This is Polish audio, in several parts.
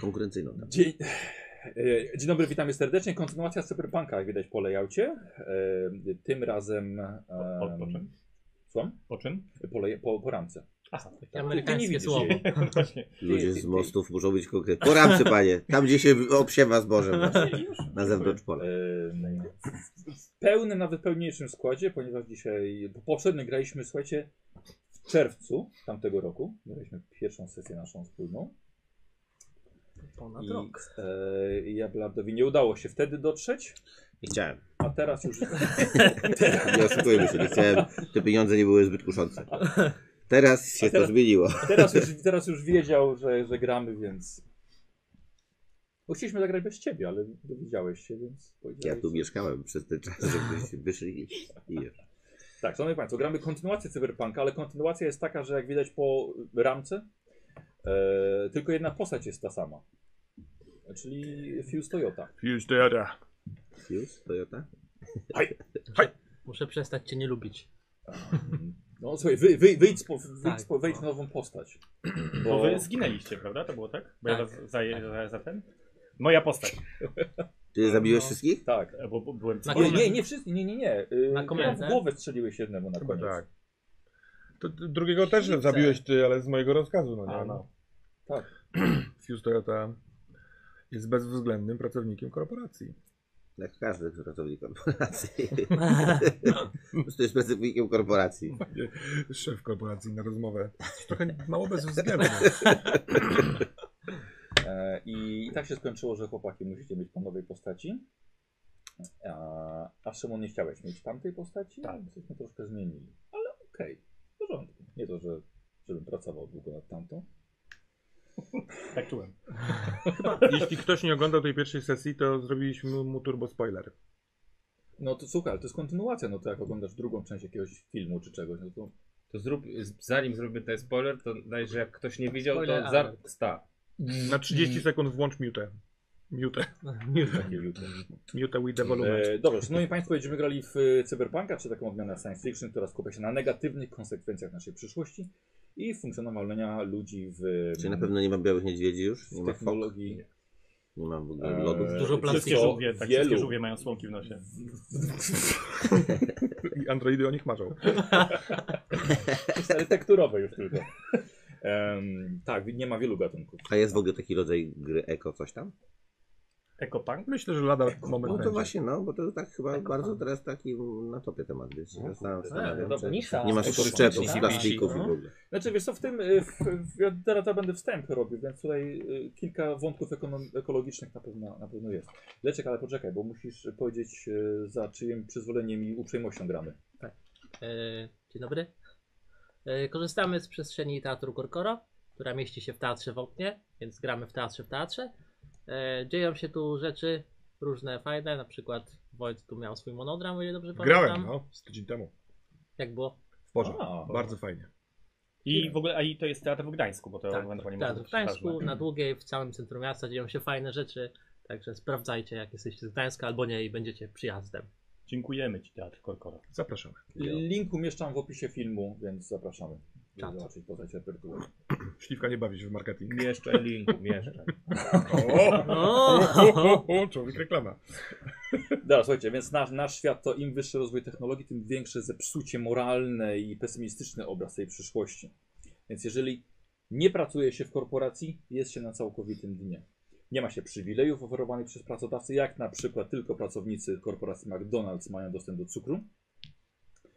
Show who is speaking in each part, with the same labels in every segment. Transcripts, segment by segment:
Speaker 1: konkurencyjną. Tam.
Speaker 2: Dzień... E, Dzień dobry, witamy serdecznie. Kontynuacja Cyberpunka, jak widać po layoutie. E, Tym razem...
Speaker 3: Po- po- po czym?
Speaker 2: Słucham?
Speaker 3: Po czym?
Speaker 2: Po, lej- po, po ramce.
Speaker 3: Aha,
Speaker 2: Ty nie
Speaker 4: Amerykańskie
Speaker 2: widzisz
Speaker 4: słowo.
Speaker 2: jej.
Speaker 3: właśnie.
Speaker 1: Ludzie z
Speaker 2: ty- ty-
Speaker 1: mostów muszą być konkretni. Po ramce, panie. Tam, gdzie się obsiewa zbożem.
Speaker 3: Już,
Speaker 1: Na zewnątrz pola.
Speaker 2: Em, W pełnym, nawet pełniejszym składzie, ponieważ dzisiaj, bo poprzednio graliśmy, słuchajcie, w czerwcu tamtego roku. Graliśmy pierwszą sesję naszą wspólną.
Speaker 4: Ponad
Speaker 2: I
Speaker 4: rok.
Speaker 2: e, ja Blardowi nie udało się wtedy dotrzeć,
Speaker 1: Nie chciałem.
Speaker 2: a teraz już...
Speaker 1: Nie oszukujmy się, nie chciałem. Te pieniądze nie były zbyt kuszące. Teraz się to zmieniło.
Speaker 2: Teraz już, teraz już wiedział, że, że gramy, więc... Bo chcieliśmy zagrać bez ciebie, ale dowiedziałeś się, więc...
Speaker 1: Ja
Speaker 2: powiedziałeś-
Speaker 1: tu mieszkałem przez ten czas, żebyście wyszli i i-
Speaker 2: Tak, szanowni państwo, gramy kontynuację Cyberpunka, ale kontynuacja jest taka, że jak widać po ramce, e, tylko jedna postać jest ta sama. Czyli Fuse Toyota.
Speaker 3: Już to jada.
Speaker 1: Fuse, Toyota?
Speaker 4: Muszę przestać cię nie lubić.
Speaker 2: No słuchaj, wy, wy, wyjdź, spo, wyjdź,
Speaker 4: Tak,
Speaker 2: spo, wejdź
Speaker 4: no.
Speaker 2: w nową postać.
Speaker 3: Bo wy zginęliście, prawda? To było tak? Bo ja
Speaker 4: Tak.
Speaker 3: za, za, za, za ten? Moja postać.
Speaker 1: Ty zabiłeś
Speaker 4: No.
Speaker 1: wszystkich?
Speaker 2: Tak.
Speaker 3: Bo, bo byłem
Speaker 5: No
Speaker 4: Na
Speaker 2: Nie,
Speaker 3: cywilny.
Speaker 4: koniec.
Speaker 2: nie, nie wszyscy, nie, nie, nie. Y,
Speaker 4: Na komendę.
Speaker 2: W głowę strzeliłeś jednemu na
Speaker 5: Chyba
Speaker 2: koniec.
Speaker 5: tak. To, to drugiego też
Speaker 4: Szybce.
Speaker 5: zabiłeś ty, ale z mojego rozkazu, no nie?
Speaker 3: A, no.
Speaker 2: Tak.
Speaker 5: Fuse Toyota jest bezwzględnym pracownikiem korporacji.
Speaker 1: Jak każdy pracownik korporacji. Po prostu jest pracownikiem korporacji.
Speaker 5: Szef korporacji na rozmowę. Trochę mało bezwzględny.
Speaker 2: E, i, I tak się skończyło, że chłopaki musicie mieć po nowej postaci. A, a Szymon nie chciałeś mieć tamtej postaci?
Speaker 3: Tak.
Speaker 2: Jesteśmy troszkę zmienili. Ale okej, w porządku. Nie to, że żebym pracował długo nad tamtą.
Speaker 3: Tak czułem.
Speaker 5: Jeśli ktoś nie oglądał tej pierwszej sesji, to zrobiliśmy mu turbo spoiler.
Speaker 2: No to słuchaj, ale to jest kontynuacja, no to jak oglądasz drugą część jakiegoś filmu czy czegoś, no to...
Speaker 6: To zrób, z- zanim zrobimy ten spoiler, to daj, że jak ktoś nie widział,
Speaker 4: Spoiler
Speaker 6: to za...
Speaker 4: alert.
Speaker 6: Sta.
Speaker 5: Na 30 sekund włącz mute. Mute.
Speaker 4: E,
Speaker 2: Takie lubię.
Speaker 5: Mute with the volume.
Speaker 2: E, dobrze, szanowni państwo, będziemy grali w e, Cyberpunka, czy taką odmianę science fiction, która skupia się na negatywnych konsekwencjach naszej przyszłości i funkcjonowania ludzi w...
Speaker 1: Czyli na pewno nie mam białych niedźwiedzi już? Nie
Speaker 2: w
Speaker 1: ma fok?
Speaker 2: technologii...
Speaker 1: Nie mam w ogóle
Speaker 2: Eee,
Speaker 1: lodów?
Speaker 4: Dużo
Speaker 3: Wszystkie
Speaker 4: plastiku.
Speaker 2: wszystko
Speaker 3: żółwie, tak,
Speaker 2: wielu-
Speaker 3: wszystkie żółwie mają słomki w nosie.
Speaker 5: I androidy o nich marzą.
Speaker 2: Stary tekturowe już tylko. Em, tak, nie ma wielu gatunków.
Speaker 1: A jest w ogóle taki rodzaj gry eko coś tam?
Speaker 3: Ekopunk?
Speaker 5: Myślę, że lada moment
Speaker 1: No to
Speaker 5: będzie.
Speaker 1: właśnie, no, bo to tak chyba
Speaker 4: Eko
Speaker 1: bardzo
Speaker 4: pan.
Speaker 1: teraz taki na topie temat, więc się
Speaker 2: No,
Speaker 1: zastanawiam,
Speaker 2: kurde.
Speaker 1: zastanawiam
Speaker 4: Dobra,
Speaker 1: czy
Speaker 4: Nisa.
Speaker 1: nie ma szczepów z
Speaker 4: Nisa.
Speaker 1: plastików i w ogóle.
Speaker 2: Znaczy wiesz co, w tym, y, w, w, ja teraz to będę wstęp robił, więc tutaj y, kilka wątków ekonom- ekologicznych na pewno, na pewno jest. Leczek, ale poczekaj, bo musisz powiedzieć y, za czyim przyzwoleniem i uprzejmością gramy.
Speaker 4: E, Dzień dobry. E, Korzystamy z przestrzeni Teatru Korkoro, która mieści się w teatrze w oknie, więc gramy w teatrze w teatrze. E, Dzieją się tu rzeczy różne fajne, na przykład Wojt tu miał swój monogram, o ile dobrze
Speaker 5: Grałem,
Speaker 4: pamiętam.
Speaker 5: no, z tydzień temu.
Speaker 4: Jak było?
Speaker 5: W porze.
Speaker 2: A,
Speaker 5: Bardzo fajnie.
Speaker 3: I w ogóle, a i to jest teatr w Gdańsku, bo to
Speaker 4: Tak,
Speaker 3: ewentualnie może
Speaker 4: Teatr w
Speaker 3: być
Speaker 4: Gdańsku,
Speaker 3: ważne.
Speaker 4: na Długiej, w całym centrum miasta dzieją się fajne rzeczy, także sprawdzajcie jak jesteście z Gdańska albo nie i będziecie przyjazdem.
Speaker 3: Dziękujemy Ci, Teatr Korkora.
Speaker 5: Zapraszamy.
Speaker 2: Link umieszczam w opisie filmu, więc zapraszamy.
Speaker 4: Tak.
Speaker 2: żeby Zobaczyć poza repertuar.
Speaker 5: Śliwka nie bawi się w marketing.
Speaker 6: Mieszczę link, mieszczę.
Speaker 5: O!
Speaker 4: O!
Speaker 5: o, człowiek reklama.
Speaker 2: Dobra, słuchajcie, więc nasz, nasz świat to im wyższy rozwój technologii, tym większe zepsucie moralne i pesymistyczny obraz tej przyszłości. Więc jeżeli nie pracuje się w korporacji, jest się na całkowitym dnie. Nie ma się przywilejów oferowanych przez pracodawcy, jak na przykład tylko pracownicy korporacji McDonald's mają dostęp do cukru,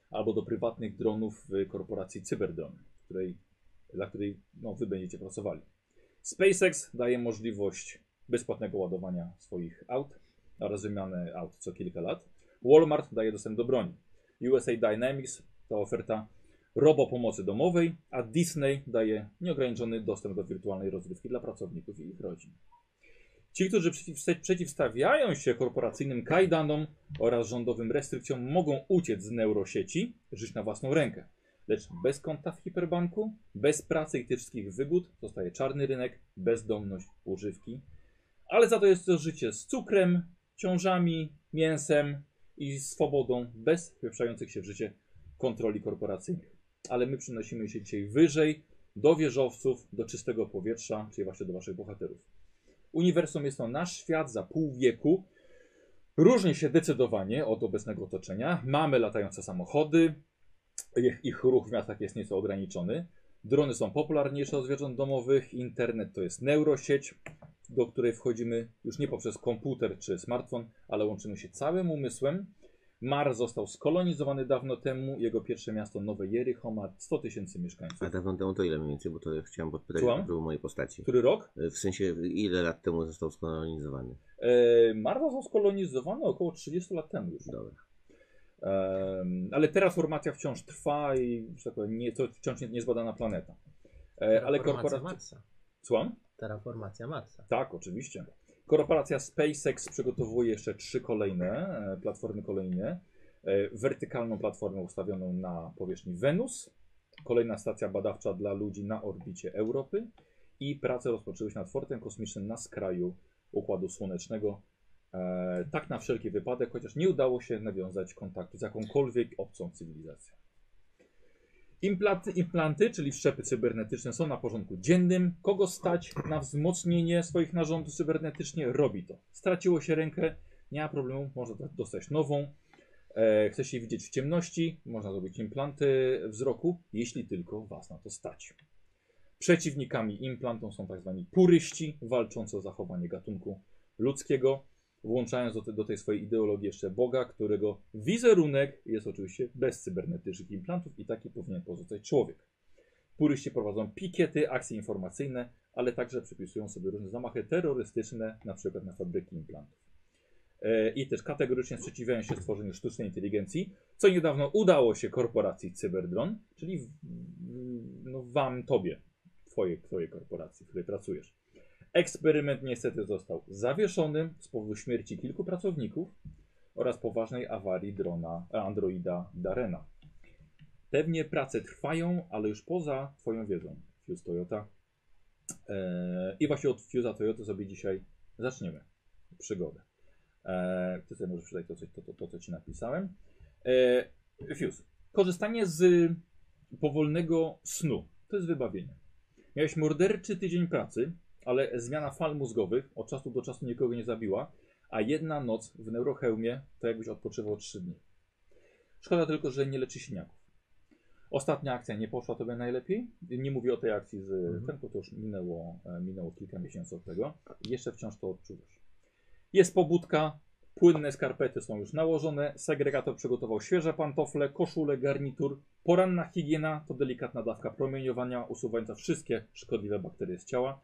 Speaker 2: albo do prywatnych dronów w korporacji Cyberdron, w której, dla której no, wy będziecie pracowali. SpaceX daje możliwość bezpłatnego ładowania swoich aut, a rozumiany aut co kilka lat. Walmart daje dostęp do broni. USA Dynamics to oferta robopomocy domowej, a Disney daje nieograniczony dostęp do wirtualnej rozrywki dla pracowników i ich rodzin. Ci, którzy przeciw- przeciwstawiają się korporacyjnym kajdanom oraz rządowym restrykcjom, mogą uciec z neurosieci, żyć na własną rękę. Lecz bez konta w hiperbanku, bez pracy i tych wszystkich wygód zostaje czarny rynek, bezdomność, używki. Ale za to jest to życie z cukrem, ciążami, mięsem i swobodą bez wpieprzających się w życie kontroli korporacyjnych. Ale my przynosimy się dzisiaj wyżej, do wieżowców, do czystego powietrza, czyli właśnie do waszych bohaterów. Uniwersum jest to nasz świat za pół wieku. Różni się zdecydowanie od obecnego otoczenia. Mamy latające samochody, ich, ich ruch w miastach jest nieco ograniczony. Drony są popularniejsze od zwierząt domowych, internet to jest neurosieć, do której wchodzimy już nie poprzez komputer czy smartfon, ale łączymy się całym umysłem. Mars został skolonizowany dawno temu, jego pierwsze miasto Nowe Jericho ma 100 tysięcy mieszkańców.
Speaker 1: A dawno temu to ile mniej więcej, bo to chciałem podpytać
Speaker 2: Słucham?
Speaker 1: na próbę mojej postaci.
Speaker 2: Który rok?
Speaker 1: W sensie, ile lat temu został skolonizowany?
Speaker 2: E, Mars został skolonizowany około 30 lat temu już.
Speaker 1: Dobra.
Speaker 2: Em, ale terraformacja wciąż trwa i że tak powiem, nie, to wciąż nie- niezbadana planeta. E, ale
Speaker 4: Terraformacja
Speaker 2: korporacja.
Speaker 4: Marsa.
Speaker 2: Słucham?
Speaker 4: Terraformacja Marsa.
Speaker 2: Tak, oczywiście. Korporacja SpaceX przygotowuje jeszcze trzy kolejne e, platformy kolejne. E, Wertykalną platformę ustawioną na powierzchni Wenus, kolejna stacja badawcza dla ludzi na orbicie Europy i prace rozpoczęły się nad fortem kosmicznym na skraju Układu Słonecznego. E, tak na wszelki wypadek, chociaż nie udało się nawiązać kontaktu z jakąkolwiek obcą cywilizacją. Implanty, implanty, czyli wszczepy cybernetyczne, są na porządku dziennym. Kogo stać na wzmocnienie swoich narządów cybernetycznie, robi to. Straciło się rękę, nie ma problemu, można do- dostać nową. E, chce się widzieć w ciemności, można zrobić implanty wzroku, jeśli tylko Was na to stać. Przeciwnikami implantom są tak zwani puryści, walczący o zachowanie gatunku ludzkiego, włączając do, te, do tej swojej ideologii jeszcze Boga, którego wizerunek jest oczywiście bez cybernetycznych implantów i taki powinien pozostać człowiek. Puryści prowadzą pikiety, akcje informacyjne, ale także przypisują sobie różne zamachy terrorystyczne, na przykład na fabryki implantów. E, I też kategorycznie sprzeciwiają się stworzeniu sztucznej inteligencji, co niedawno udało się korporacji Cyberdron, czyli w, w- no wam, tobie, twojej, twojej korporacji, w której pracujesz. Eksperyment niestety został zawieszony z powodu śmierci kilku pracowników oraz poważnej awarii drona e, androida Darena. Pewnie prace trwają, ale już poza Twoją wiedzą, Fuse Toyota. Eee, I właśnie od Fuse'a Toyota sobie dzisiaj zaczniemy przygodę. Eee, ty sobie możesz przeczytać to, co- to, to, to, co Ci napisałem. Eee, Fuse, korzystanie z powolnego snu to jest wybawienie. Miałeś morderczy tydzień pracy, ale zmiana fal mózgowych od czasu do czasu nikogo nie zabiła, a jedna noc w neurochełmie to jakbyś odpoczywał 3 dni. Szkoda tylko, że nie leczy siniaków. Ostatnia akcja nie poszła tobie najlepiej. Nie mówię o tej akcji z mhm. tym, bo to już minęło, e, minęło kilka miesięcy od tego. Jeszcze wciąż to odczuwasz. Jest pobudka, płynne skarpety są już nałożone, segregator przygotował świeże pantofle, koszule, garnitur. Poranna higiena to delikatna dawka promieniowania usuwająca wszystkie szkodliwe bakterie z ciała.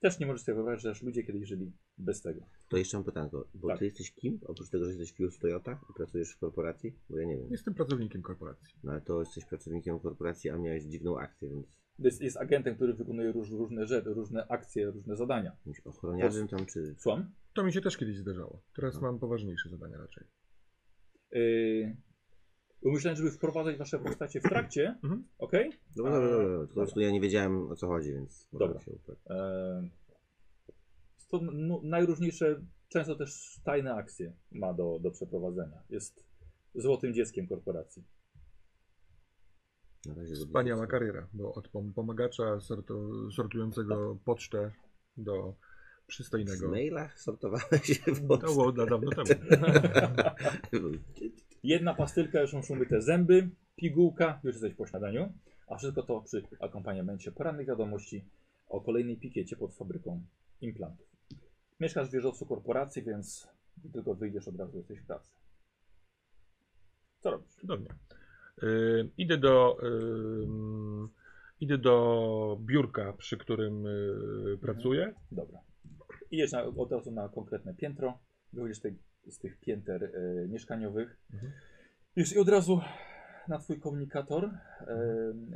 Speaker 2: Też nie możesz sobie wyobrazić, że aż ludzie kiedyś żyli bez tego.
Speaker 1: To jeszcze mam pytanko, bo
Speaker 2: Tak.
Speaker 1: ty jesteś kim? Oprócz tego, że jesteś Fuse Toyota i pracujesz w korporacji? Bo ja nie wiem.
Speaker 5: Jestem pracownikiem korporacji.
Speaker 1: No ale to jesteś pracownikiem korporacji, a miałeś dziwną akcję, więc
Speaker 2: Jest, jest agentem, który wykonuje róż, różne rzeczy, różne akcje, różne zadania.
Speaker 1: jakimś ochroniarzem tam czy...
Speaker 2: Słucham?
Speaker 5: To mi się też kiedyś zdarzało. Teraz
Speaker 1: No.
Speaker 5: mam poważniejsze zadania raczej.
Speaker 2: Yy, bo myślałem, żeby wprowadzać wasze postacie w trakcie.
Speaker 5: Mhm.
Speaker 2: Okej?
Speaker 1: No, Dobra, dobra, dobra, dobra. tylko po prostu ja nie wiedziałem o co chodzi, więc... może
Speaker 2: Dobra.
Speaker 1: Się upra-
Speaker 2: Eee, To no, najróżniejsze, często też tajne akcje ma do, do przeprowadzenia. Jest złotym dzieckiem korporacji.
Speaker 1: Na razie
Speaker 5: Wspaniała kariera, bo od pom- pomagacza sortu, sortującego pocztę do
Speaker 1: W
Speaker 5: przystojnego.
Speaker 1: mailach sortowałeś się w
Speaker 5: To było da- dawno temu.
Speaker 2: Jedna pastylka, już muszą myte zęby, pigułka, już jesteś po śniadaniu, a wszystko to przy akompaniamencie porannych wiadomości o kolejnej pikiecie pod fabryką implantów. Mieszkasz w wieżowcu korporacji, więc gdy tylko wyjdziesz od razu jesteś w pracy. Co robisz?
Speaker 5: Cudownie. Y, idę do. ym, idę do biurka, przy którym y, pracuję.
Speaker 2: Dobra. Idziesz na, od razu na konkretne piętro, wychodzisz z tej, z tych pięter e, mieszkaniowych.
Speaker 5: Mhm.
Speaker 2: Już i od razu na twój komunikator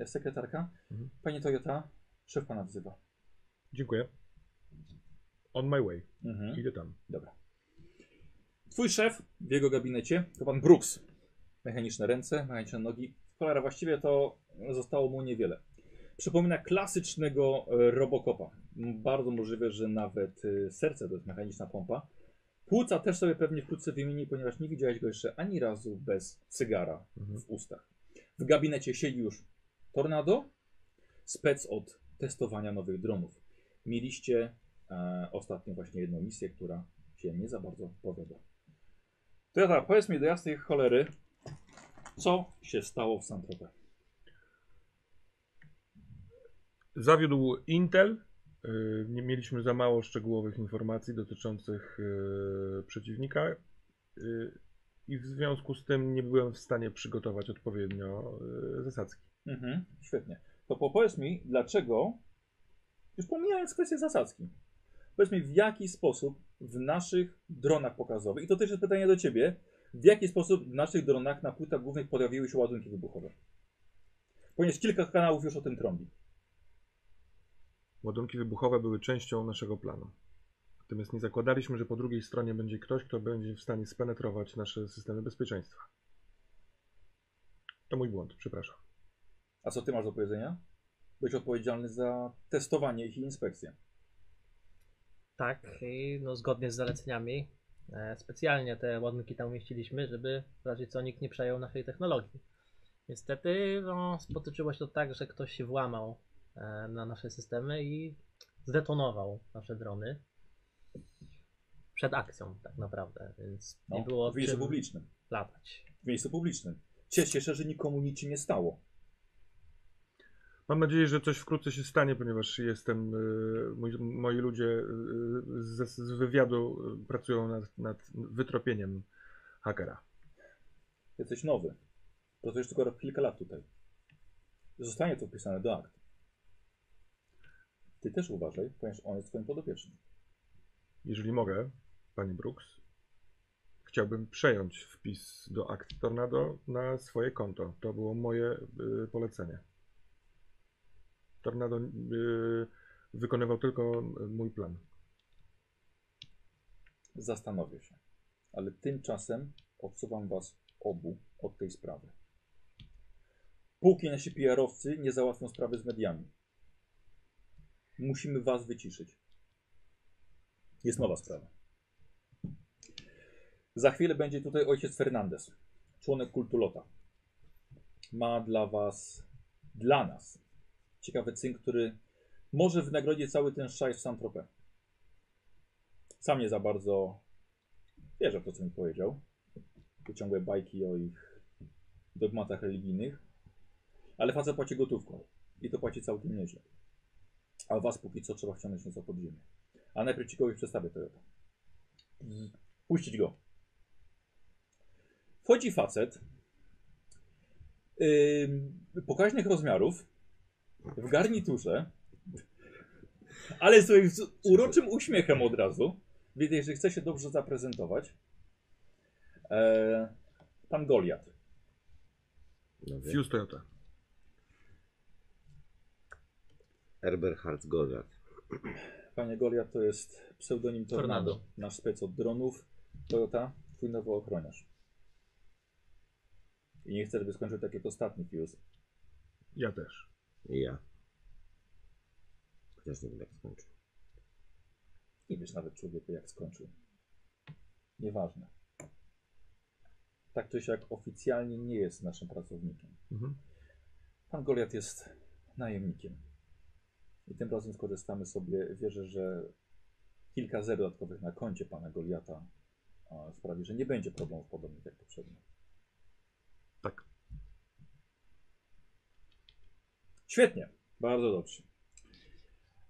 Speaker 2: e, sekretarka.
Speaker 5: Mhm.
Speaker 2: Panie Toyota, szef pana wzywa.
Speaker 5: Dziękuję. On my way.
Speaker 2: Mhm.
Speaker 5: Idę tam.
Speaker 2: Dobra. Twój szef w jego gabinecie to pan Brooks. Mechaniczne ręce, mechaniczne nogi. Cholera, właściwie to zostało mu niewiele. Przypomina klasycznego e, Robocopa. M, Bardzo możliwe, że nawet e, serce to jest mechaniczna pompa. Płuca też sobie pewnie wkrótce wymieni, ponieważ nie widziałeś go jeszcze ani razu bez cygara
Speaker 5: Mhm.
Speaker 2: w ustach. W gabinecie siedzi już Tornado, spec od testowania nowych dronów. Mieliście e, ostatnią właśnie jedną misję, która się nie za bardzo powiodła. To ja tak, powiedz mi do jasnej cholery, co się stało w Santropie?
Speaker 5: Zawiódł Intel. Y, Nie mieliśmy za mało szczegółowych informacji dotyczących y, przeciwnika. y, I w związku z tym nie byłem w stanie przygotować odpowiednio y, zasadzki.
Speaker 2: Mhm, świetnie. To powiedz mi, dlaczego, już pomijając kwestię zasadzki, powiedz mi, w jaki sposób w naszych dronach pokazowych, i to też jest pytanie do Ciebie, w jaki sposób w naszych dronach na płytach głównych pojawiły się ładunki wybuchowe? Ponieważ kilka kanałów już o tym trąbi.
Speaker 5: Ładunki wybuchowe były częścią naszego planu. Natomiast nie zakładaliśmy, że po drugiej stronie będzie ktoś, kto będzie w stanie spenetrować nasze systemy bezpieczeństwa. To mój błąd, przepraszam.
Speaker 2: A co Ty masz do powiedzenia? Być odpowiedzialny za testowanie ich i inspekcję.
Speaker 4: Tak, i no, zgodnie z zaleceniami e, specjalnie te ładunki tam umieściliśmy, żeby w razie co nikt nie przejął naszej technologii. Niestety no, spotyczyło się to tak, że ktoś się włamał e, na nasze systemy i zdetonował nasze drony przed akcją tak naprawdę, więc
Speaker 2: No,
Speaker 4: nie było
Speaker 2: w miejscu
Speaker 4: czym
Speaker 2: publicznym.
Speaker 4: latać.
Speaker 2: W miejscu publicznym. Cieszę się, że nikomu nic się nie stało.
Speaker 5: Mam nadzieję, że coś wkrótce się stanie, ponieważ jestem, y, mój, moi ludzie y, z, z wywiadu y, pracują nad, nad wytropieniem hakera.
Speaker 2: Jesteś nowy. Pracujesz tylko kilka lat tutaj. Zostanie to wpisane do akt. Ty też uważaj, ponieważ on jest twoim podopiecznym.
Speaker 5: Jeżeli mogę, panie Brooks, chciałbym przejąć wpis do akt Tornado na swoje konto. To było moje y, polecenie. Tornado y, wykonywał tylko e, mój plan.
Speaker 2: Zastanowię się. Ale tymczasem odsuwam was obu od tej sprawy. Póki nasi PR-owcy nie załatwią sprawy z mediami. Musimy was wyciszyć. Jest nowa sprawa. Za chwilę będzie tutaj ojciec Fernandez, członek kultu Lota. Ma dla was, dla nas, ciekawy cynk, który może wynagrodzić cały ten szajs w Saint-Tropez. Sam nie za bardzo wierzę w to, co mi powiedział. Te ciągłe bajki o ich dogmatach religijnych. Ale facet płaci gotówką. I to płaci całkiem nieźle. A was póki co trzeba wciągnąć nieco pod ziemię. A najpierw ci kogoś przedstawię Toyota. Puścić go. Wchodzi facet yy, pokaźnych rozmiarów w garniturze ale sobie z uroczym uśmiechem od razu. Widać, że chce się dobrze zaprezentować. E, pan Goliat.
Speaker 1: Nowy.
Speaker 5: Fuse Toyota.
Speaker 1: Eberhard Gorat.
Speaker 2: Panie Goliat to jest pseudonim Tornado.
Speaker 4: Tornado.
Speaker 2: Nasz spec od dronów. Toyota, twój nowy ochroniarz. I nie chcę, żeby skończył tak jak ostatni Fuse.
Speaker 5: Ja też.
Speaker 1: I ja. Chociaż nie wiem jak skończył.
Speaker 2: Nie wiesz nawet człowieku jak skończył. Nieważne. Tak czy siak oficjalnie nie jest naszym pracownikiem.
Speaker 5: Mhm.
Speaker 2: Pan Goliat jest najemnikiem. I tym razem skorzystamy sobie, wierzę, że kilka zer dodatkowych na koncie pana Goliata a, sprawi, że nie będzie problemów podobnych jak poprzednio.
Speaker 5: Tak.
Speaker 2: Świetnie, bardzo dobrze.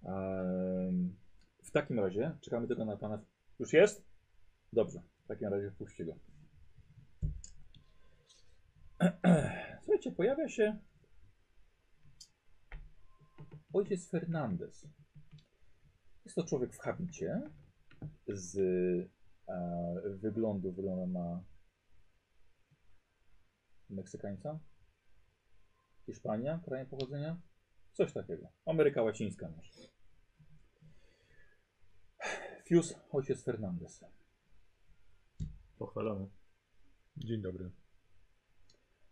Speaker 2: Em, w takim razie czekamy tylko na pana. Już jest? Dobrze, w takim razie puśćcie go. Słuchajcie, pojawia się ojciec Fernandez. Jest to człowiek w habicie. Z e, wyglądu wygląda na Meksykańca. Hiszpania, krajem pochodzenia. Coś takiego. Ameryka Łacińska może. Fius, ojciec Fernandez.
Speaker 3: Pochwalony.
Speaker 5: Dzień dobry.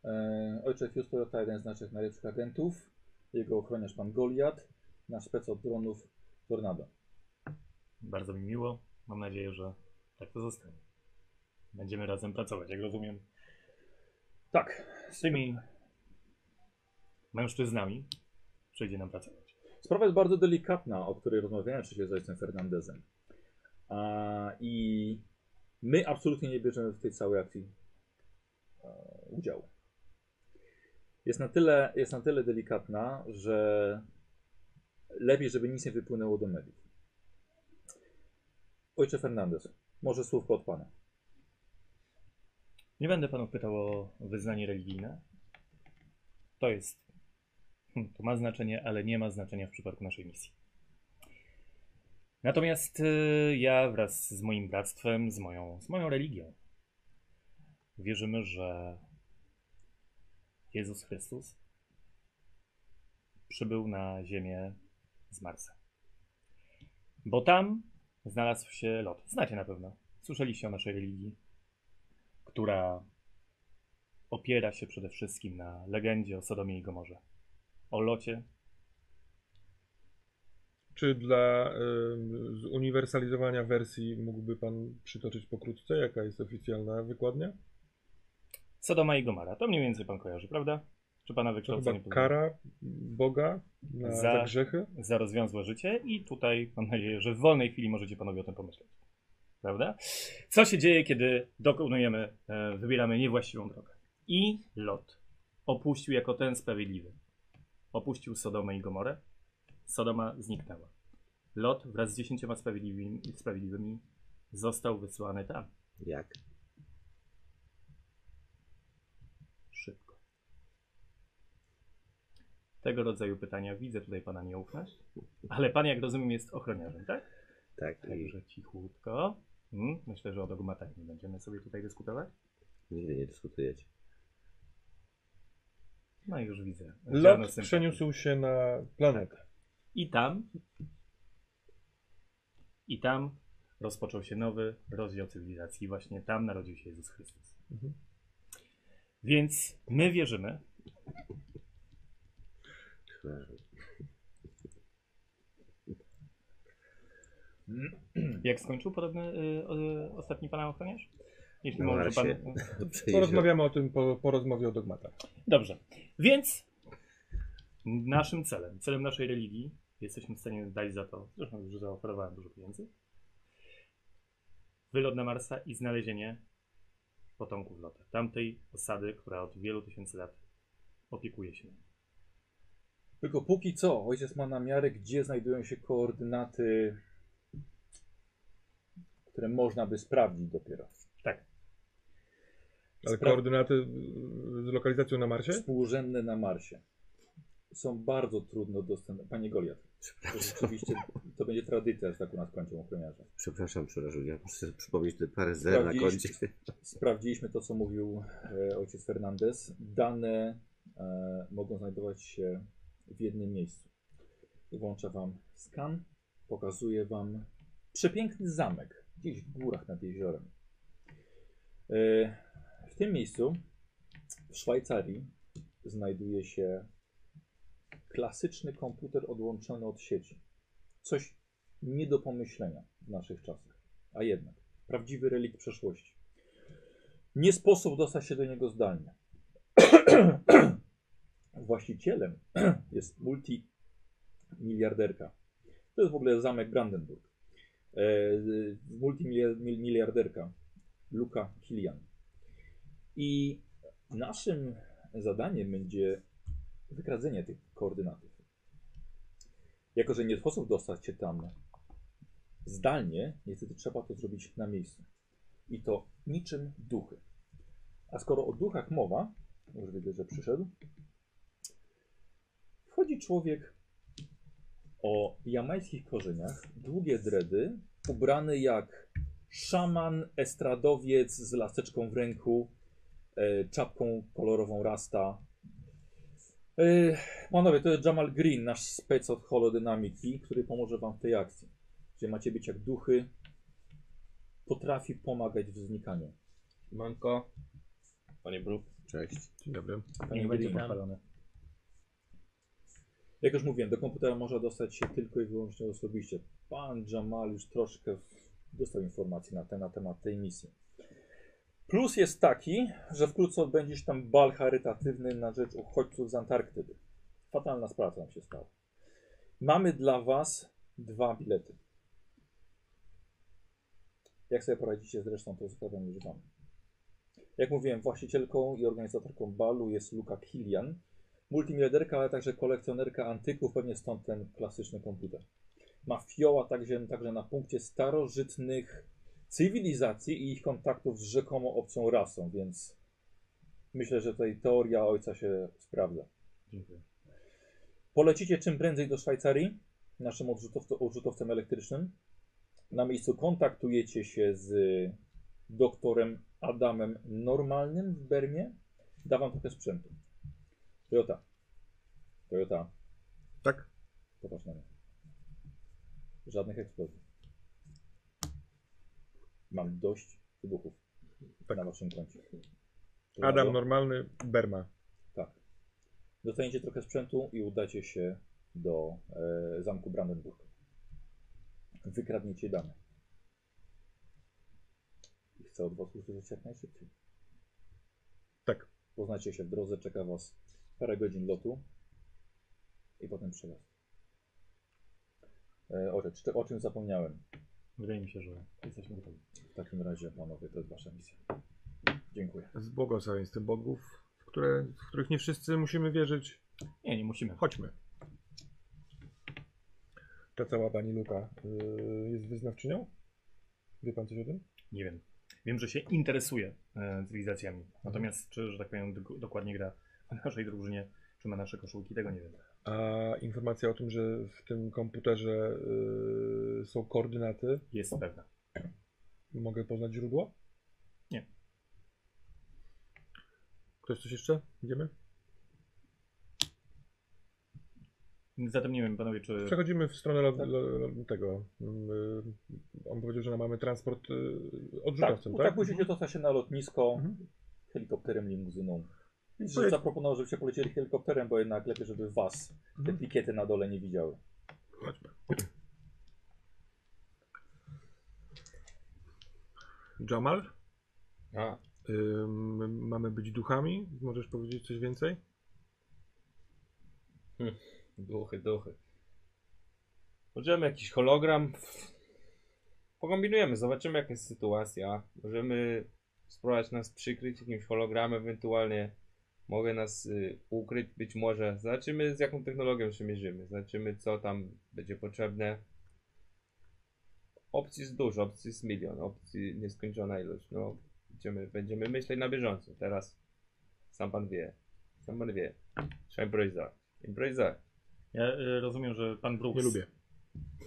Speaker 2: E, Ojcze Fius Toyota, jeden z naszych najlepszych agentów. Jego ochroniarz pan Goliat. Nasz spec od dronów Tornado.
Speaker 3: Bardzo mi miło. Mam nadzieję, że tak to zostanie. Będziemy razem pracować, jak rozumiem.
Speaker 2: Tak,
Speaker 3: Z tymi mężczyznami przyjdzie nam pracować.
Speaker 2: z Sprawa jest bardzo delikatna, o której rozmawiałem wcześniej z ojcem Fernandezem. A, I my absolutnie nie bierzemy w tej całej akcji e, udziału. Jest na, tyle, jest na tyle delikatna, że lepiej, żeby nic nie wypłynęło do mediów. Ojcze Fernandez, może słówko od Pana.
Speaker 3: Nie będę panów pytał o wyznanie religijne. To jest. hm, To ma znaczenie, ale nie ma znaczenia w przypadku naszej misji. Natomiast y, ja wraz z moim bractwem, z moją, z moją religią, wierzymy, że Jezus Chrystus przybył na Ziemię z Marsa. Bo tam znalazł się lot. Znacie na pewno. Słyszeliście o naszej religii która opiera się przede wszystkim na legendzie o Sodomie i Gomorze. O locie.
Speaker 5: Czy dla ym, zuniwersalizowania wersji mógłby Pan przytoczyć pokrótce, jaka jest oficjalna wykładnia?
Speaker 3: Sodoma i Gomara. To mniej więcej pan kojarzy, prawda? Czy pana
Speaker 5: To
Speaker 3: wykształcenie
Speaker 5: chyba
Speaker 3: pozwala?
Speaker 5: kara Boga na,
Speaker 3: Za-
Speaker 5: za... grzechy?
Speaker 3: za rozwiązłe życie i tutaj mam nadzieję, że w wolnej chwili możecie panowie o tym pomyśleć. Prawda? Co się dzieje, kiedy dokonujemy, e, wybieramy niewłaściwą drogę? I Lot opuścił jako ten sprawiedliwy. Opuścił Sodomę i Gomorę. Sodoma zniknęła. Lot wraz z dziesięcioma sprawiedliwymi, sprawiedliwymi został wysłany tam.
Speaker 1: Jak?
Speaker 3: Szybko. Tego rodzaju pytania widzę tutaj pana nieufność, ale pan, jak rozumiem, jest ochroniarzem, tak?
Speaker 1: Tak. I
Speaker 3: Także cichutko. Mm, Myślę, że o dogmatach nie będziemy sobie tutaj dyskutować.
Speaker 1: nigdy nie dyskutujecie.
Speaker 3: No i już widzę. ziarno
Speaker 5: Lot
Speaker 3: sympatii.
Speaker 5: przeniósł się na planetę.
Speaker 3: I tam. I tam rozpoczął się nowy rozdział cywilizacji. Właśnie tam narodził się Jezus Chrystus.
Speaker 5: Mhm.
Speaker 3: Więc my wierzymy, jak skończył podobny y, y, ostatni pana ochroniarz? Jeśli
Speaker 1: No,
Speaker 3: może pan.
Speaker 1: raczej.
Speaker 5: Porozmawiamy o tym po, po rozmowie o dogmatach.
Speaker 3: Dobrze. Więc naszym celem, celem naszej religii, jesteśmy w stanie dać za to, zresztą już zaoferowałem dużo pieniędzy, wylot na Marsa i znalezienie potomków Lota. Tamtej osady, która od wielu tysięcy lat opiekuje się. nami.
Speaker 2: Tylko póki co ojciec ma na miarę, gdzie znajdują się koordynaty, które można by sprawdzić dopiero.
Speaker 5: Ale
Speaker 2: Spra-
Speaker 5: koordynaty y, z lokalizacją na Marsie?
Speaker 2: Współrzędne na Marsie. Są bardzo trudno dostępne. Panie Goliat, to rzeczywiście to będzie tradycja, że tak u nas kończą ochroniarze.
Speaker 1: Przepraszam, przepraszam, ja muszę przypomnieć te parę zer na koncie.
Speaker 2: Sprawdziliście- Sprawdziliśmy to, co mówił e, ojciec Fernandez. Dane e, mogą znajdować się w jednym miejscu. Włącza Wam skan, pokazuje Wam przepiękny zamek gdzieś w górach nad jeziorem. E, w tym miejscu, w Szwajcarii, znajduje się klasyczny komputer odłączony od sieci. Coś nie do pomyślenia w naszych czasach, a jednak prawdziwy relikt przeszłości. Nie sposób dostać się do niego zdalnie. Właścicielem jest multimiliarderka. To jest w ogóle zamek Brandenburg. E, y, Multimiliarderka Luka Kilian. I naszym zadaniem będzie wykradzenie tych koordynatów. Jako, że nie sposób dostać się tam zdalnie, niestety trzeba to zrobić na miejscu. I to niczym duchy. A skoro o duchach mowa, już widzę, że przyszedł, wchodzi człowiek o jamańskich korzeniach, długie dredy, ubrany jak szaman, estradowiec z laseczką w ręku, e, czapką kolorową rasta. E, panowie, to jest Jamal Green, nasz spec od holodynamiki, który pomoże wam w tej akcji. Gdzie macie być jak duchy, potrafi pomagać w znikaniu.
Speaker 6: Manko. Panie Bruk.
Speaker 1: Cześć.
Speaker 5: Dzień dobry.
Speaker 3: Nie będzie
Speaker 4: Witam.
Speaker 3: pochwalony.
Speaker 2: Jak już mówiłem, do komputera można dostać się tylko i wyłącznie osobiście. Pan Jamal już troszkę dostał informacji na, te, na temat tej misji. Plus jest taki, że wkrótce odbędziesz tam bal charytatywny na rzecz uchodźców z Antarktydy. Fatalna sprawa nam się stała. Mamy dla Was dwa bilety. Jak sobie poradzicie zresztą, to już zostawiam już Wam. Jak mówiłem, właścicielką i organizatorką balu jest Luka Kilian, multimiliarderka, ale także kolekcjonerka antyków, pewnie stąd ten klasyczny komputer. Ma fioła także, także na punkcie starożytnych cywilizacji i ich kontaktów z rzekomo obcą rasą, więc myślę, że tutaj teoria ojca się sprawdza.
Speaker 3: Dziękuję.
Speaker 2: Polecicie czym prędzej do Szwajcarii naszym odrzutowcem, odrzutowcem elektrycznym. Na miejscu kontaktujecie się z doktorem Adamem Normalnym w Bermie. Da wam trochę sprzętu. Toyota. Toyota,
Speaker 5: Tak?
Speaker 2: popatrz na mnie. Żadnych eksplozji. Mam dość wybuchów na waszym koncie.
Speaker 5: Tak. Adam normalny, Berma.
Speaker 2: Tak. Dostaniecie trochę sprzętu i udacie się do e, zamku Brandenburg. Wykradniecie dane. I chcę od was usłyszeć jak najszybciej.
Speaker 5: Tak.
Speaker 2: Poznacie się w drodze, czeka was parę godzin lotu i potem przelot. E, o, rzecz- o czym zapomniałem?
Speaker 3: Wydaje mi się, że jesteśmy gotowi.
Speaker 2: W takim razie, panowie, to jest wasza misja. Dziękuję.
Speaker 5: Z błogosławieństwem bogów, w, które, w których nie wszyscy musimy wierzyć.
Speaker 3: Nie, nie musimy.
Speaker 5: Chodźmy. Ta cała pani Luka y, jest wyznawczynią? Wie pan coś o tym?
Speaker 3: Nie wiem. Wiem, że się interesuje e, cywilizacjami. Natomiast czy, że tak powiem, dok- dokładnie gra w naszej drużynie, czy ma nasze koszulki, tego nie wiem.
Speaker 5: A informacja o tym, że w tym komputerze y, są koordynaty,
Speaker 3: Jest pewna.
Speaker 5: mogę poznać źródło?
Speaker 3: Nie.
Speaker 5: Ktoś coś jeszcze? Idziemy?
Speaker 3: Zatem nie wiem, panowie, czy...
Speaker 5: Przechodzimy w stronę lo, lo, lo, tego. y, on powiedział, że mamy transport y,
Speaker 2: Tak,
Speaker 5: odrzutowcem, tak?
Speaker 2: tak musicie dostać się na lotnisko
Speaker 5: Mhm.
Speaker 2: helikopterem, limuzynął.
Speaker 5: I
Speaker 2: Że
Speaker 5: pojedź-
Speaker 2: zaproponował, żebyście polecieli helikopterem, bo jednak lepiej, żeby was te
Speaker 5: Mhm.
Speaker 2: pikiety na dole nie widziały.
Speaker 5: Chodźmy. Jamal,
Speaker 6: A,
Speaker 5: ym, mamy być duchami? Możesz powiedzieć coś więcej?
Speaker 6: duchy, duchy. Możemy jakiś hologram. Pokombinujemy, zobaczymy jaka jest sytuacja. Możemy spróbować nas przykryć jakimś hologramem, ewentualnie mogę nas y, ukryć być może. Zobaczymy z jaką technologią się mierzymy, zobaczymy co tam będzie potrzebne. Opcji jest dużo, opcji jest milion, opcji nieskończona ilość. No, będziemy, będziemy myśleć na bieżąco. Teraz sam pan wie, sam pan wie. Trzeba improwizować. Improwizować.
Speaker 3: Ja y, rozumiem, że pan Brooks,
Speaker 5: Nie lubię.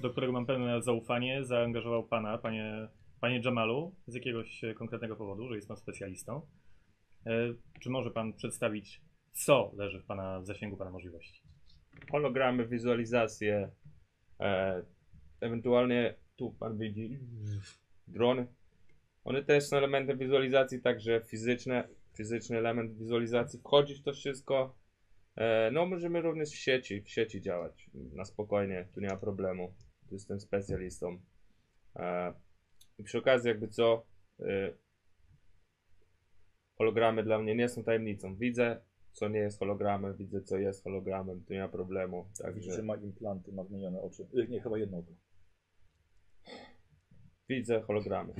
Speaker 3: do którego mam pełne zaufanie, zaangażował pana, panie, panie Jamalu, z jakiegoś e, konkretnego powodu, że jest pan specjalistą. E, czy może pan przedstawić, co leży w pana w zasięgu pana możliwości?
Speaker 6: hologramy, wizualizacje, e, ewentualnie tu pan widzi dron. One też są elementem wizualizacji, także fizyczne, fizyczny element wizualizacji. Wchodzi w to wszystko. E, no możemy również w sieci, w sieci działać na spokojnie, tu nie ma problemu. Tu jestem specjalistą. E, I przy okazji jakby co, e, hologramy dla mnie nie są tajemnicą. Widzę co nie jest hologramem, widzę co jest hologramem, tu nie ma problemu.
Speaker 2: Widzicie, że
Speaker 6: Także
Speaker 2: ma implanty, ma zmienione oczy. Y, Nie, chyba jedno oko.
Speaker 6: widzę hologramy.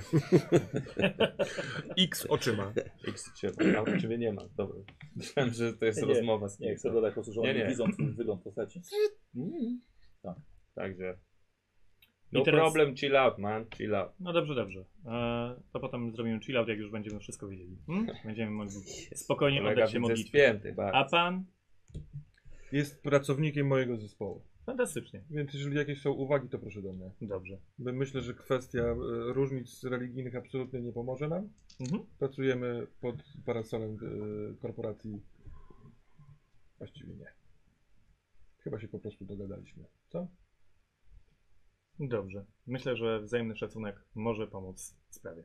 Speaker 5: X oczyma.
Speaker 6: X trzeba, a ciebie nie ma. Dobra. Myślałem, że to jest
Speaker 2: Nie, nie,
Speaker 6: rozmowa z
Speaker 2: Nie,
Speaker 6: kimś.
Speaker 2: chcę dodać po prostu, że
Speaker 6: Nie,
Speaker 2: oni
Speaker 6: nie.
Speaker 2: widzą twój wygląd postaci.
Speaker 6: Także. No
Speaker 3: I teraz-
Speaker 6: problem, chill out, man, chill out.
Speaker 3: No dobrze, dobrze. E, to potem zrobimy chillout, jak już będziemy wszystko wiedzieli. Hmm? Będziemy mogli spokojnie
Speaker 6: Kolega
Speaker 3: oddać się
Speaker 6: widzę
Speaker 3: modlitwie.
Speaker 6: spięty,
Speaker 3: A
Speaker 6: bardzo.
Speaker 3: pan?
Speaker 5: Jest pracownikiem mojego zespołu.
Speaker 3: Fantastycznie.
Speaker 5: Więc jeżeli jakieś są uwagi, to proszę do mnie.
Speaker 3: Dobrze.
Speaker 5: Bo Myślę, że kwestia e, różnic religijnych absolutnie nie pomoże nam.
Speaker 3: Mhm.
Speaker 5: Pracujemy pod parasolem e, korporacji. Właściwie nie. Chyba się po prostu dogadaliśmy. Co?
Speaker 3: Dobrze. Myślę, że wzajemny szacunek może pomóc sprawie.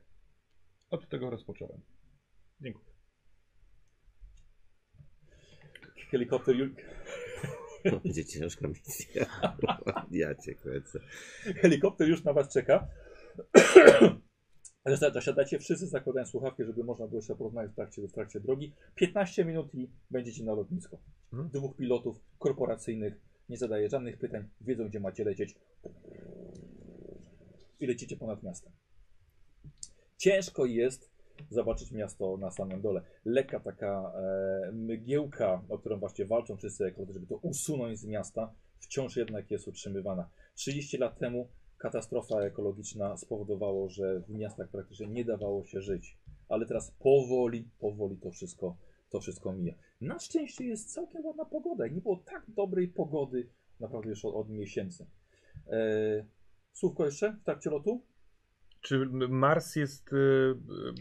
Speaker 5: Od tego rozpocząłem.
Speaker 3: Dziękuję.
Speaker 2: Helikopter Julka.
Speaker 1: Będzie ciężka misja. ja cię kręcę.
Speaker 2: Helikopter już na was czeka. Zasa- Zasiadacie wszyscy, zakładając słuchawki, żeby można było się porozmawiać w trakcie, w trakcie drogi. 15 minut i będziecie na lotnisko.
Speaker 5: Mhm.
Speaker 2: Dwóch pilotów korporacyjnych nie zadaje żadnych pytań, wiedzą gdzie macie lecieć i lecicie ponad miastem. Ciężko jest zobaczyć miasto na samym dole. Lekka taka e, mgiełka, o którą właśnie walczą wszyscy ekologowie, żeby to usunąć z miasta, wciąż jednak jest utrzymywana. 30 lat temu katastrofa ekologiczna spowodowało, że w miastach praktycznie nie dawało się żyć. Ale teraz powoli, powoli to wszystko, to wszystko mija. Na szczęście jest całkiem ładna pogoda. i Nie było tak dobrej pogody naprawdę już od, od miesięcy. E, słówko jeszcze w trakcie lotu?
Speaker 5: Czy Mars jest. y,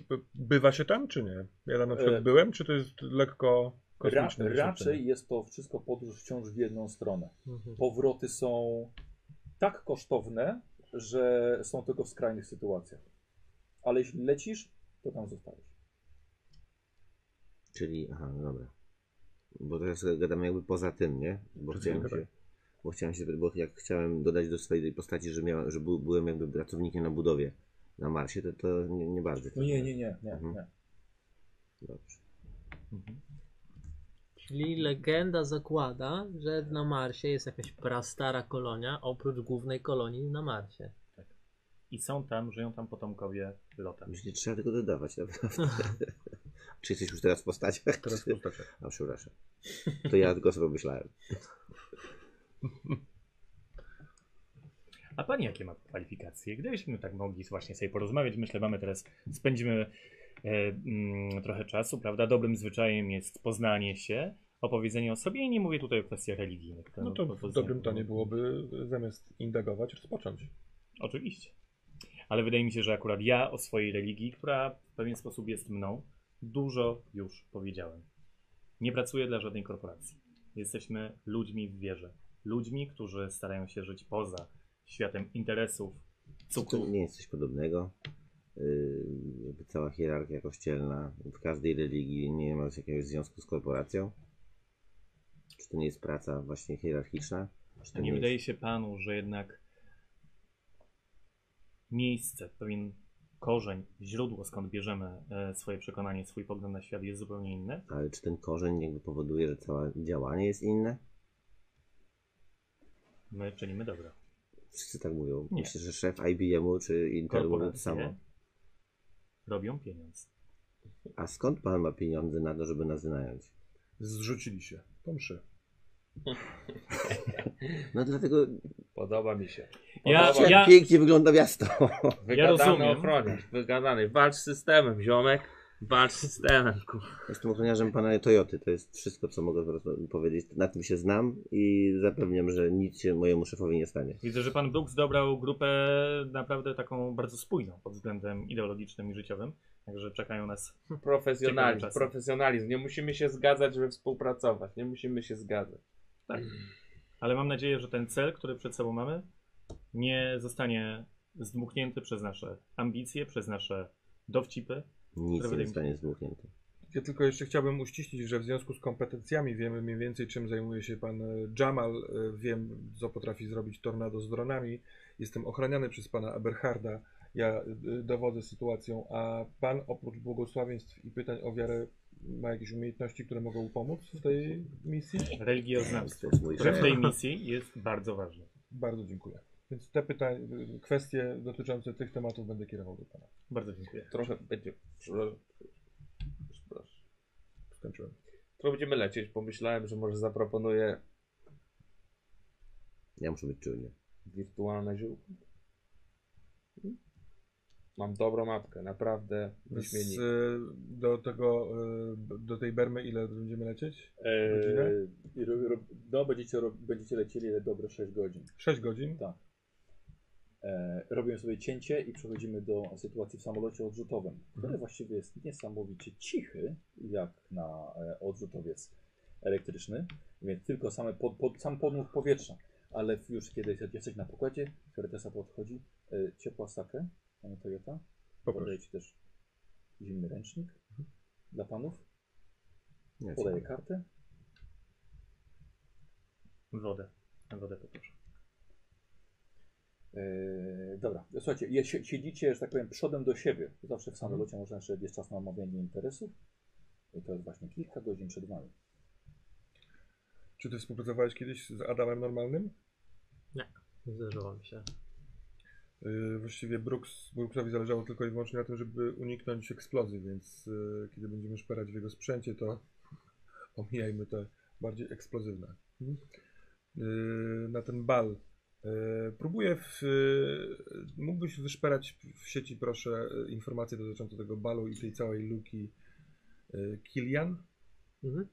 Speaker 5: b- bywa się tam, czy nie? Ja tam na przykład
Speaker 2: E,
Speaker 5: byłem, czy to jest lekko
Speaker 2: Ra,
Speaker 5: kosmiczne?
Speaker 2: raczej jest to wszystko podróż wciąż w jedną stronę.
Speaker 5: Mhm.
Speaker 2: Powroty są tak kosztowne, że są tylko w skrajnych sytuacjach. Ale jeśli lecisz, to tam zostajesz.
Speaker 1: Czyli, aha, no dobra. Bo teraz gadamy jakby poza tym, nie? Bo
Speaker 5: Przed
Speaker 1: chciałem
Speaker 5: chwilą,
Speaker 1: się, bo chciałem się, bo jak chciałem dodać do swojej tej postaci, że, miałem, że był, byłem jakby pracownikiem na budowie na Marsie, to, to nie, nie bardzo.
Speaker 2: No nie, nie, nie, nie,
Speaker 1: Mhm.
Speaker 2: nie.
Speaker 1: Dobrze.
Speaker 4: Czyli legenda zakłada, że na Marsie jest jakaś prastara kolonia oprócz głównej kolonii na Marsie.
Speaker 3: I są tam, żyją tam potomkowie Lota.
Speaker 1: Już nie trzeba tego dodawać, naprawdę. Czy jesteś już teraz w postaciach?
Speaker 5: Teraz
Speaker 1: Czy-
Speaker 5: postacie.
Speaker 1: A przepraszam. To ja tylko sobie myślałem.
Speaker 3: A pani jakie ma kwalifikacje? Gdybyśmy tak mogli właśnie sobie porozmawiać, myślę, mamy teraz, spędzimy e, mm, trochę czasu, prawda? Dobrym zwyczajem jest poznanie się, opowiedzenie o sobie i nie mówię tutaj o kwestiach religijnych.
Speaker 5: No to w dobrym tonie byłoby y, zamiast indagować, rozpocząć.
Speaker 3: Oczywiście. Ale wydaje mi się, że akurat ja o swojej religii, która w pewien sposób jest mną, dużo już powiedziałem. Nie pracuję dla żadnej korporacji. Jesteśmy ludźmi w wierze. Ludźmi, którzy starają się żyć poza światem interesów,
Speaker 1: To
Speaker 3: cukru.
Speaker 1: nie jest coś podobnego. Yy, jakby cała hierarchia kościelna w każdej religii nie ma jakiegoś związku z korporacją. Czy to nie jest praca właśnie hierarchiczna? Czy to
Speaker 3: A nie wydaje
Speaker 1: Tak jest...
Speaker 3: się panu, że jednak miejsce, pewien korzeń, źródło, skąd bierzemy e, swoje przekonanie, swój pogląd na świat jest zupełnie inne?
Speaker 1: Ale czy ten korzeń jakby powoduje, że całe działanie jest inne?
Speaker 3: My czynimy dobro.
Speaker 1: Wszyscy tak mówią.
Speaker 3: Nie.
Speaker 1: Myślę, że szef IBM-u czy Intelu mówią to samo.
Speaker 3: Korporacje robią pieniądz.
Speaker 1: A skąd pan ma pieniądze na to, żeby nas wynająć?
Speaker 5: Zrzucili się. Po mszy.
Speaker 1: No dlatego
Speaker 6: Podoba mi się.
Speaker 3: Ja,
Speaker 6: Podoba
Speaker 3: ja,
Speaker 1: pięknie wygląda miasto.
Speaker 6: Wygadany
Speaker 3: rozumiem.
Speaker 6: ochroniarz, wygadany. Walcz z systemem, ziomek. Walcz z systemem, kurwa.
Speaker 1: Jestem ochroniarzem pana Toyoty. To jest wszystko, co mogę po prostu powiedzieć. Na tym się znam i zapewniam, że nic się mojemu szefowi nie stanie.
Speaker 3: widzę, że pan Brooks dobrał grupę naprawdę taką bardzo spójną pod względem ideologicznym i życiowym. Także czekają nas. Ciekawe
Speaker 6: Profesjonalizm,
Speaker 3: czasy.
Speaker 6: profesjonalizm. Nie musimy się zgadzać, żeby współpracować. Nie musimy się zgadzać.
Speaker 3: Ale mam nadzieję, że ten cel, który przed sobą mamy, nie zostanie zdmuchnięty przez nasze ambicje, przez nasze dowcipy.
Speaker 1: Nic
Speaker 3: Sprawiedliwy.
Speaker 1: nie zostanie zdmuchnięte.
Speaker 5: Ja tylko jeszcze chciałbym uściślić, że w związku z kompetencjami wiemy mniej więcej, czym zajmuje się pan e, Jamal. E, Wiem, co potrafi zrobić tornado z dronami. Jestem ochraniany przez pana Eberharda. Ja e, dowodzę sytuacją, a pan oprócz błogosławieństw i pytań o wiarę ma jakieś umiejętności, które mogą pomóc w tej misji?
Speaker 3: Religioznawstwo,
Speaker 1: To jest mój
Speaker 3: które w
Speaker 1: szef.
Speaker 3: tej misji jest bardzo ważne.
Speaker 5: Bardzo dziękuję. Więc te pytania, kwestie dotyczące tych tematów będę kierował do pana.
Speaker 3: Bardzo dziękuję.
Speaker 6: Trochę będzie. Przepraszam.
Speaker 5: Skończyłem.
Speaker 6: Trochę będziemy lecieć. Pomyślałem, że może zaproponuję
Speaker 1: Ja muszę być czujny.
Speaker 6: wirtualne ziółko. Mam dobrą mapkę, naprawdę
Speaker 5: Z,
Speaker 6: wyśmienitą.
Speaker 5: e, do tego, e, b- do tej Bermy ile będziemy lecieć? Godzinę?
Speaker 2: Eee, i ro, ro, no, będziecie, ro, będziecie lecieli dobre 6 godzin.
Speaker 5: 6 godzin?
Speaker 2: Tak. E, robimy sobie cięcie i przechodzimy do sytuacji w samolocie odrzutowym,
Speaker 1: Mhm.
Speaker 2: który właściwie jest niesamowicie cichy, jak na e, odrzutowiec elektryczny, więc tylko same pod, pod, sam podmuch powietrza. Ale już kiedy jesteś na pokładzie, Fertesa podchodzi, e, ciepła sakę, pani Toyota, podaje Ci też zimny ręcznik dla panów,
Speaker 1: Mhm. Ja
Speaker 2: podaje
Speaker 1: dziękuję.
Speaker 2: kartę,
Speaker 3: Wodę. Wodę poproszę.
Speaker 2: Yy, dobra, słuchajcie, je, si- siedzicie, że tak powiem, przodem do siebie. Zawsze w samolocie można jeszcze jest czas na omawianie interesów. I to jest właśnie kilka godzin przed wami.
Speaker 5: Czy ty współpracowałeś kiedyś z Adamem Normalnym?
Speaker 4: Nie zdarzyło mi się.
Speaker 5: Yy, Właściwie Brooks, Brooksowi zależało tylko i wyłącznie na tym, żeby uniknąć eksplozji, więc yy, kiedy będziemy szperać w jego sprzęcie, to omijajmy te bardziej eksplozywne. Yy, Na ten bal. Yy, Próbuję w, yy, mógłbyś wyszperać w sieci proszę yy, informacje dotyczące tego balu i tej całej luki yy, Kilian?
Speaker 4: Mhm.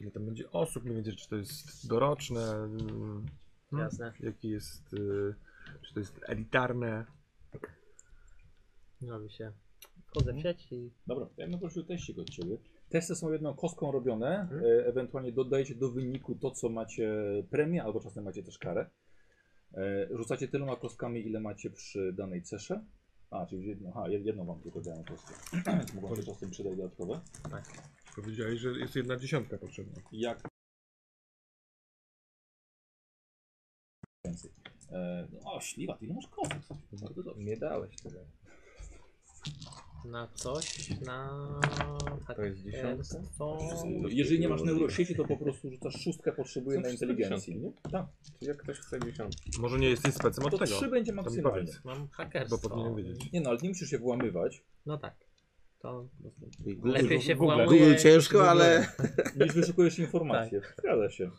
Speaker 5: Ile tam będzie osób, mniej więcej czy to jest doroczne, mm,
Speaker 4: Jasne.
Speaker 5: jaki jest, y, czy to jest elitarne.
Speaker 4: Nie robi się. Wchodzę w sieć i
Speaker 2: Dobra, to ja bym prosił teścik od Ciebie. Testy są jedną kostką robione, e, ewentualnie dodajecie do wyniku to, co macie premię, albo czasem macie też karę. E, Rzucacie tyloma kostkami, ile macie przy danej cesze. A, czyli jedną, aha, jed- jedną wam tylko dają kostkę. Mogą się czasem przydać dodatkowe.
Speaker 5: Powiedziałeś, że jest jedna dziesiątka potrzebna.
Speaker 2: Jak więcej. E, no, o, śliwa, ty ile masz kostek? Bardzo dobrze.
Speaker 6: Nie dałeś tyle.
Speaker 4: na coś, na
Speaker 6: To jest dziesiątka?
Speaker 4: hakerstwo.
Speaker 2: No, Jeżeli nie masz neurosieci, to po prostu rzucasz szóstkę, potrzebuje
Speaker 6: Są
Speaker 2: na
Speaker 6: wszystkie
Speaker 2: inteligencji. Nie? Tak.
Speaker 6: Czy jak ktoś chce dziesiątki?
Speaker 5: Może nie jesteś specem od
Speaker 2: To
Speaker 5: tego,
Speaker 2: trzy będzie
Speaker 5: to mi
Speaker 2: maksymalnie.
Speaker 5: powiedz,
Speaker 4: Mam
Speaker 5: bo
Speaker 4: hakerstwo.
Speaker 5: powinienem wiedzieć.
Speaker 2: Nie no, ale nie musisz się włamywać,
Speaker 4: No tak. To
Speaker 1: Google,
Speaker 4: lepiej się
Speaker 3: Google.
Speaker 4: włamuje.
Speaker 1: Google ciężko, ale
Speaker 2: niż wyszukujesz informacje. Zgadza się.
Speaker 4: E,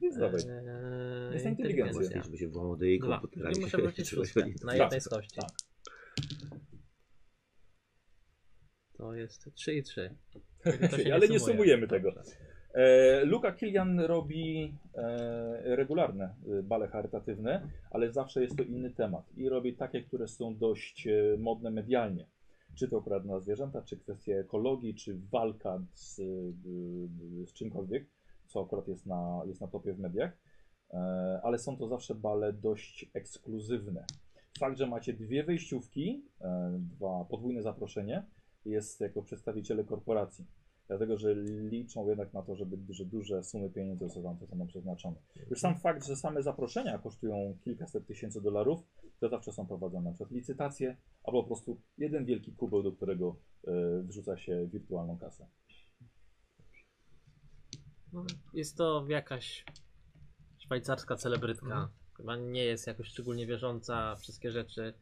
Speaker 2: Więc dawaj.
Speaker 4: Eee,
Speaker 2: Jest inteligencja.
Speaker 1: właśnie, żeby się włamał do jej
Speaker 4: Dwa.
Speaker 1: komputera.
Speaker 4: I muszę wrócić
Speaker 1: Trzeba
Speaker 4: szóstkę
Speaker 1: się-
Speaker 4: na
Speaker 2: Tak.
Speaker 4: jednej z kości.
Speaker 2: Tak.
Speaker 4: To jest 3 i 3.
Speaker 2: Ale nie sumujemy tego. E, Luka Kilian robi e, regularne e, bale charytatywne, ale zawsze jest to inny temat. I robi takie, które są dość e, modne medialnie. Czy to akurat na zwierzęta, czy kwestie ekologii, czy walka z, e, e, z czymkolwiek, co akurat jest na, jest na topie w mediach. E, ale są to zawsze bale dość ekskluzywne. Fakt, że macie dwie wejściówki, e, dwa podwójne zaproszenie, jest jako przedstawiciele korporacji. Dlatego, że liczą jednak na to, żeby duże, duże sumy pieniędzy zostaną, zostaną przeznaczone. Już sam fakt, że same zaproszenia kosztują kilkaset tysięcy dolarów, to zawsze są prowadzone na przykład licytacje, albo po prostu jeden wielki kubeł, do którego e, wrzuca się wirtualną kasę.
Speaker 4: No, Jest to jakaś szwajcarska celebrytka.
Speaker 2: Mhm.
Speaker 4: Chyba nie jest jakoś szczególnie wierząca w wszystkie rzeczy.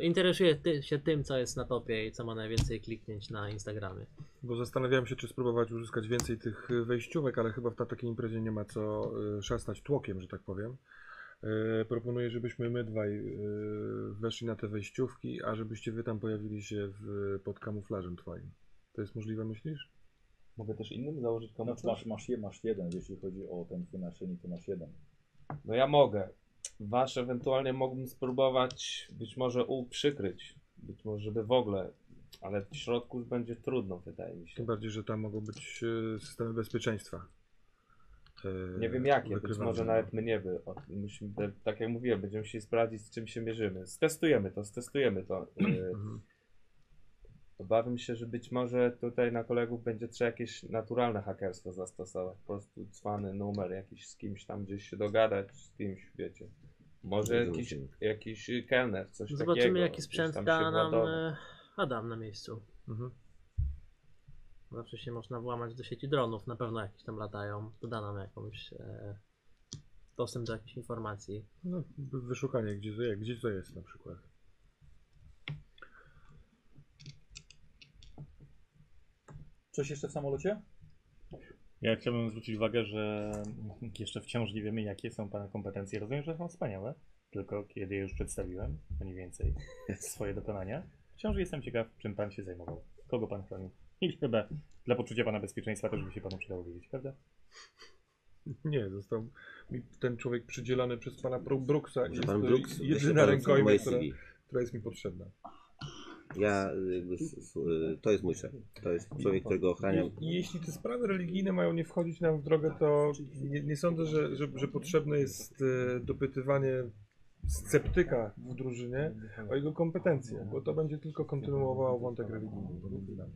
Speaker 4: Interesuje ty, się tym, co jest na topie i co ma najwięcej kliknięć na Instagramie.
Speaker 5: Bo zastanawiałem się, czy spróbować uzyskać więcej tych y, wejściówek, ale chyba w ta- takiej imprezie nie ma co y, szastać tłokiem, że tak powiem. Y, Proponuję, żebyśmy my dwaj y, weszli na te wejściówki, a żebyście wy tam pojawili się w, pod kamuflażem twoim. To jest możliwe, myślisz?
Speaker 6: Mogę też innym założyć komuś?
Speaker 2: Znaczy, masz, masz, je- masz jeden, jeśli chodzi o ten twój naszyjnik, to masz jeden.
Speaker 6: No ja mogę. Wasz ewentualnie mógłbym spróbować być może uprzykryć. Być może żeby w ogóle. Ale w środku będzie trudno, wydaje mi się.
Speaker 5: Tym bardziej, że tam mogą być y, systemy bezpieczeństwa. y,
Speaker 6: Nie wiem jakie, być
Speaker 5: wykrywane.
Speaker 6: może nawet my nie by. o tym Musimy, te- tak jak mówiłem, będziemy musieli sprawdzić z czym się mierzymy. Stestujemy to, stestujemy to. Yy,
Speaker 5: Mhm.
Speaker 6: Obawiam się, że być może tutaj na kolegów będzie trzeba jakieś naturalne hakerstwo zastosować. Po prostu cwany numer jakiś z kimś tam gdzieś się dogadać, z kimś, wiecie. Może
Speaker 1: Zobaczymy.
Speaker 6: jakiś, jakiś y, kelner, coś takiego.
Speaker 4: Zobaczymy, jaki
Speaker 6: gdzieś
Speaker 4: sprzęt
Speaker 6: tam się
Speaker 4: da nam
Speaker 6: władować.
Speaker 4: e, Adam na miejscu.
Speaker 5: Mhm.
Speaker 4: Zawsze się można włamać do sieci dronów, na pewno jakieś tam latają. Doda nam jakąś e, dostęp do jakichś informacji.
Speaker 5: No, w- wyszukanie, gdzie to jest, gdzie to jest na przykład.
Speaker 2: Coś jeszcze w samolocie?
Speaker 3: Ja chciałbym zwrócić uwagę, że jeszcze wciąż nie wiemy, jakie są Pana kompetencje. Rozumiem, że są wspaniałe, tylko kiedy je już przedstawiłem, mniej więcej, swoje dokonania, wciąż jestem ciekaw, czym Pan się zajmował, kogo Pan chronił. I chyba dla poczucia Pana bezpieczeństwa też by się Panu przydało wiedzieć, prawda?
Speaker 5: Nie, został mi ten człowiek przydzielony przez pana Bru- Brooksa i
Speaker 1: Może
Speaker 5: jest
Speaker 1: pan
Speaker 5: to
Speaker 1: Brooks weźmie
Speaker 5: jedyna
Speaker 1: pan
Speaker 5: rękojmia,
Speaker 1: moje
Speaker 5: która,
Speaker 1: CV.
Speaker 5: która jest mi potrzebna.
Speaker 1: Ja y, jakby, s- s- y, to jest mój szef. To jest człowiek, którego ochraniam.
Speaker 5: I, I jeśli te sprawy religijne mają nie wchodzić nam w drogę, to nie, nie sądzę, że, że, że potrzebne jest e, dopytywanie sceptyka w drużynie o jego kompetencje, bo to będzie tylko kontynuowało wątek religijny. pomiędzy nami.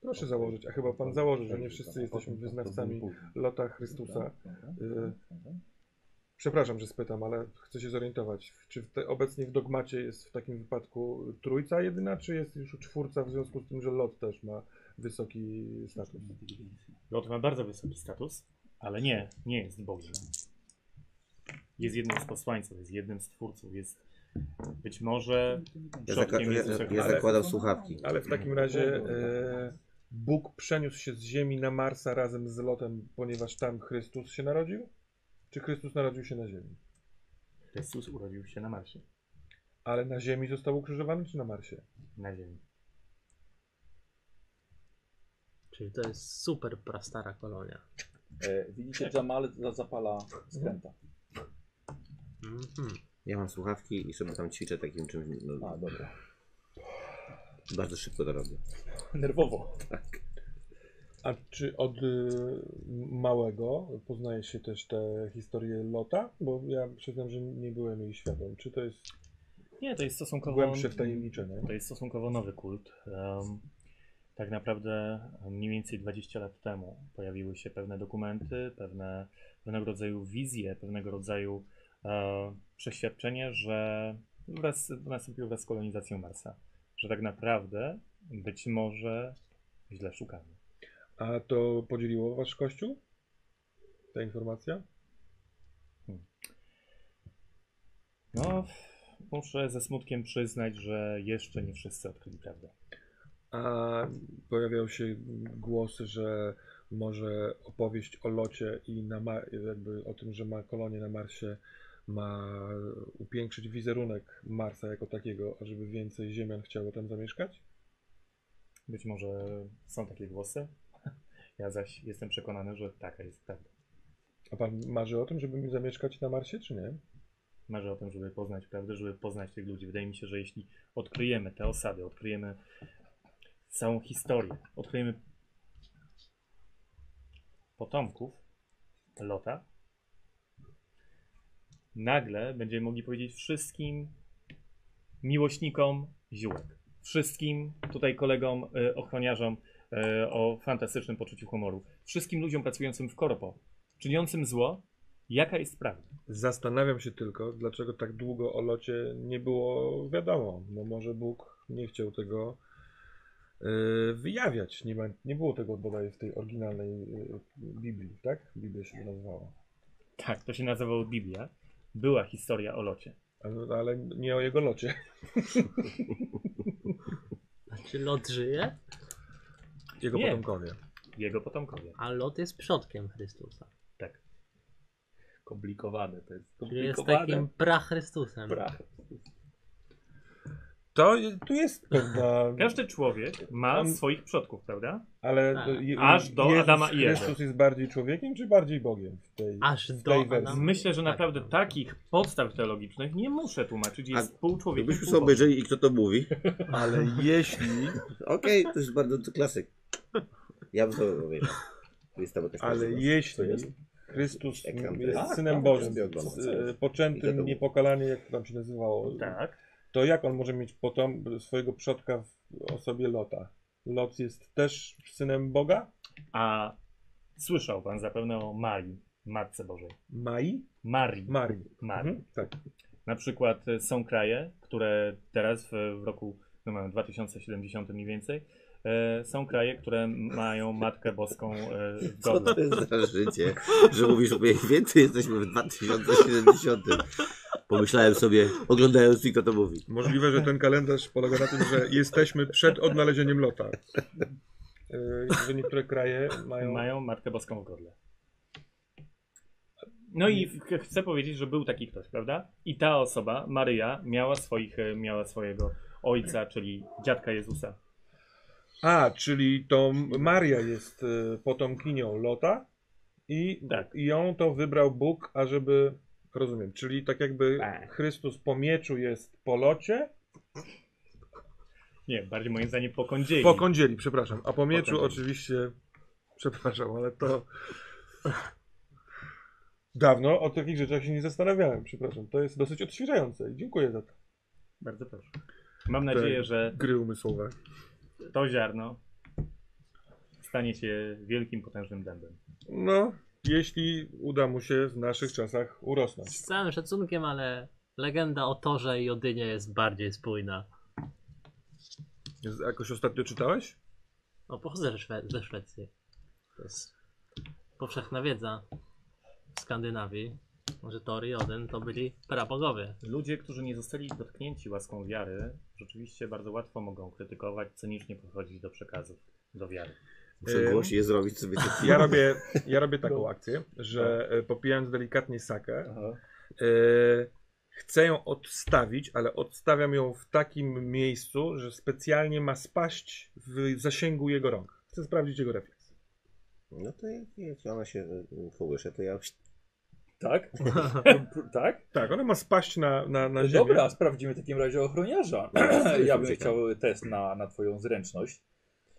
Speaker 5: Proszę założyć, a chyba pan założy, że nie wszyscy jesteśmy wyznawcami lota
Speaker 2: Tak,
Speaker 5: Chrystusa. Y, Przepraszam, że spytam, ale chcę się zorientować. Czy w te, obecnie w dogmacie jest w takim wypadku trójca jedyna, czy jest już czwórca w związku z tym, że lot też ma wysoki status.
Speaker 3: Lot ma bardzo wysoki status, ale nie, nie jest Bogiem. Jest jednym z posłańców, jest jednym z twórców, jest być może
Speaker 1: Ja, zaka-
Speaker 3: przodkiem
Speaker 1: ja,
Speaker 3: Jezusa
Speaker 1: ja,
Speaker 3: Chrystusa.
Speaker 1: ja zakładam słuchawki.
Speaker 5: Ale w tak- takim razie e, Bóg przeniósł się z ziemi na Marsa razem z Lotem, ponieważ tam Chrystus się narodził? Czy Chrystus narodził się na ziemi?
Speaker 3: Chrystus urodził się na Marsie,
Speaker 5: Ale na ziemi został ukrzyżowany czy na Marsie?
Speaker 3: na ziemi.
Speaker 4: Czyli to jest super prastara kolonia.
Speaker 2: E, widzicie, Jamal za- zapala skręta.
Speaker 4: Mhm.
Speaker 1: Ja mam słuchawki i sobie tam ćwiczę takim czymś. No,
Speaker 2: A, dobra.
Speaker 1: bardzo szybko to robię.
Speaker 2: Nerwowo.
Speaker 5: A czy od y, małego poznaje się też te historie Lota? Bo ja przyznam, że nie byłem jej świadom. Czy to jest
Speaker 3: Nie, to jest stosunkowo...
Speaker 5: głębsze wtajemniczenie?
Speaker 3: To jest stosunkowo nowy kult. Em, tak naprawdę mniej więcej 20 lat temu pojawiły się pewne dokumenty, pewne, pewnego rodzaju wizje, pewnego rodzaju e, przeświadczenie, że wraz, nastąpiło wraz z kolonizacją Marsa, że tak naprawdę być może źle szukamy.
Speaker 5: A to podzieliło wasz kościół? Ta informacja?
Speaker 3: No, muszę ze smutkiem przyznać, że jeszcze nie wszyscy odkryli prawdę.
Speaker 5: A pojawiały się głosy, że może opowieść o locie i na ma- jakby o tym, że ma kolonię na Marsie, ma upiększyć wizerunek Marsa jako takiego, ażeby więcej Ziemian chciało tam zamieszkać?
Speaker 3: Być może są takie głosy. Ja zaś jestem przekonany, że taka jest prawda.
Speaker 5: A pan marzy o tym, żeby zamieszkać na Marsie, czy nie?
Speaker 3: marzę o tym, żeby poznać prawdę, żeby poznać tych ludzi. Wydaje mi się, że jeśli odkryjemy te osady, odkryjemy całą historię, odkryjemy potomków Lota, nagle będziemy mogli powiedzieć wszystkim miłośnikom ziółek, wszystkim tutaj kolegom y, ochroniarzom y, o fantastycznym poczuciu humoru, wszystkim ludziom pracującym w korpo, czyniącym zło, jaka jest prawda.
Speaker 5: Zastanawiam się tylko, dlaczego tak długo o locie nie było wiadomo. No może Bóg nie chciał tego yy, wyjawiać. Nie, ma, nie było tego bodaj w tej oryginalnej yy, Biblii, tak? Biblia się nazywała.
Speaker 3: Tak, to się nazywało Biblia. Była historia o locie.
Speaker 5: Ale, no, ale nie o jego locie.
Speaker 4: Czy Tak Lot żyje?
Speaker 5: Jego
Speaker 3: Nie.
Speaker 5: potomkowie.
Speaker 3: Jego potomkowie.
Speaker 4: A Lot jest przodkiem Chrystusa.
Speaker 3: Tak.
Speaker 6: Komplikowane to jest.
Speaker 4: Czyli jest
Speaker 6: Komplikowane.
Speaker 4: takim prachrystusem.
Speaker 6: Bra.
Speaker 5: To je- tu jest pewna...
Speaker 3: Każdy człowiek ma
Speaker 5: Tam-
Speaker 3: swoich przodków, prawda?
Speaker 5: Ale
Speaker 4: Tak.
Speaker 5: je-
Speaker 3: Aż do
Speaker 5: Jezus
Speaker 3: Adama i Ewy.
Speaker 5: Chrystus jest bardziej człowiekiem, czy bardziej Bogiem w tej...
Speaker 4: Aż
Speaker 5: w
Speaker 4: do Tak.
Speaker 5: tej wersji?
Speaker 4: Adama.
Speaker 3: Myślę,
Speaker 1: Tak.
Speaker 3: że naprawdę tak. takich podstaw teologicznych nie muszę tłumaczyć. Jest
Speaker 1: A
Speaker 3: pół człowieka.
Speaker 1: Gdybyśmy Tak, sobie obejrzeli i kto to mówi.
Speaker 5: Ale jeśli...
Speaker 1: Okej, to jest bardzo to klasyk. Ja bym sobie obejrzał. Jest tam jakaś
Speaker 5: Ale
Speaker 1: możliwość.
Speaker 5: jeśli
Speaker 1: To jest?
Speaker 5: Chrystus
Speaker 1: Ekran to
Speaker 5: jest
Speaker 1: jest.
Speaker 5: synem
Speaker 1: Tak,
Speaker 5: Bożym,
Speaker 1: tak, tak, tak.
Speaker 5: z- e,
Speaker 1: I to
Speaker 5: poczętym,
Speaker 1: było.
Speaker 5: niepokalany, jak to tam się nazywało,
Speaker 3: Tak.
Speaker 5: to jak on może mieć potom swojego przodka w osobie Lota? Lot jest też synem Boga?
Speaker 3: A słyszał pan zapewne o Marii, Matce Bożej.
Speaker 5: Mai?
Speaker 3: Marii.
Speaker 5: Marii.
Speaker 3: Marii.
Speaker 5: Mhm, tak.
Speaker 3: Na przykład e, są kraje, które teraz w, w roku no mamy 2070 mniej więcej, e, są kraje, które mają Matkę Boską e, w
Speaker 1: Co
Speaker 3: godle.
Speaker 1: to jest za życie, że mówisz o mniej więcej, jesteśmy w 2070. Pomyślałem sobie, oglądając i kto to mówi.
Speaker 5: Możliwe, że ten kalendarz polega na tym, że jesteśmy przed odnalezieniem Lota. Y, Że niektóre kraje mają...
Speaker 3: mają Matkę Boską w godle. No
Speaker 5: Mm.
Speaker 3: i ch- chcę powiedzieć, że był taki ktoś, prawda? I ta osoba, Maryja, miała, swoich, e, miała swojego ojca, czyli dziadka Jezusa.
Speaker 5: A, czyli to Maria jest y, potomkinią Lota i
Speaker 3: Tak.
Speaker 5: I ją to wybrał Bóg, ażeby. Rozumiem, czyli tak jakby
Speaker 6: Tak.
Speaker 5: Chrystus po mieczu jest po locie.
Speaker 3: Nie, bardziej moim zdaniem po kądzieli.
Speaker 5: Po kądzieli, przepraszam. A po mieczu
Speaker 3: kądzieli.
Speaker 5: oczywiście. Przepraszam, ale to. Dawno o takich rzeczach się nie zastanawiałem, przepraszam. To jest dosyć odświeżające i dziękuję za to.
Speaker 3: Bardzo proszę. Mam nadzieję,
Speaker 5: Tak.
Speaker 3: że
Speaker 5: Gry umysłowe.
Speaker 3: to ziarno stanie się wielkim, potężnym dębem.
Speaker 5: No, jeśli uda mu się w naszych czasach urosnąć.
Speaker 4: Z całym szacunkiem, ale legenda o Torze i Odynie jest bardziej spójna.
Speaker 5: Jakoś ostatnio czytałeś?
Speaker 4: O, pochodzę ze, Szwe- ze Szwecji. To jest powszechna wiedza w Skandynawii, że Thor i Oden to byli prabogowie.
Speaker 3: Ludzie, którzy nie zostali dotknięci łaską wiary, rzeczywiście bardzo łatwo mogą krytykować, cynicznie podchodzić do przekazów, do wiary.
Speaker 1: Muszę
Speaker 5: Ym.
Speaker 1: głośniej zrobić sobie te
Speaker 5: Ja robię, ja robię
Speaker 2: No.
Speaker 5: taką akcję, że e, popijając delikatnie sakę, e, chcę ją odstawić, ale odstawiam ją w takim miejscu, że specjalnie ma spaść w zasięgu jego rąk. Chcę sprawdzić jego refleks.
Speaker 1: No to jak, jak ona się y, kołysze, to ja
Speaker 2: Tak? tak?
Speaker 5: Tak, ona ma spaść na, na, na
Speaker 2: No
Speaker 5: ziemię.
Speaker 2: Dobra, sprawdzimy w takim razie ochroniarza. ja bym
Speaker 1: ciekaw.
Speaker 2: chciał test na, na twoją zręczność.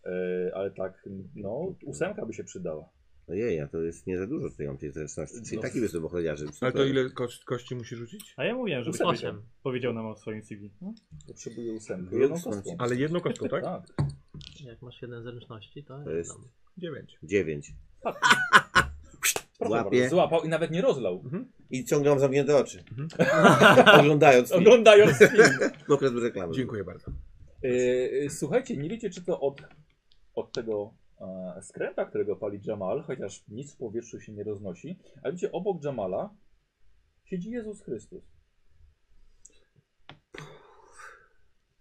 Speaker 2: E, ale tak, no, ósemka by się przydała.
Speaker 1: Ojej, ja no to jest nie za dużo tej mam tej zręczności. Czyli
Speaker 2: No.
Speaker 1: taki występ ochroniarzy.
Speaker 5: Ale to ile kości, kości musi rzucić?
Speaker 3: A ja mówiłem, żeby
Speaker 2: Ósemkę.
Speaker 3: osiem powiedział nam o swoim CV. Hmm?
Speaker 2: Potrzebuję ósemkę.
Speaker 1: Plus
Speaker 2: Jedną
Speaker 1: są
Speaker 2: kostką.
Speaker 1: ci-
Speaker 5: Ale jedną kostką, tak?
Speaker 2: Tak.
Speaker 4: Jak masz jeden zręczności, to,
Speaker 1: To jest-
Speaker 4: jedną.
Speaker 5: Dziewięć.
Speaker 1: 9.
Speaker 2: Proszę
Speaker 1: Łapie
Speaker 2: bardzo, Złapał i nawet nie rozlał.
Speaker 1: i ciągle mam zamknięte oczy.
Speaker 5: Mhm.
Speaker 1: Oglądając film.
Speaker 2: Oglądając film.
Speaker 1: Konkret reklamy.
Speaker 5: Dziękuję bardzo.
Speaker 2: Yy, yy, Słuchajcie, nie wiecie, czy to od, od tego e, skręta, którego pali Jamal, chociaż nic w powietrzu się nie roznosi, ale widzicie, obok Jamala siedzi Jezus Chrystus.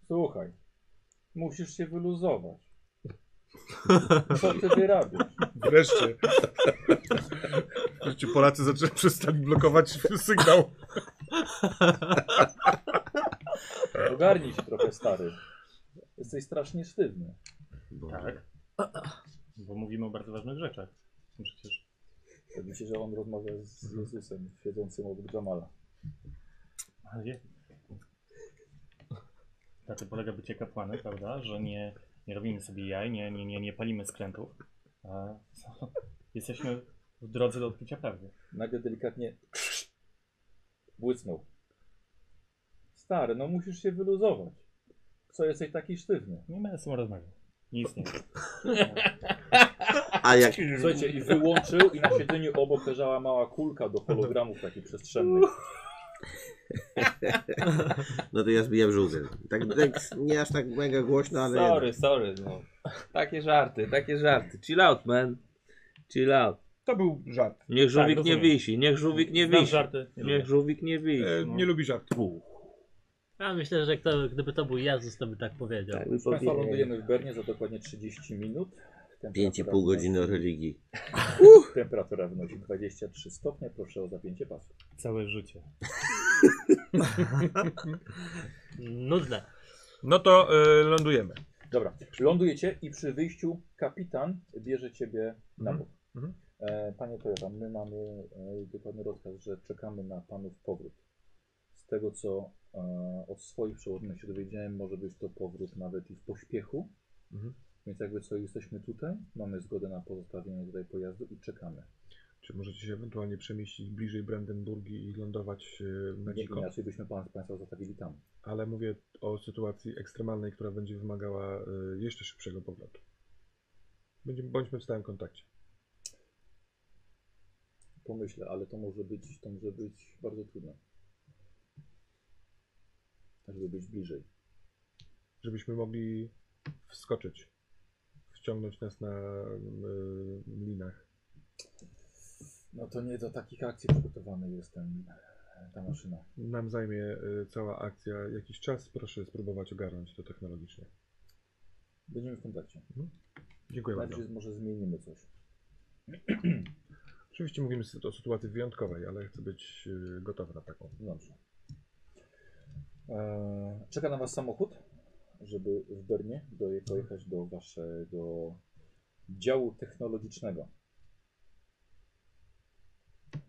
Speaker 2: Słuchaj, musisz się wyluzować. Co ty wyrabiasz?
Speaker 5: Wreszcie. Wreszcie Polacy zaczęli przestali blokować sygnał.
Speaker 2: Ogarnij się trochę, stary. Jesteś strasznie sztywny.
Speaker 3: Tak. Bo mówimy o bardzo ważnych rzeczach. Przecież
Speaker 2: Tak Myślę, że on rozmawia z Jezusem siedzącym obok Jamala.
Speaker 3: Ale wie- Na tym polega bycie kapłanem, prawda? Że nie, nie robimy sobie jaj, nie, nie, nie, nie palimy skrętów. A jesteśmy w drodze do odkrycia prawdy.
Speaker 2: Nagle delikatnie błysnął. Stary, no musisz się wyluzować. Co jesteś taki sztywny?
Speaker 3: Nie będę z tym rozmawiał. Nie istnieje.
Speaker 1: A jak
Speaker 2: Słuchajcie, i wyłączył i na siedzeniu obok leżała mała kulka do hologramów takich przestrzennych.
Speaker 1: No to ja zbijam żółty. Tak, tak nie aż tak mega głośno, ale.
Speaker 6: Sorry, sorry, no. Takie żarty, takie żarty. Chill out, man. Chill out.
Speaker 5: To był żart.
Speaker 6: Niech żółwik nie
Speaker 3: rozumiem.
Speaker 6: wisi, niech żółwik nie
Speaker 3: Znam
Speaker 6: wisi.
Speaker 3: żarty. Nie
Speaker 6: Niech żółwik nie wisi.
Speaker 2: no.
Speaker 5: E, nie lubi żartu.
Speaker 4: Ja myślę, że kto, gdyby to był Jezus, to by tak powiedział.
Speaker 6: Tak,
Speaker 2: Proszę Państwa, lądujemy w Bernie za dokładnie 30 minut. Temperatura
Speaker 1: 5,5 godziny o
Speaker 2: wynosi-
Speaker 1: religii.
Speaker 2: Temperatura wynosi 23 stopnie. Proszę o zapięcie pasu.
Speaker 3: lubię. Całe życie.
Speaker 4: Nudne.
Speaker 5: No to e, lądujemy.
Speaker 2: Dobra, lądujecie i przy wyjściu kapitan bierze ciebie na
Speaker 5: Mhm,
Speaker 2: bok.
Speaker 5: mhm.
Speaker 2: E, panie Toyota, my mamy e, dokładny rozkaz, że czekamy na panów powrót. Z tego co e, od swoich przewodników się dowiedziałem, może być to powrót nawet i w pośpiechu.
Speaker 5: Mhm.
Speaker 2: Więc jakby co, jesteśmy tutaj, mamy zgodę na pozostawienie tutaj pojazdu i czekamy.
Speaker 5: Czy możecie się ewentualnie przemieścić bliżej Brandenburgii i lądować e, na
Speaker 2: No Nie,
Speaker 5: dziko?
Speaker 2: inaczej byśmy pan, Państwa zostawili tam.
Speaker 5: Ale mówię o sytuacji ekstremalnej, która będzie wymagała e, jeszcze szybszego powrotu. Będziemy, bądźmy w stałym kontakcie.
Speaker 2: Pomyślę, ale to może być, to może być bardzo trudne. Żeby być bliżej.
Speaker 5: Żebyśmy mogli wskoczyć. Wciągnąć nas na e, linach.
Speaker 2: No to nie do takich akcji przygotowany jest ten, ta maszyna.
Speaker 5: Nam zajmie e, cała akcja jakiś czas. Proszę spróbować ogarnąć to technologicznie.
Speaker 2: Będziemy w kontakcie.
Speaker 5: Dziękuję bardzo.
Speaker 2: Najpierw może zmienimy coś.
Speaker 5: Oczywiście mówimy sy- o sytuacji wyjątkowej, ale chcę być e, gotowy na taką.
Speaker 2: Dobrze. Eee, czeka na Was samochód, żeby w Bernie doje, pojechać do Waszego działu technologicznego.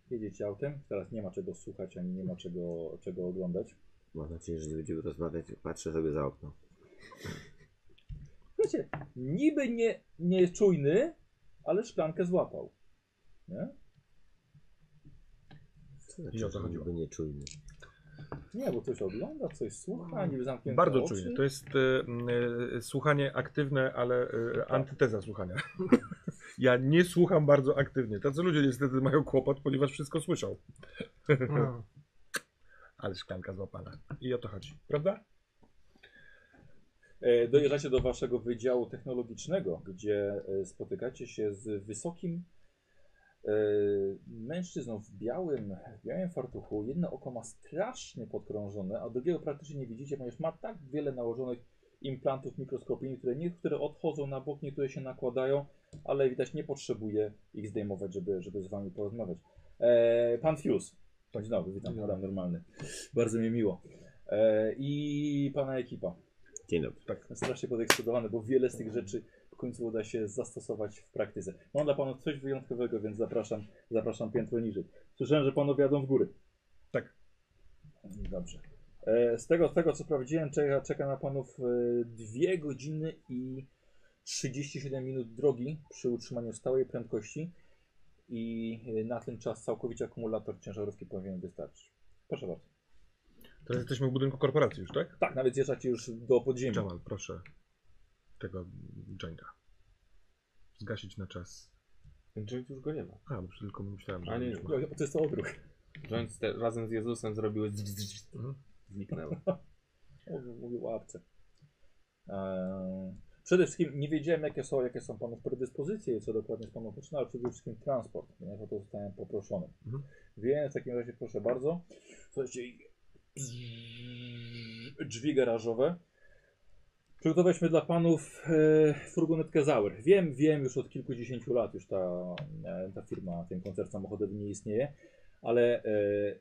Speaker 2: Jedziecie autem, teraz nie ma czego słuchać, ani nie ma czego, czego oglądać.
Speaker 1: Mam nadzieję, że nie będziemy rozmawiać. Patrzę sobie za okno.
Speaker 2: Wiecie, niby nie, nie czujny, ale szklankę złapał. Nie?
Speaker 1: Co
Speaker 5: I o
Speaker 1: znaczy,
Speaker 5: to
Speaker 1: że
Speaker 5: chodziło.
Speaker 1: niby nieczujny?
Speaker 2: Nie, bo coś ogląda, coś słucha, niby zamknięte
Speaker 5: Bardzo
Speaker 2: oczy.
Speaker 5: czujny. To jest e, m, e, słuchanie aktywne, ale e,
Speaker 6: Tak.
Speaker 5: antyteza słuchania. ja nie słucham bardzo aktywnie. Tacy ludzie niestety mają kłopot, ponieważ wszystko słyszą. No.
Speaker 6: Hmm.
Speaker 4: Mm.
Speaker 5: Ale szklanka złapana. I o to chodzi, prawda?
Speaker 2: E, Dojeżdżacie do waszego wydziału technologicznego, gdzie e, spotykacie się z wysokim e, mężczyzną w białym, w białym fartuchu. Jedno oko ma strasznie podkrążone, a drugiego praktycznie nie widzicie, ponieważ ma tak wiele nałożonych implantów mikroskopijnych, które niektóre odchodzą na bok, niektóre się nakładają, ale widać nie potrzebuje ich zdejmować, żeby, żeby z wami porozmawiać. E, pan Fius. Dzień dobry, witam, Adam normalny. Bardzo mi miło. E, I pana ekipa.
Speaker 1: Dzień dobry.
Speaker 2: Tak, jestem strasznie podekscytowany, bo wiele z tych rzeczy w końcu uda się zastosować w praktyce. Mam dla panów coś wyjątkowego, więc zapraszam, zapraszam piętro niżej. Słyszałem, że panowie jadą w góry.
Speaker 5: Tak.
Speaker 2: Dobrze. E, Z tego, z tego co sprawdziłem, czeka, czeka na panów 2 godziny i 37 minut drogi przy utrzymaniu stałej prędkości i e, na ten czas całkowicie akumulator ciężarówki powinien wystarczyć. Proszę bardzo.
Speaker 5: Teraz jesteśmy w budynku korporacji już, tak?
Speaker 2: Tak, nawet zjeżdżacie już do podziemia.
Speaker 5: Jamal, proszę tego jointa. Zgasić na czas.
Speaker 6: Ten joint już go nie ma.
Speaker 5: A, bo tylko myślałem, że
Speaker 6: A nie,
Speaker 5: już ma.
Speaker 2: O, To jest to odruch.
Speaker 6: Joint te, razem z Jezusem zrobiły z- z- z-
Speaker 5: Mhm.
Speaker 6: zniknęło.
Speaker 2: Mówił, mówił o apce. Eee, przede wszystkim nie wiedziałem, jakie są, jakie są panów predyspozycje i co dokładnie z panem poczyna, ale przede wszystkim transport, ponieważ o to zostałem poproszony.
Speaker 5: Mhm.
Speaker 2: Więc w takim razie proszę bardzo. Słuchajcie, i- drzwi garażowe. Przygotowaliśmy dla panów e, furgonetkę Zauer. Wiem, wiem, już od kilkudziesięciu lat już ta, e, ta firma, ten koncert samochodowy nie istnieje, ale e,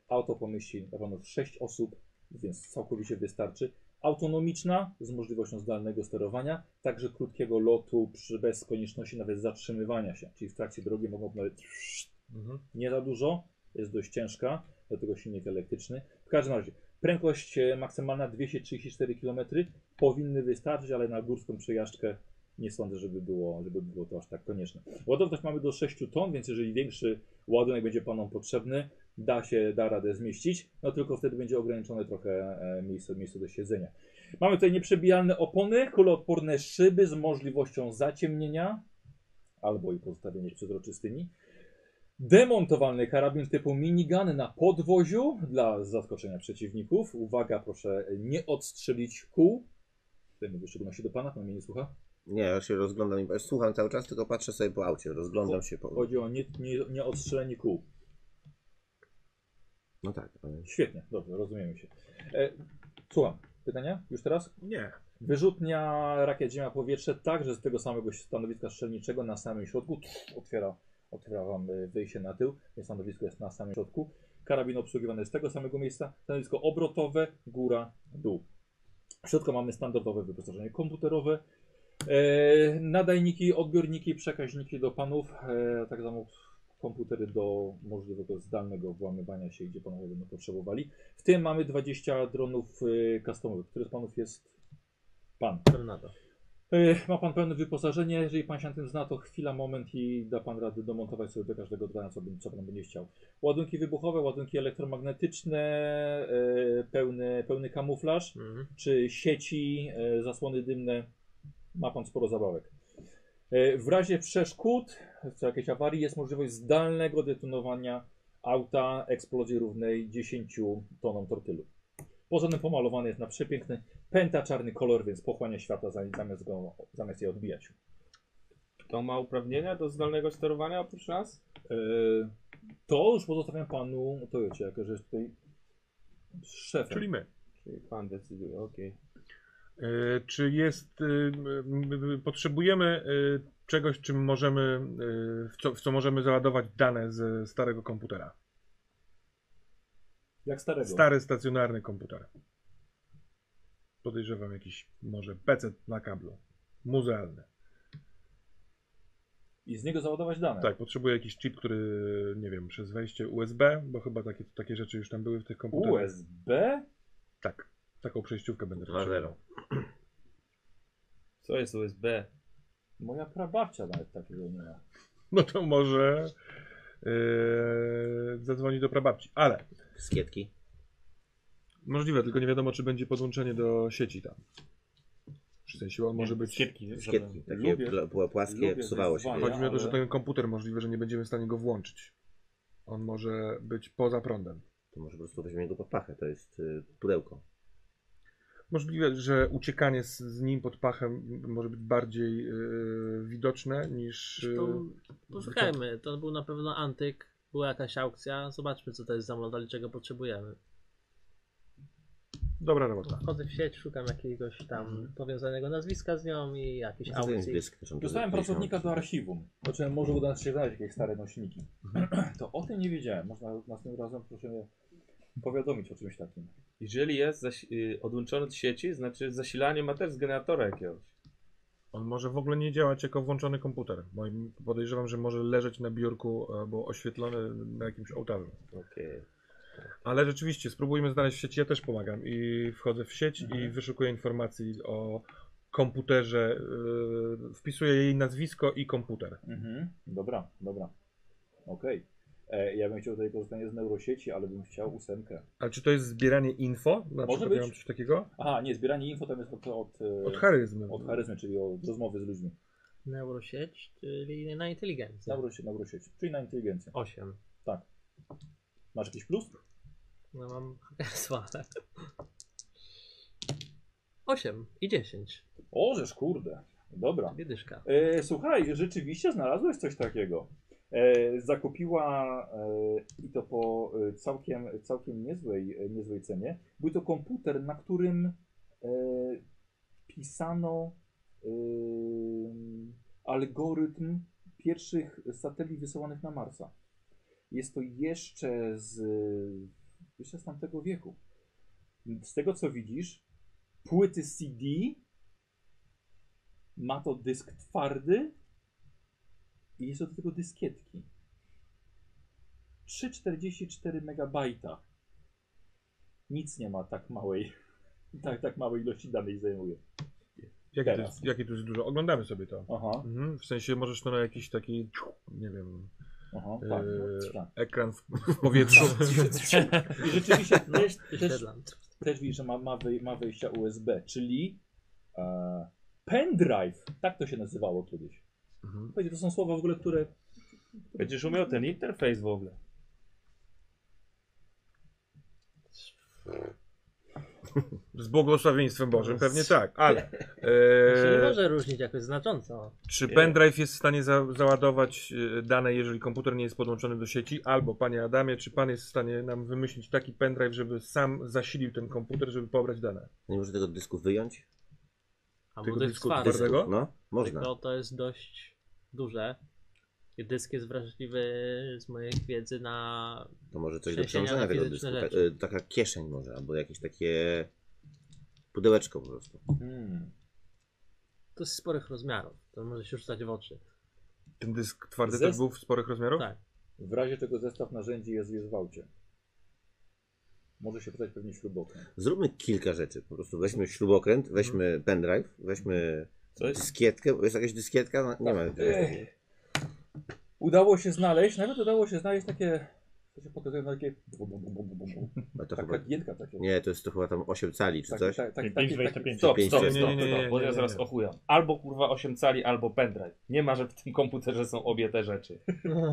Speaker 2: auto pomieści dla panów sześć osób, więc całkowicie wystarczy. Autonomiczna, z możliwością zdalnego sterowania, także krótkiego lotu przy, bez konieczności nawet zatrzymywania się. Czyli w trakcie drogi mogą nawet
Speaker 5: Mhm.
Speaker 2: nie za dużo, jest dość ciężka, dlatego silnik elektryczny. W każdym razie, prędkość e, maksymalna 234 km powinny wystarczyć, ale na górską przejażdżkę nie sądzę, żeby było, żeby było to aż tak konieczne. Ładowność mamy do 6 ton, więc jeżeli większy ładunek będzie Panom potrzebny, da się, da radę zmieścić, no tylko wtedy będzie ograniczone trochę e, miejsce, miejsce do siedzenia. Mamy tutaj nieprzebijalne opony, kuloodporne szyby z możliwością zaciemnienia albo i pozostawienia przezroczystymi. Demontowalny karabin typu minigun na podwoziu dla zaskoczenia przeciwników. Uwaga, proszę nie odstrzelić kół. Tutaj mówię w szczególności do pana, pan mnie nie słucha.
Speaker 1: Nie, ja się rozglądam, i- słucham cały czas, tylko patrzę sobie po aucie, rozglądam się po...
Speaker 2: Chodzi o nie, nie, nie odstrzelenie kół.
Speaker 1: No tak, ale...
Speaker 2: Świetnie, dobrze, rozumiemy się. E, słucham, pytania już teraz?
Speaker 5: Nie.
Speaker 2: Wyrzutnia rakiet ziemia-powietrze także z tego samego stanowiska strzelniczego na samym środku Tf, otwiera, otwiera wam y, wyjście na tył, więc stanowisko jest na samym środku. Karabin obsługiwany jest z tego samego miejsca, stanowisko obrotowe, góra, dół. W środku mamy standardowe wyposażenie komputerowe, e, nadajniki, odbiorniki, przekaźniki do panów, e, tak samo komputery do możliwego zdalnego włamywania się, gdzie panowie będą potrzebowali. W tym mamy 20 dronów e, customowych, który z panów jest pan.
Speaker 4: Tornado.
Speaker 2: E, Ma pan pełne wyposażenie, jeżeli pan się na tym zna, to chwila, moment i da pan radę domontować sobie do każdego drona, co, by- co pan będzie chciał. Ładunki wybuchowe, ładunki elektromagnetyczne, e, pełny, pełny kamuflaż, czy sieci, e, zasłony dymne. Ma pan sporo zabawek. E, W razie przeszkód, co jakiejś awarii, jest możliwość zdalnego detonowania auta eksplozji równej 10 tonom tortylu. Poza tym pomalowany jest na przepiękny pentaczarny kolor, więc pochłania światła za- zamiast, go, zamiast je odbijać.
Speaker 6: To ma uprawnienia do zdalnego sterowania oprócz nas?
Speaker 2: E, To już pozostawiam panu Toyocie, jako że jest tutaj szefem.
Speaker 5: Czyli my.
Speaker 6: Czyli pan decyduje, okej.
Speaker 5: E, Czy jest. e, m, m, Potrzebujemy e, czegoś, czym możemy. e, W co, w co możemy załadować dane z starego komputera?
Speaker 2: Jak starego.
Speaker 5: Stary stacjonarny komputer. Podejrzewam jakiś może PC na kablu. Muzealny.
Speaker 2: I z niego załadować dane.
Speaker 5: Tak, potrzebuję jakiś chip, który, nie wiem, przez wejście USB, bo chyba takie, takie rzeczy już tam były w tych komputerach.
Speaker 2: USB?
Speaker 5: Tak, taką przejściówkę będę
Speaker 1: Dwa
Speaker 5: potrzebował.
Speaker 6: Co jest USB?
Speaker 2: Moja prababcia nawet takiego nie ma.
Speaker 5: No to może yy, zadzwoni do prababci. Ale
Speaker 1: Skietki.
Speaker 5: możliwe, tylko nie wiadomo, czy będzie podłączenie do sieci tam. W sensie on może być...
Speaker 3: Skietki,
Speaker 1: Skietki, takie
Speaker 2: Lubię-
Speaker 1: pl- pl- płaskie,
Speaker 2: lubię
Speaker 1: psuwało się.
Speaker 2: wyzwania.
Speaker 5: Chodzi mi o to,
Speaker 2: ale-
Speaker 5: że ten komputer możliwe, że nie będziemy w stanie go włączyć. On może być poza prądem.
Speaker 1: To może po prostu weźmiemy go pod pachę, to jest y, pudełko.
Speaker 5: Możliwe, że uciekanie z, z nim pod pachem może być bardziej yy, widoczne niż. y,
Speaker 4: Zresztą Poszukajmy, to był na pewno antyk, była jakaś aukcja, zobaczmy co to jest za model, czego potrzebujemy.
Speaker 5: Yy, dobra robota.
Speaker 4: Wchodzę w sieć, szukam jakiegoś tam powiązanego nazwiska z nią i jakiejś
Speaker 1: Co to jest
Speaker 4: aukcji.
Speaker 1: dysk? Zresztą to
Speaker 2: Dostałem
Speaker 1: jest
Speaker 2: pracownika do
Speaker 1: 50.
Speaker 2: archiwum, po czym może uda się znaleźć jakieś stare nośniki.
Speaker 6: Mhm.
Speaker 2: To o tym nie wiedziałem. Można następnym razem proszę mnie powiadomić o czymś takim.
Speaker 6: Jeżeli jest zasi- y, odłączony od sieci, znaczy zasilanie ma też z generatora jakiegoś.
Speaker 5: On może w ogóle nie działać jako włączony komputer. Bo podejrzewam, że może leżeć na biurku albo oświetlony na jakimś ołtarzu.
Speaker 6: Okej.
Speaker 5: Ale rzeczywiście, spróbujmy znaleźć w sieci. Ja też pomagam i wchodzę w sieć
Speaker 2: Mhm.
Speaker 5: i wyszukuję informacji o komputerze. Yy, wpisuję jej nazwisko i komputer.
Speaker 2: Mhm. Dobra, dobra. Okej. E, Ja bym chciał tutaj korzystanie z neurosieci, ale bym chciał ósemkę.
Speaker 5: Ale czy to jest zbieranie info?
Speaker 2: Może
Speaker 5: Na przykład
Speaker 2: być.
Speaker 5: ja mam coś takiego?
Speaker 2: Aha, nie, zbieranie info tam jest od, od, e,
Speaker 5: Od charyzmy. Tak.
Speaker 2: od charyzmy, czyli od rozmowy z ludźmi.
Speaker 4: Neurosieć, czyli na inteligencję.
Speaker 2: Neurosieć, neurosieć, czyli na inteligencję.
Speaker 4: 8.
Speaker 2: Masz jakiś plus?
Speaker 4: No mam słabe. 8 i 10.
Speaker 2: O, żeż kurde. Dobra.
Speaker 4: Biedyszka.
Speaker 2: E, słuchaj, rzeczywiście znalazłeś coś takiego. E, zakupiła e, i to po e, całkiem, całkiem niezłej, e, niezłej cenie. Był to komputer, na którym e, pisano e, algorytm pierwszych satelit wysyłanych na Marsa. Jest to jeszcze z, jeszcze z tamtego wieku. Z tego co widzisz, płyty CD ma to dysk twardy i są do tego dyskietki. 3,44 MB. Nic nie ma tak małej, tak, tak małej ilości danych zajmuje.
Speaker 5: Jakie to,
Speaker 2: Teraz.
Speaker 5: jest, jakie to jest dużo? Oglądamy sobie to.
Speaker 2: Aha,
Speaker 5: Mhm. W sensie możesz to na jakiś taki, nie wiem,
Speaker 2: aha,
Speaker 5: e,
Speaker 2: tak. no, tak.
Speaker 5: ekran w, w powietrzu.
Speaker 2: I rzeczywiście
Speaker 4: No,
Speaker 2: też, też,
Speaker 4: Wyświetlam.
Speaker 2: też widzisz, że ma, ma, wej- ma wejścia USB, czyli e, pendrive. Tak to się nazywało kiedyś.
Speaker 5: Mhm.
Speaker 2: Słuchajcie, to są słowa w ogóle, które
Speaker 6: Będziesz umiał ten interfejs w ogóle.
Speaker 5: Z błogosławieństwem Bożym, pewnie tak, ale
Speaker 4: To się nie
Speaker 5: e,
Speaker 4: może różnić jakoś znacząco.
Speaker 5: czy pendrive jest w stanie za, załadować e, dane, jeżeli komputer nie jest podłączony do sieci? Albo, panie Adamie, czy pan jest w stanie nam wymyślić taki pendrive, żeby sam zasilił ten komputer, żeby pobrać dane?
Speaker 1: Nie może tego dysku wyjąć?
Speaker 4: A
Speaker 5: Tego
Speaker 4: bo to jest
Speaker 5: dysku
Speaker 4: twardy.
Speaker 5: twardego?
Speaker 1: No, można.
Speaker 4: Tylko to jest dość duże. I dysk jest wrażliwy z mojej wiedzy na.
Speaker 1: To może coś do
Speaker 4: Przeniesienia na
Speaker 1: przełożenia tego dysku.
Speaker 4: fizyczne
Speaker 1: Tak,
Speaker 4: rzeczy.
Speaker 1: y, taka kieszeń może, albo jakieś takie pudełeczko po prostu.
Speaker 2: hmm,
Speaker 4: To jest sporych rozmiarów. To może się rzucać w oczy.
Speaker 5: Ten dysk twardy
Speaker 2: Zes-
Speaker 5: też był w sporych rozmiarów?
Speaker 4: Tak.
Speaker 2: w razie czego zestaw narzędzi jest, jest w aucie. Może się pytać pewnie śrubokręt.
Speaker 1: Zróbmy kilka rzeczy. Po prostu weźmy śrubokręt, weźmy pendrive, weźmy
Speaker 6: Coś?
Speaker 1: dyskietkę. Jest jakaś dyskietka? No, nie ma.
Speaker 2: Ej. Udało się znaleźć, nawet udało się znaleźć takie, to się pokazuje na takie, bum, bum, bum, bum, bum, bum.
Speaker 1: No to
Speaker 2: taka
Speaker 1: chyba,
Speaker 2: giętka takie.
Speaker 1: nie, to jest to chyba tam 8 cali czy
Speaker 2: tak,
Speaker 1: coś.
Speaker 2: tak, tak,
Speaker 3: Pięć
Speaker 2: takie-
Speaker 3: dwadzieścia
Speaker 2: takie-
Speaker 3: pięć.
Speaker 6: Stop,
Speaker 1: Pięć
Speaker 6: stop,
Speaker 1: to
Speaker 6: stop,
Speaker 1: jest.
Speaker 6: stop,
Speaker 5: Nie, nie, nie, nie,
Speaker 6: bo ja
Speaker 5: nie,
Speaker 6: zaraz
Speaker 5: nie.
Speaker 6: ochujam. Albo kurwa 8 cali, albo pendrive. Nie ma, że w tym komputerze są obie te rzeczy.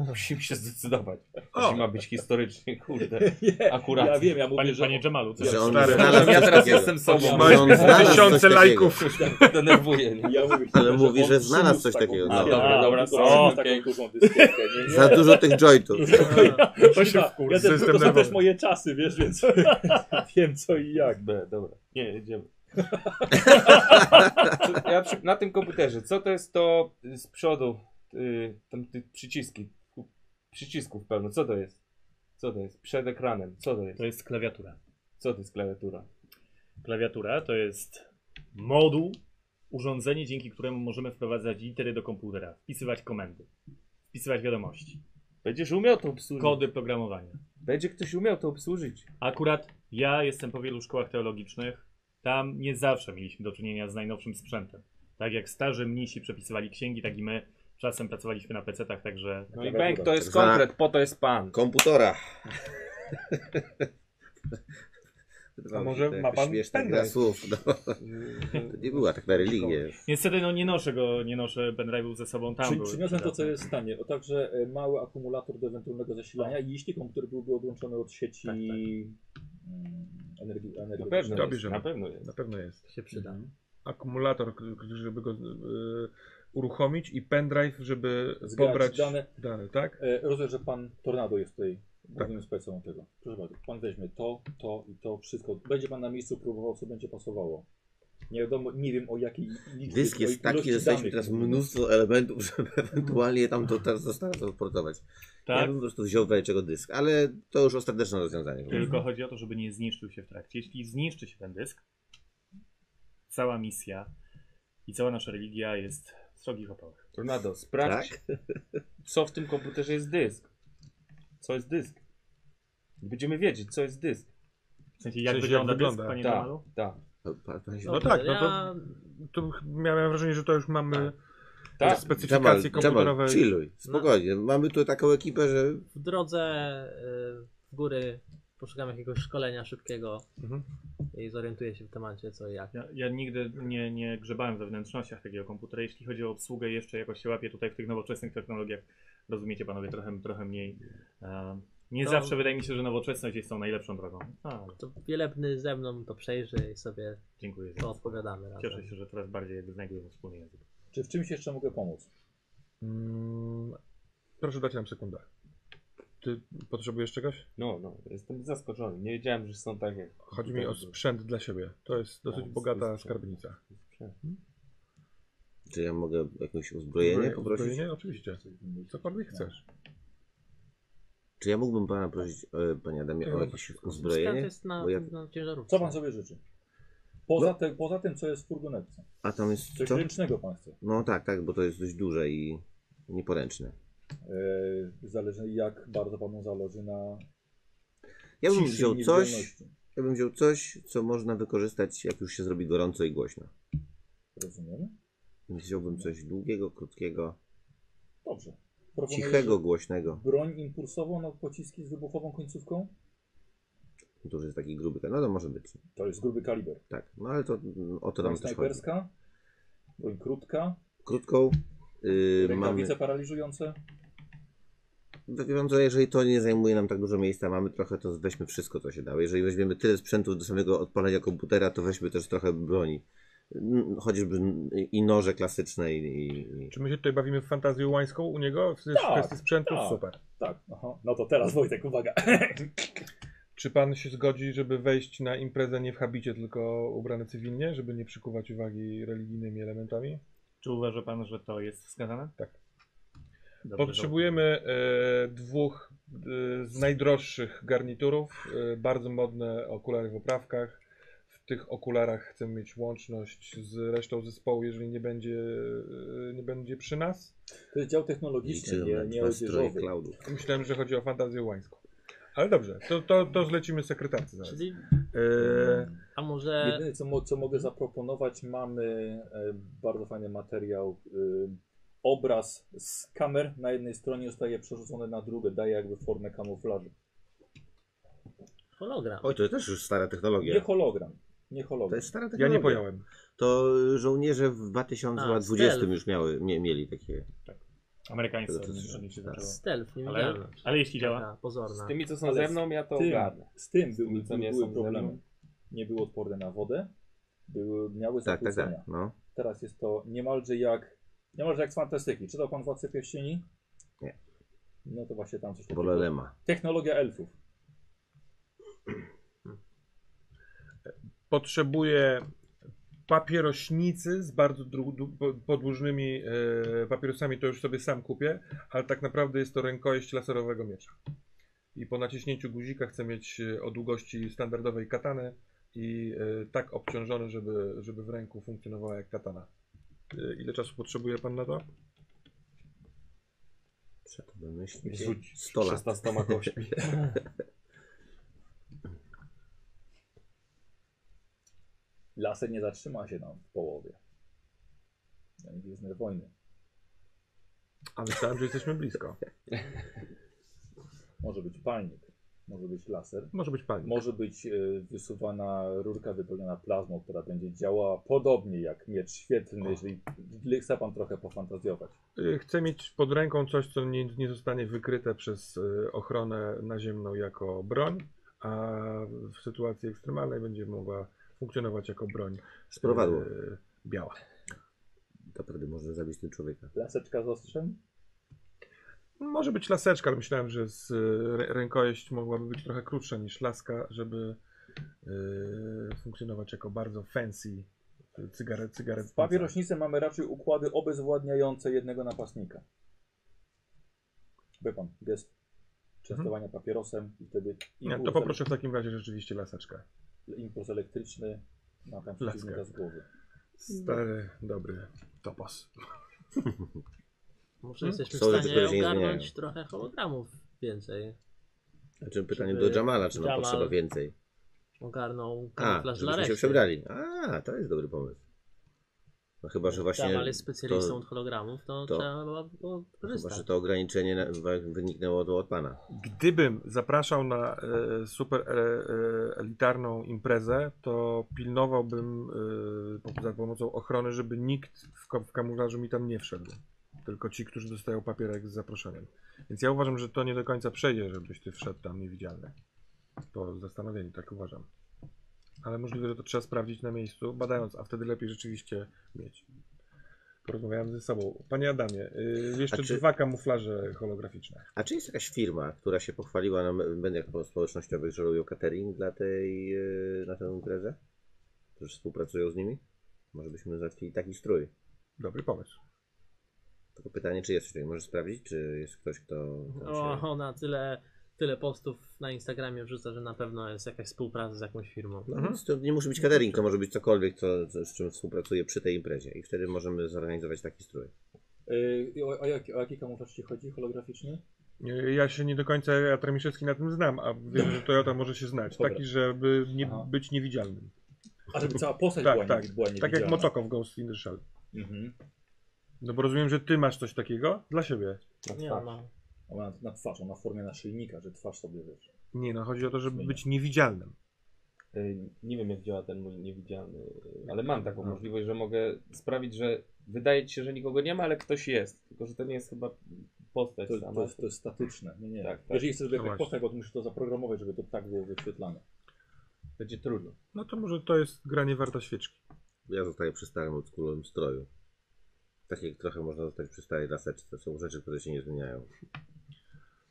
Speaker 6: Musimy się zdecydować.
Speaker 5: O!
Speaker 6: Jeśli ma być historycznie, kurde.
Speaker 2: Nie,
Speaker 6: Akurat.
Speaker 2: Ja wiem, ja mówię,
Speaker 3: Panie,
Speaker 2: że...
Speaker 3: panie Dżemalu, co?
Speaker 1: Że on
Speaker 5: Stary,
Speaker 1: znalazł
Speaker 6: Ja
Speaker 1: coś
Speaker 6: teraz
Speaker 1: takiego.
Speaker 6: jestem sobą.
Speaker 1: Że
Speaker 5: Masz
Speaker 1: on znalazł coś
Speaker 5: tysiące
Speaker 1: takiego.
Speaker 5: lajków.
Speaker 6: Denerwuję. nie?
Speaker 2: Ja mówię,
Speaker 1: Ale mówi,
Speaker 2: on
Speaker 1: że znalazł coś
Speaker 2: przyniósł
Speaker 1: takiego.
Speaker 2: taką
Speaker 1: No.
Speaker 2: dyskietkę,
Speaker 6: A, dobra,
Speaker 2: on
Speaker 6: dobra,
Speaker 2: przyniósł
Speaker 6: są,
Speaker 2: taką
Speaker 6: okej.
Speaker 2: dużą dyskietkę, nie, nie.
Speaker 1: Za dużo tych jointów.
Speaker 2: To się ja też,
Speaker 5: System
Speaker 2: to są też
Speaker 5: nerwowy.
Speaker 2: moje czasy, wiesz, więc wiem co i jak.
Speaker 6: Tak, B, dobra. Nie, jedziemy. Czy- ja przy, na tym komputerze, co to jest to y, z przodu, y, tam te przyciski, ku- przycisków pełno, co to jest? Co to jest? Przed ekranem, co to jest?
Speaker 3: To jest klawiatura.
Speaker 6: Co to jest klawiatura?
Speaker 3: Klawiatura to jest moduł, urządzenie, dzięki któremu możemy wprowadzać litery do komputera, wpisywać komendy, wpisywać wiadomości,
Speaker 6: Będziesz umiał to obsłużyć.
Speaker 3: kody programowania.
Speaker 6: Będzie ktoś umiał to obsłużyć.
Speaker 3: Akurat ja jestem po wielu szkołach teologicznych. Tam nie zawsze mieliśmy do czynienia z najnowszym sprzętem. Tak jak starzy mnisi przepisywali księgi, tak i my czasem pracowaliśmy na PC-tach, także
Speaker 6: No i
Speaker 2: Klawiatura.
Speaker 6: bęk, to jest
Speaker 1: Tak zwana-
Speaker 6: konkret, po to jest pan.
Speaker 1: Komputora.
Speaker 5: A może ma pan
Speaker 1: Śmieszna gra
Speaker 5: pendrive?
Speaker 1: słów. No. To nie była tak na religię.
Speaker 3: niestety no, nie noszę go, nie noszę pendrive'ów ze sobą tam.
Speaker 2: Przy,
Speaker 3: były
Speaker 2: przyniosłem tak, to, co
Speaker 3: przydatne.
Speaker 2: jest w stanie. O także e, mały akumulator do ewentualnego zasilania i jeśli komputer byłby odłączony od sieci
Speaker 3: Tak, tak.
Speaker 2: mm, energii.
Speaker 6: Tak, Na
Speaker 2: energii E,
Speaker 6: pewno
Speaker 5: To
Speaker 6: jest.
Speaker 5: bierzemy.
Speaker 6: Na pewno jest.
Speaker 5: Na pewno jest.
Speaker 4: się przyda.
Speaker 5: Akumulator, k- k- żeby go y, uruchomić i pendrive, żeby
Speaker 2: Zbierać
Speaker 5: pobrać
Speaker 2: dane.
Speaker 5: dane, tak?
Speaker 2: E, rozumiem, że pan Tornado jest tutaj
Speaker 6: Tak.
Speaker 2: głównym specjalistą tego. Proszę bardzo, pan weźmie to, to i to wszystko. Będzie pan na miejscu próbował, co będzie pasowało. Nie wiadomo, nie wiem o jakiej liczbie
Speaker 1: Dysk jest
Speaker 2: twojej
Speaker 1: taki,
Speaker 2: ilości
Speaker 1: że jesteśmy
Speaker 2: danych
Speaker 1: teraz
Speaker 2: mówimy.
Speaker 1: mnóstwo elementów, żeby ewentualnie tam to teraz transportować. Ja
Speaker 3: Tak?
Speaker 1: bym po prostu wziął dlaczego dysk, ale to już ostateczne rozwiązanie.
Speaker 3: Tylko chodzi o to, żeby nie zniszczył się w trakcie. Jeśli zniszczy się ten dysk, cała misja i cała nasza religia jest w srogich opałach.
Speaker 6: Tornado,
Speaker 1: Tak?
Speaker 6: sprawdź, co w tym komputerze jest dysk. Co jest dysk? Będziemy wiedzieć, co jest dysk.
Speaker 3: W sensie, jak
Speaker 5: W sensie,
Speaker 3: wygląda
Speaker 5: jak
Speaker 3: dysk,
Speaker 5: wygląda.
Speaker 3: panie
Speaker 6: Tak.
Speaker 3: Donalu?
Speaker 6: Tak.
Speaker 1: Pan, pan się...
Speaker 5: No tak, no to, to ch- miałem wrażenie, że to już mamy
Speaker 6: Tak.
Speaker 1: Jamal,
Speaker 5: specyfikacje komputerowe.
Speaker 1: Jamal, chilluj, spokojnie. Mamy tu taką ekipę, że
Speaker 4: W drodze y, w góry poszukam jakiegoś szkolenia szybkiego
Speaker 5: Mhm.
Speaker 4: i zorientuję się w temacie co i jak.
Speaker 3: Ja, ja nigdy nie, nie grzebałem we wnętrznościach takiego komputera. Jeśli chodzi o obsługę, jeszcze jakoś się łapię tutaj w tych nowoczesnych technologiach. Rozumiecie panowie, trochę, trochę mniej. E, nie
Speaker 4: To-
Speaker 3: zawsze wydaje mi się, że nowoczesność jest tą najlepszą drogą. A,
Speaker 4: To wielebny ze mną to przejrzy i sobie
Speaker 3: dziękuję. za-
Speaker 4: to odpowiadamy razem.
Speaker 3: Cieszę się, że coraz bardziej jakby znajdujemy wspólny język.
Speaker 2: Czy w czymś jeszcze mogę pomóc?
Speaker 5: Mm, proszę dać nam sekundę. Ty potrzebujesz czegoś?
Speaker 6: No, no, jestem zaskoczony. Nie wiedziałem, że są takie. Tak,
Speaker 5: Chodzi mi o sprzęt dla siebie. To jest dosyć
Speaker 6: O,
Speaker 5: bogata
Speaker 6: sprzęt.
Speaker 5: skarbnica.
Speaker 1: Czy ja mogę jakieś uzbrojenie poprosić?
Speaker 5: Uzbrojenie? Oczywiście. Cokolwiek chcesz.
Speaker 1: Czy ja mógłbym pana prosić, e, panie Adamie, o
Speaker 5: Ja
Speaker 1: jakieś
Speaker 5: proszę.
Speaker 4: Stan
Speaker 1: uzbrojenie?
Speaker 4: jest na,
Speaker 1: Bo ja-
Speaker 4: na ciężarówce.
Speaker 2: Co pan sobie życzy? Poza, te, poza tym, co jest w furgonetce.
Speaker 1: A tam jest
Speaker 2: Coś
Speaker 1: No. co?
Speaker 2: ręcznego pan chce.
Speaker 1: No tak, tak, bo to jest dość duże i nieporęczne.
Speaker 2: Yy, zależy jak bardzo panu zależy na
Speaker 1: Ja bym
Speaker 2: ciszy i
Speaker 1: wziął coś,
Speaker 2: niewidzialności.
Speaker 1: ja bym wziął coś, co można wykorzystać, jak już się zrobi gorąco i głośno.
Speaker 2: Rozumiem?
Speaker 1: Więc wziąłbym coś długiego, krótkiego,
Speaker 2: Dobrze. Proponuję,
Speaker 1: cichego,
Speaker 2: że
Speaker 1: głośnego.
Speaker 2: Broń impulsową na pociski z wybuchową końcówką?
Speaker 1: To już jest taki gruby, ka- no to może być.
Speaker 2: To jest gruby kaliber.
Speaker 1: Tak, no ale to mm, o to
Speaker 2: Broń
Speaker 1: nam też chodzi.
Speaker 2: snajperska, broń krótka,
Speaker 1: Krótką yy, mamy...
Speaker 2: rękawice paraliżujące.
Speaker 1: Tak Wiem, że jeżeli to nie zajmuje nam tak dużo miejsca, mamy trochę, to weźmy wszystko, co się dało. Jeżeli weźmiemy tyle sprzętu do samego odpalenia komputera, to weźmy też trochę broni. N- Chociażby n- i noże klasyczne i... i...
Speaker 5: Czy my się tutaj bawimy w fantazję łańską u niego? W
Speaker 2: Tak,
Speaker 5: kwestii sprzętu?
Speaker 2: tak.
Speaker 5: Super.
Speaker 2: Tak, aha. no to teraz Wojtek, uwaga.
Speaker 5: Czy pan się zgodzi, żeby wejść na imprezę nie w habicie, tylko ubrany cywilnie, żeby nie przykuwać uwagi religijnymi elementami?
Speaker 3: Czy uważa pan, że to jest wskazane?
Speaker 5: Tak.
Speaker 3: Dobrze,
Speaker 5: Potrzebujemy e, dwóch e, z najdroższych garniturów, e, bardzo modne okulary w oprawkach. W tych okularach chcemy mieć łączność z resztą zespołu, jeżeli nie będzie, e, nie będzie przy nas.
Speaker 2: To jest dział technologiczny,
Speaker 1: Liczyłem na
Speaker 2: nie, nie
Speaker 1: dwa stroje
Speaker 2: odzieżowy.
Speaker 1: cloudów.
Speaker 5: Myślałem, że chodzi o fantazję łańską. Ale dobrze, to, to, to zlecimy sekretarce zaraz.
Speaker 4: Czyli,
Speaker 5: E,
Speaker 4: a może
Speaker 2: Jedyne, co, mo- co mogę zaproponować, mamy e, bardzo fajny materiał. E, obraz z kamer na jednej stronie zostaje przerzucony na drugą, daje jakby formę kamuflażu.
Speaker 4: hologram?
Speaker 1: Oj, to też już stara
Speaker 2: Nie
Speaker 1: technologia.
Speaker 2: hologram. Nie
Speaker 1: To
Speaker 2: hologram.
Speaker 1: jest stara
Speaker 5: ja
Speaker 1: technologia.
Speaker 5: nie pojąłem.
Speaker 1: To y, żołnierze w 2020
Speaker 4: stealth.
Speaker 1: już miały, mie, mieli takie...
Speaker 3: Amerykańscy
Speaker 1: To jest-
Speaker 3: od nich się
Speaker 1: tak.
Speaker 3: zaczęło.
Speaker 4: Stealth, nie
Speaker 3: Ale,
Speaker 4: widziałem.
Speaker 3: ale jeśli działa,
Speaker 4: Taka pozorna.
Speaker 6: Z tymi, co są
Speaker 2: Ale
Speaker 6: ze mną, ja to
Speaker 2: tym-
Speaker 6: ogarnę.
Speaker 2: Z tym
Speaker 6: Z tymi,
Speaker 2: były,
Speaker 6: co nie
Speaker 2: były
Speaker 6: są ze
Speaker 2: problemy.
Speaker 6: mną.
Speaker 2: Nie były odporne na wodę. Były, miały
Speaker 1: Tak, tak,
Speaker 2: zakłócenia.
Speaker 1: tak. No.
Speaker 2: Teraz jest to niemalże jak niemalże jak z fantastyki. Czytał pan Władcę Pierścieni?
Speaker 1: Nie.
Speaker 2: No to właśnie tam coś takiego.
Speaker 1: Bolelema.
Speaker 2: Technologia elfów.
Speaker 5: potrzebuje papierośnicy z bardzo dru- du- po- podłużnymi e, papierosami, to już sobie sam kupię, ale tak naprawdę jest to rękojeść laserowego miecza. I po naciśnięciu guzika chcę mieć e, o długości standardowej katany i e, tak obciążony, żeby, żeby w ręku funkcjonowała jak katana. E, Ile czasu potrzebuje pan na to?
Speaker 1: Co to wymyślić?
Speaker 6: Rzuć
Speaker 1: 100 lat.
Speaker 6: 16 kośćmi.
Speaker 2: Laser nie zatrzyma się nam w połowie. Jak Gwiezdne wojny.
Speaker 5: A myślałem, że jesteśmy blisko.
Speaker 2: Może być palnik, może być laser,
Speaker 5: Może być pani.
Speaker 2: może być e, wysuwana rurka wypełniona plazmą, która będzie działała podobnie jak miecz świetlny, jeżeli jeżeli chce pan trochę pofantazjować.
Speaker 5: Y, Chcę mieć pod ręką coś, co nie, nie zostanie wykryte przez y, ochronę naziemną jako broń, a w sytuacji ekstremalnej będzie mogła funkcjonować jako broń
Speaker 1: Sprowadło.
Speaker 5: e, biała.
Speaker 1: Naprawdę można zabić tym człowieka.
Speaker 2: Laseczka z ostrzem?
Speaker 5: Może być laseczka, ale myślałem, że z e, rę- rękojeść mogłaby być trochę krótsza niż laska, żeby e, funkcjonować jako bardzo fancy y, cygaret. cygaret
Speaker 2: W papierośnicy mamy raczej układy obezwładniające jednego napastnika. Wie pan, gest częstowania papierosem i wtedy
Speaker 5: Mhm. Nie,
Speaker 2: impuls,
Speaker 5: to poproszę w takim razie rzeczywiście laseczkę.
Speaker 2: impuls elektryczny na tam
Speaker 5: Laska.
Speaker 2: przeciwnika z głowy.
Speaker 5: Stary, dobry topos.
Speaker 3: Hmm?
Speaker 4: Może jesteśmy w
Speaker 1: Są rzeczy,
Speaker 4: stanie
Speaker 1: które się nie
Speaker 4: ogarnąć
Speaker 1: zmieniają.
Speaker 4: trochę hologramów więcej.
Speaker 1: Znaczy pytanie
Speaker 4: Żeby
Speaker 1: do Jamala, czy nam
Speaker 4: Jamal-
Speaker 1: potrzeba więcej.
Speaker 4: Ogarnął
Speaker 1: A,
Speaker 4: kamuflaż dla
Speaker 1: żebyśmy się
Speaker 4: reszty.
Speaker 1: przebrali. A, to jest dobry pomysł. No chyba, że właśnie...
Speaker 4: Jamal jest specjalistą
Speaker 1: to-
Speaker 4: od hologramów, to,
Speaker 1: to-
Speaker 4: trzeba było- było
Speaker 1: Chyba, że
Speaker 4: korzystać.
Speaker 1: to ograniczenie na- wa- wyniknęło od, od pana.
Speaker 5: Gdybym zapraszał na e, super e, e, elitarną imprezę, to pilnowałbym e, po- za pomocą ochrony, żeby nikt w, ko- w kamuflażu mi tam nie wszedł. Tylko ci, którzy dostają papierek z zaproszeniem. Więc ja uważam, że to nie do końca przejdzie, żebyś ty wszedł tam niewidzialny. Po zastanowieniu, tak uważam. Ale możliwe, że to trzeba sprawdzić na miejscu, badając, a wtedy lepiej rzeczywiście mieć. Porozmawiałem ze sobą. Panie Adamie, y, jeszcze
Speaker 1: A czy-
Speaker 5: dwa kamuflaże holograficzne.
Speaker 1: A czy jest jakaś firma, która się pochwaliła na m- mediach po- społecznościowych, że robią catering dla tej, yy, na tę imprezę? Którzy współpracują z nimi? Może byśmy załatwili taki strój.
Speaker 5: Dobry pomysł.
Speaker 1: Tylko pytanie, czy jest coś takiego? Możesz sprawdzić, czy jest ktoś, kto tam się...
Speaker 4: O, ona tyle, tyle postów na Instagramie wrzuca, że na pewno jest jakaś współpraca z jakąś firmą.
Speaker 1: No
Speaker 5: Mhm.
Speaker 1: więc to nie musi być catering, to może być cokolwiek, co, co, z czym współpracuje przy tej imprezie. I wtedy możemy zorganizować taki strój.
Speaker 2: Yy, i o, o, jaki, o jaki kamuflaż ci chodzi holograficzny?
Speaker 5: Nie, Ja się nie do końca, ja Tremiszewski na tym znam, a wiem, że Toyota może się znać.
Speaker 2: Dobra.
Speaker 5: Taki, żeby nie
Speaker 2: Aha.
Speaker 5: być niewidzialnym.
Speaker 2: A żeby cała postać
Speaker 5: Tak,
Speaker 2: była,
Speaker 5: tak.
Speaker 2: nie, była niewidzialna.
Speaker 5: Tak jak Motoko w Ghost in the Shell.
Speaker 2: Mhm.
Speaker 5: No bo rozumiem, że ty masz coś takiego dla siebie.
Speaker 4: Nie,
Speaker 2: tak.
Speaker 6: Tak.
Speaker 4: ona
Speaker 2: A Na, na twarz, na formie naszyjnika, że twarz sobie wiesz.
Speaker 5: Nie no, chodzi o to, żeby być niewidzialnym.
Speaker 6: Y, Nie wiem, jak działa ten mój niewidzialny, y, ale mam
Speaker 2: No.
Speaker 6: taką możliwość, że mogę sprawić, że wydaje ci się, że nikogo nie ma, ale ktoś jest. Tylko, że to nie jest chyba postać
Speaker 2: To, to,
Speaker 6: sama.
Speaker 2: jest, to jest statyczne. Nie, nie.
Speaker 6: Tak, tak.
Speaker 2: Jeżeli chcesz, żeby
Speaker 5: No
Speaker 2: jakaś
Speaker 5: właśnie.
Speaker 2: postać, bo to musisz to zaprogramować, żeby to tak było wyświetlane.
Speaker 6: Będzie trudno.
Speaker 5: No to może to jest granie warta świeczki.
Speaker 1: Ja zostaję przy starym oldschoolowym stroju. Tak jak trochę można zostać przy starej laseczce. Są rzeczy, które się nie zmieniają.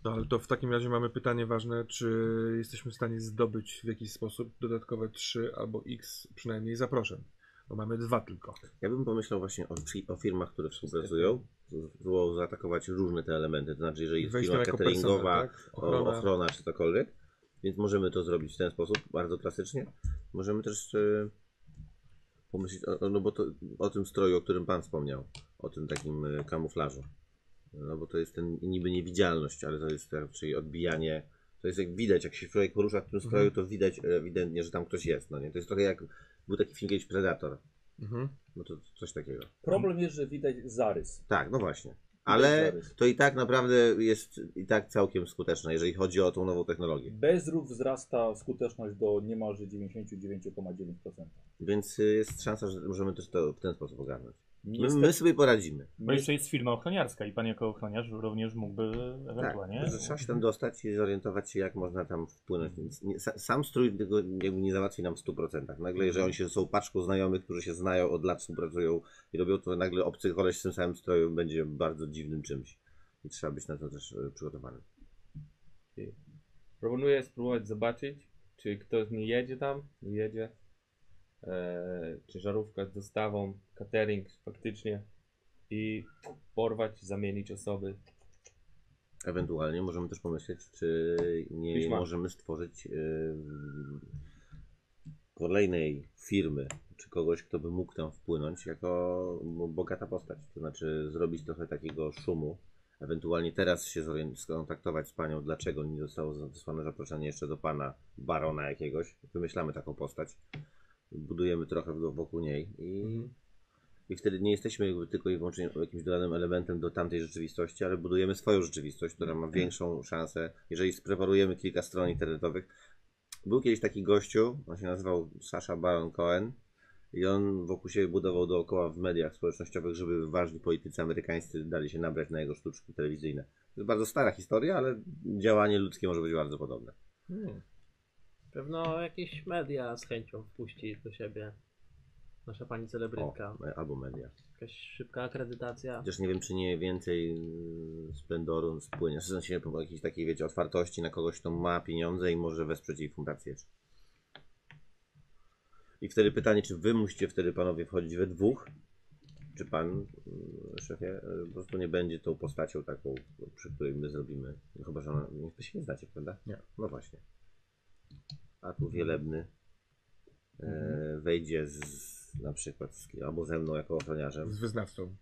Speaker 5: No ale to w takim razie mamy pytanie ważne, czy jesteśmy w stanie zdobyć w jakiś sposób dodatkowe 3 albo x przynajmniej zaproszeń. Bo mamy dwa tylko.
Speaker 1: Ja bym pomyślał właśnie o, fi- o firmach, które współpracują. Było zaatakować różne te elementy. To znaczy, jeżeli jest
Speaker 5: Wejść tam
Speaker 1: firma
Speaker 5: jako
Speaker 1: cateringowa,
Speaker 5: personel, tak?
Speaker 1: ochrona.
Speaker 5: Ochrona.
Speaker 1: ochrona czy cokolwiek, więc możemy to zrobić w ten sposób, bardzo klasycznie. Możemy też e, pomyśleć o, o- no bo to, o tym stroju, o którym Pan wspomniał, o tym takim e, kamuflażu. No bo to jest ten niby niewidzialność, ale to jest raczej odbijanie. To jest jak widać, jak się człowiek porusza w tym stroju,
Speaker 5: Mhm.
Speaker 1: to widać e, ewidentnie, że tam ktoś jest. No nie? To jest trochę jak był taki film kiedyś Predator.
Speaker 5: Mhm.
Speaker 1: No to coś takiego.
Speaker 2: Problem jest, że widać zarys.
Speaker 1: Tak, no właśnie. Ale
Speaker 2: zarys.
Speaker 1: to i tak naprawdę jest i tak całkiem skuteczne, jeżeli chodzi o tą nową technologię.
Speaker 2: Bez rów wzrasta skuteczność do niemalże 99,9%.
Speaker 1: Więc y, jest szansa, że możemy też to w ten sposób ogarnąć. My,
Speaker 2: Niestety,
Speaker 1: my sobie poradzimy.
Speaker 3: Bo jeszcze jest firma ochroniarska i pan jako ochroniarz również mógłby
Speaker 1: Tak,
Speaker 3: ewentualnie...
Speaker 1: że trzeba się tam dostać i zorientować się, jak można tam wpłynąć. Więc nie, sa- sam strój tego jakby nie załatwi nam w 100%. Nagle, jeżeli oni się są paczką znajomych, którzy się znają od lat, współpracują i robią to, nagle obcy koleś w tym samym stroju będzie bardzo dziwnym czymś. I trzeba być na to też y, przygotowanym.
Speaker 6: Proponuję spróbować zobaczyć, czy ktoś nie jedzie tam, nie jedzie. Eee, czy żarówka z dostawą, catering faktycznie. I porwać, zamienić osoby.
Speaker 1: Ewentualnie możemy też pomyśleć, czy nie
Speaker 6: Pisma.
Speaker 1: możemy stworzyć y, kolejnej firmy, czy kogoś, kto by mógł tam wpłynąć jako no, bogata postać. To znaczy zrobić trochę takiego szumu. Ewentualnie teraz się zorien- skontaktować z panią, dlaczego nie zostało za- wysłane zaproszenie jeszcze do pana barona jakiegoś. Wymyślamy taką postać. Budujemy trochę w- wokół niej i i wtedy nie jesteśmy jakby tylko i wyłącznie jakimś dodanym elementem do tamtej rzeczywistości, ale budujemy swoją rzeczywistość, która ma większą szansę, jeżeli spreparujemy kilka stron internetowych. Był kiedyś taki gościu, on się nazywał Sasha Baron Cohen i on wokół siebie budował dookoła w mediach społecznościowych, żeby ważni politycy amerykańscy dali się nabrać na jego sztuczki telewizyjne. To jest bardzo stara historia, ale działanie ludzkie może być bardzo podobne.
Speaker 5: Hmm.
Speaker 4: Pewno jakieś media z chęcią wpuści do siebie. Nasza pani
Speaker 1: O,
Speaker 4: celebrytka.
Speaker 1: albo media.
Speaker 4: Jakaś szybka akredytacja.
Speaker 1: Chociaż nie wiem, czy nie więcej yy, splendoru spłynie. W sensie po jakiejś takiej, wiecie, otwartości na kogoś, kto ma pieniądze i może wesprzeć jej fundację. I wtedy pytanie, czy wy musicie wtedy, panowie, wchodzić we dwóch? Czy pan, yy, szefie, yy, po prostu nie będzie tą postacią taką, przy której my zrobimy? No Chyba, że ona... Wy się nie znacie, prawda?
Speaker 5: Nie.
Speaker 1: No właśnie. A tu wielebny e,
Speaker 5: Mhm.
Speaker 1: wejdzie z, na przykład z, albo ze mną jako ochroniarzem.
Speaker 5: Z wyznawcą.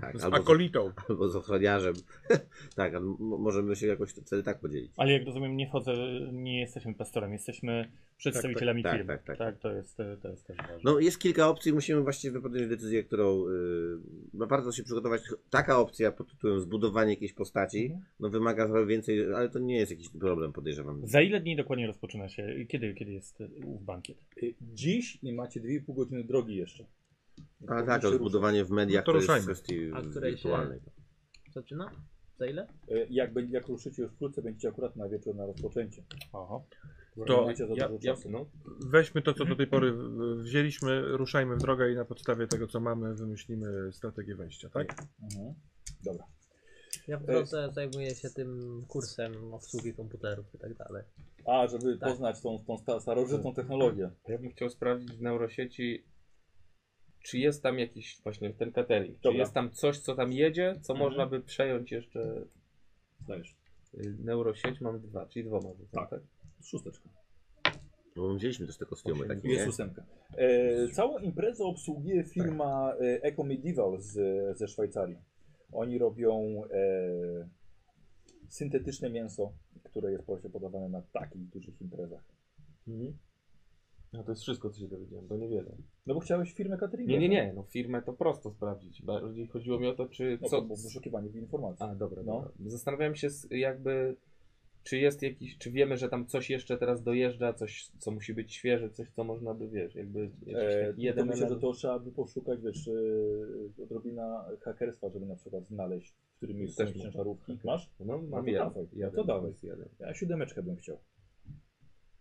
Speaker 1: Tak,
Speaker 5: Z
Speaker 1: albo,
Speaker 5: akolitą.
Speaker 1: albo z ochroniarzem. tak, a m- możemy się jakoś wtedy tak podzielić.
Speaker 3: Ale jak rozumiem, nie wchodzę, nie jesteśmy pastorem, jesteśmy przedstawicielami
Speaker 1: tak,
Speaker 3: firmy.
Speaker 1: tak, tak.
Speaker 3: to jest, to jest też ważne.
Speaker 1: No jest kilka opcji, musimy właściwie podjąć decyzję, którą y, no, warto się przygotować. Taka opcja pod tytułem zbudowanie jakiejś postaci,
Speaker 3: Mhm.
Speaker 1: no wymaga trochę więcej, ale to nie jest jakiś problem, podejrzewam.
Speaker 3: Za ile dni dokładnie rozpoczyna się? i Kiedy, kiedy jest y, ów bankiet?
Speaker 2: Y, Dziś i macie 2,5 godziny drogi jeszcze.
Speaker 1: Ale
Speaker 2: Powinno
Speaker 1: tak,
Speaker 2: się
Speaker 1: o
Speaker 2: ruszyć.
Speaker 1: zbudowanie w mediach
Speaker 5: No to
Speaker 1: to, jest
Speaker 5: ruszajmy.
Speaker 1: kwestii
Speaker 4: A której się-
Speaker 1: wirtualnej.
Speaker 4: Zaczyna? no? Za ile?
Speaker 2: Y, Jak, będzie- jak ruszycie już wkrótce, będziecie akurat na wieczór na rozpoczęcie.
Speaker 3: Oho.
Speaker 5: To
Speaker 2: Macie za
Speaker 6: Ja,
Speaker 2: dużo
Speaker 6: ja,
Speaker 2: czasu.
Speaker 6: no.
Speaker 5: Weźmy to, co do tej pory w- wzięliśmy, ruszajmy w drogę i na podstawie tego, co mamy, wymyślimy strategię wejścia, tak?
Speaker 2: Mhm. Dobra.
Speaker 4: Ja w drodze zajmuję się tym kursem obsługi komputerów i tak dalej.
Speaker 2: A, żeby
Speaker 4: Tak.
Speaker 2: poznać tą, tą sta-
Speaker 6: Tak.
Speaker 2: starożytną technologię.
Speaker 6: Ja bym chciał sprawdzić w neurosieci, czy jest tam jakiś właśnie ten kateli. Czy
Speaker 2: Dobra. Mhm.
Speaker 6: jest tam coś, co tam jedzie, co można by przejąć jeszcze
Speaker 2: Zdajesz.
Speaker 6: y, neurosieć. Mam dwa, czyli dwoma. rzucam,
Speaker 2: Tak. Szósteczka.
Speaker 1: Bo wzięliśmy też te kostiumy takie,
Speaker 2: Jest
Speaker 1: nie?
Speaker 2: ósemka. E, całą imprezę obsługuje
Speaker 6: Tak.
Speaker 2: firma e, Eco Medieval z, ze Szwajcarii. Oni robią e, syntetyczne mięso, które jest właśnie podawane na takich dużych imprezach.
Speaker 6: Mhm. No to jest wszystko, co się dowiedziałem, bo niewiele.
Speaker 2: No bo chciałeś firmę cateringu.
Speaker 6: Nie, nie, nie, no firmę to prosto sprawdzić. Bardziej chodziło mi o to, czy
Speaker 2: No,
Speaker 6: co...
Speaker 2: co? Bo wyszukiwanie informacji.
Speaker 6: A, dobra,
Speaker 2: No.
Speaker 6: dobra. Zastanawiałem się s- jakby, czy jest jakiś, czy wiemy, że tam coś jeszcze teraz dojeżdża, coś, co musi być świeże, coś, co można by, wiesz, jakby jakiś
Speaker 2: E,
Speaker 6: taki
Speaker 2: jeden
Speaker 6: jeden
Speaker 2: myślę, że
Speaker 6: element.
Speaker 2: to trzeba by poszukać, wiesz, e, odrobina hakerstwa, żeby na przykład znaleźć, w którym miejscu
Speaker 6: Też
Speaker 2: są
Speaker 6: mam.
Speaker 2: ciężarówki. Masz?
Speaker 6: No, mam
Speaker 2: No to
Speaker 6: jeden.
Speaker 2: dawaj, no
Speaker 6: jeden,
Speaker 2: to dawaj.
Speaker 6: jest jeden.
Speaker 2: Ja siódemeczkę bym chciał.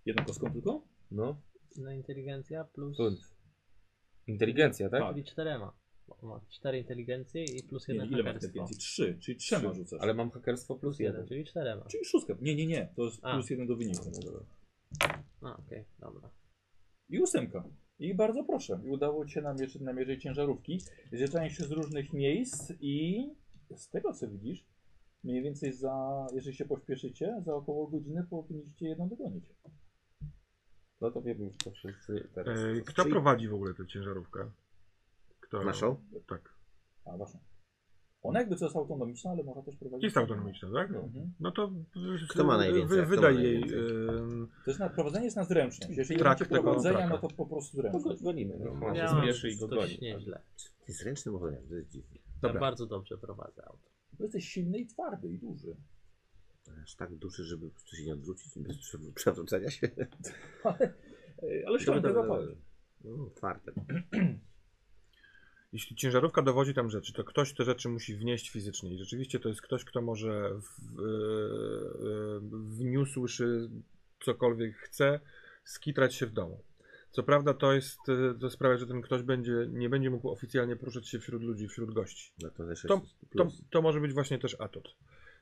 Speaker 2: Jedną kostką tylko?
Speaker 6: No,
Speaker 4: No inteligencja plus...
Speaker 6: tu. Inteligencja, tak?
Speaker 4: Czyli czterema. Bo Ma cztery inteligencje i plus
Speaker 2: Nie,
Speaker 4: jeden
Speaker 2: ile masz
Speaker 4: hakerstwo.
Speaker 2: inteligencji? Trzy, czyli trzema
Speaker 6: Trzy.
Speaker 2: rzucasz.
Speaker 6: Ale mam hakerstwo plus
Speaker 4: Plus jeden,
Speaker 6: jeden.
Speaker 4: czyli czterema.
Speaker 2: Czyli szóstkę. Nie, nie, nie. To jest
Speaker 4: A.
Speaker 2: plus jeden do wyniku.
Speaker 4: A, okej, dobra.
Speaker 2: I ósemka. I bardzo proszę. I udało ci się namierzyć, namierzyć ciężarówki. Zjeżdżają się z różnych miejsc i z tego co widzisz, mniej więcej za, jeżeli się pośpieszycie, za około godziny powinniście jedną dogonić.
Speaker 6: No to wiemy już to wszyscy teraz.
Speaker 5: E, Kto
Speaker 1: tak. Czyli-
Speaker 5: prowadzi w ogóle tę ciężarówkę? Kto...
Speaker 1: Naszą?
Speaker 5: Tak.
Speaker 2: A waszą. Ona jakby co jest autonomiczna, ale można też prowadzić.
Speaker 5: Jest autonomiczna, tak?
Speaker 2: No. Mhm.
Speaker 5: No to
Speaker 1: Kto ma najwięcej?
Speaker 5: wy,
Speaker 1: Kto ma
Speaker 5: wydaj jej
Speaker 1: najwięcej?
Speaker 5: em,
Speaker 2: To jest na, prowadzenie jest na zręczność. Jeżeli
Speaker 5: Trak
Speaker 2: macie
Speaker 5: tego
Speaker 2: prowadzenia, no
Speaker 5: traka.
Speaker 2: to po prostu
Speaker 6: No,
Speaker 2: zręczność.
Speaker 6: go- gonimy. Niech ona się
Speaker 4: Miałam
Speaker 6: spieszy i go goni.
Speaker 4: dość nieźle.
Speaker 1: To jest ręczny ochroniarz, to jest dziwne.
Speaker 4: Ja
Speaker 5: Dobra.
Speaker 4: bardzo dobrze prowadzę auto.
Speaker 2: Bo jesteś silny i twardy i duży.
Speaker 1: Aż tak duży, żeby po prostu się nie odwrócić bez przew- przewrócenia się.
Speaker 2: Ale, ale szklankę zapalisz.
Speaker 1: No, Twarde.
Speaker 5: Jeśli ciężarówka dowozi tam rzeczy, to ktoś te rzeczy musi wnieść fizycznie. I rzeczywiście to jest ktoś, kto może w, e, e, wniósł czy cokolwiek chce, skitrać się w domu. Co prawda to jest, e, to sprawia, że ten ktoś będzie, nie będzie mógł oficjalnie poruszać się wśród ludzi, wśród gości.
Speaker 1: No to też
Speaker 5: To-
Speaker 1: jest
Speaker 5: To,
Speaker 1: plus.
Speaker 5: to może być właśnie też atut.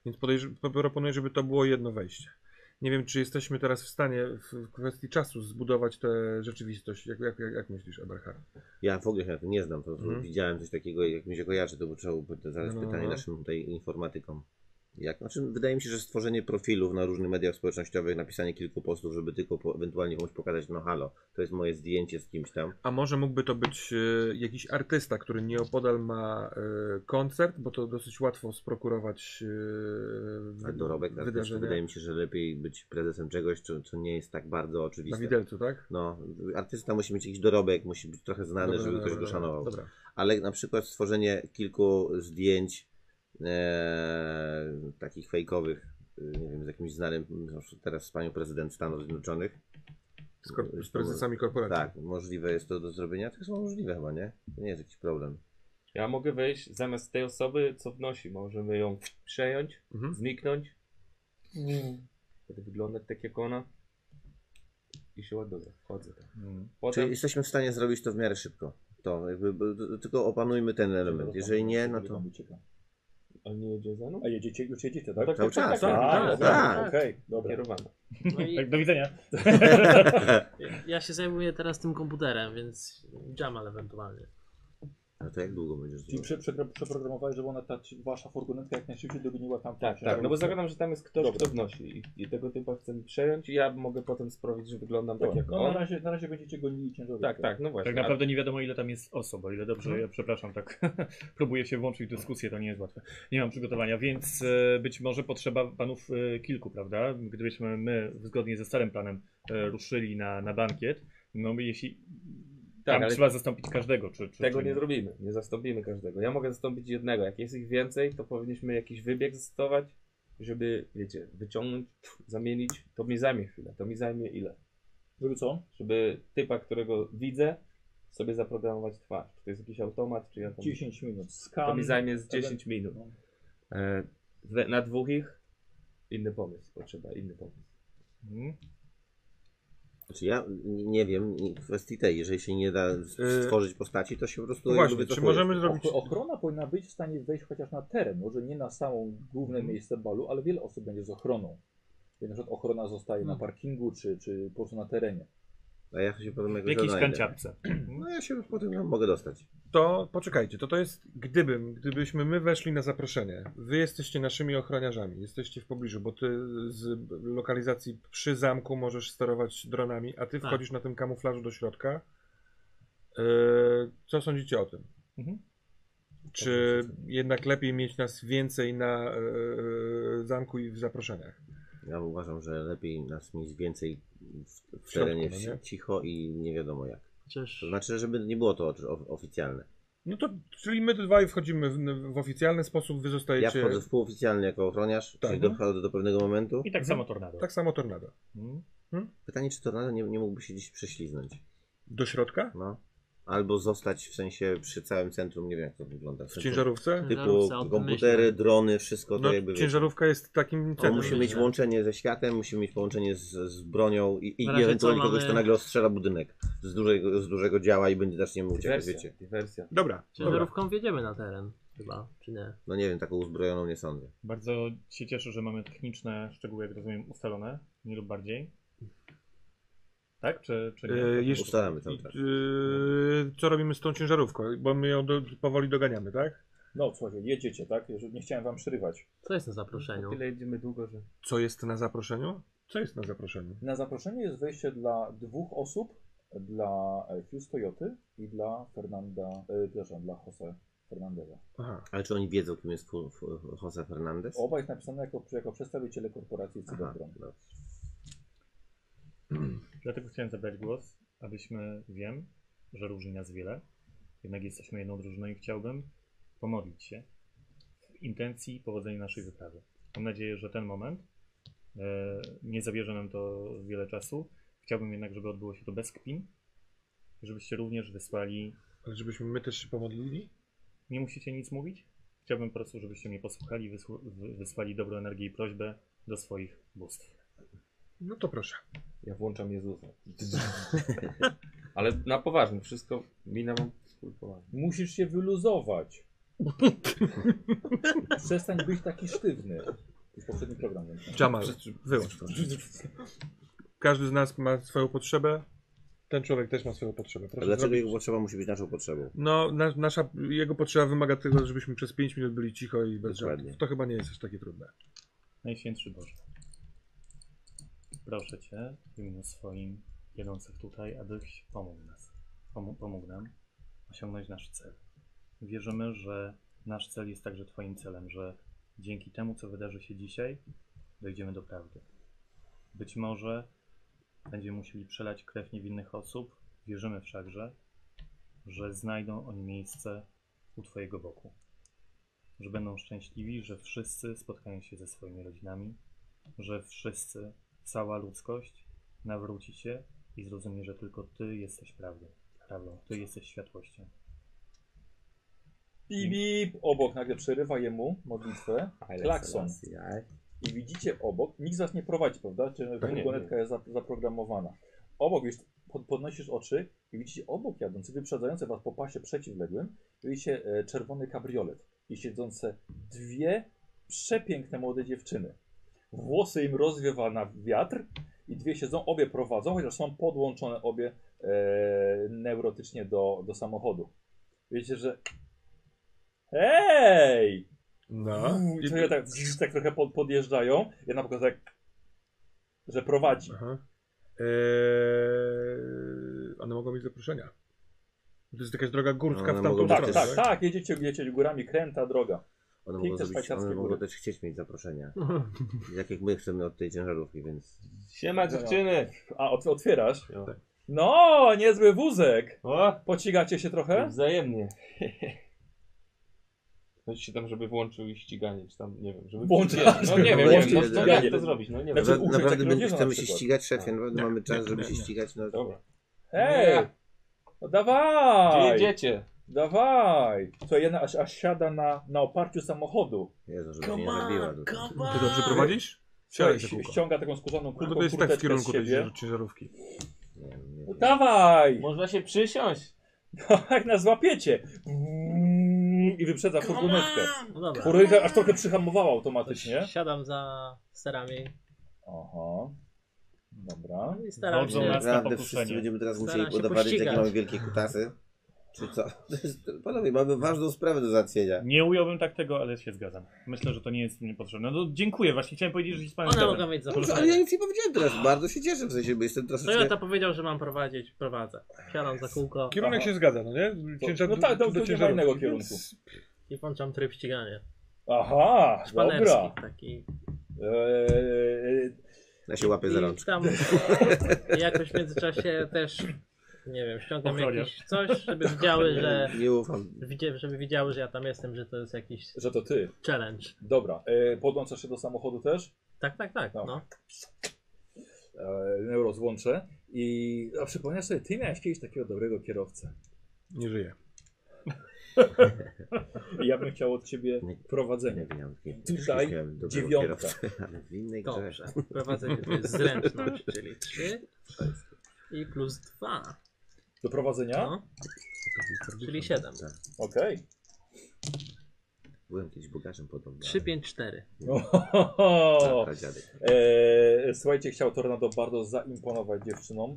Speaker 5: Więc podejrz- proponuję, żeby to było jedno wejście. Nie wiem, czy jesteśmy teraz w stanie w w kwestii czasu zbudować tę rzeczywistość. Jak, jak, jak, jak myślisz, Eberhard?
Speaker 1: Ja w ogóle się na tym nie znam, po prostu
Speaker 5: Mhm.
Speaker 1: widziałem coś takiego, jak mi się kojarzy, to by trzeba by to zadać
Speaker 5: No, no,
Speaker 1: pytanie
Speaker 5: no.
Speaker 1: naszym tutaj informatykom. Jak, znaczy, wydaje mi się, że stworzenie profilów na różnych mediach społecznościowych, napisanie kilku postów, żeby tylko po, ewentualnie komuś pokazać, no halo, to jest moje zdjęcie z kimś tam.
Speaker 5: A może mógłby to być e, jakiś artysta, który nieopodal ma e, koncert, bo to dosyć łatwo sprokurować e,
Speaker 1: A
Speaker 5: wy-
Speaker 1: Tak, dorobek artysty, wydaje mi się, że lepiej być prezesem czegoś, co, co nie jest tak bardzo
Speaker 5: na
Speaker 1: oczywiste.
Speaker 5: widelcu, tak?
Speaker 1: No, artysta musi mieć jakiś dorobek, musi być trochę znany,
Speaker 5: Dobra,
Speaker 1: żeby
Speaker 5: dobra,
Speaker 1: ktoś go
Speaker 5: dobra,
Speaker 1: szanował.
Speaker 5: Dobra.
Speaker 1: ale na przykład stworzenie kilku zdjęć e, takich fejkowych, e, nie wiem, z jakimś znanym, na przykład teraz z panią prezydent Stanów Zjednoczonych.
Speaker 5: Z, kor- z prezesami korporacji.
Speaker 1: Tak, możliwe jest to do zrobienia, to jest możliwe chyba, nie? To nie jest jakiś problem.
Speaker 6: Ja mogę wejść zamiast tej osoby, co wnosi. Możemy ją przejąć,
Speaker 5: Mhm.
Speaker 6: zniknąć. Wtedy wyglądać tak jak ona. i się ładuje. Wchodzę tam.
Speaker 5: Mm.
Speaker 1: Czyli
Speaker 6: Potem
Speaker 1: jesteśmy w stanie zrobić to w miarę szybko. To jakby, b- b- tylko opanujmy ten element. Jeżeli nie, no to.
Speaker 6: on nie jedzie za mną.
Speaker 2: A jedziecie, już jedziecie, tak?
Speaker 1: Cały czas.
Speaker 2: tak,
Speaker 1: Tak,
Speaker 2: tak,
Speaker 1: tak.
Speaker 2: Okej, dobra.
Speaker 6: Kierowana.
Speaker 4: No
Speaker 3: Tak,
Speaker 4: i
Speaker 3: do widzenia.
Speaker 4: ja się zajmuję teraz tym komputerem, więc Jamal ewentualnie.
Speaker 1: Ale to jak długo będziesz
Speaker 2: Czyli
Speaker 1: zrobił?
Speaker 2: prze, prze, przeprogramowałeś, żeby ona ta ci- wasza furgonetka jak najszybciej dogoniła tam.
Speaker 6: Tak, tak, no bo zakładam, że tam jest ktoś,
Speaker 2: Dobra.
Speaker 6: kto wnosi i, i tego typa chcę przejąć i ja mogę potem sprawić, że wyglądam tak
Speaker 2: Dobra,
Speaker 6: jak
Speaker 2: no, na,
Speaker 6: on.
Speaker 2: razie, na razie będziecie gonili ciężarówkę.
Speaker 6: Tak, tak, no właśnie.
Speaker 3: Tak naprawdę nie wiadomo ile tam jest osób, o ile dobrze, ja przepraszam, tak próbuję się włączyć w dyskusję, to nie jest łatwe. Nie mam przygotowania, więc e, być może potrzeba panów e, kilku, prawda? Gdybyśmy my zgodnie ze starym planem e, ruszyli na, na bankiet, no my jeśli
Speaker 6: Tak,
Speaker 3: tam
Speaker 6: ale-
Speaker 3: trzeba zastąpić każdego, czy,
Speaker 6: A
Speaker 3: czy
Speaker 6: Tego
Speaker 3: czy
Speaker 6: nie zrobimy, nie zastąpimy każdego. Ja mogę zastąpić jednego. Jak jest ich więcej, to powinniśmy jakiś wybieg zastosować, żeby, wiecie, wyciągnąć, pff, zamienić. To mi zajmie chwilę, to mi zajmie ile?
Speaker 2: Żeby co?
Speaker 6: Żeby typa, którego widzę, sobie zaprogramować twarz. Czy to jest jakiś automat, czy ja tam...
Speaker 2: 10 minut.
Speaker 6: To
Speaker 2: Skan.
Speaker 6: mi zajmie z 10 minut.
Speaker 2: No.
Speaker 6: E, we- na dwóch ich inny pomysł potrzeba, inny pomysł.
Speaker 3: Mhm.
Speaker 1: Znaczy ja nie wiem nie- kwestii tej. Jeżeli się nie da stworzyć postaci, to się po prostu.
Speaker 5: Y- No
Speaker 1: jakby
Speaker 5: właśnie, czy
Speaker 1: wycofujesz.
Speaker 5: możemy zrobić...
Speaker 2: Och- Ochrona powinna być w stanie wejść chociaż na teren, może nie na samą główne
Speaker 6: Mhm.
Speaker 2: miejsce balu, ale wiele osób będzie z ochroną. Więc na przykład ochrona zostaje na
Speaker 6: Mhm.
Speaker 2: parkingu, czy, czy po prostu na terenie.
Speaker 1: A ja się potem
Speaker 3: W
Speaker 1: jakoś
Speaker 3: jakiejś
Speaker 1: odnajdę.
Speaker 3: kanciapce.
Speaker 1: No ja się potem no, mogę dostać.
Speaker 5: To poczekajcie, to to jest gdybym, gdybyśmy my weszli na zaproszenie. Wy jesteście naszymi ochroniarzami, jesteście w pobliżu, bo ty z lokalizacji przy zamku możesz sterować dronami, a ty
Speaker 4: Tak.
Speaker 5: wchodzisz na tym kamuflażu do środka. Yy, Co sądzicie o tym?
Speaker 3: Mhm.
Speaker 5: Czy jednak lepiej mieć nas więcej na yy, zamku i w zaproszeniach?
Speaker 1: Ja uważam, że lepiej nas mieć więcej w, w
Speaker 5: W środku,
Speaker 1: terenie
Speaker 5: no
Speaker 1: wsi-
Speaker 5: nie?
Speaker 1: cicho i nie wiadomo jak.
Speaker 4: Chociaż
Speaker 1: To znaczy, żeby nie było to o- o- oficjalne.
Speaker 5: No to, czyli my dwaj wchodzimy w, w oficjalny sposób, wy
Speaker 1: Ja
Speaker 5: zostajecie...
Speaker 1: wchodzę w półoficjalny jako ochroniarz,
Speaker 5: Tak.
Speaker 1: czyli dochodzę do pewnego momentu.
Speaker 3: I tak samo tornado.
Speaker 5: Tak samo tornado.
Speaker 3: Mhm.
Speaker 1: Pytanie, czy tornado nie, nie mógłby się gdzieś prześliznąć?
Speaker 5: Do środka?
Speaker 1: No. Albo zostać w sensie przy całym centrum, nie wiem jak to wygląda.
Speaker 5: W
Speaker 1: centrum Mhm.
Speaker 5: ciężarówce?
Speaker 1: Typu
Speaker 4: Ciężarówce, o tym
Speaker 1: komputery,
Speaker 4: myślę.
Speaker 1: drony, wszystko
Speaker 5: No,
Speaker 1: to jakby... wiecie. No,
Speaker 5: ciężarówka jest takim
Speaker 1: To
Speaker 5: centrum.
Speaker 1: musi
Speaker 4: myślę.
Speaker 1: mieć
Speaker 2: tak.
Speaker 1: łączenie ze światem, musi mieć połączenie z, z bronią i, i
Speaker 4: Na razie
Speaker 1: ewentualnie
Speaker 4: co
Speaker 1: kogoś,
Speaker 4: mamy?
Speaker 1: kto nagle ostrzela budynek z dużego, z dużego działa i będzie zacznie mu uciekać,
Speaker 6: Dywersja,
Speaker 1: wiecie.
Speaker 6: dywersja.
Speaker 5: Dobra, dobra.
Speaker 4: ciężarówką wjedziemy na teren chyba, czy nie?
Speaker 1: No nie wiem, taką uzbrojoną nie sądzę.
Speaker 3: Bardzo się cieszę, że mamy techniczne szczegóły, jak rozumiem, ustalone, nie lub bardziej. Tak, czy, czy nie?
Speaker 5: E, jeszcze,
Speaker 1: Ustalamy cały
Speaker 5: i,
Speaker 1: czas.
Speaker 5: e, co robimy z tą ciężarówką? Bo my ją do, powoli doganiamy, tak?
Speaker 2: No, słuchajcie, jedziecie, tak? Jeżeli- Nie chciałem wam przerywać.
Speaker 4: Co jest na
Speaker 2: No.
Speaker 4: zaproszeniu?
Speaker 6: Tyle jedziemy długo, że...
Speaker 5: Co jest na zaproszeniu? Co jest na zaproszeniu?
Speaker 2: Na zaproszenie jest wejście dla dwóch osób, dla e, Hughes Toyoty i dla Fernanda, e, przepraszam, dla Jose Fernandeza.
Speaker 5: Aha.
Speaker 1: Ale czy oni wiedzą, kim jest fu- fu- Jose Fernandez?
Speaker 2: Oba jest napisane jako, jako przedstawiciele korporacji
Speaker 1: Aha,
Speaker 2: Cybertron.
Speaker 1: no.
Speaker 3: Dlatego chciałem zabrać głos, abyśmy, wiem, że różni nas wiele, jednak jesteśmy jedną drużyną i chciałbym pomodlić się w intencji powodzenia naszej wyprawy. Mam nadzieję, że ten moment e, nie zabierze nam to wiele czasu. Chciałbym jednak, żeby odbyło się to bez kpin, żebyście również wysłali.
Speaker 5: Ale żebyśmy my też się pomodlili?
Speaker 3: Nie musicie nic mówić. Chciałbym po prostu, żebyście mnie posłuchali, wysłu- wy- wysłali dobrą energię i prośbę do swoich bóstw.
Speaker 5: No to proszę.
Speaker 6: Ja włączam Jezusa. Ale na poważnie, wszystko mina wam swój poważnie.
Speaker 2: Musisz się wyluzować. Przestań być taki sztywny. Już poprzedni program. więc-
Speaker 5: Jamal, wyłącz to. Każdy z nas ma swoją potrzebę. Ten człowiek też ma swoją potrzebę.
Speaker 1: A
Speaker 5: Proszę
Speaker 1: dlaczego
Speaker 5: zrobić-
Speaker 1: jego potrzeba musi być naszą potrzebą?
Speaker 5: No, na, nasza, jego potrzeba wymaga tego, żebyśmy przez 5 minut byli cicho i bez
Speaker 1: Dokładnie.
Speaker 5: żartów. To chyba nie jest aż takie trudne.
Speaker 3: Najświętszy Boże, proszę Cię w imieniu swoim jadących tutaj, abyś pomógł nas, pomógł, pomógł nam osiągnąć nasz cel. Wierzymy, że nasz cel jest także Twoim celem, że dzięki temu, co wydarzy się dzisiaj, dojdziemy do prawdy. Być może będziemy musieli przelać krew niewinnych osób, wierzymy wszakże, że znajdą oni miejsce u Twojego boku że będą szczęśliwi, że wszyscy spotkają się ze swoimi rodzinami, że wszyscy, cała ludzkość nawróci się i zrozumie, że tylko Ty jesteś prawdą. prawdą. Ty jesteś światłością.
Speaker 2: Bip, bip. Obok nagle przerywa jemu modlitwę.
Speaker 6: Ale
Speaker 2: Klakson.
Speaker 6: selasy, aj.
Speaker 2: I widzicie obok, nikt z was nie prowadzi, prawda? Czy
Speaker 6: No nie,
Speaker 2: furgonetka jest za- zaprogramowana. obok, wiesz, pod, podnosisz oczy i widzicie obok jadący, wyprzedzający was po pasie przeciwległym, widzicie e, czerwony kabriolet i siedzące dwie przepiękne młode dziewczyny. Włosy im rozwiewa na wiatr i dwie siedzą, obie prowadzą, chociaż są podłączone obie e, neurotycznie do, do samochodu. Wiecie, że hej!
Speaker 5: No.
Speaker 2: I to ja tak, tak trochę pod, podjeżdżają. Jedna pokazuje, tak, że prowadzi.
Speaker 5: Aha. Eee, Yy, one mogą mieć zaproszenia. To jest jakaś droga górska
Speaker 1: One
Speaker 5: w tamtą
Speaker 1: mogą
Speaker 2: Tak,
Speaker 5: stronę,
Speaker 1: też-
Speaker 2: tak, tak, jedziecie, jedziecie górami, kręta droga.
Speaker 1: One
Speaker 2: Piękne
Speaker 1: mogą, zrobić,
Speaker 2: szwajcarskie
Speaker 1: one mogą
Speaker 2: góry.
Speaker 1: też chcieć mieć zaproszenia.
Speaker 4: No
Speaker 1: Tak jak my chcemy od tej ciężarówki, więc
Speaker 6: Siema dziewczyny!
Speaker 2: A, ot, otwierasz.
Speaker 6: No.
Speaker 2: No, niezły wózek.
Speaker 6: O,
Speaker 2: Pocigacie się trochę?
Speaker 6: wzajemnie. No się tam, żeby włączył i ściganie, czy tam, nie wiem, żeby...
Speaker 2: Włączył.
Speaker 6: No nie wiem,
Speaker 1: Włączył
Speaker 6: no, to,
Speaker 1: ściganie.
Speaker 6: jak to zrobić, no nie wiem.
Speaker 2: Znaczy,
Speaker 1: Napra-
Speaker 2: ukryć
Speaker 1: naprawdę
Speaker 2: takiego
Speaker 1: my
Speaker 2: dzieła
Speaker 1: chcemy
Speaker 2: na
Speaker 1: się
Speaker 2: przykład. Tak.
Speaker 1: ścigać, szefie, naprawdę
Speaker 5: Nie,
Speaker 1: mamy czas,
Speaker 5: nie,
Speaker 1: żeby
Speaker 5: nie,
Speaker 1: się
Speaker 5: nie.
Speaker 1: ścigać. No,
Speaker 6: Dobra.
Speaker 2: Hej, no dawaj.
Speaker 6: Gdzie idziecie?
Speaker 2: Dawaj. Co, jedna aż, aż siada na, na oparciu samochodu.
Speaker 1: Jezu, żeby mnie no nie zabiła. tylko-
Speaker 5: Ty dobrze prowadzisz? Siadaj się
Speaker 2: Ści-
Speaker 5: kółko.
Speaker 2: Ściąga taką skórzaną
Speaker 5: No
Speaker 2: kurtką,
Speaker 5: bo to jest tak w
Speaker 2: kurteczkę
Speaker 5: kierunku
Speaker 2: z
Speaker 5: tej
Speaker 2: siebie.
Speaker 5: ciężar- ciężarówki.
Speaker 1: Nie, nie,
Speaker 2: No
Speaker 1: nie.
Speaker 2: dawaj.
Speaker 6: Można się przysiąść.
Speaker 2: Jak Tak nas złapiecie. Mm, I wyprzedza furgonetkę.
Speaker 4: No dobra.
Speaker 2: Furgonka aż trochę przyhamowała automatycznie.
Speaker 4: Ktoś Siadam za starami
Speaker 2: Aha. Dobra.
Speaker 4: No i staram
Speaker 3: Wodzą
Speaker 4: się.
Speaker 3: nas-
Speaker 1: Naprawdę
Speaker 3: pokuszenie.
Speaker 1: wszyscy będziemy teraz
Speaker 4: Staram
Speaker 1: musieli
Speaker 4: się
Speaker 1: udowadniać, jakie
Speaker 4: pościgać.
Speaker 1: mamy wielkie kutasy. Czy co? To jest- Panowie, mamy ważną sprawę do załatwienia.
Speaker 3: Nie ująłbym tak tego, ale się zgadzam. Myślę, że to nie jest mi potrzebne. No dziękuję, właśnie chciałem powiedzieć, że tak. się z panem
Speaker 4: One
Speaker 3: zgadzam.
Speaker 4: mogą mieć
Speaker 1: Dobrze, ale ja
Speaker 4: zaproszenie.
Speaker 1: nic nie powiedziałem teraz. Bardzo się cieszę, w sensie, bo jestem troszeczkę...
Speaker 4: Toyota powiedział, że mam prowadzić, prowadzę. Siadam za kółko
Speaker 5: Kierunek
Speaker 2: Aha.
Speaker 5: się zgadza, no nie? Ciężar,
Speaker 2: No tak, to- to nie ma
Speaker 5: ciężarówki,
Speaker 2: innego
Speaker 5: więc
Speaker 4: i włączam tryb ścigania.
Speaker 2: Aha, dobra.
Speaker 4: Szpanerski taki.
Speaker 2: Eee,
Speaker 1: Ja się łapię za rączkę.
Speaker 4: I tam jakoś w międzyczasie też, nie wiem, ściągam
Speaker 3: Ochroniarz.
Speaker 4: jakieś coś, żeby widziały, że
Speaker 1: Nie ufam.
Speaker 4: widzie- żeby widziały, że ja tam jestem, że to jest jakiś
Speaker 2: że to ty.
Speaker 4: challenge.
Speaker 2: Dobra. Eee, podłączasz się do samochodu też?
Speaker 4: Tak, tak, tak. No.
Speaker 2: Eee, neuro złączę. I a przypomniałem sobie, ty miałeś kiedyś takiego dobrego kierowcę.
Speaker 5: Nie żyje.
Speaker 2: I ja bym chciał od ciebie
Speaker 1: Nie.
Speaker 2: prowadzenie.
Speaker 1: Nie wiem, nie-
Speaker 2: Tutaj
Speaker 1: nie wiem, dobrego
Speaker 2: dziewiątka.
Speaker 1: kierowcy, Ale w innej grze.
Speaker 4: Dobrze. Prowadzenie to jest zręczność, czyli 3 i plus 2.
Speaker 2: Do prowadzenia?
Speaker 4: No, czyli 7.
Speaker 2: Okej.
Speaker 1: Tak. Byłem kiedyś bogaczem podobno.
Speaker 4: 3, 5, 4.
Speaker 1: O!
Speaker 2: Ohohoho.
Speaker 1: Dziadek.
Speaker 2: Eee, słuchajcie, chciał Tornado bardzo zaimponować dziewczynom.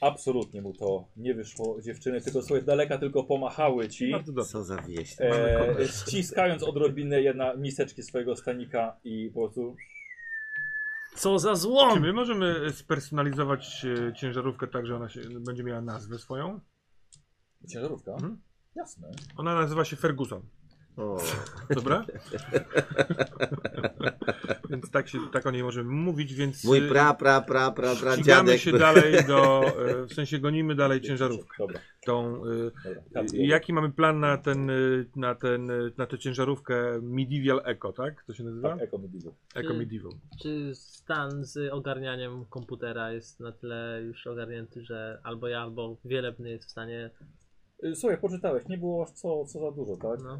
Speaker 2: Absolutnie mu to nie wyszło. Dziewczyny tylko swoje z daleka tylko pomachały ci.
Speaker 5: Bardzo dobrze.
Speaker 1: Co za wieś.
Speaker 2: E, ściskając odrobinę jedna miseczki swojego stanika i po prostu
Speaker 4: Co za
Speaker 5: Czy
Speaker 4: złom!
Speaker 5: my możemy spersonalizować e, ciężarówkę tak, że ona się, będzie miała nazwę swoją?
Speaker 2: ciężarówka.
Speaker 5: Mhm.
Speaker 2: Jasne.
Speaker 5: Ona nazywa się Ferguson,
Speaker 1: O,
Speaker 5: dobra? więc tak, się, tak o niej możemy mówić, więc
Speaker 1: mój
Speaker 5: e,
Speaker 1: pra, pra, pra, pra, pra
Speaker 5: ścigamy
Speaker 1: dziadek.
Speaker 5: się dalej do, e, w sensie gonimy dalej ciężarówkę.
Speaker 2: Dobra.
Speaker 5: Tą, e,
Speaker 2: dobra.
Speaker 5: e, jaki mamy plan na ten, e, na ten, e, na tę ciężarówkę Medieval Eco, tak? To się nazywa?
Speaker 2: Tak, Eco Medieval.
Speaker 5: Eco Medieval.
Speaker 4: Czy stan z ogarnianiem komputera jest na tyle już ogarnięty, że albo ja, albo wielebny jest w stanie.
Speaker 2: E, Słuchaj, poczytałeś, nie było aż co, co za dużo, tak?
Speaker 4: No.
Speaker 2: E,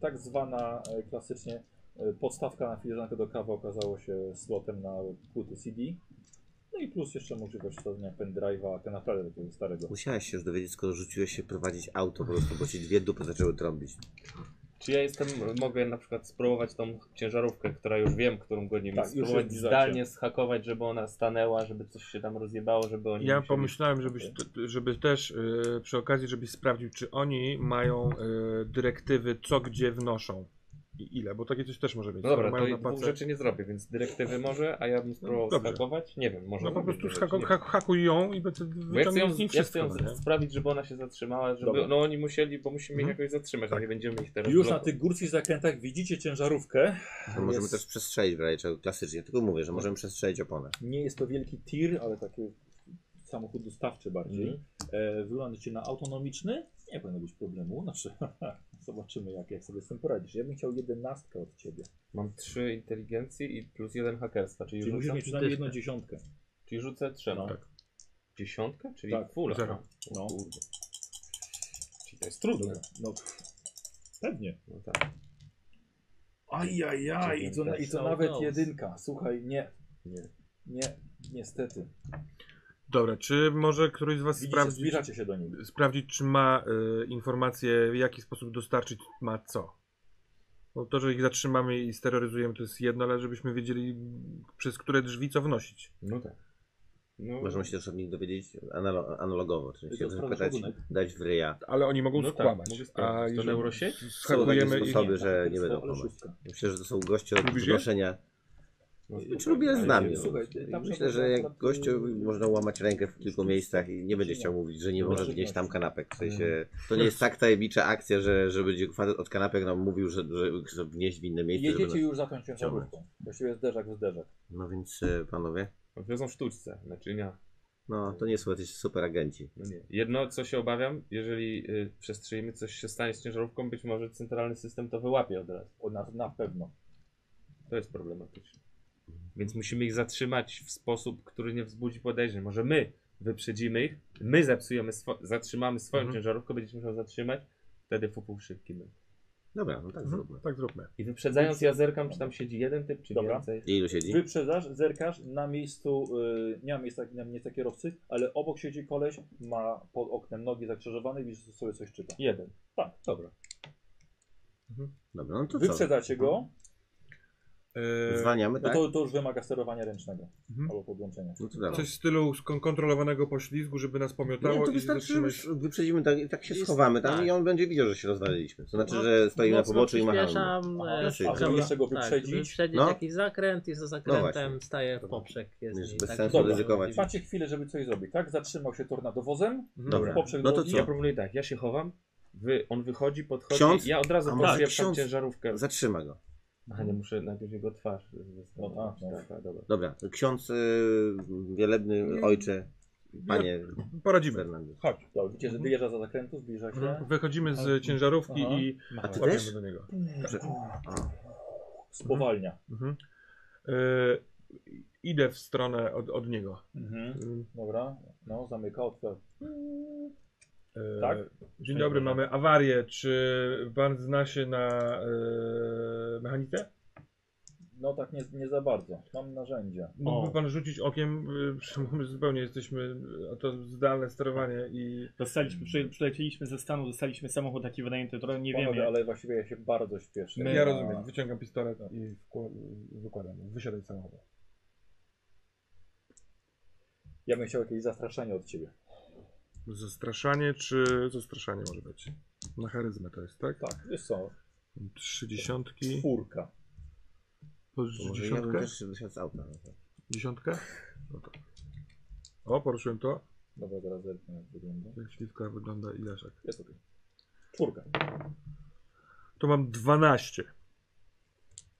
Speaker 2: tak zwana e, klasycznie e, podstawka na filiżankę do kawy okazało się slotem na płyty CD. No i plus jeszcze możliwość wstawienia pendrive'a, tak naprawdę takiego starego.
Speaker 1: Musiałeś się już dowiedzieć, skoro rzuciłeś się prowadzić auto po prostu, bo ci dwie dupy zaczęły trąbić.
Speaker 6: Czy ja jestem, mogę na przykład spróbować tą ciężarówkę, która już wiem, którą gonimy,
Speaker 2: Tak, już
Speaker 6: spróbować
Speaker 2: jest
Speaker 6: zdalnie zhakować, żeby ona stanęła, żeby coś się tam rozjebało, żeby oni
Speaker 5: Ja
Speaker 6: musieli-
Speaker 5: pomyślałem, żebyś, t- t- żeby też e, przy okazji, żebyś sprawdził, czy oni mają e, dyrektywy, co gdzie wnoszą i ile, bo takie coś też może mieć.
Speaker 6: No
Speaker 5: Skoro
Speaker 6: dobra, to
Speaker 5: mają
Speaker 6: i
Speaker 5: na
Speaker 6: dwóch
Speaker 5: pace-
Speaker 6: rzeczy nie zrobię, więc dyrektywy może, a ja bym spróbował
Speaker 5: dobrze.
Speaker 6: zhakować? Nie wiem, może...
Speaker 5: No po
Speaker 6: zrobię
Speaker 5: prostu
Speaker 6: te rzeczy,
Speaker 5: skako-
Speaker 6: nie
Speaker 5: ha- hakuj ją i będę
Speaker 6: Bo ja chcę
Speaker 5: wyciągnął
Speaker 6: ją,
Speaker 5: z niej
Speaker 6: ja chcę
Speaker 5: wszystko.
Speaker 6: ją
Speaker 5: no
Speaker 6: z-
Speaker 5: nie?
Speaker 6: sprawić, żeby ona się zatrzymała, żeby.
Speaker 2: Dobra.
Speaker 6: No oni musieli, bo musimy ich
Speaker 5: Mhm.
Speaker 6: jakoś zatrzymać, a
Speaker 5: Tak.
Speaker 6: nie będziemy ich teraz.
Speaker 2: Już na
Speaker 6: blokować.
Speaker 2: tych górskich zakrętach widzicie ciężarówkę.
Speaker 1: To możemy
Speaker 2: Jest- No.
Speaker 1: też przestrzelić w razie klasycznie, tylko mówię, że możemy przestrzelić oponę.
Speaker 2: Nie jest to wielki tir, ale taki samochód dostawczy bardziej.
Speaker 6: Mhm.
Speaker 2: E, Wygląda ci na autonomiczny. Nie powinno być problemu. Znaczy, zobaczymy, jak, jak sobie z tym poradzisz. Ja bym chciał jedenastkę od ciebie.
Speaker 6: Mam trzy inteligencji i plus jeden hakerstwa, czyli,
Speaker 2: Czyli musisz
Speaker 6: rzucę,
Speaker 2: mieć przynajmniej
Speaker 4: Dyszkę.
Speaker 2: jedną dziesiątkę.
Speaker 6: czyli rzucę trzema.
Speaker 2: No.
Speaker 5: Tak.
Speaker 6: Dziesiątkę? Czyli
Speaker 2: Tak,
Speaker 6: full.
Speaker 5: zero.
Speaker 6: No.
Speaker 2: No.
Speaker 6: Kurde. Czyli to jest trudne.
Speaker 2: Dobra. No, pff, pewnie.
Speaker 6: No tak.
Speaker 2: Ajajaj, i to, i to
Speaker 4: Dziewiętnaście.
Speaker 2: nawet
Speaker 4: No.
Speaker 2: jedynka. Słuchaj, nie.
Speaker 6: Nie.
Speaker 2: Nie, niestety.
Speaker 5: Dobra, czy może któryś z Was
Speaker 2: Widzicie,
Speaker 5: sprawdzić,
Speaker 2: zbliżacie się do niej.
Speaker 5: sprawdzić, czy ma y, informację, w jaki sposób dostarczyć ma co? Bo to, że ich zatrzymamy i steroryzujemy, to jest jedno, ale żebyśmy wiedzieli, m, przez które drzwi co wnosić.
Speaker 6: No tak. No,
Speaker 1: Możemy się też od nich dowiedzieć analo- analogowo, czyli
Speaker 2: Tylko
Speaker 1: się
Speaker 2: sprawdzę
Speaker 1: zapytać,
Speaker 2: ładunek.
Speaker 1: dać w ryja.
Speaker 5: Ale oni mogą
Speaker 6: no
Speaker 5: skłamać.
Speaker 6: Tak, mogę sprawdzić. to
Speaker 5: jeżeli
Speaker 6: neurosieć?
Speaker 1: Są takie
Speaker 5: schakujemy ich- Mhm,
Speaker 1: sposoby, że
Speaker 2: tak,
Speaker 1: nie
Speaker 2: są,
Speaker 1: będą
Speaker 2: ale
Speaker 1: kłamać.
Speaker 2: szóstka.
Speaker 1: Myślę, że to są goście od
Speaker 5: Lubisz je?
Speaker 1: zgłoszenia.
Speaker 6: No,
Speaker 1: Czy lubię z nami?
Speaker 6: ale-
Speaker 1: no.
Speaker 2: Słuchaj, ty tam
Speaker 1: Myślę,
Speaker 2: są
Speaker 1: że jak
Speaker 2: akurat,
Speaker 1: gościu
Speaker 2: y,
Speaker 1: można łamać rękę w kilku miejscach i nie będzie chciał mówić, że nie może
Speaker 2: Żywność.
Speaker 1: gdzieś tam kanapek. W
Speaker 2: Mhm.
Speaker 1: sensie, to nie jest tak tajemnicza akcja, że, że będzie facet od kanapek nam mówił, że, że, że wnieść w inne miejsce. Żeby...
Speaker 2: Jedziecie
Speaker 1: nas-
Speaker 2: już za tą ciężarówką. Właściwie zderzak w zderzak.
Speaker 1: No więc e, panowie,
Speaker 6: Wiozą w sztuczce znaczy naczynia.
Speaker 1: no to nie są jacyś super agenci.
Speaker 6: No nie. Jedno, co się obawiam, jeżeli y, przestrzeimy, coś się stanie z ciężarówką, być może centralny system to wyłapie od razu.
Speaker 2: O, na, na pewno.
Speaker 6: To jest problematyczne. Więc musimy ich zatrzymać w sposób, który nie wzbudzi podejrzeń. Może my wyprzedzimy ich, my zepsujemy, swo- zatrzymamy swoją
Speaker 5: Mhm.
Speaker 6: ciężarówkę, będziemy musiał zatrzymać, wtedy fupuł szybki my.
Speaker 1: Dobra, no tak
Speaker 5: Mhm,
Speaker 1: zróbmy.
Speaker 5: tak zróbmy.
Speaker 6: I wyprzedzając ja zerkam, czy tam siedzi jeden typ, czy
Speaker 2: Dobra.
Speaker 6: więcej.
Speaker 1: I ilu siedzi?
Speaker 2: Wyprzedzasz, zerkasz, na miejscu, y, nie ma miejsca, na miejsca kierowcy, ale obok siedzi koleś, ma pod oknem nogi zakrzyżowane i widzisz, że sobie coś czyta.
Speaker 6: Jeden.
Speaker 2: Tak, dobra.
Speaker 1: Dobra, no to co?
Speaker 2: Wyprzedzacie go,
Speaker 5: E,
Speaker 1: Zwalniamy,
Speaker 2: no
Speaker 1: tak?
Speaker 2: to, to już wymaga sterowania ręcznego
Speaker 5: Mhm.
Speaker 2: albo podłączenia.
Speaker 1: No to dawaj.
Speaker 5: Coś w stylu skon- kontrolowanego poślizgu, żeby nas
Speaker 1: Nie,
Speaker 5: pomiatało
Speaker 1: to
Speaker 5: i
Speaker 1: wystarczy, że
Speaker 5: zatrzymać...
Speaker 1: już wyprzedzimy tak, i tak się
Speaker 4: Jest-
Speaker 1: schowamy tam
Speaker 4: tak.
Speaker 1: i on będzie widział, że się rozwaliliśmy. To znaczy,
Speaker 4: No,
Speaker 1: że stoimy na
Speaker 4: Mocno
Speaker 1: poboczu i machamy.
Speaker 4: przyspieszam,
Speaker 2: Aha,
Speaker 4: e,
Speaker 1: a żeby
Speaker 4: żeby-
Speaker 2: jeszcze go
Speaker 4: tak,
Speaker 2: wyprzedzić?
Speaker 4: żeby wyprzedzić
Speaker 1: No.
Speaker 4: jakiś zakręt i za zakrętem
Speaker 1: właśnie.
Speaker 4: staję w poprzek. Jest
Speaker 1: Wiesz,
Speaker 4: i
Speaker 1: bez
Speaker 4: tak
Speaker 1: sensu
Speaker 4: dobrze
Speaker 1: ryzykować.
Speaker 4: wychodzi.
Speaker 2: Macie chwilę, żeby coś zrobić, tak? Zatrzymał się tornadowozem,
Speaker 4: Mhm.
Speaker 1: Dobra,
Speaker 2: poprzek
Speaker 1: no to
Speaker 2: drogi.
Speaker 1: co?
Speaker 6: Ja proponuję tak, ja się chowam, wy, on wychodzi, podchodzi,
Speaker 1: Ksiądz?
Speaker 6: ja od razu
Speaker 1: A
Speaker 6: tak,
Speaker 1: może
Speaker 6: podwieprzam
Speaker 1: ksiądz?
Speaker 6: ciężarówkę.
Speaker 1: Zatrzyma go.
Speaker 6: Aha, nie muszę najpierw jego twarz
Speaker 2: No tak, no.
Speaker 6: tak, dobra.
Speaker 1: Dobra, ksiądz y, wielebny ojcze, panie
Speaker 5: Poradzimy.
Speaker 1: Fernandez.
Speaker 5: Chodź.
Speaker 2: Dobra, widzicie, że wyjeżdża za zakrętu, zbliża się.
Speaker 5: Wychodzimy z ciężarówki
Speaker 2: Aha.
Speaker 5: i
Speaker 1: Mhm. A ty
Speaker 5: łapiemy
Speaker 1: też?
Speaker 5: do niego.
Speaker 1: Że- a,
Speaker 2: Spowalnia.
Speaker 5: Mhm. E, idę w stronę od, od niego.
Speaker 2: Mhm.
Speaker 5: Mm,
Speaker 2: Dobra, no zamyka, otwiera.
Speaker 5: e,
Speaker 2: Tak?
Speaker 5: Dzień dobry, mamy awarię. Czy pan zna się na e, mechanice?
Speaker 2: No tak nie, nie za bardzo, mam narzędzia.
Speaker 5: Mógłby
Speaker 3: O.
Speaker 5: pan rzucić okiem, e, przy- my zupełnie jesteśmy, a to zdalne sterowanie i
Speaker 3: Dostaliśmy, przy, przylecieliśmy ze Stanów, dostaliśmy samochód taki wynajęty, to nie wiemy.
Speaker 2: Panowie, ale właściwie ja się bardzo śpieszę.
Speaker 5: ja rozumiem, wyciągam pistolet i wkła- wykładam, wysiadaj z samochodu.
Speaker 2: Ja bym chciał jakieś zastraszenie od ciebie.
Speaker 5: Zastraszanie czy zastraszanie może być? Na charyzmę to jest, tak?
Speaker 2: Tak, wiesz co,
Speaker 5: Trzy dziesiątki,
Speaker 2: czwórka.
Speaker 5: plus
Speaker 1: to może ja bym
Speaker 5: dziesiątkę,
Speaker 1: też wyszedł z auta.
Speaker 5: dziesiątkę? No to. O, poruszyłem to.
Speaker 2: Dobra, teraz zerknę jak wygląda.
Speaker 5: Jak śliwka wygląda i Leszek.
Speaker 2: Jest okej. Czwórka.
Speaker 5: To mam 12.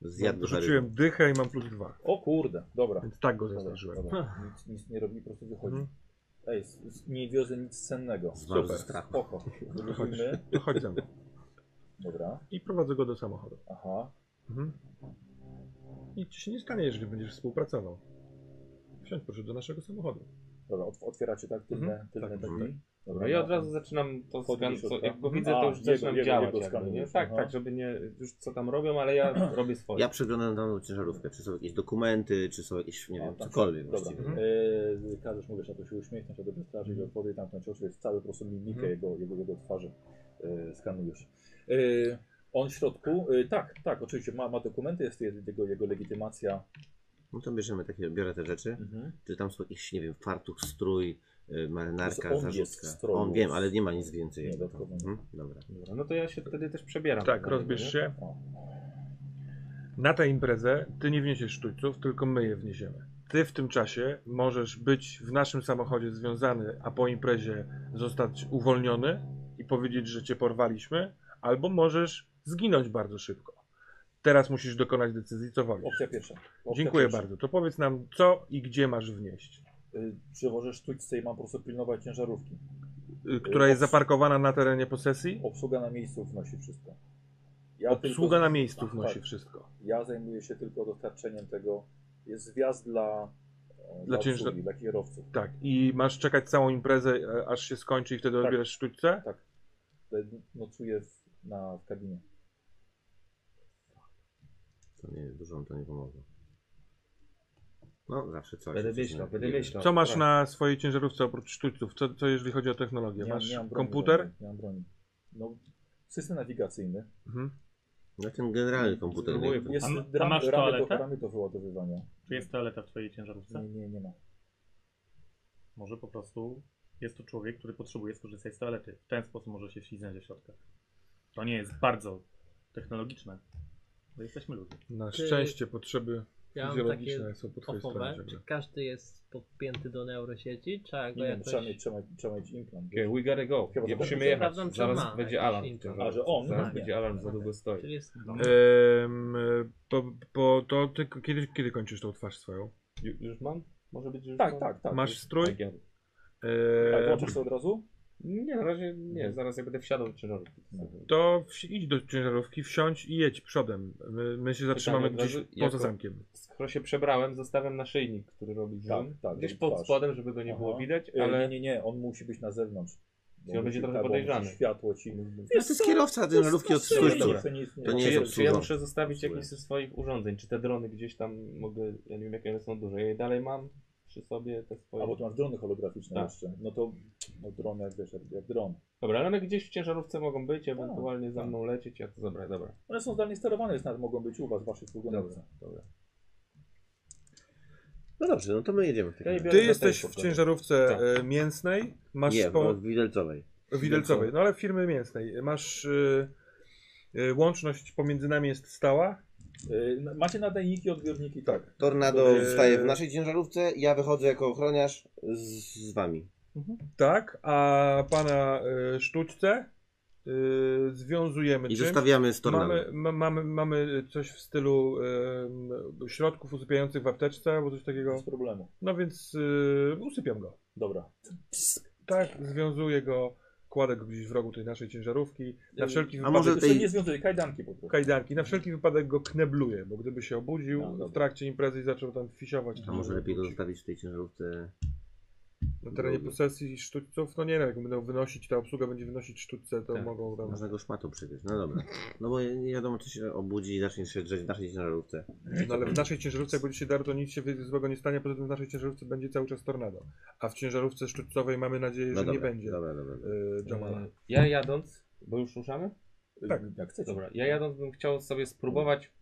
Speaker 1: Zjadł
Speaker 5: Rzuciłem dychę i mam plus 2.
Speaker 2: O kurde, dobra.
Speaker 5: Więc tak go
Speaker 2: Dobra,
Speaker 5: zastraszyłem.
Speaker 2: dobra. Nic, nic nie robi, po prostu wychodzi.
Speaker 5: Mhm.
Speaker 2: Ej, s- s- nie wiozę nic cennego.
Speaker 1: Zmarł ze strachu.
Speaker 2: Spoko. Wychodzimy.
Speaker 5: To chodź ze mną.
Speaker 2: Dobra,
Speaker 5: I prowadzę go do samochodu.
Speaker 2: aha.
Speaker 5: Mhm. Nic ci się nie stanie, jeżeli będziesz współpracował. Wsiądź proszę do naszego samochodu.
Speaker 2: Dobra, otw- otwieracie tak tylne,
Speaker 5: Mhm,
Speaker 2: tylne
Speaker 5: tak,
Speaker 2: drzwi.
Speaker 6: No i od razu zaczynam to
Speaker 2: Wchodzi
Speaker 6: skan,
Speaker 2: do
Speaker 6: co,
Speaker 2: środka.
Speaker 6: jak go widzę,
Speaker 2: A,
Speaker 6: to już
Speaker 2: jego-
Speaker 6: zaczynam
Speaker 2: jego-
Speaker 6: działać.
Speaker 2: jego
Speaker 6: jakby, nie?
Speaker 2: skanujesz,
Speaker 6: Tak,
Speaker 2: aha.
Speaker 6: tak, żeby nie, już co tam robią, ale ja robię swoje.
Speaker 1: Ja przeglądam daną ciężarówkę, czy są jakieś dokumenty, czy są jakieś, nie
Speaker 2: A,
Speaker 1: wiem,
Speaker 2: tak.
Speaker 1: cokolwiek
Speaker 2: Dobra.
Speaker 1: właściwie.
Speaker 5: właściwie. no.
Speaker 2: Yy, każesz mu wiesz, na to się uśmiechnąć, żeby strażyć mm. odpowiedź, tam cioszu jest cały po prostu mimikę
Speaker 5: Mhm.
Speaker 2: jego, jego, jego twarzy yy, skanujesz. Yy, on w środku, yy, tak, tak, oczywiście ma, ma dokumenty, jest jego, jego legitymacja.
Speaker 1: No to bierzemy takie, biorę te rzeczy.
Speaker 5: Mhm.
Speaker 1: Czy tam są jakieś, nie wiem, fartuch, strój, y, marynarka,
Speaker 2: To jest on jest w
Speaker 1: zarzutka.
Speaker 2: stroju.
Speaker 1: On wiem, ale nie ma nic więcej.
Speaker 2: Nie,
Speaker 1: jakby to.
Speaker 2: dodatkowo.
Speaker 1: Mhm, Dobra.
Speaker 6: Dobra, no to ja się wtedy też przebieram.
Speaker 5: Tak,
Speaker 6: Na
Speaker 5: rozbierz
Speaker 6: niego,
Speaker 5: się.
Speaker 2: O.
Speaker 5: Na tę imprezę ty nie wniesiesz sztućców, tylko my je wniesiemy. Ty w tym czasie możesz być w naszym samochodzie związany, a po imprezie zostać uwolniony i powiedzieć, że cię porwaliśmy, albo możesz zginąć bardzo szybko. Teraz musisz dokonać decyzji, co wolisz.
Speaker 2: Opcja pierwsza. Opcja
Speaker 5: Dziękuję
Speaker 2: pierwsza.
Speaker 5: bardzo. To powiedz nam, co i gdzie masz wnieść,
Speaker 2: Yy, przewożę sztućce i mam po prostu pilnować ciężarówki.
Speaker 5: y, która jest zaparkowana na terenie posesji.
Speaker 2: Obsługa na miejscu wnosi wszystko. Ja
Speaker 5: Obsługa na miejscu
Speaker 2: tak,
Speaker 5: wnosi
Speaker 2: tak.
Speaker 5: wszystko.
Speaker 2: Ja zajmuję się tylko dostarczeniem tego. Jest zwiast dla, e,
Speaker 5: Dla
Speaker 2: dla,
Speaker 5: ciężar-
Speaker 2: obsługi, dla kierowców.
Speaker 5: Tak, i masz czekać całą imprezę, e, aż się skończy i wtedy
Speaker 2: Tak.
Speaker 5: odbierasz sztućce?
Speaker 2: Tak. Nocuję w, na, w kabinie.
Speaker 1: To nie, dużo nam to nie pomogło. No, zawsze coś.
Speaker 6: Będę
Speaker 1: coś
Speaker 6: myślał,
Speaker 1: na-
Speaker 6: będę myślał.
Speaker 5: Co masz
Speaker 6: Tak.
Speaker 5: na swojej ciężarówce oprócz sztućców? Co, co jeżeli chodzi o technologię?
Speaker 2: Nie mam-
Speaker 5: masz
Speaker 2: nie mam broni
Speaker 5: komputer?
Speaker 2: żadnej, Nie mam broni. No, system nawigacyjny.
Speaker 5: Mhm.
Speaker 1: No ten generalny komputer.
Speaker 2: Spróbuję.
Speaker 1: nie?
Speaker 2: Jest
Speaker 3: A ma- a
Speaker 2: ram-
Speaker 3: masz
Speaker 2: ramy, do,
Speaker 3: toaletę?
Speaker 2: ramy do wyładowywania.
Speaker 3: Czy jest toaleta w twojej ciężarówce?
Speaker 2: Nie, nie, nie ma.
Speaker 3: Może po prostu jest to człowiek, który potrzebuje skorzystać z toalety. W ten sposób może się wślizgnąć do środka. To nie jest bardzo technologiczne, ale jesteśmy ludzie.
Speaker 5: Na
Speaker 4: Ty-
Speaker 5: szczęście potrzeby
Speaker 4: Ja mam takie
Speaker 5: fizjologiczne są po twojej stronie.
Speaker 4: ofowe,
Speaker 5: ciągle.
Speaker 4: czy każdy jest podpięty do neurosieci, trzeba go
Speaker 2: Nie wiem,
Speaker 4: jakoś...
Speaker 2: trzeba mieć, trzeba, mieć- trzeba mieć implant.
Speaker 6: Okay, we gotta go.
Speaker 2: Chyba
Speaker 6: Nie
Speaker 2: to
Speaker 6: musimy
Speaker 2: tak.
Speaker 6: jechać.
Speaker 4: Sprawdzam, czy
Speaker 6: Zaraz
Speaker 4: ma
Speaker 6: będzie
Speaker 4: jakiś Tak.
Speaker 6: alarm. w tym
Speaker 4: implant.
Speaker 2: A, że on
Speaker 6: Zaraz
Speaker 2: ma,
Speaker 6: będzie
Speaker 2: nie.
Speaker 6: alarm, za długo
Speaker 4: Czyli
Speaker 6: stoi.
Speaker 4: jest...
Speaker 5: Em, po, po, to ty k- kiedy, kiedy kończysz tą twarz swoją?
Speaker 6: Ju- Już mam? Może być już
Speaker 2: Tak,
Speaker 6: mam?
Speaker 2: tak, tak.
Speaker 5: Masz strój?
Speaker 6: Tak, ja- Eee,
Speaker 2: Tak,
Speaker 5: E,
Speaker 2: włączysz to od razu?
Speaker 6: Nie, na razie nie. Zaraz ja będę wsiadał do ciężarówki.
Speaker 2: No.
Speaker 5: to wsi- idź do ciężarówki, wsiądź i jedź przodem. My, my się zatrzymamy
Speaker 6: od razu,
Speaker 5: gdzieś poza
Speaker 6: jako-
Speaker 5: zamkiem.
Speaker 6: Skoro się przebrałem, zostawiam naszyjnik, który robi
Speaker 2: Tak,
Speaker 6: zoom.
Speaker 2: tak,
Speaker 6: Gdzieś
Speaker 2: robi
Speaker 6: pod
Speaker 2: twarz.
Speaker 6: spodem, żeby go nie
Speaker 2: Aha.
Speaker 6: było widać,
Speaker 2: E, Nie,
Speaker 6: ale...
Speaker 2: nie, nie, on musi być na zewnątrz. Bo
Speaker 6: Czyli on będzie
Speaker 2: musi-
Speaker 6: trochę
Speaker 2: tak, bo
Speaker 6: podejrzany.
Speaker 2: musi Światło ci.
Speaker 1: No to jest kierowca ciężarówki od
Speaker 6: Dobra.
Speaker 1: sztućców.
Speaker 6: Dobra.
Speaker 2: nie
Speaker 1: To nie
Speaker 6: czy,
Speaker 1: jest
Speaker 6: ja- czy ja
Speaker 2: No.
Speaker 1: obsługa.
Speaker 6: muszę zostawić
Speaker 1: Obsługa.
Speaker 6: jakieś ze swoich urządzeń? Czy te drony gdzieś tam mogę, ja nie wiem jakie one są duże, ja je dalej mam przy sobie te swoje.
Speaker 2: A bo tu masz drony holograficzne
Speaker 6: Tak.
Speaker 2: jeszcze. No to no, dron jak wiesz, jak, jak dron.
Speaker 6: Dobra, ale one gdzieś w ciężarówce mogą być, ewentualnie za mną lecieć, ja to zabrałem, dobra.
Speaker 2: One są zdalnie sterowane, więc nawet mogą być u was, w waszych
Speaker 6: Dobra,
Speaker 2: furgonetce.
Speaker 6: dobra.
Speaker 1: No dobrze, no to my jedziemy w takim
Speaker 6: Ja
Speaker 1: razie.
Speaker 5: Ty
Speaker 6: Biorę za
Speaker 5: jesteś
Speaker 6: ten
Speaker 5: w
Speaker 6: pokój.
Speaker 5: ciężarówce
Speaker 6: Tak.
Speaker 5: e, mięsnej, masz
Speaker 1: Nie,
Speaker 5: spo...
Speaker 1: bo widelcowej.
Speaker 5: widelcowej, no ale firmy mięsnej. Masz e, e, łączność pomiędzy nami jest stała.
Speaker 2: Y, na- macie nadajniki, odbiorniki, tak.
Speaker 1: Tornado
Speaker 5: Eee.
Speaker 1: wstaje w naszej ciężarówce, ja wychodzę jako ochroniarz z, z wami.
Speaker 5: Tak, a pana y, sztućce y, związujemy
Speaker 1: I
Speaker 5: czymś.
Speaker 1: zostawiamy z tornado.
Speaker 5: Mamy, ma, mamy, mamy coś w stylu y, środków usypiających w apteczce albo coś takiego.
Speaker 2: Bez problemu.
Speaker 5: No więc y, usypiam go.
Speaker 2: Dobra.
Speaker 5: Tak, związuję go, kładę go gdzieś w rogu tej naszej ciężarówki. Na
Speaker 2: Yy,
Speaker 5: wszelki
Speaker 1: a
Speaker 5: wypadek
Speaker 1: może-
Speaker 2: Może
Speaker 1: tej-
Speaker 2: nie związuje, kajdanki po prostu.
Speaker 5: kajdanki, na wszelki wypadek go knebluję, bo gdyby się obudził
Speaker 2: No, dobra.
Speaker 5: w trakcie imprezy i zaczął tam fisiować.
Speaker 1: A
Speaker 5: to
Speaker 1: może lepiej go
Speaker 5: wróci.
Speaker 1: zostawić w tej ciężarówce?
Speaker 5: Na terenie posesji sztućców, no nie wiem, jak będą wynosić, ta obsługa będzie wynosić sztućce, to
Speaker 6: Tak.
Speaker 5: mogą tam...
Speaker 1: Można go szmatą przywieźć, no dobra. No bo nie wiadomo, czy się obudzi i zacznie się drzeć w naszej ciężarówce.
Speaker 5: No ale w naszej ciężarówce, jak będzie się darł, to nic się wy- złego nie stanie, poza tym w naszej ciężarówce będzie cały czas tornado. A w ciężarówce sztućcowej mamy nadzieję,
Speaker 1: No
Speaker 5: że
Speaker 1: dobra,
Speaker 5: nie będzie
Speaker 1: Dobra, dobra. dobra.
Speaker 5: y, Jamala.
Speaker 6: E, Ja jadąc, bo już ruszamy?
Speaker 5: Tak.
Speaker 2: Y, Jak chcecie.
Speaker 6: Dobra, ja jadąc bym chciał sobie spróbować,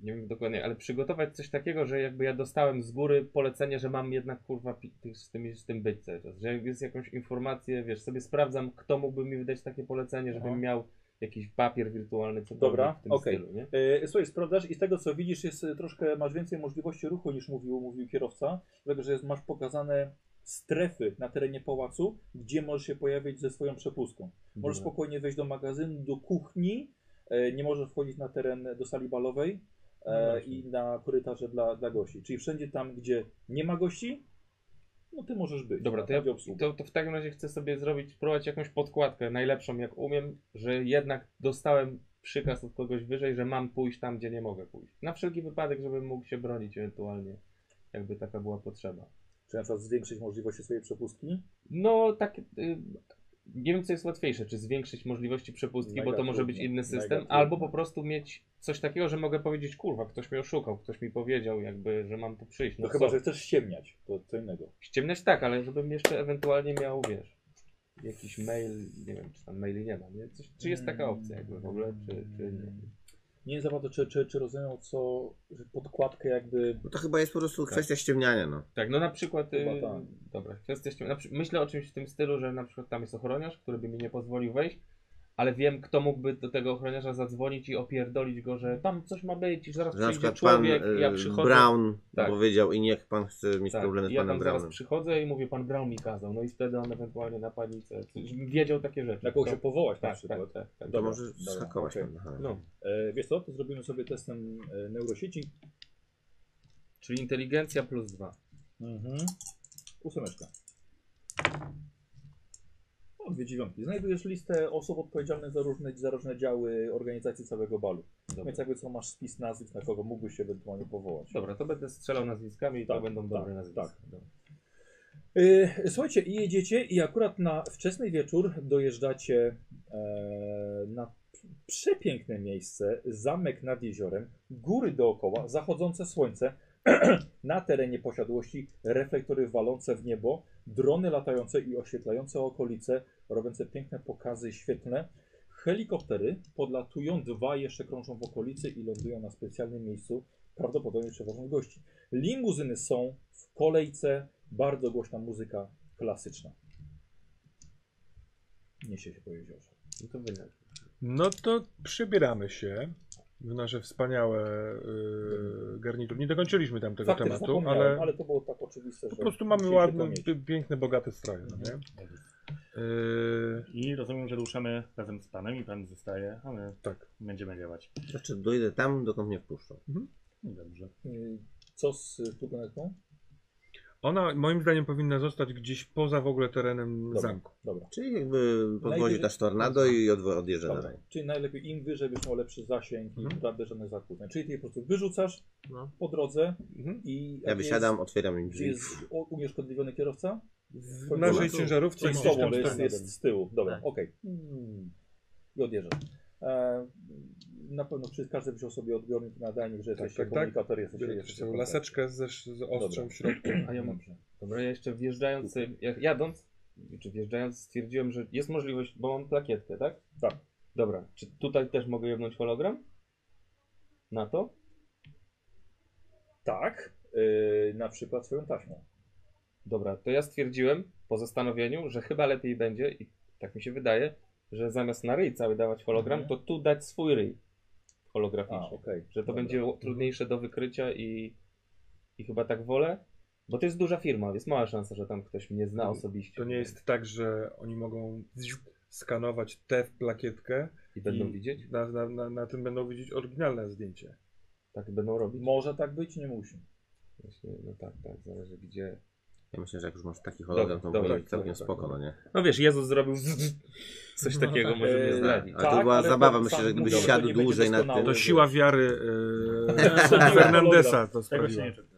Speaker 6: nie wiem dokładnie, ale przygotować coś takiego, że jakby ja dostałem z góry polecenie, że mam jednak kurwa pi- tych- z tym, z tym być cały czas, że jak jest jakąś informację, wiesz, sobie sprawdzam, kto mógłby mi wydać takie polecenie, żebym
Speaker 2: Aha.
Speaker 6: miał jakiś papier wirtualny, co
Speaker 2: No. Dobra,
Speaker 6: w tym
Speaker 2: okej.
Speaker 6: stylu, nie?
Speaker 2: E, Słuchaj, sprawdzasz i z tego co widzisz jest e, troszkę, masz więcej możliwości ruchu niż mówił, mówił kierowca, dlatego że jest, masz pokazane strefy na terenie pałacu, gdzie możesz się pojawić ze swoją przepustką. Możesz
Speaker 6: Dobra.
Speaker 2: spokojnie wejść do magazynu, do kuchni, e, nie możesz wchodzić na teren do sali balowej
Speaker 6: No
Speaker 2: e, i na korytarze dla, dla gości. Czyli wszędzie tam, gdzie nie ma gości, no ty możesz być.
Speaker 6: Dobra, to ja
Speaker 2: Będzie obsługa.
Speaker 6: to, to w takim razie chcę sobie zrobić, spróbować jakąś podkładkę, najlepszą jak umiem, że jednak dostałem przykaz od kogoś wyżej, że mam pójść tam, gdzie nie mogę pójść. Na wszelki wypadek, żebym mógł się bronić ewentualnie, jakby taka była potrzeba.
Speaker 2: Czy na przykład zwiększyć możliwości swojej przepustki?
Speaker 6: No, tak. Y, nie wiem, co jest łatwiejsze, czy zwiększyć możliwości przepustki,
Speaker 2: Mega
Speaker 6: bo to może być
Speaker 2: trudne,
Speaker 6: inny
Speaker 2: mega
Speaker 6: system,
Speaker 2: trudne.
Speaker 6: albo po prostu mieć coś takiego, że mogę powiedzieć, kurwa, ktoś mnie oszukał, ktoś mi powiedział, jakby, że mam tu przyjść.
Speaker 2: No,
Speaker 6: No,
Speaker 2: chyba,
Speaker 6: co?
Speaker 2: że chcesz ściemniać, to co innego.
Speaker 6: Ściemniać tak, ale żebym jeszcze ewentualnie miał, wiesz, jakiś mail, nie wiem, czy tam maili nie ma, nie? Coś, czy jest taka opcja jakby w ogóle, czy, czy nie?
Speaker 2: Nie wiem za bardzo, czy, czy, czy rozumiem o co, że podkładkę jakby...
Speaker 1: No to chyba jest po prostu kwestia ściemniania, no.
Speaker 6: Tak, no na przykład, y,
Speaker 2: Chyba tak.
Speaker 6: dobra, kwestia, ściem- na, przy- myślę o czymś w tym stylu, że na przykład tam jest ochroniarz, który by mi nie pozwolił wejść, ale wiem, kto mógłby do tego ochroniarza zadzwonić i opierdolić go, że tam coś ma być i zaraz
Speaker 1: Że na
Speaker 6: przyjdzie
Speaker 1: przykład pan
Speaker 6: człowiek i ja
Speaker 1: e,
Speaker 6: przychodzę.
Speaker 1: Brown
Speaker 6: Tak.
Speaker 1: powiedział i niech pan chce mieć
Speaker 6: tak,
Speaker 1: problemy z
Speaker 6: i ja
Speaker 1: panem
Speaker 6: tam zaraz
Speaker 1: Brownem.
Speaker 6: przychodzę i mówię, pan Brown mi kazał, no i wtedy on ewentualnie na panicę, coś- wiedział takie rzeczy.
Speaker 2: Na kogo
Speaker 6: To-
Speaker 2: się powołać na
Speaker 6: tak, tak,
Speaker 2: przykład.
Speaker 6: tak, tak.
Speaker 1: To
Speaker 2: Dobra,
Speaker 1: może
Speaker 2: dobra,
Speaker 1: schakować
Speaker 2: okej.
Speaker 1: tam. Aha.
Speaker 6: No.
Speaker 2: E, wiesz co, to zrobimy sobie testem e, neurosieci.
Speaker 6: Czyli inteligencja plus dwa.
Speaker 2: Mhm. Ósemeczka. O, dwie dziewiątki. Znajdujesz listę osób odpowiedzialnych za różne, za różne działy organizacji całego balu.
Speaker 6: Dobra.
Speaker 2: Więc jakby co, masz spis nazwisk, na kogo mógłbyś się ewentualnie powołać.
Speaker 6: Dobra, to będę strzelał nazwiskami i to
Speaker 2: Tak,
Speaker 6: będą
Speaker 2: tak,
Speaker 6: dobre nazwiska.
Speaker 2: tak.
Speaker 6: Dobra.
Speaker 2: E, słuchajcie, i jedziecie i akurat na wczesny wieczór dojeżdżacie e, na przepiękne miejsce, zamek nad jeziorem, góry dookoła, zachodzące słońce. Na terenie posiadłości reflektory walące w niebo, drony latające i oświetlające okolice, robiące piękne pokazy świetlne. Helikoptery podlatują, dwa jeszcze krążą w okolicy i lądują na specjalnym miejscu, prawdopodobnie przewożąc gości. Limuzyny są w kolejce, bardzo głośna muzyka klasyczna. Niesie się po jeziorze.
Speaker 6: No to wyleć.
Speaker 5: No to przybieramy się w nasze wspaniałe yy, garnitury. Nie dokończyliśmy tam tego
Speaker 2: Faktycznie
Speaker 5: tematu,
Speaker 2: zapomniałem,
Speaker 5: ale
Speaker 2: ale to było tak oczywiste, że
Speaker 5: po prostu mamy
Speaker 2: musieliśmy to
Speaker 5: ładne,
Speaker 2: mieć.
Speaker 5: pi- piękne, bogate stroje. No
Speaker 2: Mhm.
Speaker 5: nie? Yy,
Speaker 3: I rozumiem, że ruszamy razem z panem i pan zostaje, a my
Speaker 5: tak.
Speaker 3: będziemy działać.
Speaker 1: Znaczy dojdę tam, dokąd mnie wpuszczą.
Speaker 3: Dobrze.
Speaker 2: Y, Co z y, furgonetką?
Speaker 5: Ona moim zdaniem powinna zostać gdzieś poza w ogóle terenem
Speaker 2: Dobra.
Speaker 5: zamku.
Speaker 2: Dobra.
Speaker 1: Czyli jakby podwozi
Speaker 2: Najwyżej-
Speaker 1: też tornado i odwo- odjeżdża
Speaker 2: Dobra.
Speaker 1: dalej.
Speaker 2: Czyli najlepiej im wyżej byś miał lepszy zasięg i
Speaker 5: Mhm.
Speaker 2: naprawdę żadne zakłóceń. Czyli ty je po prostu wyrzucasz
Speaker 4: No.
Speaker 2: po drodze
Speaker 5: Mhm.
Speaker 2: i... jak
Speaker 1: Ja wysiadam, otwieram im
Speaker 2: Jest, gdzie
Speaker 1: drzwi.
Speaker 2: jest o- unieszkodliwiony kierowca?
Speaker 5: W
Speaker 2: Po
Speaker 5: naszej
Speaker 1: prostu.
Speaker 5: ciężarówce
Speaker 2: Czyli z
Speaker 5: gdzieś
Speaker 2: tobą,
Speaker 5: tam
Speaker 2: bo jest,
Speaker 5: stoi.
Speaker 2: jest z tyłu. Dobra,
Speaker 4: Tak.
Speaker 2: okej. Mm. I odjeżdżasz. E, na pewno przy każdy wziął sobie odbiornik nadajnik, że
Speaker 5: Tak,
Speaker 2: jesteś
Speaker 5: tak, tak.
Speaker 2: komunikator, jesteś...
Speaker 5: Biorę
Speaker 2: jesteś-
Speaker 5: tą laseczkę z, z
Speaker 2: Dobra.
Speaker 5: ostrzem w środku.
Speaker 2: A ja mam... Dobrze.
Speaker 6: Dobra, ja jeszcze wjeżdżając, ja- jadąc, czy wjeżdżając stwierdziłem, że jest możliwość, bo mam plakietkę, tak?
Speaker 2: Tak.
Speaker 6: Dobra, czy tutaj też mogę jebnąć hologram? Na to?
Speaker 2: Tak, y, na przykład swoją taśmą.
Speaker 6: Dobra, to ja stwierdziłem po zastanowieniu, że chyba lepiej będzie i tak mi się wydaje, że zamiast na ryj cały dawać hologram,
Speaker 2: Mhm.
Speaker 6: to tu dać swój ryj
Speaker 2: A, okej.
Speaker 6: holograficzny. Że to
Speaker 2: Dobra.
Speaker 6: będzie ło- trudniejsze do wykrycia i, i chyba tak wolę. Bo to jest duża firma, jest mała szansa, że tam ktoś mnie zna
Speaker 5: To
Speaker 6: osobiście.
Speaker 5: To nie jest tak, że oni mogą skanować tę plakietkę
Speaker 6: I będą
Speaker 5: i
Speaker 6: widzieć?
Speaker 5: Na, na, na, na tym będą widzieć oryginalne zdjęcie.
Speaker 6: Tak będą robić?
Speaker 2: Może tak być, nie musi.
Speaker 6: Właśnie, no tak, tak, zależy gdzie.
Speaker 1: Ja myślę, że jak już masz taki hologram, to
Speaker 6: Dobra,
Speaker 1: może być
Speaker 6: dobra,
Speaker 1: całkiem
Speaker 6: dobra,
Speaker 1: spoko, no nie?
Speaker 6: No wiesz, Jezus zrobił coś
Speaker 4: No
Speaker 6: takiego,
Speaker 4: tak.
Speaker 6: może
Speaker 5: E,
Speaker 6: mnie
Speaker 2: Eee,
Speaker 6: zdradzić.
Speaker 1: Ale to była
Speaker 2: ale
Speaker 1: zabawa,
Speaker 2: to
Speaker 1: myślę,
Speaker 2: sam
Speaker 1: że gdybyś
Speaker 2: mówię,
Speaker 1: siadł
Speaker 2: to nie będzie
Speaker 1: dłużej nad tym-
Speaker 2: doskonałe,
Speaker 5: To
Speaker 2: że-
Speaker 5: siła wiary yy, Fernandesa
Speaker 3: Tego się
Speaker 5: to sprawiła.
Speaker 3: nie czyta.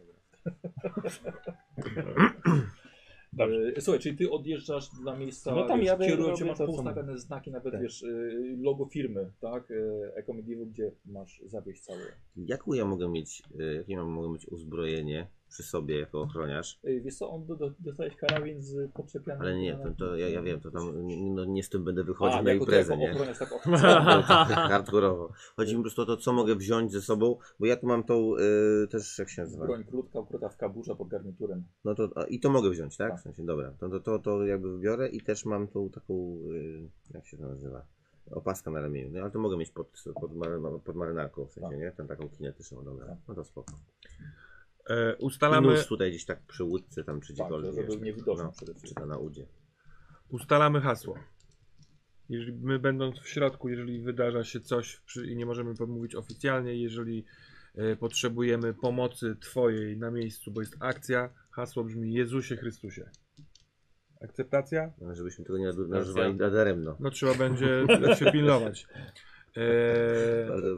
Speaker 3: Dobrze.
Speaker 2: E, Słuchaj, czyli ty odjeżdżasz dla miejsca,
Speaker 6: No tam
Speaker 2: wiesz,
Speaker 6: jadę,
Speaker 2: kierują cię,
Speaker 6: robię
Speaker 2: masz
Speaker 6: to
Speaker 2: poustawiane znaki, nawet
Speaker 6: Tak.
Speaker 2: wiesz, y, logo firmy, tak, y, Ecomedieval, gdzie masz zawieść cały.
Speaker 1: Jaką ja mogę mieć, y, jakie mam, mogę mieć uzbrojenie przy sobie jako ochroniarz?
Speaker 2: Y, Wiesz co, on do, do, dostałeś karabin z podczepianym...
Speaker 1: Ale nie,
Speaker 2: na-
Speaker 1: to, to ja, ja wiem, to tam nie- no, nie z tym będę
Speaker 2: A,
Speaker 1: wychodził
Speaker 2: jako,
Speaker 1: na
Speaker 2: jako
Speaker 1: imprezę, nie?
Speaker 2: ochroniarz, tak, och-
Speaker 1: Hardkorowo. Chodzi mi po prostu o to, co mogę wziąć ze sobą, bo ja tu mam tą y, też, jak się nazywa?
Speaker 2: broń krótka, ukryta w kaburze pod garniturem.
Speaker 1: No to, a, i to mogę wziąć, tak?
Speaker 2: Tak.
Speaker 1: W sensie, dobra, to, to, to, to jakby biorę i też mam tą taką, y, jak się to nazywa, opaskę na ramieniu, no, ale to mogę mieć pod, pod, mar, pod marynarką, w sensie,
Speaker 2: Tak.
Speaker 1: nie? Tam taką kinetyczną, dobra,
Speaker 2: Tak.
Speaker 1: no to spoko.
Speaker 5: E,
Speaker 1: I
Speaker 5: ustalamy,
Speaker 1: nóż tutaj gdzieś tak przy łódce tam, czy
Speaker 2: Tak,
Speaker 1: gdziekolwiek,
Speaker 2: żeby
Speaker 1: wiesz,
Speaker 2: był niewidoczny
Speaker 1: no,
Speaker 2: przede
Speaker 1: czy
Speaker 2: wszystkim.
Speaker 1: to na udzie.
Speaker 5: ustalamy hasło. Jeżeli my będąc w środku, jeżeli wydarza się coś przy, i nie możemy pomówić oficjalnie, jeżeli e, potrzebujemy pomocy Twojej na miejscu, bo jest akcja, hasło brzmi Jezusie Chrystusie. Akceptacja?
Speaker 1: No, żebyśmy tego nie nadużywali daremno.
Speaker 5: No trzeba będzie się pilnować. E,
Speaker 1: Bardzo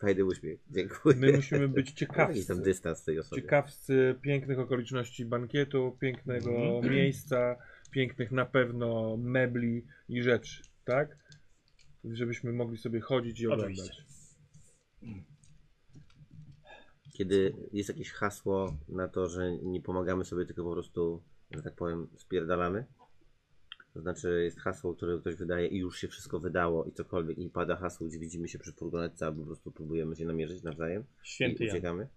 Speaker 1: fajny uśmiech, dziękuję.
Speaker 5: my musimy być
Speaker 1: Jaki
Speaker 5: ciekawscy.
Speaker 1: tam dystans tej osoby.
Speaker 5: Ciekawscy pięknych okoliczności bankietu, pięknego miejsca, pięknych na pewno mebli i rzeczy, tak? Żebyśmy mogli sobie chodzić i
Speaker 3: Oczywiście.
Speaker 5: oglądać.
Speaker 1: Kiedy jest jakieś hasło na to, że nie pomagamy sobie, tylko po prostu, że tak powiem, spierdalamy. To znaczy jest hasło, które ktoś wydaje i już się wszystko wydało i cokolwiek i pada hasło, gdzie widzimy się przy furgonetce, albo po prostu próbujemy się namierzyć nawzajem
Speaker 3: Święty
Speaker 1: i
Speaker 3: Jan.
Speaker 1: uciekamy.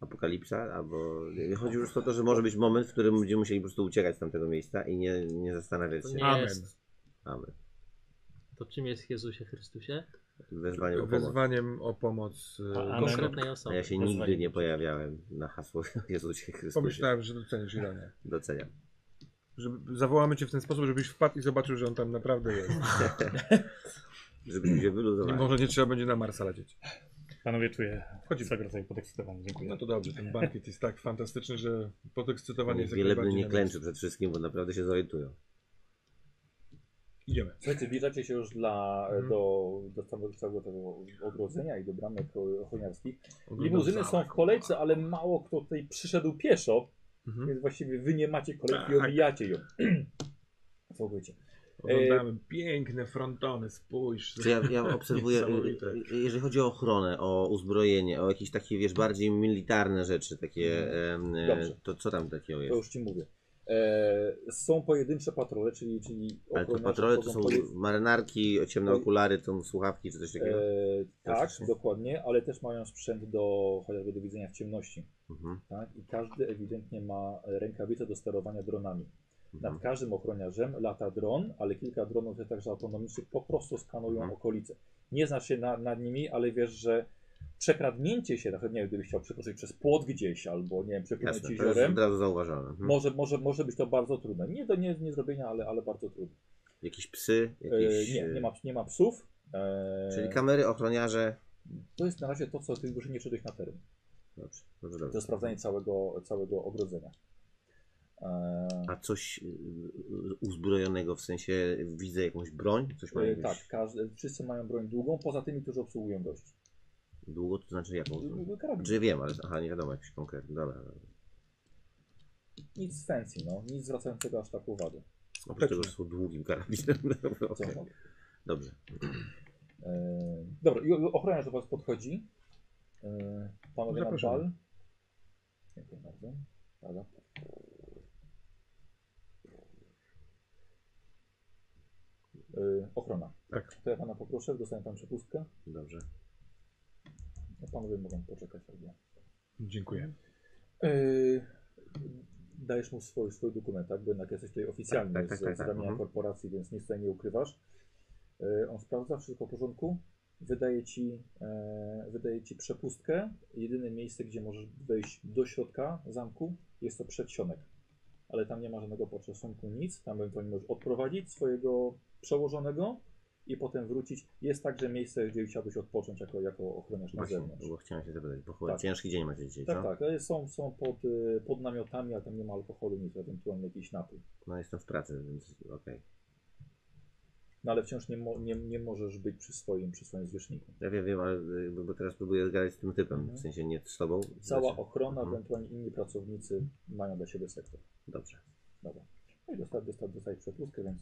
Speaker 1: Apokalipsa, albo... Chodzi już o to, że może być moment, w którym będziemy musieli po prostu uciekać z tamtego miejsca i nie, nie zastanawiać
Speaker 4: To
Speaker 1: się.
Speaker 4: nie
Speaker 5: Amen.
Speaker 4: jest.
Speaker 1: Amen.
Speaker 4: To czym jest Jezusie Chrystusie?
Speaker 1: Wezwanie o pomoc.
Speaker 5: Wezwaniem o pomoc. e,
Speaker 3: A- a
Speaker 5: do-
Speaker 3: Amen.
Speaker 4: Konkretnej
Speaker 1: A
Speaker 4: osoby.
Speaker 1: ja się
Speaker 3: Wezwanie
Speaker 1: nigdy nie
Speaker 3: Jezusa.
Speaker 1: pojawiałem na hasło Jezusie Chrystusie.
Speaker 5: Pomyślałem, że docenisz Irania.
Speaker 1: Doceniam.
Speaker 5: Żeby, zawołamy cię w ten sposób, żebyś wpadł i zobaczył, że on tam naprawdę jest.
Speaker 1: Żebyśmy się
Speaker 5: I
Speaker 1: wyluzowali.
Speaker 5: może nie trzeba będzie na Marsa lecieć.
Speaker 3: Panowie czuję
Speaker 5: Chodzi
Speaker 3: swego rodzaju podekscytowanie. Dziękuję.
Speaker 5: No to dobrze, ten bankiet jest tak fantastyczny, że podekscytowanie jest jak
Speaker 1: Wielebny
Speaker 5: najbardziej
Speaker 1: nie
Speaker 5: na
Speaker 1: klęczy przed wszystkim, bo naprawdę się zorientują.
Speaker 5: miejscu. Idziemy.
Speaker 2: Słuchajcie, wjeżdżacie się już dla, e,
Speaker 5: Mhm.
Speaker 2: do, do całego, całego tego ogrodzenia i do bramek o- ochroniarskich.
Speaker 1: No
Speaker 5: Oglądam
Speaker 2: Limuzyny są
Speaker 5: zamek.
Speaker 2: w kolejce, ale mało kto tutaj przyszedł pieszo,
Speaker 5: Mhm.
Speaker 2: Więc właściwie wy nie macie kolejki,
Speaker 5: Tak.
Speaker 2: omijacie ją. Całkowicie.
Speaker 5: Oglądamy piękne frontony, spójrz.
Speaker 1: Czy ja, ja obserwuję,
Speaker 5: Niesamowite.
Speaker 1: y, y, jeżeli chodzi o ochronę, o uzbrojenie, o jakieś takie, wiesz, bardziej militarne rzeczy, takie, em, e,
Speaker 2: Dobrze.
Speaker 1: to co tam takiego
Speaker 2: To
Speaker 1: jest?
Speaker 2: już ci mówię. E, są pojedyncze patrole, czyli, czyli
Speaker 1: Ale to
Speaker 2: ochroniarze
Speaker 1: patrole to
Speaker 2: wchodzą
Speaker 1: są
Speaker 2: poje-
Speaker 1: marynarki, ciemne
Speaker 2: Poje-
Speaker 1: okulary, to słuchawki czy coś takiego?
Speaker 2: E, tak,
Speaker 1: Klasycznie.
Speaker 2: dokładnie, ale też mają sprzęt do chociażby do widzenia w ciemności.
Speaker 1: Mhm,
Speaker 2: Tak? I każdy ewidentnie ma e, rękawice do sterowania dronami. Nad
Speaker 1: mhm.
Speaker 2: każdym ochroniarzem lata dron, ale kilka dronów jest także autonomicznych, po prostu skanują
Speaker 1: Mhm.
Speaker 2: okolice. Nie znasz się na, nad nimi, ale wiesz, że przekradnięcie się, na przykład, nie wiem, gdybyś chciał przekroczyć przez płot gdzieś, albo nie wiem, przepłynąć
Speaker 1: Jasne, to jest
Speaker 2: jeziorem,
Speaker 1: od razu zauważalne. Mhm.
Speaker 2: może, może, może być to bardzo trudne. Nie do nie, nie zrobienia, ale, ale bardzo trudne.
Speaker 1: Jakieś psy,
Speaker 2: E,
Speaker 1: jakieś...
Speaker 2: nie,
Speaker 1: e,
Speaker 2: nie ma, nie ma psów. E,
Speaker 1: Czyli kamery, ochroniarze...
Speaker 2: To jest na razie to, co ty już nie wszedłeś na teren.
Speaker 1: Dobrze, dobrze, dobrze.
Speaker 2: To jest sprawdzenie całego, całego ogrodzenia. E,
Speaker 1: A coś y, y, uzbrojonego, w sensie widzę jakąś broń? Coś ma
Speaker 2: e,
Speaker 1: jakieś...
Speaker 2: tak, każdy, wszyscy mają broń długą, poza tymi, którzy obsługują gości.
Speaker 1: Długo to znaczy jaką broń?
Speaker 2: Karabin.
Speaker 1: Czy wiem, ale aha, nie wiadomo, jakiś konkretny. Dobra, dobra.
Speaker 2: Nic fancy, no. Nic zwracającego aż tak uwagi.
Speaker 1: Oprócz tego, że są długim karabinem. Dobra,
Speaker 2: Co?
Speaker 1: okej. Dobrze.
Speaker 2: E, dobra, i ochroniarz do was podchodzi. E, panowie na
Speaker 5: Zapraszamy.
Speaker 2: bal. Dziękuję bardzo. Dobra. E, ochrona.
Speaker 5: Tak.
Speaker 2: To ja pana poproszę, dostanę pan przepustkę.
Speaker 1: Dobrze.
Speaker 2: A panowie mogą poczekać tak, albo.
Speaker 5: Dziękuję.
Speaker 2: Yy, dajesz mu swój, swój dokument, tak? Bo jednak jesteś tutaj oficjalnie
Speaker 1: Tak, tak, tak,
Speaker 2: z,
Speaker 1: tak,
Speaker 2: z ramienia
Speaker 1: mhm.
Speaker 2: korporacji, więc nic tutaj nie ukrywasz. Yy, on sprawdza, wszystko w porządku. Wydaje ci, e, wydaje ci przepustkę. Jedyne miejsce, gdzie możesz wejść do środka zamku, jest to przedsionek. Ale tam nie ma żadnego poczesunku, nic. Tam ewentualnie możesz odprowadzić swojego przełożonego i potem wrócić. Jest także miejsce, gdzie chciałbyś odpocząć jako, jako ochroniarz na
Speaker 1: Właśnie,
Speaker 2: zewnątrz.
Speaker 1: bo chciałem się zapytać, bo chyba
Speaker 2: Tak.
Speaker 1: ciężki dzień macie dzisiaj,
Speaker 2: Tak,
Speaker 1: co?
Speaker 2: tak. ale Są, są pod, y, pod namiotami, ale tam nie ma alkoholu, nic, ewentualnie jakiś napój.
Speaker 1: No jestem w pracy, więc okej.
Speaker 2: No ale wciąż nie, mo, nie, nie możesz być przy swoim, przy swoim zwierzchniku.
Speaker 1: Ja wiem, wiem, ale y, bo bo teraz próbuję gadać z tym typem,
Speaker 2: Mhm.
Speaker 1: w sensie nie z tobą.
Speaker 2: Cała
Speaker 1: Znaczy-
Speaker 2: ochrona,
Speaker 1: Mhm.
Speaker 2: ewentualnie inni pracownicy mają dla siebie sektor.
Speaker 1: Dobrze.
Speaker 2: Dobra. No i dostać, dostać, dostać przepustkę, więc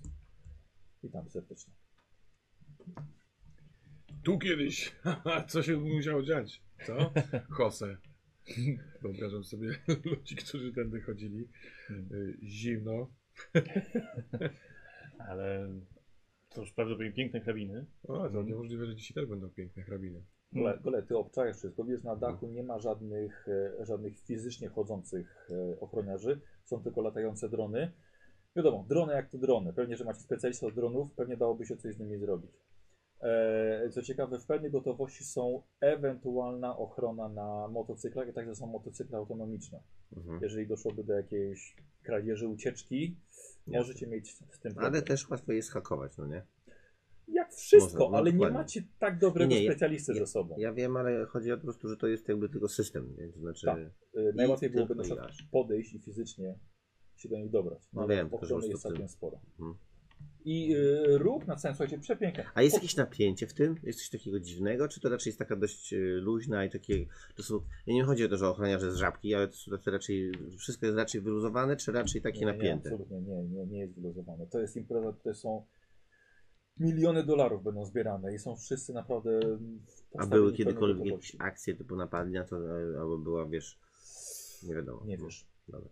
Speaker 2: witam serdecznie.
Speaker 5: Tu kiedyś, haha, co się musiało dziać, co? Jose. Wyobrażam sobie ludzi, którzy tędy chodzili. Y, Zimno.
Speaker 3: Ale cóż, prawdopodobnie piękne hrabiny.
Speaker 5: O, to
Speaker 3: Mhm.
Speaker 5: niemożliwe, że dzisiaj też będą piękne hrabiny.
Speaker 2: Gole,
Speaker 1: Mm.
Speaker 2: gole, ty obczajesz wszystko. Wiesz, na dachu nie ma żadnych, e, żadnych fizycznie chodzących e, ochroniarzy. Są tylko latające drony. Wiadomo, drony jak to drony. Pewnie, że macie specjalistę od dronów, pewnie dałoby się coś z nimi zrobić. E, co ciekawe, w pełnej gotowości są ewentualna ochrona na motocyklach, i także są motocykle autonomiczne.
Speaker 1: Mhm.
Speaker 2: Jeżeli doszłoby do jakiejś kradzieży, ucieczki,
Speaker 1: Jasne.
Speaker 2: możecie mieć z tym problem.
Speaker 1: Ale też łatwo jest hakować, no nie?
Speaker 2: Jak wszystko,
Speaker 1: Można, no
Speaker 2: ale nie
Speaker 1: dokładnie.
Speaker 2: macie tak dobrego
Speaker 1: Nie, ja-
Speaker 2: specjalisty
Speaker 1: ja-
Speaker 2: ze sobą.
Speaker 1: Ja wiem, ale chodzi o to po prostu, że to jest jakby tylko system, więc znaczy...
Speaker 2: Tak. Y, Najłatwiej
Speaker 1: I
Speaker 2: byłoby na
Speaker 1: tylko
Speaker 2: przykład
Speaker 1: i aż.
Speaker 2: podejść i fizycznie się do nich dobrać.
Speaker 1: No wiem, tylko że
Speaker 2: ochrony
Speaker 1: po
Speaker 2: jest
Speaker 1: prostu
Speaker 2: całkiem sporo.
Speaker 1: Mhm.
Speaker 2: I y, ruch na całym, słuchajcie, przepiękny.
Speaker 1: A jest jakieś napięcie w tym? Jest coś takiego dziwnego? Czy to raczej jest taka dość y, luźna i takie... To są, ja nie chodzi o to, że ochroniarze z żabki, ale to są takie raczej... Wszystko jest raczej wyluzowane, czy raczej takie
Speaker 2: nie, nie,
Speaker 1: napięte?
Speaker 2: absolutnie nie, nie, nie jest wyluzowane. To jest impreza, tutaj są miliony dolarów będą zbierane i są wszyscy
Speaker 1: A
Speaker 2: naprawdę postawieni
Speaker 1: były
Speaker 2: w pełnej
Speaker 1: kiedykolwiek
Speaker 2: gotowości.
Speaker 1: jakieś akcje typu napadnia, to, e, albo była, wiesz... Nie wiadomo.
Speaker 2: Nie wiesz.
Speaker 1: Dobra.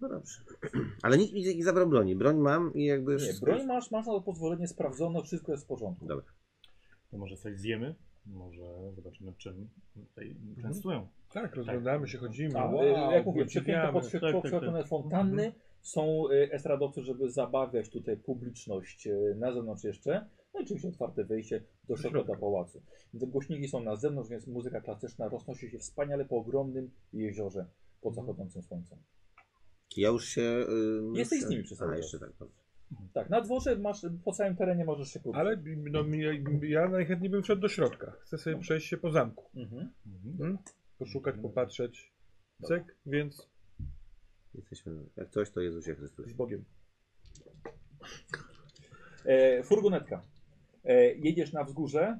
Speaker 1: No dobrze. Ale nikt mi nie zabrał broni. Broń mam i jakby...
Speaker 2: Nie,
Speaker 1: wszystko
Speaker 2: broń
Speaker 1: jest-
Speaker 2: masz, masz na to pozwolenie, sprawdzono, wszystko jest w porządku.
Speaker 1: Dobra.
Speaker 3: To może coś zjemy, może zobaczymy czym tutaj
Speaker 5: Mhm.
Speaker 3: częstują.
Speaker 5: Tak, rozglądamy się, chodzimy.
Speaker 2: A,
Speaker 5: wow,
Speaker 2: No, y, jak mówię, przepiękne
Speaker 5: podziwiamy.
Speaker 2: podświetlone
Speaker 3: tak, tak,
Speaker 2: tak, fontanny. Są y, estradowcy, żeby zabawiać tutaj publiczność y, na zewnątrz jeszcze. No i oczywiście otwarte wejście do środka
Speaker 5: środka.
Speaker 2: pałacu. Te Głośniki są na zewnątrz, więc muzyka klasyczna roznosi się wspaniale po ogromnym jeziorze pod zachodzącym słońcem.
Speaker 1: Ja już się... Y,
Speaker 2: Jesteś
Speaker 1: już-
Speaker 2: z nimi przez cały
Speaker 1: A,
Speaker 2: czas.
Speaker 1: jeszcze tak. dobrze.
Speaker 2: Tak, na dworze masz, po całym terenie możesz się kupić.
Speaker 5: Ale no, mi- ja najchętniej bym wszedł do środka. Chcę sobie przejść się po zamku.
Speaker 2: Mhm.
Speaker 3: Mhm.
Speaker 5: Hmm? Poszukać, popatrzeć. Cek, więc
Speaker 1: Jesteśmy... Jak coś, to Jezusie Chrystusie.
Speaker 2: Z Bogiem. E, furgonetka. E, jedziesz na wzgórze,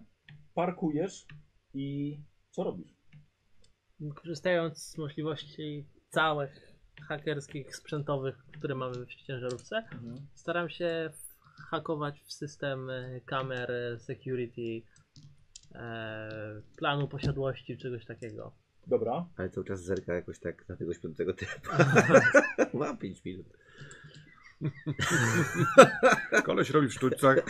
Speaker 2: parkujesz i co robisz?
Speaker 4: Korzystając z możliwości całych hakerskich sprzętowych, które mamy w ciężarówce, staram się hakować w system e, kamer, e, security, e, planu posiadłości, czegoś takiego.
Speaker 2: Dobra.
Speaker 1: Ale cały czas zerka jakoś tak na tego śpiącego typa. Ma 5 minut.
Speaker 5: Koleś robi w sztućcach.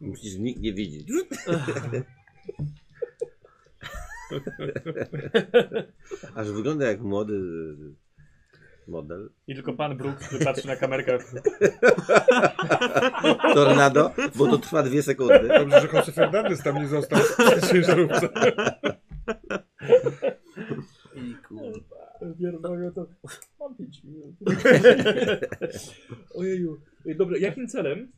Speaker 1: Musisz nikt nie widzieć. Aż wygląda jak młody e, model.
Speaker 3: I tylko pan Brooks, który patrzy na kamerkę.
Speaker 1: Tornado, bo to trwa dwie sekundy.
Speaker 5: Dobrze, że Jose Fernandez tam nie został w ciężarówce.
Speaker 1: I kurwa.
Speaker 2: Pierdolę to. Mam 5 minut. Ojeju. Ej, Dobra, jakim celem?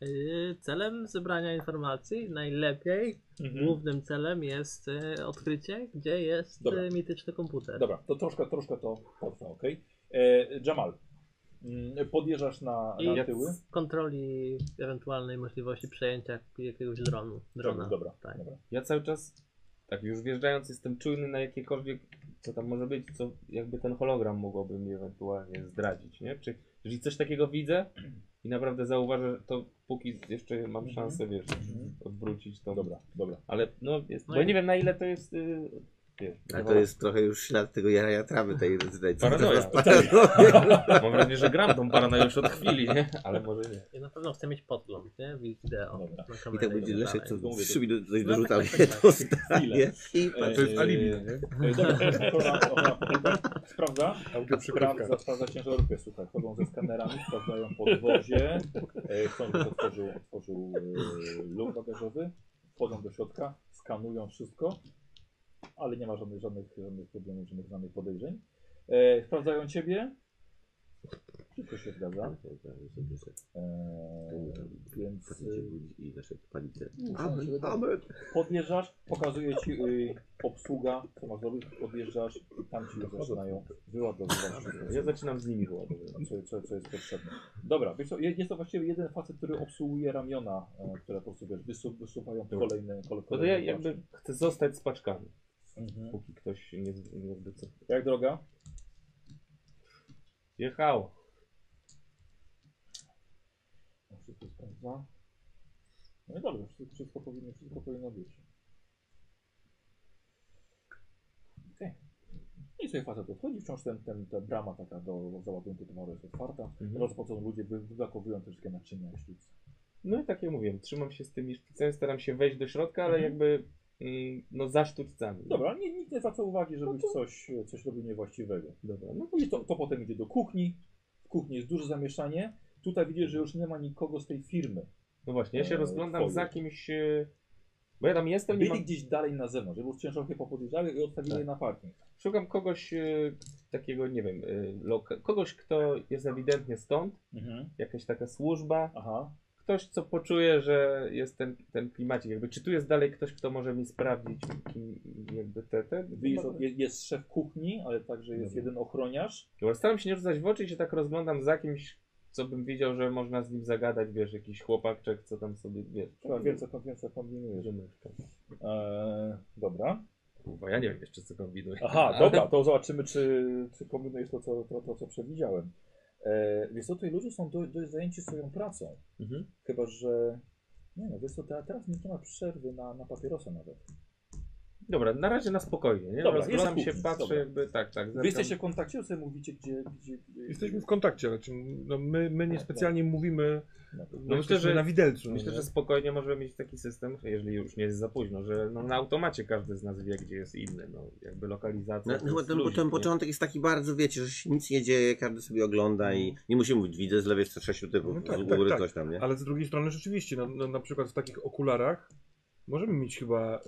Speaker 4: Yy, Celem zebrania informacji najlepiej, głównym celem jest yy, odkrycie, gdzie jest
Speaker 2: Dobra.
Speaker 4: yy, mityczny komputer.
Speaker 2: Dobra, to troszkę, troszkę to potrwa, okej. E, Jamal, mm, podjeżdżasz na,
Speaker 4: I
Speaker 2: na tyły.
Speaker 4: w kontroli ewentualnej możliwości przejęcia jakiegoś dronu, drona.
Speaker 2: Dobra,
Speaker 4: Tak.
Speaker 2: dobra.
Speaker 6: Ja cały czas, tak już wjeżdżając, jestem czujny na jakiekolwiek, co tam może być, co jakby ten hologram mogłoby mi ewentualnie zdradzić, nie? Czy jeżeli coś takiego widzę i naprawdę zauważę, to póki jeszcze mam
Speaker 2: Mhm.
Speaker 6: szansę, wiesz, odwrócić to.
Speaker 2: Dobra, dobra.
Speaker 6: Ale no, jest,
Speaker 4: No
Speaker 6: bo
Speaker 4: i-
Speaker 6: nie wiem na ile to jest, y, wiesz,
Speaker 1: Ale to jest trochę już ślad tego jarania trawy tej rezydencji.
Speaker 6: Paranoja.
Speaker 1: To jest paranoja.
Speaker 6: mam wrażenie, że gram tą paranoję już od chwili, nie? Ale może nie.
Speaker 4: Ja na pewno chcę mieć podgląd, nie? Wideo.
Speaker 2: Dobra.
Speaker 4: na
Speaker 1: I
Speaker 4: kamerę
Speaker 1: tak będzie
Speaker 4: tak
Speaker 1: Leszek
Speaker 4: dalej.
Speaker 1: co
Speaker 2: Mówię, to-
Speaker 1: trzy minuty coś
Speaker 4: No tak,
Speaker 1: dorzucał.
Speaker 4: tak, tak, tak.
Speaker 1: To stanie. I
Speaker 2: E,
Speaker 1: patrz.
Speaker 5: To jest alibi, nie?
Speaker 2: E, Dobra, ochrona, ochrona podwórka. sprawdza,
Speaker 5: Audio
Speaker 2: sprawdza, sprawdza ciężarówkę, słuchaj, chodzą ze skanerami, sprawdzają podwozie, e, chcą, żeby otworzył, otworzył e, luk bagażowy, wchodzą do środka, skanują wszystko, ale nie ma żadnych, żadnych, żadnych problemów, żadnych, żadnych podejrzeń. E, sprawdzają ciebie, wszystko się zgadza, e, więc
Speaker 1: Potem się
Speaker 2: e,
Speaker 1: budzi i Leszek pali te.
Speaker 2: Amen,
Speaker 1: Amen.
Speaker 2: Podjeżdżasz, pokazuje ci y, obsługa, co masz zrobić, podjeżdżasz i tam ci już zaczynają wyładowywać.
Speaker 6: Ja zaczynam z nimi chyba.
Speaker 2: no, Co, co, co jest potrzebne. Dobra, wiesz co, je- jest to właściwie jeden facet, który obsługuje ramiona, e, które po prostu wiesz, wysu, wysuwają
Speaker 6: Dobra.
Speaker 2: kolejne kol-
Speaker 6: No to ja
Speaker 2: kolejne
Speaker 6: jakby chcę zostać z paczkami,
Speaker 2: paczki. Mhm.
Speaker 6: póki ktoś nie, z- nie zdecydował.
Speaker 2: Jak droga?
Speaker 6: Jechał.
Speaker 2: No, Wszystko sprawdza. No i dobrze, wszystko, wszystko, powinno, wszystko powinno być. Okej. No i sobie facet odchodzi, wciąż ten, ten, ta brama taka do załadunku towaru jest otwarta.
Speaker 6: Mhm.
Speaker 2: Rozpoczą ludzie, wy- wylakowują te wszystkie naczynia i sztuce.
Speaker 6: No i tak jak mówiłem, trzymam się z tymi sztucami, staram się wejść do środka, ale
Speaker 2: Mhm.
Speaker 6: jakby mm, no za sztucami.
Speaker 2: Dobra, nie, nikt nie zwraca uwagi, żebyś
Speaker 6: No to-
Speaker 2: coś, coś robił niewłaściwego.
Speaker 6: Dobra.
Speaker 2: No i to, to potem idzie do kuchni. W kuchni jest duże zamieszanie. Tutaj widzisz, że już nie ma nikogo z tej firmy.
Speaker 6: No właśnie, ja się
Speaker 2: Eee,
Speaker 6: rozglądam
Speaker 2: twoje.
Speaker 6: za kimś, e, bo ja tam jestem, nie
Speaker 2: Byli
Speaker 6: mam,
Speaker 2: gdzieś dalej na zewnątrz, żeby ciężarówkę popodjeżdżały i odstawili
Speaker 6: Tak.
Speaker 2: je na parking.
Speaker 6: szukam kogoś e, takiego, nie wiem, e, loka, kogoś, kto jest ewidentnie stąd, jakaś taka służba,
Speaker 2: Aha.
Speaker 6: ktoś, co poczuje, że jest ten, ten klimacik, jakby czy tu jest dalej ktoś, kto może mi sprawdzić, kim, jakby te, te,
Speaker 2: Widzisz,
Speaker 6: no,
Speaker 2: jest, jest szef kuchni, ale także jest
Speaker 6: Dobra.
Speaker 2: jeden ochroniarz.
Speaker 6: Dobra, staram się nie rzucać w oczy i się tak rozglądam za kimś, co bym wiedział, że można z nim zagadać, wiesz, jakiś chłopakczek, co tam sobie, wiesz.
Speaker 2: Trzeba więcej, więcej kombinujesz.
Speaker 6: Żoneczka.
Speaker 2: Eee, dobra.
Speaker 6: Kurwa, ja nie wiem jeszcze, co kombinuję.
Speaker 2: Aha, dobra, to zobaczymy, czy, czy kombinujesz to, co, to, to, co przewidziałem. Eee, wiesz co, tutaj ludzie są dość, dość zajęci swoją pracą.
Speaker 6: Mhm.
Speaker 2: Chyba, że... Nie no, wiesz co, te- teraz nie ma przerwy na, na papierosa nawet.
Speaker 6: Dobra, na razie na spokojnie, nie?
Speaker 2: Dobra,
Speaker 6: Rozglądam
Speaker 2: jest
Speaker 6: się,
Speaker 2: kuchni,
Speaker 6: patrzę
Speaker 2: dobra.
Speaker 6: jakby, tak, tak.
Speaker 2: Wy jesteście w kontakcie, sobie mówicie, gdzie... gdzie
Speaker 5: Jesteśmy w kontakcie, ale czy- no my, my niespecjalnie mówimy
Speaker 2: Dobra.
Speaker 5: no
Speaker 6: myślę,
Speaker 5: myślę,
Speaker 6: że-
Speaker 5: że tak. na widelcu.
Speaker 6: Myślę,
Speaker 5: nie?
Speaker 6: że spokojnie możemy mieć taki system, jeżeli już nie jest za późno, że no, na automacie każdy z nas wie, gdzie jest inny, no, jakby lokalizacja.
Speaker 1: No,
Speaker 6: to
Speaker 1: no,
Speaker 6: jest
Speaker 1: ten, bo
Speaker 6: luzik,
Speaker 1: ten
Speaker 6: nie?
Speaker 1: początek jest taki bardzo, wiecie, że się nic nie dzieje, każdy sobie ogląda i nie musimy mówić, widzę z lewej strony sześciu typów,
Speaker 5: No tak,
Speaker 1: z
Speaker 5: tak,
Speaker 1: góry
Speaker 5: tak.
Speaker 1: coś tam, nie?
Speaker 5: Ale z drugiej strony rzeczywiście, no, no, na przykład w takich okularach możemy mieć chyba y,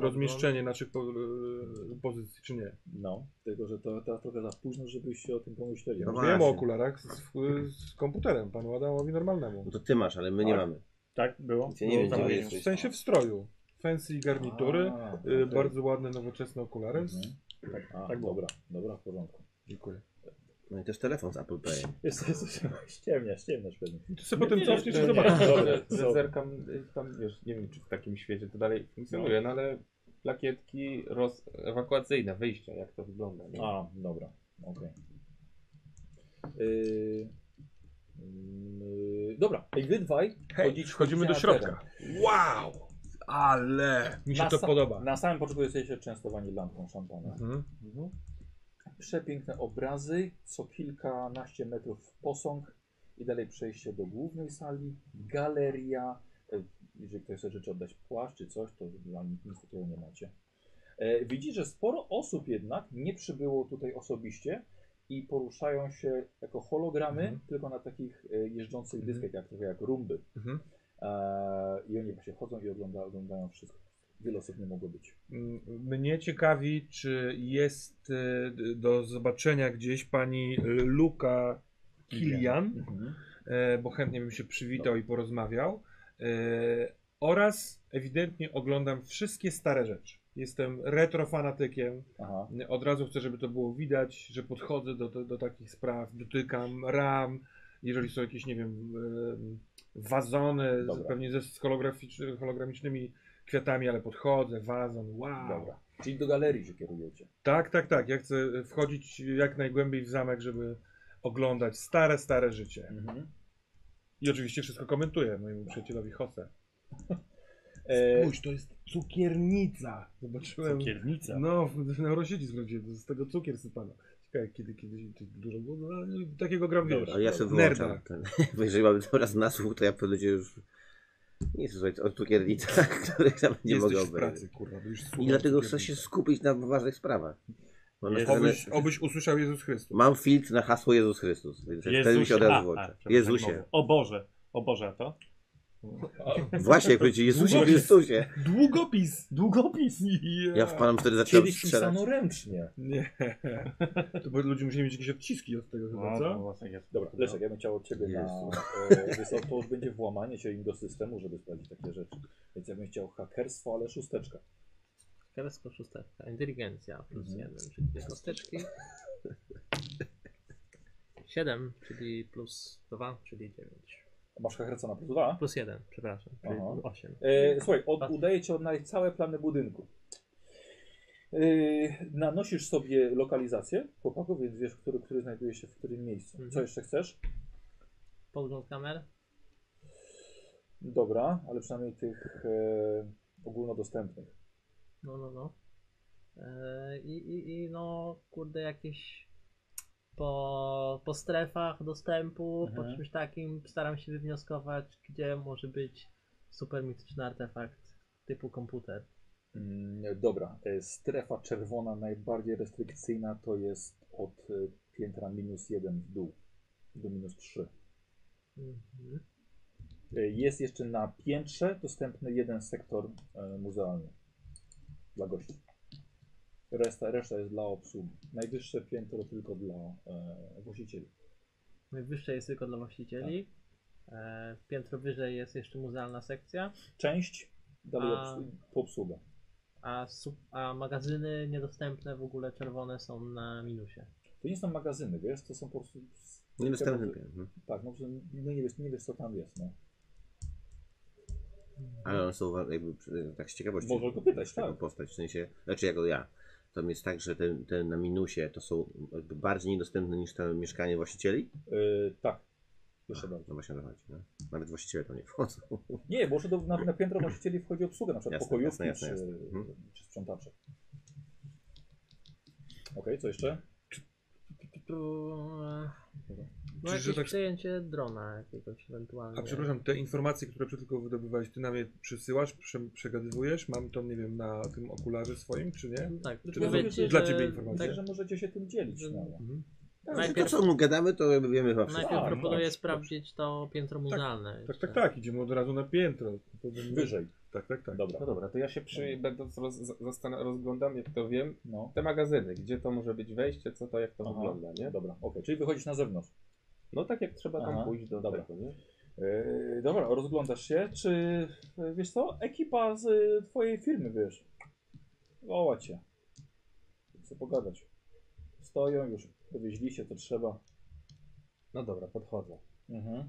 Speaker 5: rozmieszczenie naszych po, y, pozycji, czy nie?
Speaker 2: No, tylko że to teraz trochę za późno, żebyście o tym pomyśleli.
Speaker 1: No
Speaker 5: No Wiem
Speaker 1: właśnie.
Speaker 5: o okularach z, z komputerem, panu Adamowi normalnemu.
Speaker 1: No to ty masz, ale my nie
Speaker 5: Tak.
Speaker 1: mamy.
Speaker 3: Tak, było.
Speaker 1: Ja nie wiem,
Speaker 5: Tam
Speaker 1: gdzie
Speaker 5: jest,
Speaker 1: jesteś.
Speaker 5: w sensie w stroju. Fancy garnitury,
Speaker 2: A,
Speaker 5: y,
Speaker 2: okej.
Speaker 5: bardzo ładne, nowoczesne okulary.
Speaker 2: Mhm. Tak, a,
Speaker 5: tak było.
Speaker 2: dobra, dobra, w porządku.
Speaker 5: Dziękuję.
Speaker 1: No i też telefon z Apple Pay.
Speaker 2: Jest, jest, jest, ciemniasz, ciemniasz pewnie.
Speaker 5: To sobie potem cofniesz i
Speaker 6: nie,
Speaker 5: zobaczysz.
Speaker 6: nie,
Speaker 2: Dobra,
Speaker 6: że- że
Speaker 2: dobra.
Speaker 6: Zerkam, y, tam wiesz, nie wiem czy w takim świecie to dalej funkcjonuje, no ale plakietki roz... ewakuacyjne, wyjścia, jak to wygląda. Nie?
Speaker 2: A, dobra, okej. Yy, yy, dobra, i wy dwaj
Speaker 5: Hej,
Speaker 2: wchodzicie-
Speaker 5: wchodzimy do
Speaker 2: wchodzicie na
Speaker 5: środka. Wow! Ale mi się
Speaker 2: Na
Speaker 5: to
Speaker 2: sa-
Speaker 5: podoba.
Speaker 2: teren. Na samym początku jesteście częstowani lampką szampana.
Speaker 5: Mhm.
Speaker 2: Przepiękne obrazy, co kilkanaście metrów posąg i dalej przejście do głównej sali, galeria. E, Jeżeli ktoś sobie życzy oddać płaszcz czy coś, to dla nich nic takiego nie macie. E, Widzisz, że sporo osób jednak nie przybyło tutaj osobiście i poruszają się jako hologramy,
Speaker 5: Mhm.
Speaker 2: tylko na takich e, jeżdżących
Speaker 5: Mhm.
Speaker 2: dyskach, jak, trochę jak rumby.
Speaker 5: Mhm.
Speaker 2: E, I oni właśnie chodzą i ogląda, oglądają wszystko. Wiele osób nie mogło być.
Speaker 5: M- Mnie ciekawi, czy jest y, do zobaczenia gdzieś pani e, Luka Kilian. e, bo chętnie bym się przywitał i porozmawiał. E, Oraz ewidentnie oglądam wszystkie stare rzeczy. Jestem retrofanatykiem.
Speaker 2: Aha.
Speaker 5: Od razu chcę, żeby to było widać, że podchodzę do, do, do takich spraw, dotykam ram. Jeżeli są jakieś, nie wiem, e, wazony, z-
Speaker 2: Dobra.
Speaker 5: pewnie ze z holograficzny- hologramicznymi kwiatami, ale podchodzę, wazon, wow.
Speaker 2: Dobra. Czyli do galerii się kierujecie.
Speaker 5: Tak, tak, tak. Ja chcę wchodzić jak najgłębiej w zamek, żeby oglądać stare, stare życie.
Speaker 2: Mhm.
Speaker 5: I oczywiście wszystko komentuję mojemu przyjacielowi Jose.
Speaker 2: E,
Speaker 5: Spójrz, to jest cukiernica. Zobaczyłem.
Speaker 3: Cukiernica.
Speaker 5: No, w, w neurosieci zgrodziłem, z tego cukier sypano. Ciekawe, kiedy kiedyś to dużo było, no, ale takiego gram wiesz. no,
Speaker 1: Ale ja sobie
Speaker 5: nerda.
Speaker 1: wyłączam ten. Bo jeżeli mamy teraz nasłuch, to ja po ludzie już nie słyszę o cukiernicach, których tam nie
Speaker 5: Jesteś
Speaker 1: mogę
Speaker 5: w pracy,
Speaker 1: obejrzeć.
Speaker 5: kurwa, bo już
Speaker 1: I
Speaker 5: słucham
Speaker 1: dlatego
Speaker 5: cukiernicy.
Speaker 1: chcę się skupić na ważnych sprawach. Mam,
Speaker 3: Jest-
Speaker 1: nastawione-
Speaker 5: Obyś, obyś usłyszał Jezus Chrystus.
Speaker 1: mam filtr na hasło Jezus Chrystus, więc wtedy mi się od
Speaker 3: A, a,
Speaker 1: razu włącza.
Speaker 3: przepraszam,
Speaker 1: Jezusie.
Speaker 3: mowa. O Boże, o Boże, a to?
Speaker 1: Właśnie, jak powiedzieć Jezusie Chrystusie.
Speaker 5: Długopis! Długopis!
Speaker 1: Ja w panem wtedy zaczynam
Speaker 2: kiedyś
Speaker 1: strzelać.
Speaker 2: pisano ręcznie.
Speaker 5: Nie. To bo ludzie musieli mieć jakieś odciski od tego chyba,
Speaker 3: no,
Speaker 5: co?
Speaker 3: właśnie jest.
Speaker 2: Dobra, Leszek, ja bym chciał od ciebie na...
Speaker 1: Jezu.
Speaker 2: E, wiesz co, to już będzie włamanie się im do systemu, żeby sprawdzić takie rzeczy. Więc ja bym chciał hakerstwo, ale szósteczka.
Speaker 4: Kresko szósteczka. Inteligencja plus
Speaker 2: Mhm.
Speaker 4: jeden, czyli dwie kosteczki. Siedem, czyli plus dwa, czyli dziewięć.
Speaker 2: Masz hakerca na plus dwa?
Speaker 4: Plus jeden, przepraszam, czyli
Speaker 2: Aha.
Speaker 4: osiem.
Speaker 2: E, słuchaj, od, udaje ci odnaleźć całe plany budynku. E, nanosisz sobie lokalizację chłopaków, więc wiesz, który, który znajduje się w którym miejscu.
Speaker 4: Mhm.
Speaker 2: Co jeszcze chcesz?
Speaker 4: Podgląd kamer.
Speaker 2: Dobra, ale przynajmniej tych e, ogólnodostępnych.
Speaker 4: No, no, no. Eee, I, i, I no, kurde, jakieś po, po strefach dostępu, po
Speaker 2: Mhm.
Speaker 4: czymś takim staram się wywnioskować, gdzie może być super mityczny artefakt typu komputer.
Speaker 2: Mm, Dobra, e, strefa czerwona, najbardziej restrykcyjna, to jest od e, piętra minus 1 w dół do minus 3.
Speaker 4: Mhm.
Speaker 2: Jest jeszcze na piętrze dostępny jeden sektor e, muzealny dla gości. Reszta, reszta jest dla obsługi. Najwyższe piętro tylko dla e, właścicieli.
Speaker 4: Najwyższe jest tylko dla właścicieli. Eee, piętro wyżej jest jeszcze muzealna sekcja,
Speaker 2: Część dalej
Speaker 4: A.
Speaker 2: obsłu- po obsługę.
Speaker 4: a, su- a magazyny niedostępne w ogóle czerwone są na minusie.
Speaker 2: To nie są magazyny, wiesz, to są po prostu...
Speaker 1: Niedostępny piękny. Mhm.
Speaker 2: Tak, no, po prostu nie, nie, wiesz, nie wiesz co tam jest, no.
Speaker 1: Ale one są wa- jakby e, tak z ciekawości.
Speaker 2: Można go pytać,
Speaker 1: z tego
Speaker 2: tak.
Speaker 1: Postać, w sensie, znaczy jako ja. To jest tak, że te, te na minusie to są jakby bardziej niedostępne niż to mieszkanie właścicieli?
Speaker 2: E, tak, jeszcze bardziej.
Speaker 1: No właśnie o to chodzi. No. Nawet właściciele tam nie wchodzą.
Speaker 2: Nie, bo jeszcze do, na, na piętro właścicieli wchodzi obsługa, na przykład
Speaker 1: Jasne,
Speaker 2: pokojówki
Speaker 1: jasne, jasne,
Speaker 2: czy,
Speaker 1: jasne. Mhm.
Speaker 2: czy sprzątacze. Okej, co jeszcze?
Speaker 4: e, No
Speaker 5: Czy, że
Speaker 4: jakieś
Speaker 5: tak-
Speaker 4: przejęcie drona jakiegoś ewentualnie.
Speaker 5: A przepraszam, te informacje, które przed chwilą wydobywałeś, ty nam je przysyłasz, prze, przegadywujesz? Mam to, nie wiem, na tym okularze swoim, czy nie?
Speaker 4: No Tak,
Speaker 5: Czy
Speaker 4: mówię
Speaker 5: rozumiem,
Speaker 4: ci,
Speaker 5: dla
Speaker 4: że-
Speaker 5: ciebie informacja?
Speaker 2: Myślę,
Speaker 4: Tak,
Speaker 2: że możecie się tym dzielić.
Speaker 4: że-
Speaker 2: No.
Speaker 5: Mhm.
Speaker 1: Znaczy,
Speaker 4: najpierw-
Speaker 1: to co mu gadamy, to jakby wiemy chyba wszystko.
Speaker 4: najpierw
Speaker 2: A, no
Speaker 4: proponuję
Speaker 2: dobrze,
Speaker 4: sprawdzić to piętro muzealne.
Speaker 5: Tak,
Speaker 4: jeszcze.
Speaker 5: tak, tak, idziemy od razu na piętro. Potem-
Speaker 2: Wyżej.
Speaker 5: Tak, tak, tak.
Speaker 2: Dobra.
Speaker 6: No dobra, to ja się przy, będąc roz, zastan- rozglądam, jak to wiem,
Speaker 2: No.
Speaker 6: te magazyny, gdzie to może być wejście, co to, jak to
Speaker 2: Aha.
Speaker 6: wygląda, nie?
Speaker 2: Dobra, okej, czyli wychodzisz na zewnątrz.
Speaker 6: No tak jak trzeba tam
Speaker 2: Aha,
Speaker 6: pójść do
Speaker 2: dobra.
Speaker 6: tego, nie?
Speaker 2: Yy, dobra, rozglądasz się, czy yy, wiesz co, ekipa z y, twojej firmy, wiesz, woła cię. Chcę pogadać. stoją, już dowieźliście to trzeba.
Speaker 6: No dobra, podchodzę.
Speaker 2: Mhm.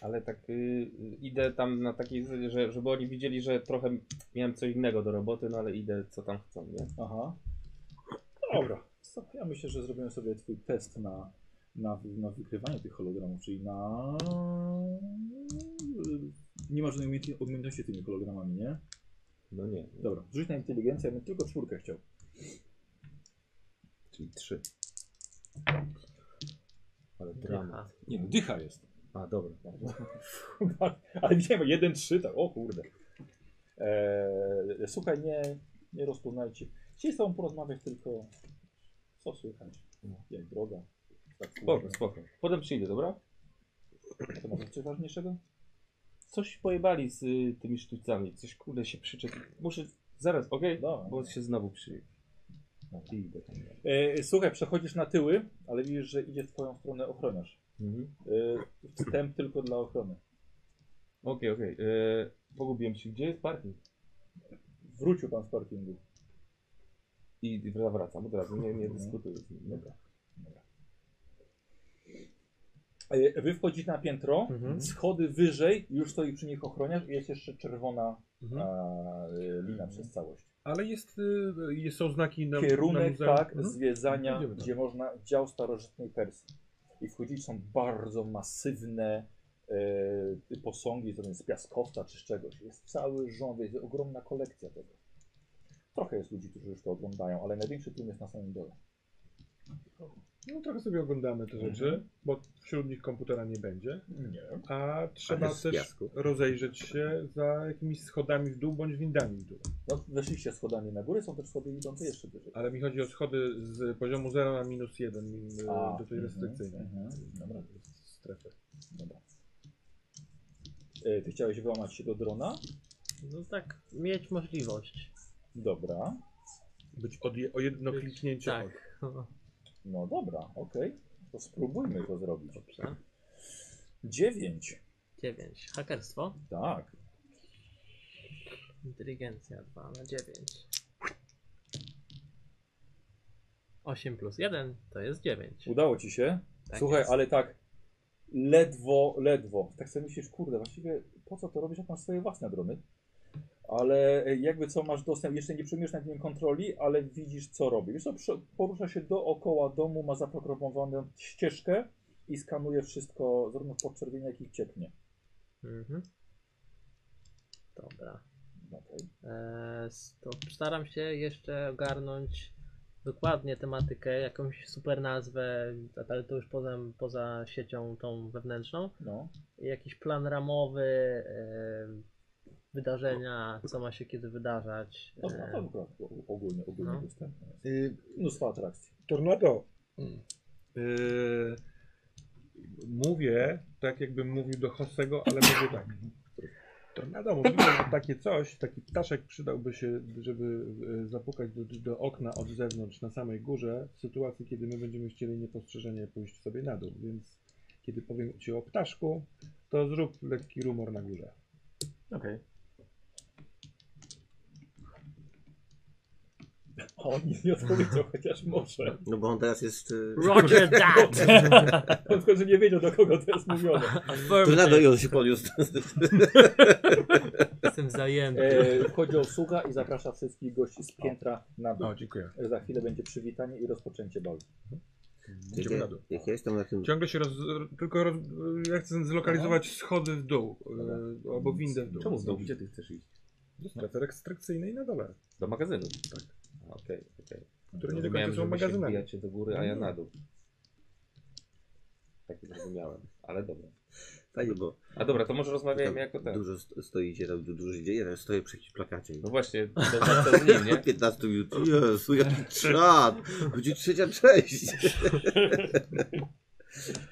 Speaker 6: Ale tak y, y, idę tam na takiej, zasadzie, że, żeby oni widzieli, że trochę miałem co innego do roboty, no ale idę co tam chcą, nie?
Speaker 2: Aha. Dobra. So, Ja myślę, że zrobiłem sobie twój test na, na, na wykrywanie tych hologramów, czyli na... Nie ma żadnej umiejętni- umiejętności tymi hologramami, nie?
Speaker 6: No nie.
Speaker 2: Dobra, rzuć na inteligencję, ja bym tylko czwórkę chciał.
Speaker 6: Czyli trzy. Ale drama.
Speaker 4: Dycha.
Speaker 2: Nie, no, dycha jest.
Speaker 6: A, dobra.
Speaker 2: Ale widziałem jeden, trzy, tak, o kurde. Eee, słuchaj, nie, nie rozpoznajcie. Chcieli z tobą porozmawiać tylko, co słychać, jak droga. Tak,
Speaker 6: No. Spoko, spoko. Potem przyjdę, dobra?
Speaker 2: To może coś ważniejszego?
Speaker 6: Coś pojebali z y, tymi sztućcami. Coś kurde się przyczep. Muszę. Zaraz, okej?
Speaker 2: Dobra.
Speaker 6: No, Bo się znowu przy. I idę.
Speaker 2: Eee, słuchaj, przechodzisz na tyły, ale widzisz, że idzie w twoją stronę ochroniarz.
Speaker 6: Mhm.
Speaker 2: Eee, wstęp tylko dla ochrony.
Speaker 6: Okej, okej. y, Pogubiłem się. Gdzie jest parking?
Speaker 2: Wrócił pan z parkingu.
Speaker 6: I zawracam od razu, nie, nie dyskutuję z nim. Dobra.
Speaker 2: Eee, wy wchodzicie na piętro,
Speaker 5: Mhm.
Speaker 2: schody wyżej, już stoi przy nich ochroniarz i jest jeszcze czerwona
Speaker 5: Mhm.
Speaker 2: eee, lina przez całość.
Speaker 5: Ale jest, y, y, są znaki na na
Speaker 2: kierunek
Speaker 5: muzeum.
Speaker 2: tak,
Speaker 5: Mhm.
Speaker 2: zwiedzania,
Speaker 5: Idziemy tam.
Speaker 2: gdzie można dział starożytnej Persji. I wchodzić są bardzo masywne e, posągi, to jest z piaskowca czy z czegoś. Jest cały rząd, jest ogromna kolekcja tego. Trochę jest ludzi, którzy już to oglądają, ale największy tłum jest na samym dole.
Speaker 5: No trochę sobie oglądamy te rzeczy, bo wśród nich komputera nie będzie.
Speaker 2: Nie.
Speaker 5: A trzeba
Speaker 1: Ale z
Speaker 5: też
Speaker 1: piasku.
Speaker 5: rozejrzeć się za jakimiś schodami w dół bądź windami w dół.
Speaker 2: No, weszliście schodami na górę, są też schody idące jeszcze wyżej.
Speaker 5: Ale mi chodzi o schody z poziomu 0 na minus 1
Speaker 2: A,
Speaker 5: do tej
Speaker 2: mhm,
Speaker 5: restrykcyjnej
Speaker 2: mhm, dobra.
Speaker 5: strefy.
Speaker 2: Dobra. E, Ty chciałeś wyłamać się do drona?
Speaker 4: No tak, mieć możliwość.
Speaker 2: Dobra.
Speaker 5: Być od je, o jedno
Speaker 4: Być-
Speaker 5: kliknięcie. od-
Speaker 4: Tak.
Speaker 2: No dobra, okej. To spróbujmy to zrobić.
Speaker 4: Dobrze.
Speaker 2: Dziewięć.
Speaker 4: 9. Hakerstwo.
Speaker 2: Tak.
Speaker 4: Inteligencja 2 na 9. 8 plus 1 to jest 9.
Speaker 2: Udało ci się.
Speaker 4: Tak
Speaker 2: Słuchaj,
Speaker 4: jest.
Speaker 2: ale tak ledwo, ledwo. Tak sobie myślisz, kurde, właściwie po co to robisz, jak masz swoje własne drony? Ale e, jakby co, masz dostęp, jeszcze nie przyjmujesz nad nim kontroli, ale widzisz co robi. Wiesz co, prze- porusza się dookoła domu, ma zaprogramowaną ścieżkę i skanuje wszystko, zarówno w podczerwieniu, jak i w cieknie.
Speaker 4: Mhm. Dobra.
Speaker 2: Okej.
Speaker 4: Eee, s- to staram się jeszcze ogarnąć dokładnie tematykę, jakąś super nazwę, a- ale to już poza, poza siecią tą wewnętrzną.
Speaker 2: No.
Speaker 4: Jakiś plan ramowy, eee, wydarzenia, co ma się kiedy wydarzać.
Speaker 2: No, no to
Speaker 4: Eee,
Speaker 2: akurat o- ogólnie, ogólnie
Speaker 4: No.
Speaker 2: dostępne jest.
Speaker 5: Y,
Speaker 2: Mnóstwo atrakcji.
Speaker 5: Tornado. Y, mówię tak, jakbym mówił do Hossego, ale mówię tak. Tornado mówiło, że takie coś, taki ptaszek przydałby się, żeby y, zapukać do, do okna od zewnątrz na samej górze, w sytuacji, kiedy my będziemy chcieli niepostrzeżenie pójść sobie na dół. Więc kiedy powiem ci o ptaszku, to zrób lekki rumor na górze.
Speaker 3: Okej.
Speaker 2: A on nie odpowiedział, chociaż może.
Speaker 1: No bo on teraz jest... y,
Speaker 4: Roger that!
Speaker 2: On w końcu nie wiedział, do kogo to jest mówione.
Speaker 1: Tornado i on się podniósł.
Speaker 4: Jestem zajęty.
Speaker 2: E, wchodzi obsługa i zaprasza wszystkich gości z piętra na dół.
Speaker 5: O, dziękuję.
Speaker 2: E, Za chwilę będzie przywitanie i rozpoczęcie balu.
Speaker 5: Idziemy na dół.
Speaker 1: Jak ja jestem na tym...
Speaker 5: Ciągle się roz... tylko roz... ja chcę zlokalizować schody w dół, yy, albo windę w dół.
Speaker 6: Czemu znowu? Gdzie ty chcesz iść?
Speaker 5: Do strefy restrykcyjnej na dole,
Speaker 6: Do magazynu. Tak. Okej, okej.
Speaker 5: które nie do
Speaker 6: Zrozumiałem,
Speaker 5: końca są No.
Speaker 6: że wy się
Speaker 5: magazynami.
Speaker 6: wbijacie do góry, a ja na dół. Tak zrozumiałem, ale dobra.
Speaker 1: Fajnie, bo
Speaker 6: A dobra, to może
Speaker 1: tam
Speaker 6: rozmawiajmy jako ten.
Speaker 1: dużo st- stoicie, tam du- dużo się dzieje, ja stoję przy jakimś plakacie.
Speaker 6: No właśnie, to, to, to z nim, nie?
Speaker 1: Od 15 minut. Jezu, jaki czad! Będzie trzecia część.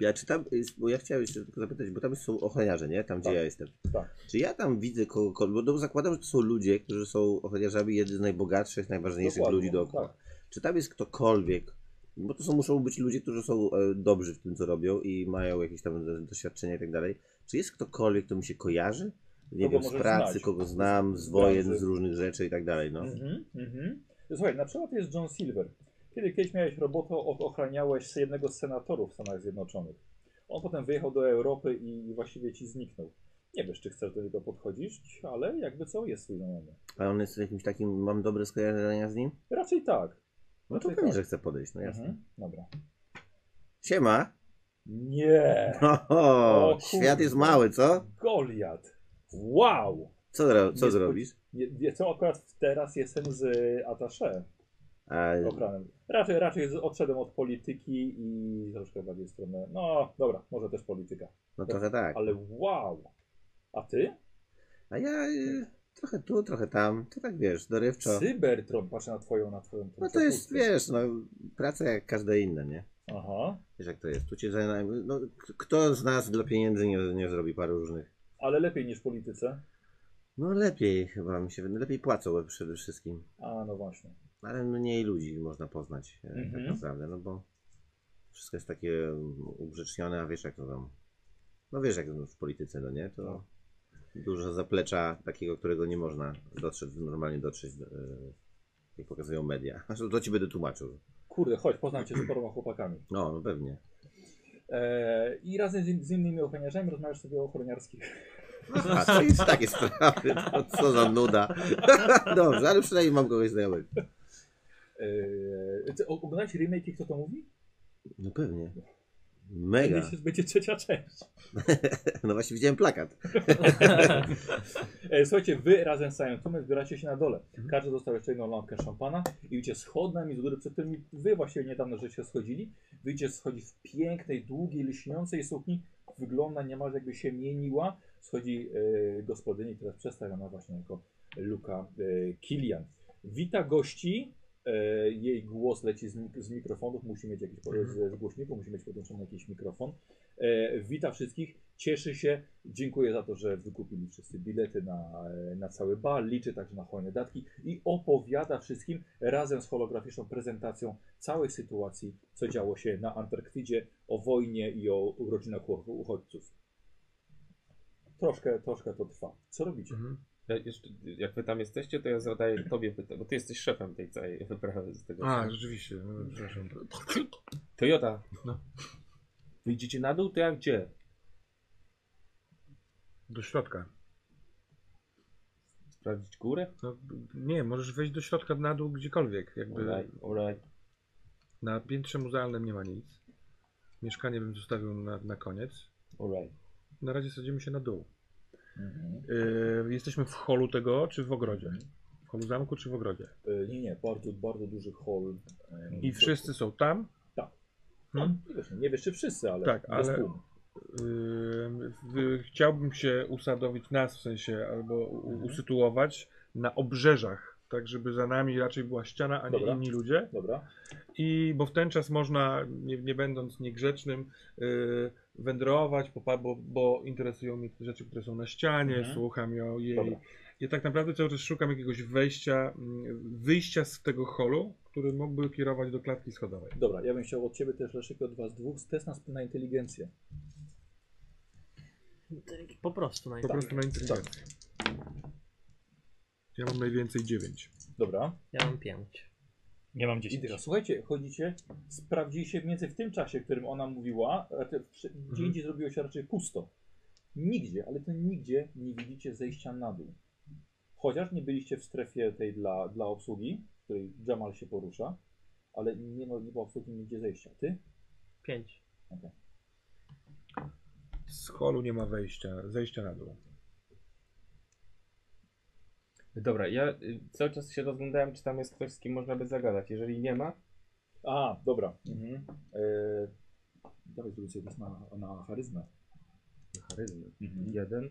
Speaker 1: Ja czytam, y, bo ja chciałem jeszcze tylko zapytać, bo tam są ochroniarze, nie? Tam gdzie
Speaker 2: Tak.
Speaker 1: ja jestem.
Speaker 2: Tak.
Speaker 1: Czy ja tam widzę kogokolwiek, bo no, zakładam, że to są ludzie, którzy są ochroniarzami jedni z najbogatszych, najważniejszych
Speaker 2: Dokładnie,
Speaker 1: ludzi dookoła.
Speaker 2: tak.
Speaker 1: Czy tam jest ktokolwiek, bo to są, muszą być ludzie, którzy są e, dobrzy w tym, co robią i mają jakieś tam do- doświadczenia i tak dalej. Czy jest ktokolwiek, kto mi się kojarzy? Nie
Speaker 2: Kogo
Speaker 1: wiem, z
Speaker 2: możesz
Speaker 1: pracy,
Speaker 2: znać.
Speaker 1: kogo znam, z wojen,
Speaker 2: branży.
Speaker 1: z różnych rzeczy i tak dalej, no.
Speaker 2: Mhm, mhm. Słuchaj, na przykład jest John Silver. Kiedy kiedyś miałeś robotę, o- ochraniałeś jednego z senatorów w Stanach Zjednoczonych. On potem wyjechał do Europy i właściwie ci zniknął. Nie wiesz, czy chcesz do niego podchodzić, ale jakby co, jest twój znajomy.
Speaker 1: A on jest jakimś takim, mam dobre skojarzenia z nim?
Speaker 2: Raczej tak.
Speaker 1: No to
Speaker 2: Raczej
Speaker 1: pewnie,
Speaker 2: tak.
Speaker 1: że chcę podejść, no jasne.
Speaker 2: Mhm. Dobra.
Speaker 1: Siema!
Speaker 2: Nie!
Speaker 1: Ho, ho,
Speaker 2: O kurde.
Speaker 1: świat jest mały, co?
Speaker 2: Goliat! Wow!
Speaker 1: Co, dro- co
Speaker 2: Nie
Speaker 1: zrobisz?
Speaker 2: Nie, nie, co akurat teraz jestem z Atasze
Speaker 1: A,
Speaker 2: okranem. Raczej, raczej z- odszedłem od polityki i troszkę bardziej w stronę. No dobra, może też polityka.
Speaker 1: no trochę tak.
Speaker 2: Ale wow! A ty?
Speaker 1: A ja y, trochę tu, trochę tam, to tak wiesz, dorywczo.
Speaker 2: Cybertron, patrzę na twoją, na twoją
Speaker 1: No to jest,
Speaker 2: przepustkę.
Speaker 1: wiesz, no, praca jak każda inna, nie?
Speaker 2: Aha.
Speaker 1: Wiesz jak to jest, tu cię zajmę, no, k- kto z nas dla pieniędzy nie, nie zrobi paru różnych?
Speaker 2: Ale lepiej niż w polityce.
Speaker 1: No lepiej chyba mi się, lepiej płacą przede wszystkim.
Speaker 2: A no właśnie.
Speaker 1: ale mniej ludzi można poznać e,
Speaker 2: Mhm.
Speaker 1: tak naprawdę, no bo wszystko jest takie um, ugrzecznione, a wiesz jak to tam, no wiesz jak w polityce, no nie, to dużo zaplecza takiego, którego nie można dotrzeć, normalnie dotrzeć, do, e, jak pokazują media. Zresztą to ci będę tłumaczył.
Speaker 2: Kurde, chodź, poznam cię z paroma chłopakami.
Speaker 1: No, no pewnie.
Speaker 2: Eee, I razem z, in- z innymi ochroniarzami rozmawiasz sobie o ochroniarskich.
Speaker 1: A, to jest No, takie sprawy, to co za nuda. Dobrze, ale przynajmniej mam kogoś znajomego.
Speaker 2: Eee, Oglądać remake, kto to mówi?
Speaker 1: No pewnie. Mega.
Speaker 3: Będzie, będzie trzecia część.
Speaker 1: No właśnie widziałem plakat.
Speaker 2: E, Słuchajcie, wy razem z Sajantumem zbieracie się na dole. Każdy dostał jeszcze jedną lampkę szampana i idzie schodnami z góry, przed którymi wy właśnie niedawno żeście schodzili. Wyjdzie schodzi w pięknej, długiej, lśniącej sukni. Wygląda niemal jakby się mieniła. Schodzi e, gospodyni, która jest przedstawiona właśnie jako Luka e, Kilian. Wita gości. E, jej głos leci z, mik z mikrofonów, musi mieć jakiś
Speaker 6: Mhm.
Speaker 2: z, z głośników, musi mieć podłączony jakiś mikrofon. E, wita wszystkich, cieszy się, dziękuję za to, że wykupili wszyscy bilety na, e, na cały bal, liczy także na hojne datki i opowiada wszystkim razem z holograficzną prezentacją całej sytuacji, co działo się na Antarktydzie, o wojnie i o urodzinach ucho- uchodźców. Troszkę, troszkę to trwa. Co robicie?
Speaker 5: Mhm.
Speaker 6: Ja jeszcze, jak wy tam jesteście, to ja zadaję tobie pytanie, bo ty jesteś szefem tej całej wyprawy z tego.
Speaker 5: A, rzeczywiście, no, przepraszam.
Speaker 6: Toyota.
Speaker 5: No.
Speaker 6: Wyjdziecie na dół, to jak gdzie?
Speaker 5: Do środka.
Speaker 6: Sprawdzić górę?
Speaker 5: No, nie, możesz wejść do środka na dół gdziekolwiek. Jakby
Speaker 6: Alright, alright.
Speaker 5: na piętrze muzealnym nie ma nic. Mieszkanie bym zostawił na, na koniec.
Speaker 6: Alright.
Speaker 5: Na razie sadzimy się na dół. Yy, jesteśmy w holu tego, czy w ogrodzie? W holu zamku, czy w ogrodzie?
Speaker 2: E, Nie, nie, bardzo, bardzo duży hol. e,
Speaker 5: I wszyscy są tam.
Speaker 2: Tak.
Speaker 5: Hmm?
Speaker 2: No, wiesz, nie wiesz, czy wszyscy, ale
Speaker 5: Tak,
Speaker 2: bez
Speaker 5: ale-
Speaker 2: tłumu.
Speaker 5: Ym, w- chciałbym się usadowić nas w sensie albo u-
Speaker 2: Mhm.
Speaker 5: usytuować na obrzeżach, tak żeby za nami raczej była ściana, a nie
Speaker 2: Dobra.
Speaker 5: inni ludzie.
Speaker 2: Dobra.
Speaker 5: I bo w ten czas można, nie, nie będąc niegrzecznym, yy, wędrować, bo, pa- bo, bo interesują mnie te rzeczy, które są na ścianie,
Speaker 2: Mhm.
Speaker 5: słucham ją jej.
Speaker 2: Dobra.
Speaker 5: Ja tak naprawdę cały czas szukam jakiegoś wejścia, mm, wyjścia z tego holu, który mógłby kierować do klatki schodowej.
Speaker 2: Dobra, ja bym chciał od ciebie też Leszek i od was dwóch test na, na inteligencję.
Speaker 4: Po prostu na
Speaker 5: Po
Speaker 4: tak.
Speaker 5: prostu na inteligencję.
Speaker 2: Tak.
Speaker 5: Ja mam najwięcej 9.
Speaker 2: Dobra.
Speaker 4: Ja mam pięć.
Speaker 3: Nie mam
Speaker 2: I
Speaker 3: 10.
Speaker 2: teraz słuchajcie, chodzicie, sprawdziliście mniej więcej w tym czasie, w którym ona mówiła, a te wszy- gdzie
Speaker 5: Mhm.
Speaker 2: indziej zrobiło się raczej pusto. Nigdzie, ale to nigdzie nie widzicie zejścia na dół. Chociaż nie byliście w strefie tej dla, dla obsługi, w której Jamal się porusza, ale nie ma nie było absolutnie nigdzie zejścia. Ty?
Speaker 4: Pięć.
Speaker 5: Z holu nie ma wejścia, zejścia na dół.
Speaker 6: Dobra, ja y, cały czas się rozglądałem, czy tam jest ktoś, z kim można by zagadać. Jeżeli nie ma,
Speaker 2: A, dobra. Mhm. Eee, dawaj zrobię sobie test na, na charyzmę. Mhm.
Speaker 6: na charyzmę. Jeden.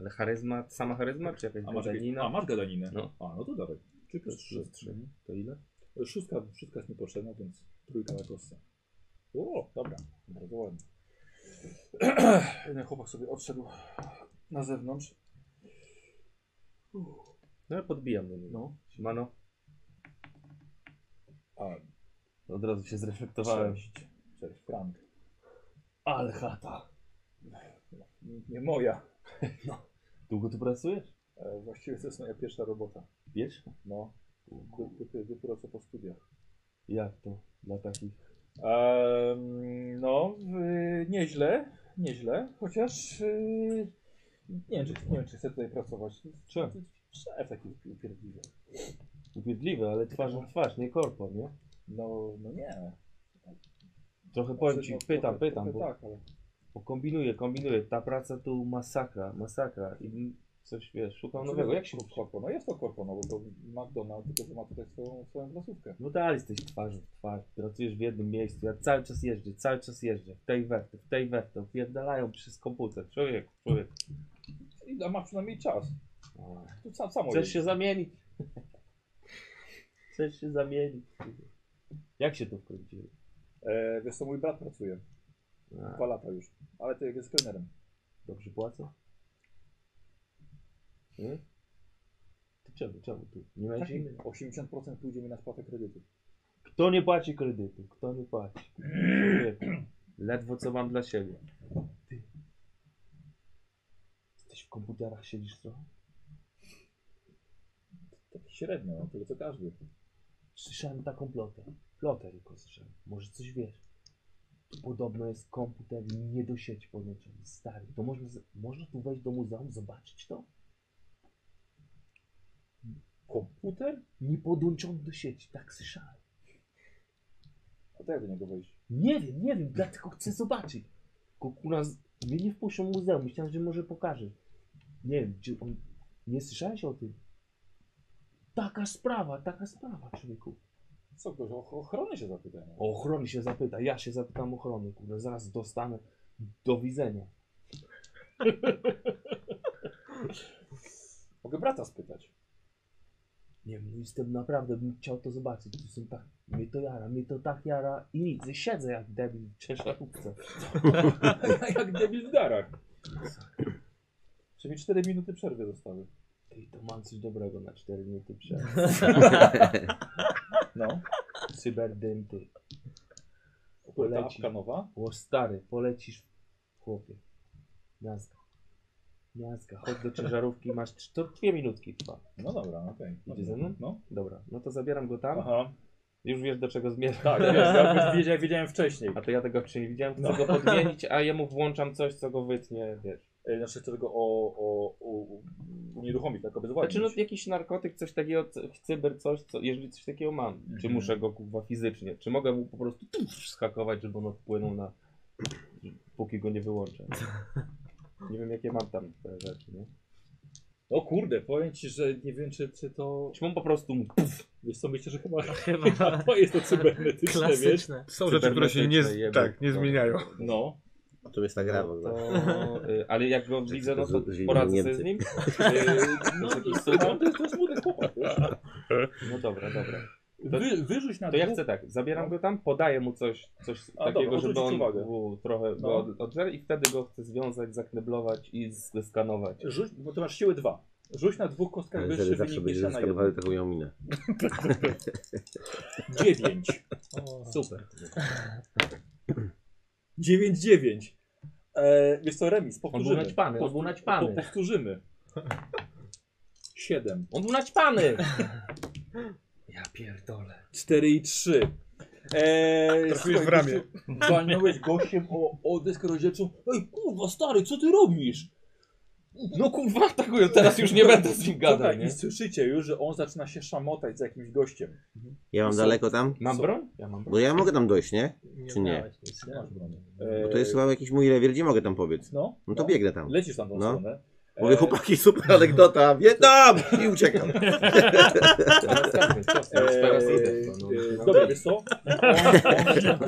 Speaker 6: Ale charyzma, sama charyzma, czy jakaś
Speaker 2: A masz,
Speaker 6: gadaninę?
Speaker 2: a masz gadaninę?
Speaker 6: No.
Speaker 2: A, no to dawaj. Czy plus trzy? trzy.
Speaker 6: To ile?
Speaker 2: Szóstka, szóstka jest niepotrzebna, więc trójka na kostce. O, dobra. Bardzo ładnie. Jeden chłopak sobie odszedł na zewnątrz. Uff,
Speaker 6: No ja podbijam do niego.
Speaker 2: No.
Speaker 6: Siemano.
Speaker 2: A,
Speaker 6: Od razu się zreflektowałem.
Speaker 2: cześć. Cześć, Frank.
Speaker 6: Ale chata. No.
Speaker 2: Nie, nie moja.
Speaker 6: Długo tu pracujesz?
Speaker 2: E, właściwie to jest moja pierwsza robota.
Speaker 6: Wiesz?
Speaker 2: No. Dopiero, dopiero co po studiach.
Speaker 6: Jak to? Dla takich.
Speaker 2: Em, no, y, nieźle, nieźle, chociaż y, nie, wiem, czy, nie wiem, czy chcę tutaj pracować.
Speaker 6: Czemu?
Speaker 2: Szef taki upierdliwy.
Speaker 6: Upierdliwe, ale twarz na twarz, nie korpo, nie?
Speaker 2: No, no nie.
Speaker 6: Trochę powiem ci,
Speaker 2: No,
Speaker 6: pytam,
Speaker 2: trochę-
Speaker 6: pytam,
Speaker 2: trochę
Speaker 6: bo,
Speaker 2: Tak, ale...
Speaker 6: bo kombinuję, kombinuję. Ta praca tu masakra, masakra. I coś wiesz, szukam nowego. no Jak się
Speaker 2: korpo? No jest to korpo, no bo to McDonald's, tylko że ma tutaj swoją, swoją placówkę.
Speaker 6: No dalej jesteś twarzą w twarz, pracujesz w jednym miejscu, ja cały czas jeżdżę, cały czas jeżdżę, w tej werty, w tej werty, opierdalają przez komputer, człowiek, człowiek.
Speaker 2: I a ma przynajmniej czas. Tu sam, samo
Speaker 6: Chcesz
Speaker 2: jest.
Speaker 6: się zamienić? Chcesz się zamienić? Jak się to wkręciło?
Speaker 2: E, wiesz co, mój brat pracuje.
Speaker 6: A,
Speaker 2: Dwa lata już. Ale to jak jest kelnerem.
Speaker 6: Dobrze płacę? Nie? Ty czemu, czemu tu? Nie
Speaker 2: Tak,
Speaker 6: będzie?
Speaker 2: 80% pójdzie mi na spłatę kredytu.
Speaker 6: Kto nie płaci kredytu? Kto nie płaci? Człowieku, Ledwo co mam dla siebie. Ty. Jesteś w komputerach, siedzisz trochę?
Speaker 2: Tak średnio, no, tyle co każdy.
Speaker 6: Słyszałem taką plotę. Plotę tylko słyszałem. Może coś wiesz. Tu podobno jest komputer nie do sieci podłączony. Stary, to można, z- można tu wejść do muzeum, zobaczyć to?
Speaker 2: Komputer?
Speaker 6: Nie podłączony do sieci, tak słyszałem.
Speaker 2: A to jak do niego wejść?
Speaker 6: Nie wiem, nie wiem, dlatego chcę zobaczyć. Tylko u nas mnie nie wpuszczą do muzeum, myślałem, że może pokażę. Nie wiem, czy on... Nie słyszałeś o tym? Taka sprawa, taka sprawa, człowieku.
Speaker 2: Co, go, że o- ochrony się zapytają.
Speaker 6: O ochrony się zapyta, ja się zapytam ochrony, kurde, zaraz dostanę do widzenia.
Speaker 2: Mogę brata spytać.
Speaker 6: Nie wiem, no jestem naprawdę, bym chciał to zobaczyć. To są tak, mnie to jara, mnie to tak jara i nic, ja siedzę jak debil w ciężarówce.
Speaker 2: jak debil w darach. Czyli 4 minuty przerwy dostały.
Speaker 6: Ty, to mam coś dobrego na 4 minuty przed.
Speaker 2: No.
Speaker 6: Cyberdym, ty.
Speaker 2: Ta
Speaker 6: Poleci.
Speaker 2: apka nowa.
Speaker 6: O stary, polecisz, chłopie. Miazga. Miazga, chodź do ciężarówki, masz cz- to dwie minutki trwa.
Speaker 2: No dobra, okej.
Speaker 6: Idzie ze mną?
Speaker 2: No.
Speaker 6: Dobra, no to zabieram go tam.
Speaker 2: Aha.
Speaker 6: Już wiesz do czego zmierzam.
Speaker 2: Tak, wiesz, ja wiedziałem, wiedziałem wcześniej.
Speaker 6: A to ja tego wcześniej widziałem,
Speaker 2: No.
Speaker 6: chcę go podmienić, a jemu włączam coś, co go wytnie, wiesz.
Speaker 2: E, Znaczy chcę tego o, o, o, o nieruchomić, tak obezwładnić.
Speaker 6: Znaczy no jakiś narkotyk, coś takiego, co- cyber coś, co, jeżeli coś takiego mam, czy
Speaker 2: Mhm.
Speaker 6: muszę go kurwa fizycznie, czy mogę mu po prostu tu skakować, żeby on odpłynął na, póki go nie wyłączę. Nie wiem jakie mam tam te rzeczy, nie?
Speaker 2: O kurde, powiem ci, że nie wiem czy, czy to...
Speaker 6: Czy mam po prostu mu
Speaker 2: Wiesz co, myślę, że chyba
Speaker 4: Chyba
Speaker 2: to jest to cybernetyczne, wiesz?
Speaker 4: klasyczne.
Speaker 5: Są rzeczy, które się nie, z-
Speaker 6: Cybernetyczne
Speaker 5: tak, nie
Speaker 6: jebie.
Speaker 5: zmieniają.
Speaker 2: No.
Speaker 1: To jest ta gra w ogóle.
Speaker 6: To, y, ale jak go widzę, no to
Speaker 1: z- z-
Speaker 6: poradzę sobie
Speaker 1: Niemcy.
Speaker 6: z nim.
Speaker 2: No,
Speaker 6: jest jakiś
Speaker 2: to,
Speaker 6: sygnał?
Speaker 2: to jest, to jest młody chłopak, wiesz?
Speaker 6: No dobra, dobra.
Speaker 2: Wy, wyrzuć na
Speaker 6: To ja
Speaker 2: dwóch-
Speaker 6: chcę tak, zabieram go tam, podaję mu coś, coś
Speaker 2: No. A,
Speaker 6: takiego,
Speaker 2: dobra,
Speaker 6: żeby
Speaker 2: odwrócić
Speaker 6: on
Speaker 2: uwagę.
Speaker 6: u, trochę
Speaker 2: No.
Speaker 6: go od, odżer i wtedy go chcę związać, zakneblować i zeskanować.
Speaker 2: Rzuć, bo ty masz siły dwa. Rzuć na dwóch kostkach
Speaker 1: Ale
Speaker 2: wyższy
Speaker 1: wtedy zawsze
Speaker 2: wynik
Speaker 1: będziesz
Speaker 2: niż ja na jeden.
Speaker 1: zaskarowany taką ją minę.
Speaker 2: Dziewięć.
Speaker 4: O,
Speaker 2: Super. Dziewięć dziewięć. E, wiesz co, remis,
Speaker 6: On
Speaker 2: powtórzymy.
Speaker 6: był naćpany, on
Speaker 2: Powtór-
Speaker 6: był naćpany.
Speaker 2: po- Powtórzymy. Siedem.
Speaker 6: On był naćpany! Ja pierdolę.
Speaker 2: 4 i 3. Eee,
Speaker 5: Trafiłeś
Speaker 2: słuchaj,
Speaker 5: w ramię.
Speaker 2: gościu, Walnąłeś gościem o, o deskę rozdzielczą. Ej, kurwa, stary, co ty robisz?
Speaker 6: No kurwa, atakuję, teraz już nie będę z nim gadał,
Speaker 2: Słuchaj,
Speaker 6: nie?
Speaker 2: I słyszycie już, że on zaczyna się szamotać z jakimś gościem.
Speaker 1: Ja mam
Speaker 2: Są-
Speaker 1: daleko tam?
Speaker 6: Mam
Speaker 2: Co?
Speaker 6: broń? Ja mam broń.
Speaker 1: Bo ja mogę tam dojść, nie?
Speaker 4: nie
Speaker 1: Czy nie?
Speaker 4: brałeś nic.
Speaker 2: Nie masz broni.
Speaker 1: Bo to jest chyba jakiś mój rewir, gdzie mogę tam pobiec.
Speaker 2: Eee. No,
Speaker 1: No to biegnę tam.
Speaker 2: Lecisz tam tą
Speaker 1: No.
Speaker 2: stronę.
Speaker 1: Mówię,
Speaker 2: Eee,
Speaker 1: chłopaki, super anegdota, Wietnam! I uciekam.
Speaker 6: Teraz każdy, co? Teraz- teraz
Speaker 2: eee,
Speaker 6: idę, to, no.
Speaker 2: eee,
Speaker 6: No.
Speaker 1: tak.
Speaker 2: Dobra, wiesz co?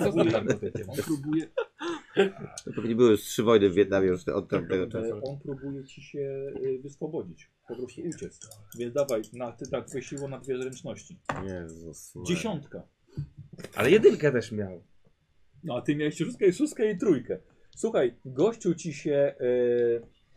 Speaker 6: Co z tym narkotykiem?
Speaker 2: On próbuje,
Speaker 1: To pewnie były już trzy wojny w Wietnamie już te- od tamtego czasu.
Speaker 2: e, on próbuje ci się e, wyswobodzić. Po prostu uciec. Więc dawaj, na, ty tak wysiło na dwie zręczności.
Speaker 1: Jezus Maria.
Speaker 2: Dziesiątka.
Speaker 6: Ale jedynkę też miał.
Speaker 2: No a ty miałeś szóstkę i szóstkę i trójkę. Słuchaj, gościu ci się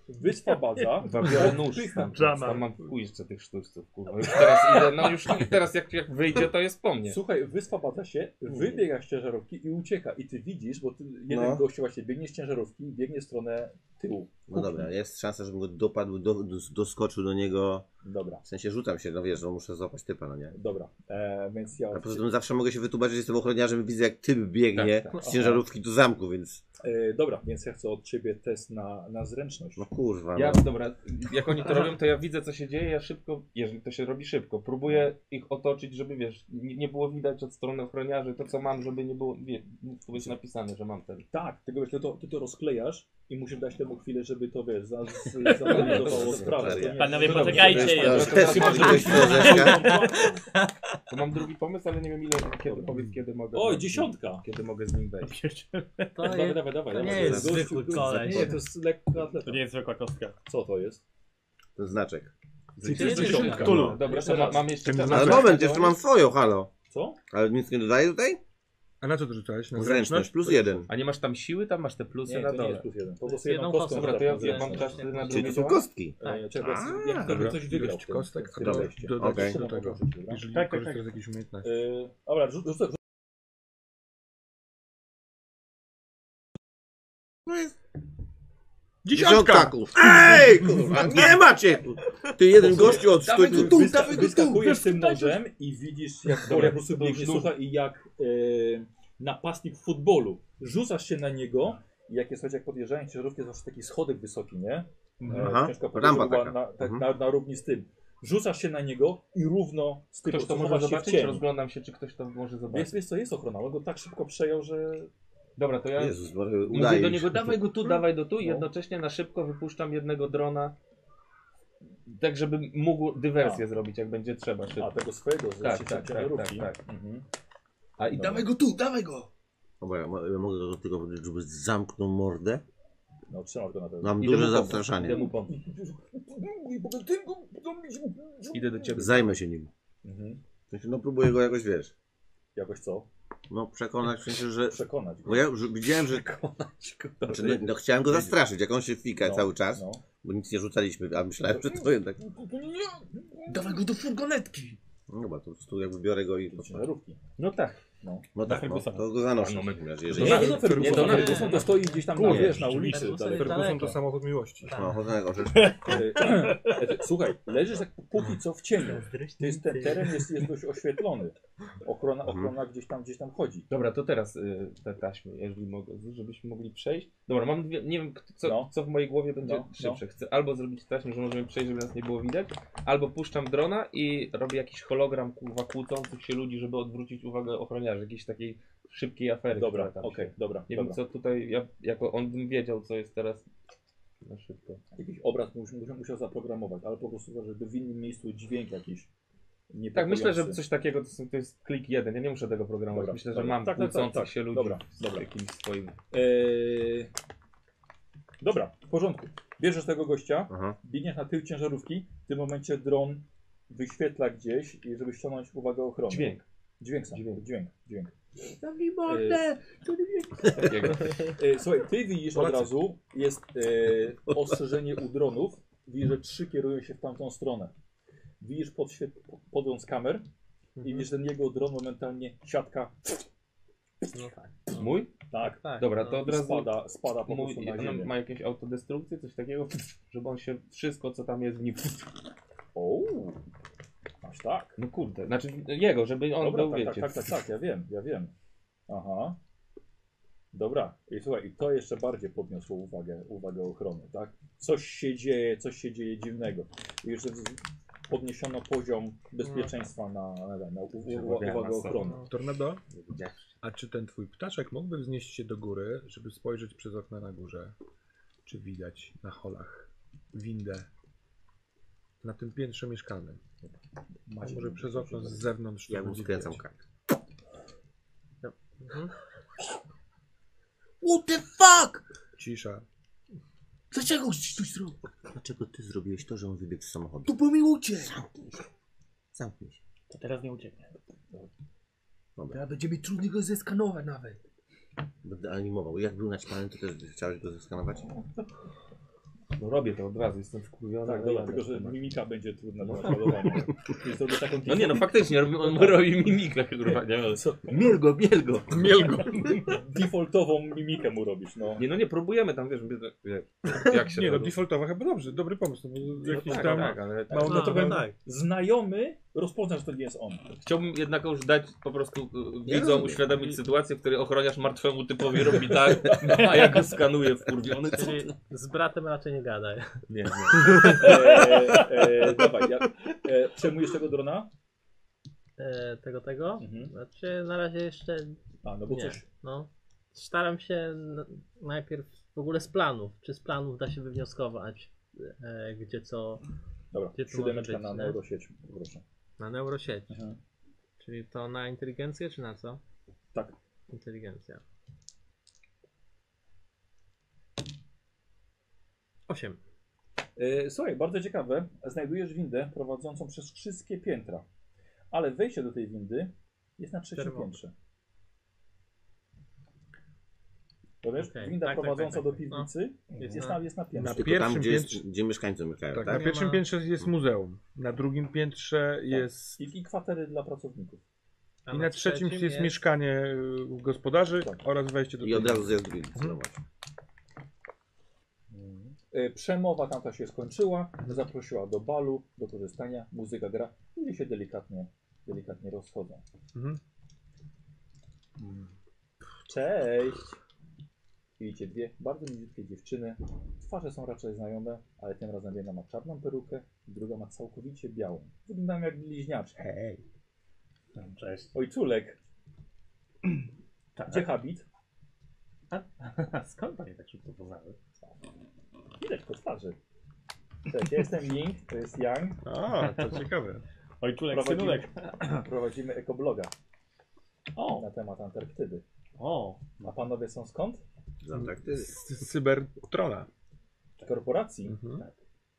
Speaker 2: Wyspa Baza.
Speaker 6: Wabiorę nóż tam,
Speaker 7: Dżama.
Speaker 6: tam mam pójść do tych sztuczców, kurwa. Już teraz idę, no już teraz jak, jak wyjdzie, to jest po mnie.
Speaker 2: Słuchaj, wyspa bada się, wybiega z ciężarówki i ucieka. I ty widzisz, bo ty, jeden
Speaker 1: No.
Speaker 2: gościu właśnie biegnie z ciężarówki i biegnie w stronę tyłu.
Speaker 1: No dobra, jest szansa, żebym go dopadł, do, dos- doskoczył do niego.
Speaker 2: Dobra,
Speaker 1: W sensie rzucam się, no wiesz, no muszę złapać typa, no nie?
Speaker 2: dobra. E, więc ja...
Speaker 1: A poza tym zawsze mogę się wytłumaczyć, że jestem ochroniarzem i widzę jak typ biegnie
Speaker 6: Tak, tak.
Speaker 1: z ciężarówki do zamku, więc
Speaker 2: E, dobra, więc ja chcę od ciebie test na, na zręczność.
Speaker 1: no kurwa.
Speaker 6: Ja,
Speaker 1: No.
Speaker 6: dobra, jak oni to robią, to ja widzę, co się dzieje, ja szybko, jeżeli to się robi szybko, próbuję
Speaker 1: No.
Speaker 6: ich otoczyć, żeby, wiesz, nie nie było widać od strony ochroniarzy to, co mam, żeby nie było, wie, tu jest napisane, że mam ten.
Speaker 2: Tak, tylko wiesz, ty to, ty to rozklejasz i musisz dać temu chwilę, żeby to, wiesz, za- z- zanalizowało sprawę. To nie-
Speaker 3: Panowie,
Speaker 2: to nie-
Speaker 3: poczekajcie.
Speaker 1: To już
Speaker 6: to
Speaker 1: też
Speaker 6: to-
Speaker 1: może być troszeczkę.
Speaker 6: To mam drugi pomysł, ale nie wiem ile, kiedy, powiedz, kiedy mogę.
Speaker 2: Oj, dziesiątka!
Speaker 6: Kiedy mogę z nim wejść.
Speaker 4: To
Speaker 2: Dawaj,
Speaker 4: jest...
Speaker 2: dawaj, dawaj.
Speaker 4: to nie
Speaker 2: dawaj.
Speaker 4: jest
Speaker 2: Gościu,
Speaker 4: zwykły
Speaker 2: gościu,
Speaker 4: koleś.
Speaker 2: Nie, to jest lekka atleta.
Speaker 3: To nie jest zwykła kostka.
Speaker 2: Co to jest?
Speaker 1: Ten znaczek.
Speaker 2: Czyli
Speaker 4: to jest dziesiątka.
Speaker 3: Tulu.
Speaker 6: Dobra,
Speaker 2: Jeszcze
Speaker 6: to ma,
Speaker 2: raz.
Speaker 6: mam jeszcze
Speaker 5: Tym
Speaker 6: czas.
Speaker 5: znaczy-
Speaker 1: Ale moment, jeszcze mam swoją, halo.
Speaker 2: Co?
Speaker 1: Ale nic nie dodaję tutaj?
Speaker 5: A na co to rzucałeś? Na
Speaker 1: Zręczność plus jeden.
Speaker 6: A nie masz tam siły, tam masz te plusy
Speaker 2: Nie,
Speaker 6: na
Speaker 2: to nie
Speaker 6: dole.
Speaker 2: jest plus jeden. Po
Speaker 4: jest
Speaker 2: prostu jedną
Speaker 4: jedną
Speaker 2: kostką. Tak.
Speaker 4: kostką.
Speaker 6: Dobra, to ja, ja mam
Speaker 4: Zręczność.
Speaker 6: czas na
Speaker 1: Czyli
Speaker 6: drugie
Speaker 1: to są
Speaker 6: działanie.
Speaker 1: kostki.
Speaker 2: E, Czego
Speaker 1: A,
Speaker 2: jak ktoś
Speaker 5: dobra.
Speaker 2: coś wygrał.
Speaker 5: Ilość
Speaker 2: w tym-
Speaker 5: kostek,
Speaker 2: w tym
Speaker 1: dobra,
Speaker 2: teście.
Speaker 5: dodać
Speaker 1: Okej.
Speaker 5: do tego.
Speaker 2: Dobra.
Speaker 5: Jeżeli
Speaker 3: Tak, tak,
Speaker 5: korzystasz
Speaker 3: tak.
Speaker 5: z jakiejś umiejętności.
Speaker 2: E, Dobra, rzucę. Rzuc, rzuc,
Speaker 1: Dziesiątków. Ej, kurwa, nie macie! Ty jeden gościu od stój tu, tu,
Speaker 2: wyska-
Speaker 1: tu, tu, tu.
Speaker 2: wyskakujesz tym nożem i widzisz, jak Boria po prostu biegnie, słuchaj, i jak e, napastnik w futbolu. Rzucasz się na niego i jak jest, słuchajcie, jak podjeżdżają ciężarówki, to zawsze taki schodek wysoki, nie?
Speaker 6: Mhm.
Speaker 2: E,
Speaker 1: Aha,
Speaker 2: ciężka podróż
Speaker 1: rampa
Speaker 2: była
Speaker 1: taka.
Speaker 2: Na, tak,
Speaker 1: Mhm.
Speaker 2: na, na równi z tym. Rzucasz się na niego i równo z tym,
Speaker 6: Ktoś to
Speaker 2: chowasz
Speaker 6: może
Speaker 2: się w
Speaker 6: zobaczyć?
Speaker 2: cień.
Speaker 6: Rozglądam się, czy ktoś to może zobaczyć.
Speaker 2: Wiesz, wiesz co, jest ochrona, on go tak szybko przejął, że...
Speaker 6: Dobra, to ja
Speaker 1: Jezus, Maria,
Speaker 6: Mówię
Speaker 1: udaje
Speaker 6: do
Speaker 1: mi
Speaker 6: niego,
Speaker 1: się.
Speaker 6: dawaj go tu, dawaj do tu i
Speaker 2: No.
Speaker 6: jednocześnie na szybko wypuszczam jednego drona, tak żeby mógł dywersję zrobić, jak będzie trzeba
Speaker 2: A,
Speaker 6: szybko.
Speaker 2: tego swojego, że
Speaker 6: Tak,
Speaker 2: się
Speaker 6: tak,
Speaker 2: ciągnie
Speaker 6: tak,
Speaker 2: rówki.
Speaker 6: tak, tak.
Speaker 2: Mhm.
Speaker 6: A i
Speaker 2: Dobra.
Speaker 6: dawaj go tu, dawaj go!
Speaker 1: Dobra, ja mo- ja mogę go tylko powiedzieć, żeby zamknął mordę.
Speaker 2: No, trzymasz go na pewno.
Speaker 1: Mam
Speaker 6: Idę mu
Speaker 1: duże
Speaker 6: pomóc,
Speaker 1: zastraszanie.
Speaker 6: Idę mu pomóc. Idę do ciebie.
Speaker 1: Zajmę się nim.
Speaker 2: Mhm.
Speaker 1: W sensie, No próbuję go jakoś, wiesz,
Speaker 2: Jakoś co?
Speaker 1: no przekonać w sensie, że...
Speaker 2: Przekonać go.
Speaker 1: Bo ja już widziałem, że... Znaczy, no, no, chciałem go zastraszyć, jak on się fika
Speaker 2: No,
Speaker 1: cały czas,
Speaker 2: No.
Speaker 1: bo nic nie rzucaliśmy, a myślałem, że to jednak...
Speaker 6: No,
Speaker 7: Dawaj go do furgonetki.
Speaker 1: No dobra, to po prostu jakby biorę go i...
Speaker 2: Do ciężarówki.
Speaker 6: No tak.
Speaker 1: No tak, no, to go zanoszę w takim razie,
Speaker 2: Nie,
Speaker 1: jeżeli...
Speaker 2: nie do Ferguson,
Speaker 6: nie,
Speaker 2: to,
Speaker 6: to nie.
Speaker 2: Ferguson to stoi gdzieś tam, na,
Speaker 5: Kurde,
Speaker 2: wiesz, na ulicy.
Speaker 5: rzeczywiście.
Speaker 4: Ferguson
Speaker 2: dalej.
Speaker 4: jest
Speaker 5: Ferguson to
Speaker 4: daleko.
Speaker 5: samochód miłości.
Speaker 1: No, chodzę na orzesz.
Speaker 2: E, Słuchaj, leżysz tak póki co w cieniu. To jest, ten teren jest, jest dość oświetlony. Ochrona, ochrona gdzieś tam gdzieś tam chodzi.
Speaker 6: Dobra, to teraz y, te taśmy, jeżeli mogę, żebyśmy mogli przejść. Dobra, mam dwie, nie wiem k- co,
Speaker 2: No.
Speaker 6: co w mojej głowie będzie
Speaker 2: No,
Speaker 6: szybsze. Chcę albo zrobić taśmę, że możemy przejść, żeby nas nie było widać, albo puszczam drona i robię jakiś hologram kurwa kłócących się ludzi, żeby odwrócić uwagę ochroniarzy, jakiejś takiej szybkiej afery.
Speaker 2: Dobra,
Speaker 6: która tam
Speaker 2: okej,
Speaker 6: się-
Speaker 2: dobra.
Speaker 6: Nie
Speaker 2: dobra.
Speaker 6: wiem co tutaj, ja, jako on bym wiedział co jest teraz na szybko.
Speaker 2: Jakiś obraz mus- mus- musiał zaprogramować, ale po prostu, żeby w innym miejscu dźwięk jakiś nie
Speaker 6: Tak, myślę, że coś takiego to, są- to jest klik jeden, ja nie muszę tego programować,
Speaker 2: Dobra,
Speaker 6: myślę,
Speaker 2: dobra.
Speaker 6: że mam
Speaker 2: Tak, tak, tak,
Speaker 6: kłócących
Speaker 2: tak.
Speaker 6: się ludzi
Speaker 2: Dobra,
Speaker 6: z
Speaker 2: dobra.
Speaker 6: jakimś swoim...
Speaker 2: Eee, Dobra, w porządku. Bierzesz tego gościa,
Speaker 1: Aha.
Speaker 2: biegniesz na tył ciężarówki, w tym momencie dron wyświetla gdzieś, i żeby ściągnąć uwagę ochrony.
Speaker 6: Dźwięk.
Speaker 2: Dźwięk sam, dźwięk,
Speaker 6: Dźwięk.
Speaker 2: dźwięk. dźwięk.
Speaker 4: Zabij
Speaker 5: No,
Speaker 2: mordę!
Speaker 6: Takiego.
Speaker 2: E, słuchaj, ty widzisz od razu, jest e, ostrzeżenie u dronów, widzisz, że trzy kierują się w tamtą stronę. Widzisz podświet... podgląd z kamer i
Speaker 6: Mhm.
Speaker 2: widzisz ten jego dron momentalnie, siatka,
Speaker 4: No tak.
Speaker 6: Mój?
Speaker 2: tak,
Speaker 4: tak
Speaker 6: Dobra,
Speaker 4: no.
Speaker 6: to od razu
Speaker 2: spada, spada po prostu
Speaker 6: mój,
Speaker 2: na
Speaker 6: on
Speaker 2: ziemię.
Speaker 6: ma jakieś autodestrukcję, coś takiego, żeby on się wszystko co tam jest w nim.
Speaker 2: O, aż tak.
Speaker 6: No kurde, znaczy jego, żeby on
Speaker 2: Dobra,
Speaker 6: był,
Speaker 2: tak, tak,
Speaker 6: wiecie.
Speaker 2: tak, tak, tak, ja wiem, ja wiem. Aha. Dobra, i słuchaj, i to jeszcze bardziej podniosło uwagę, uwagę ochrony, tak? Coś się dzieje, coś się dzieje dziwnego. I już z- podniesiono poziom bezpieczeństwa na, na, na, na u, u, uwagę ochrony.
Speaker 5: No. Tornado? A czy ten twój ptaszek mógłby wznieść się do góry, żeby spojrzeć przez okna na górze? Czy widać na holach windę? Na tym piętrze mieszkamy. A
Speaker 2: Macie
Speaker 5: może przez okno z zewnątrz to
Speaker 1: Ja mu
Speaker 5: będzie
Speaker 1: skręcam
Speaker 5: widać.
Speaker 1: kark.
Speaker 4: Mhm.
Speaker 7: What the fuck?
Speaker 5: Cisza.
Speaker 7: Dlaczego ci coś zrobił?
Speaker 1: Dlaczego ty zrobiłeś to, że on wybiegł z samochodu?
Speaker 7: To pomimo cię.
Speaker 1: Zamknij się.
Speaker 3: To teraz nie ucieknie.
Speaker 7: Teraz będzie mi trudno go zeskanować no. nawet.
Speaker 1: Będę animował. Jak był naćpany, to też chciałeś go zeskanować.
Speaker 6: No robię to od razu, jestem wkurwiony.
Speaker 2: Tak,
Speaker 6: ale
Speaker 2: dobra,
Speaker 6: jadę No.
Speaker 2: tylko że
Speaker 6: chyba.
Speaker 2: mimika będzie trudna do malowania. Więc zrobię taką
Speaker 6: No nie, no faktycznie, robi, on robi mimikę, kurwa. Nie, no,
Speaker 2: Co?
Speaker 1: Mielgo, mielgo.
Speaker 5: Mielgo.
Speaker 2: Defaultową mimikę mu robisz, no.
Speaker 6: nie, no nie, próbujemy tam, wiesz, wiesz jak się
Speaker 5: Tak. Nie no,
Speaker 6: robi.
Speaker 5: defaultowa chyba dobrze, dobry pomysł. No, bo jakiś
Speaker 6: tak,
Speaker 5: tam
Speaker 6: tak, ale tak.
Speaker 5: mało
Speaker 2: No to powiem,
Speaker 1: tak.
Speaker 2: znajomy rozpozna, że to nie jest on.
Speaker 6: Chciałbym jednak już dać po prostu y,
Speaker 1: Ja
Speaker 6: widzom
Speaker 1: rozumiem.
Speaker 6: uświadomić sytuację, w której ochroniarz martwemu typowi robi tak, a ja go skanuję Znaczy, wkurwiony. Co?
Speaker 4: Czyli Znaczy, z bratem raczej nie gadaj.
Speaker 6: Nie, nie.
Speaker 2: Eee, eee, dawaj, ja, e, przejmujesz tego drona?
Speaker 4: E, tego, tego.
Speaker 2: Mhm.
Speaker 4: Znaczy na razie jeszcze
Speaker 2: A, no bo
Speaker 4: Nie.
Speaker 2: coś.
Speaker 4: No. Staram się n- najpierw w ogóle z planów. Czy z planów da się wywnioskować, e, gdzie co
Speaker 2: Dobra,
Speaker 4: Gdzie tu
Speaker 2: siódemeczka
Speaker 4: może
Speaker 2: na
Speaker 4: być, nie?
Speaker 2: neurosieć, proszę.
Speaker 4: na neurosieci.
Speaker 2: Aha.
Speaker 3: Mhm.
Speaker 4: Czyli to na inteligencję, czy na co?
Speaker 2: Tak.
Speaker 4: Inteligencja. 8.
Speaker 2: E, Słuchaj, bardzo ciekawe. Znajdujesz windę prowadzącą przez wszystkie piętra, ale wejście do tej windy jest na trzecim
Speaker 4: Czerwone.
Speaker 2: piętrze. Rozumiesz?
Speaker 4: Okej,
Speaker 2: Winda
Speaker 4: tak, tak,
Speaker 2: prowadząca
Speaker 4: tak, tak,
Speaker 2: do
Speaker 4: tak.
Speaker 2: piwnicy jest, jest, na, jest na piętrze.
Speaker 5: Na
Speaker 1: Tylko tam,
Speaker 5: pierwszym
Speaker 1: gdzie, jest,
Speaker 5: piętrze-
Speaker 1: gdzie mieszkańcy mieszkają,
Speaker 5: Tak,
Speaker 1: tak?
Speaker 5: na
Speaker 4: Nie
Speaker 5: pierwszym
Speaker 4: ma-
Speaker 5: piętrze jest muzeum, na drugim piętrze jest...
Speaker 2: I, I kwatery dla pracowników.
Speaker 4: A
Speaker 5: I na trzecim jest mieszkanie y, gospodarzy oraz wejście do...
Speaker 1: I od
Speaker 5: tej-
Speaker 1: razu zjazd drugi.
Speaker 5: Mhm.
Speaker 2: E, Przemowa tamta się skończyła, zaprosiła do balu, do korzystania, muzyka gra, ludzie się delikatnie, delikatnie rozchodzą.
Speaker 5: Mhm.
Speaker 2: Cześć! Widzicie dwie bardzo miziutkie dziewczyny. Twarze są raczej znajome, ale tym razem jedna ma czarną perukę, druga ma całkowicie białą. Wyglądają jak bliźniacze.
Speaker 1: Hej.
Speaker 3: Cześć.
Speaker 2: Ojculek,
Speaker 3: Tak.
Speaker 2: gdzie habit?
Speaker 3: A skąd panie tak szybko poznały?
Speaker 2: Widać po twarzy. Cześć, ja jestem Ying, to jest Yang.
Speaker 5: A, to ciekawe.
Speaker 3: Ojczulek,
Speaker 2: Prowadzimy,
Speaker 3: synulek.
Speaker 2: prowadzimy ekobloga
Speaker 3: O,
Speaker 2: na temat Antarktydy.
Speaker 3: o.
Speaker 2: A panowie są skąd?
Speaker 1: Antarktydy.
Speaker 5: Z, z cybertrona.
Speaker 2: korporacji.
Speaker 5: Mhm.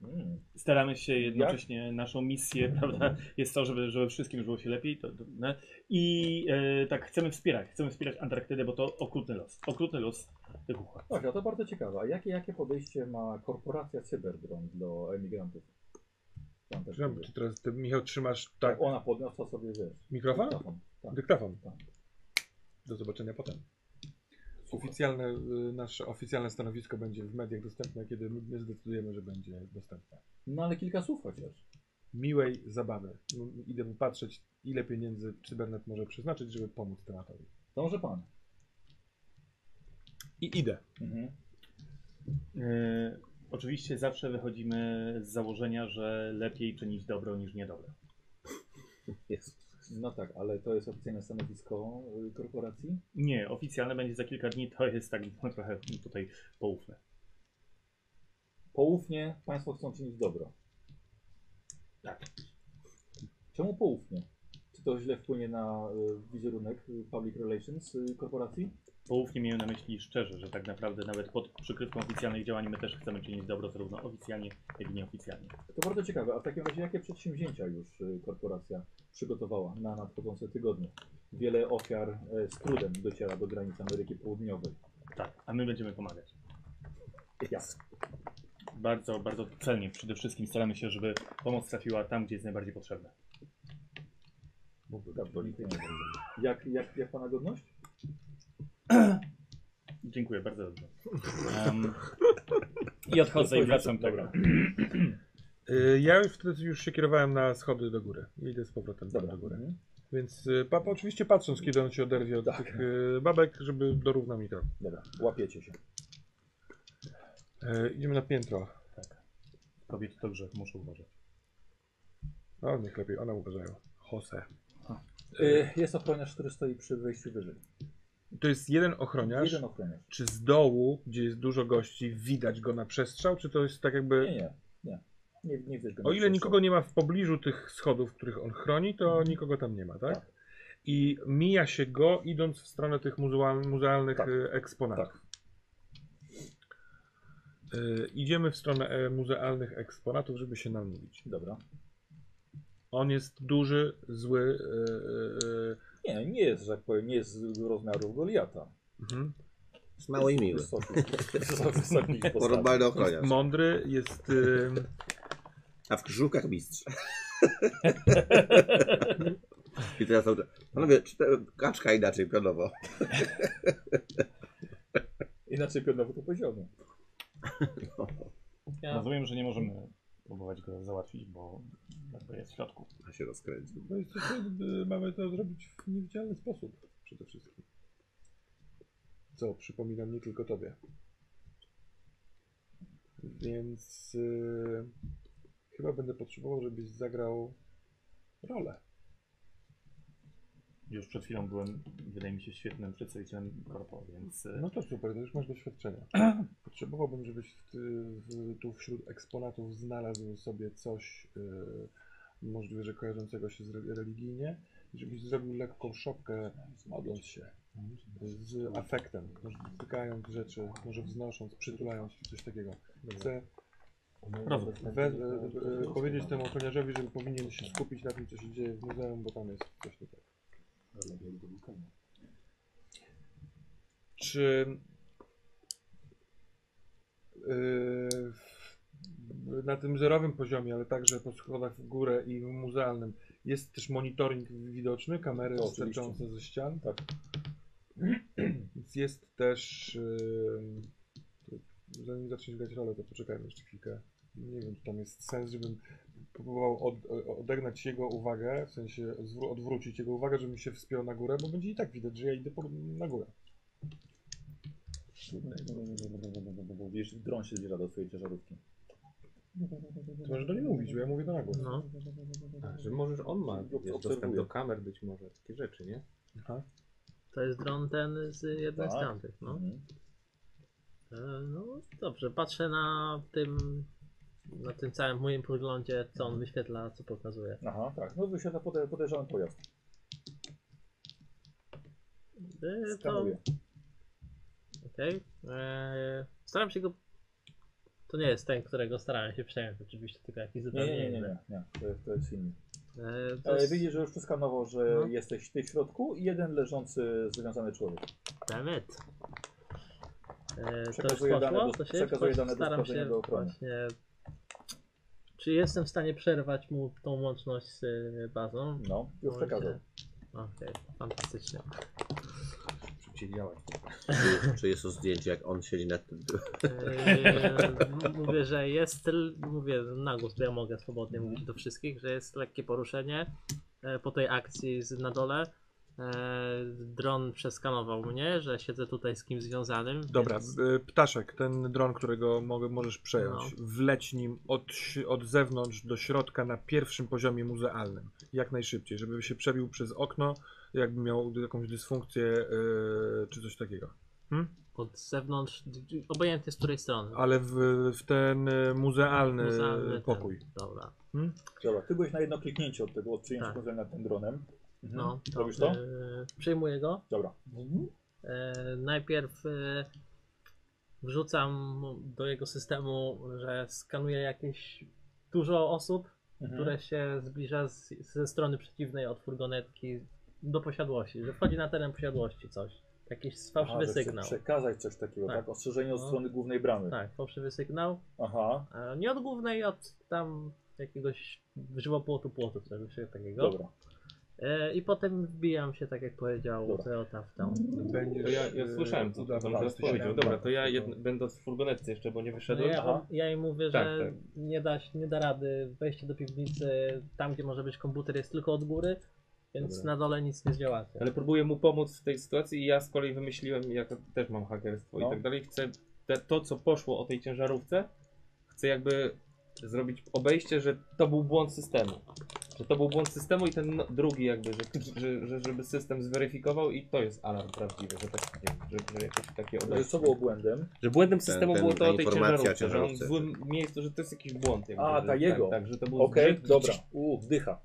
Speaker 2: Mm.
Speaker 3: Staramy się jednocześnie, naszą misję, prawda, jest to, żeby, żeby wszystkim żyło się lepiej. To, to, ne? I e, tak, chcemy wspierać, chcemy wspierać Antarktydę, bo to okrutny los. Okrutny los tych uchodźców.
Speaker 2: Dobra, to bardzo ciekawe. A jakie, jakie podejście ma korporacja Cyberdron do emigrantów? Tam też
Speaker 5: Przepraszam,
Speaker 2: będzie.
Speaker 5: Czy teraz ty, Michał trzymasz tak
Speaker 2: tak, ona podniosła sobie wiesz.
Speaker 5: mikrofon?
Speaker 2: dyktafon. Tak.
Speaker 5: Dyktafon.
Speaker 2: Tak.
Speaker 5: Do zobaczenia potem. Oficjalne, y, nasze oficjalne stanowisko będzie w mediach dostępne, kiedy my zdecydujemy, że będzie dostępne.
Speaker 2: No ale kilka słów chociaż.
Speaker 5: Miłej zabawy. M- Idę popatrzeć, ile pieniędzy Cybernet może przeznaczyć, żeby pomóc tematowi.
Speaker 2: To może pan.
Speaker 5: I idę.
Speaker 2: Mhm.
Speaker 3: E, oczywiście zawsze wychodzimy z założenia, że lepiej czynić dobro niż niedobre.
Speaker 2: No tak, ale to jest oficjalne stanowisko y, korporacji.
Speaker 3: Nie, oficjalne będzie za kilka dni, to jest tak no, trochę tutaj poufne.
Speaker 2: Poufnie państwo chcą czynić dobro.
Speaker 3: Tak.
Speaker 2: Czemu poufnie? Czy to źle wpłynie na y, wizerunek y, public relations y, korporacji?
Speaker 3: Poufnie miałem na myśli szczerze, że tak naprawdę nawet pod przykrywką oficjalnych działań my też chcemy czynić dobro zarówno oficjalnie, jak i nieoficjalnie.
Speaker 2: To bardzo ciekawe. A w takim razie jakie przedsięwzięcia już y, korporacja przygotowała na nadchodzące tygodnie? Wiele ofiar e, z trudem dociera do granic Ameryki Południowej.
Speaker 3: Tak, a my będziemy pomagać.
Speaker 2: Jasne.
Speaker 3: Bardzo, bardzo celnie. Przede wszystkim staramy się, żeby pomoc trafiła tam, gdzie jest najbardziej potrzebna.
Speaker 2: Tak, Jak, jak, jak pana godność?
Speaker 3: Dziękuję, bardzo dobrze. Em, I odchodzę i wracam. Dobra.
Speaker 5: Y, Ja już wtedy już się kierowałem na schody do góry. I idę z powrotem tam
Speaker 2: Dobra.
Speaker 5: do góry.
Speaker 2: Mhm.
Speaker 5: Więc y, papa oczywiście patrząc, kiedy on się oderwie od
Speaker 2: Tak.
Speaker 5: tych y, babek, żeby dorównał mi to.
Speaker 2: Dobra, łapiecie się.
Speaker 5: Y, Idziemy na piętro.
Speaker 3: Kobiety to grzech, muszę uważać.
Speaker 5: O, niech lepiej, one uważają. Jose.
Speaker 2: Y, Jest ochroniarz, który stoi przy wejściu wyżej.
Speaker 5: To jest jeden ochroniarz.
Speaker 2: Jeden ochroniarz.
Speaker 5: Czy z dołu, gdzie jest dużo gości, widać go na przestrzał? Czy to jest tak
Speaker 2: Nie,
Speaker 5: jakby.
Speaker 2: nie. Nie, nie, nie widać go na
Speaker 5: O ile
Speaker 2: przestrzeni.
Speaker 5: nikogo nie ma w pobliżu tych schodów, których on chroni, to
Speaker 2: Mhm.
Speaker 5: nikogo tam nie ma, tak? I mija się go, idąc w stronę tych muzeal- muzealnych
Speaker 2: Tak.
Speaker 5: y, eksponatów. Y, idziemy w stronę e, muzealnych eksponatów, żeby się namówić.
Speaker 2: Dobra.
Speaker 5: On jest duży, zły. y, y, y,
Speaker 2: Nie, nie jest, że tak powiem, nie jest z rozmiarów Goliata.
Speaker 5: Mhm.
Speaker 1: Jest mało i miły.
Speaker 2: Wysoki. Wysoki postawy.
Speaker 1: Porobany ochroniarz.
Speaker 5: Mądry jest. y,
Speaker 1: A w krzyżówkach mistrz. I teraz dobrze. Panowie, czte- kaczka inaczej pionowo.
Speaker 2: Inaczej pionowo to poziomo.
Speaker 1: No,
Speaker 4: Ja,
Speaker 3: Rozumiem, że nie możemy próbować go załatwić, bo jakby jest w środku.
Speaker 1: A się rozkręcił.
Speaker 5: No i to, y, mamy to zrobić w niewidzialny sposób przede wszystkim. Co przypominam nie tylko tobie. Więc y, chyba będę potrzebował, żebyś zagrał rolę.
Speaker 3: Już przed chwilą byłem, wydaje mi się, świetnym przedstawicielem korpo, więc e,
Speaker 5: No to super, to już masz doświadczenia. Potrzebowałbym, żebyś w, w, tu wśród eksponatów znalazł sobie coś y, możliwe, że kojarzącego się z re- religijnie. i Żebyś zrobił lekką szopkę, modląc się. z afektem, dotykając rzeczy, może wznosząc, przytulając czy coś takiego. Chcę
Speaker 3: Rozumiem.
Speaker 5: we, e, e, powiedzieć temu ochroniarzowi, że powinien się skupić na tym, co się dzieje w muzeum, bo tam jest coś nie tak. Czy e, w- na tym zerowym poziomie, ale także po schodach w górę i w muzealnym jest też monitoring widoczny, kamery
Speaker 2: To No, oczywiście.
Speaker 5: sterczące ze ścian?
Speaker 2: Tak.
Speaker 5: Więc jest też. ym, to zanim zaczniesz grać rolę, to poczekajmy jeszcze chwilkę. Nie wiem, czy tam jest sens, żebym próbował od, odegnać jego uwagę, w sensie zwró- odwrócić jego uwagę, żebym się wspiął na górę, bo będzie i tak widać, że ja idę po, na górę.
Speaker 2: Widzisz, dron się zbliża do twojej ciężarówki.
Speaker 5: To możesz do niej mówić, bo ja mówię to na górę.
Speaker 6: No. A, że możesz on ma
Speaker 2: Ob-
Speaker 6: wiesz, dostęp
Speaker 2: obserwuję.
Speaker 6: do kamer być może, takie rzeczy, nie?
Speaker 5: Aha.
Speaker 4: to jest dron ten z jednej z
Speaker 2: Tak.
Speaker 4: tamtych, no.
Speaker 2: Mhm.
Speaker 4: E, No dobrze, patrzę na tym, na tym całym moim podglądzie, co on wyświetla, co pokazuje.
Speaker 2: Aha, tak. No wysiada pode- podejrzany pojazd.
Speaker 4: E, To,
Speaker 2: Skanuje.
Speaker 4: okej. E, Staram się go... To nie jest ten, którego starałem się przejąć oczywiście, tylko jakiś
Speaker 2: Nie,
Speaker 4: zupełnie
Speaker 2: nie, nie, nie.
Speaker 4: inny.
Speaker 2: nie, nie. To, jest- to jest inny.
Speaker 4: E, to
Speaker 2: E,
Speaker 4: jest-
Speaker 2: widzisz, że już przeskanował, że
Speaker 4: No.
Speaker 2: jesteś ty w środku i jeden leżący, związany człowiek.
Speaker 4: Dammit. E, to już
Speaker 2: Przekazuję dane
Speaker 4: poszło?
Speaker 2: do-
Speaker 4: To się
Speaker 2: przekazuję dane do
Speaker 4: staram
Speaker 2: sprawdzenia
Speaker 4: się
Speaker 2: do ochrony.
Speaker 4: właśnie... Czy jestem w stanie przerwać mu tą łączność z y, bazą?
Speaker 2: No, już
Speaker 4: Może.
Speaker 2: przekazał.
Speaker 4: Okej, fantastycznie.
Speaker 6: Szybciej działać.
Speaker 1: Czy, czy jest to zdjęcie, jak on siedzi nad tym.
Speaker 4: Eee, m- mówię, że jest, l- mówię na głos, bo ja mogę swobodnie mówić do wszystkich, że jest lekkie poruszenie e, po tej akcji z, na dole. E, dron przeskanował mnie, że siedzę tutaj z kim związanym.
Speaker 5: Dobra,
Speaker 4: więc-
Speaker 5: y, ptaszek, ten dron, którego mogę, możesz przejąć, wleć nim od, ś- od zewnątrz do środka na pierwszym poziomie muzealnym. Jak najszybciej, żeby się przebił przez okno, jakby miał jakąś dysfunkcję y, czy coś takiego.
Speaker 4: Od zewnątrz, d- d- obojętnie z której strony.
Speaker 5: Ale w, w ten y, muzealny,
Speaker 4: Muzealny ten.
Speaker 5: pokój.
Speaker 4: Dobra.
Speaker 2: Dobra, ty byłeś na jedno kliknięcie od tego, od przyjęcia
Speaker 4: Tak.
Speaker 2: kontroli nad tym dronem. Mhm.
Speaker 4: No, to,
Speaker 2: Robisz to?
Speaker 4: e, przyjmuję go.
Speaker 2: Dobra. Mhm.
Speaker 4: E, najpierw e, wrzucam do jego systemu, że skanuje jakieś dużo osób,
Speaker 2: Mhm.
Speaker 4: które się zbliża z, ze strony przeciwnej od furgonetki do posiadłości, że wchodzi na teren posiadłości coś. Jakiś
Speaker 2: Aha,
Speaker 4: fałszywy
Speaker 2: że chce
Speaker 4: sygnał.
Speaker 2: przekazać coś takiego, tak?
Speaker 4: Tak.
Speaker 2: Ostrzeżenie od
Speaker 4: No.
Speaker 2: strony głównej bramy.
Speaker 4: Tak, fałszywy sygnał.
Speaker 2: Aha,
Speaker 4: E, Nie od głównej, od tam jakiegoś żywopłotu płotu, coś takiego.
Speaker 2: dobra.
Speaker 4: E, I potem wbijam się, tak jak powiedział
Speaker 2: Dobra.
Speaker 4: Toyota w tam.
Speaker 5: Będziesz,
Speaker 6: To ja, ja
Speaker 5: y,
Speaker 6: słyszałem, co
Speaker 5: udawał,
Speaker 6: tam
Speaker 5: że
Speaker 6: teraz
Speaker 5: jesteś
Speaker 6: powiedział.
Speaker 5: tam.
Speaker 6: Dobra, to ja jedno, będę w furgonetce jeszcze, bo nie
Speaker 4: No
Speaker 6: wyszedłem.
Speaker 4: ja,
Speaker 2: Aha.
Speaker 4: ja im mówię,
Speaker 6: Tak,
Speaker 4: że
Speaker 6: tak.
Speaker 4: Nie, da się, nie da rady wejście do piwnicy, tam gdzie może być komputer jest tylko od góry, więc
Speaker 6: Dobra.
Speaker 4: na dole nic nie zdziałacie.
Speaker 6: Ale próbuję mu pomóc w tej sytuacji i ja z kolei wymyśliłem, jak też mam hakerstwo
Speaker 2: No.
Speaker 6: i tak dalej, chcę te, to, co poszło o tej ciężarówce, chcę jakby zrobić obejście, że to był błąd systemu. Że to był błąd systemu i ten no- drugi jakby, że, że, że żeby system zweryfikował i to jest alarm prawdziwy, że, tak, że, że jakieś takie
Speaker 2: Ale
Speaker 6: obejście.
Speaker 2: co było błędem?
Speaker 6: Że błędem
Speaker 1: Ten-
Speaker 6: systemu
Speaker 1: ten-
Speaker 6: było to
Speaker 1: ta
Speaker 6: o tej
Speaker 1: informacja
Speaker 6: ciężarówce, że on w
Speaker 1: ciężarówce.
Speaker 6: złym miejscu, że to jest jakiś błąd. Jakby,
Speaker 2: A,
Speaker 6: że,
Speaker 2: ta jego.
Speaker 6: Tak, tak, że to był
Speaker 2: Okej,
Speaker 6: zgrzyt.
Speaker 2: dobra. U, wdycha.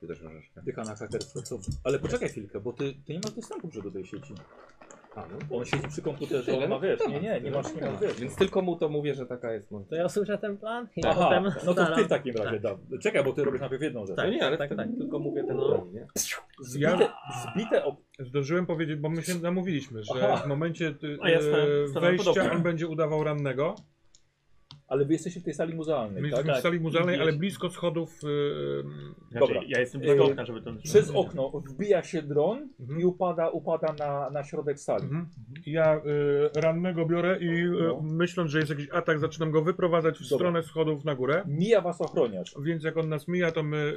Speaker 1: Ty też możesz. tak?
Speaker 2: Wdycha na hakerstwo. Co? Ale poczekaj chwilkę, bo ty, ty nie masz dostępu już do tej sieci.
Speaker 6: A, no,
Speaker 2: On siedzi przy komputerze,
Speaker 6: Tyle,
Speaker 2: on ma
Speaker 6: no,
Speaker 2: wiesz.
Speaker 6: temat,
Speaker 2: Nie, nie, nie
Speaker 6: tyle,
Speaker 2: masz, nie masz
Speaker 6: temat.
Speaker 2: wiesz.
Speaker 6: Więc tylko mu to mówię, że taka jest moja.
Speaker 4: To ja usłyszę ten plan i ja
Speaker 2: Aha,
Speaker 4: potem
Speaker 2: no to ty
Speaker 4: staram-
Speaker 2: w takim razie,
Speaker 4: tak.
Speaker 2: da. Czekaj, bo ty robisz najpierw jedną rzecz.
Speaker 4: Tak.
Speaker 6: no nie, ale tak,
Speaker 4: tak.
Speaker 6: tylko mówię ten
Speaker 4: No.
Speaker 6: plan, nie?
Speaker 5: Ja-
Speaker 2: Zbite, zbite ob...
Speaker 5: Zdążyłem powiedzieć, bo my się namówiliśmy, że
Speaker 2: Aha.
Speaker 5: w momencie ty,
Speaker 3: A ja stałem-
Speaker 5: e,
Speaker 3: stałem
Speaker 5: wejścia
Speaker 3: podobnie.
Speaker 5: on będzie udawał rannego.
Speaker 2: Ale wy jesteście w tej sali
Speaker 5: My
Speaker 2: muzealnej, tak?
Speaker 5: jesteśmy w sali muzealnej, ale blisko schodów. y, E,
Speaker 3: Znaczy,
Speaker 2: Dobra.
Speaker 3: Ja jestem
Speaker 2: Yy,
Speaker 3: blisko okna, żeby to...
Speaker 2: Przez okno wbija się dron
Speaker 5: Mhm.
Speaker 2: i upada, upada na, na środek sali.
Speaker 5: mhm. Ja e, rannego biorę i e,
Speaker 2: No.
Speaker 5: myśląc, że jest jakiś atak, zaczynam go wyprowadzać w
Speaker 2: Dobra.
Speaker 5: stronę schodów na górę.
Speaker 2: Mija was ochroniarz.
Speaker 5: Więc jak on nas mija, to my.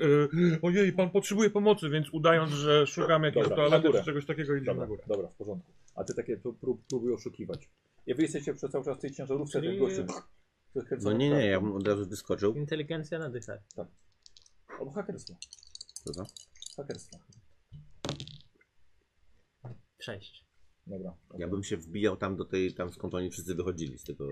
Speaker 5: E, ojej, pan potrzebuje pomocy, więc udając, że szukamy jakiejś
Speaker 2: Dobra, na
Speaker 5: toalety
Speaker 2: górę.
Speaker 5: czy czegoś takiego, idziemy na
Speaker 2: Dobra,
Speaker 5: górę.
Speaker 2: dobra, w porządku. A ty takie pró- pró- próbuj oszukiwać. I wy jesteście przez cały czas w tej ciężarówce,
Speaker 5: Czyli-
Speaker 2: ten gościu. tak.
Speaker 1: No nie, nie, ja bym od razu wyskoczył.
Speaker 4: Inteligencja na dychę.
Speaker 2: Albo hakerstwo.
Speaker 1: Co to?
Speaker 2: Hakerstwo.
Speaker 4: Sześć.
Speaker 2: Dobra.
Speaker 1: Ja bym się wbijał tam do tej, tam skąd oni wszyscy wychodzili, z tego,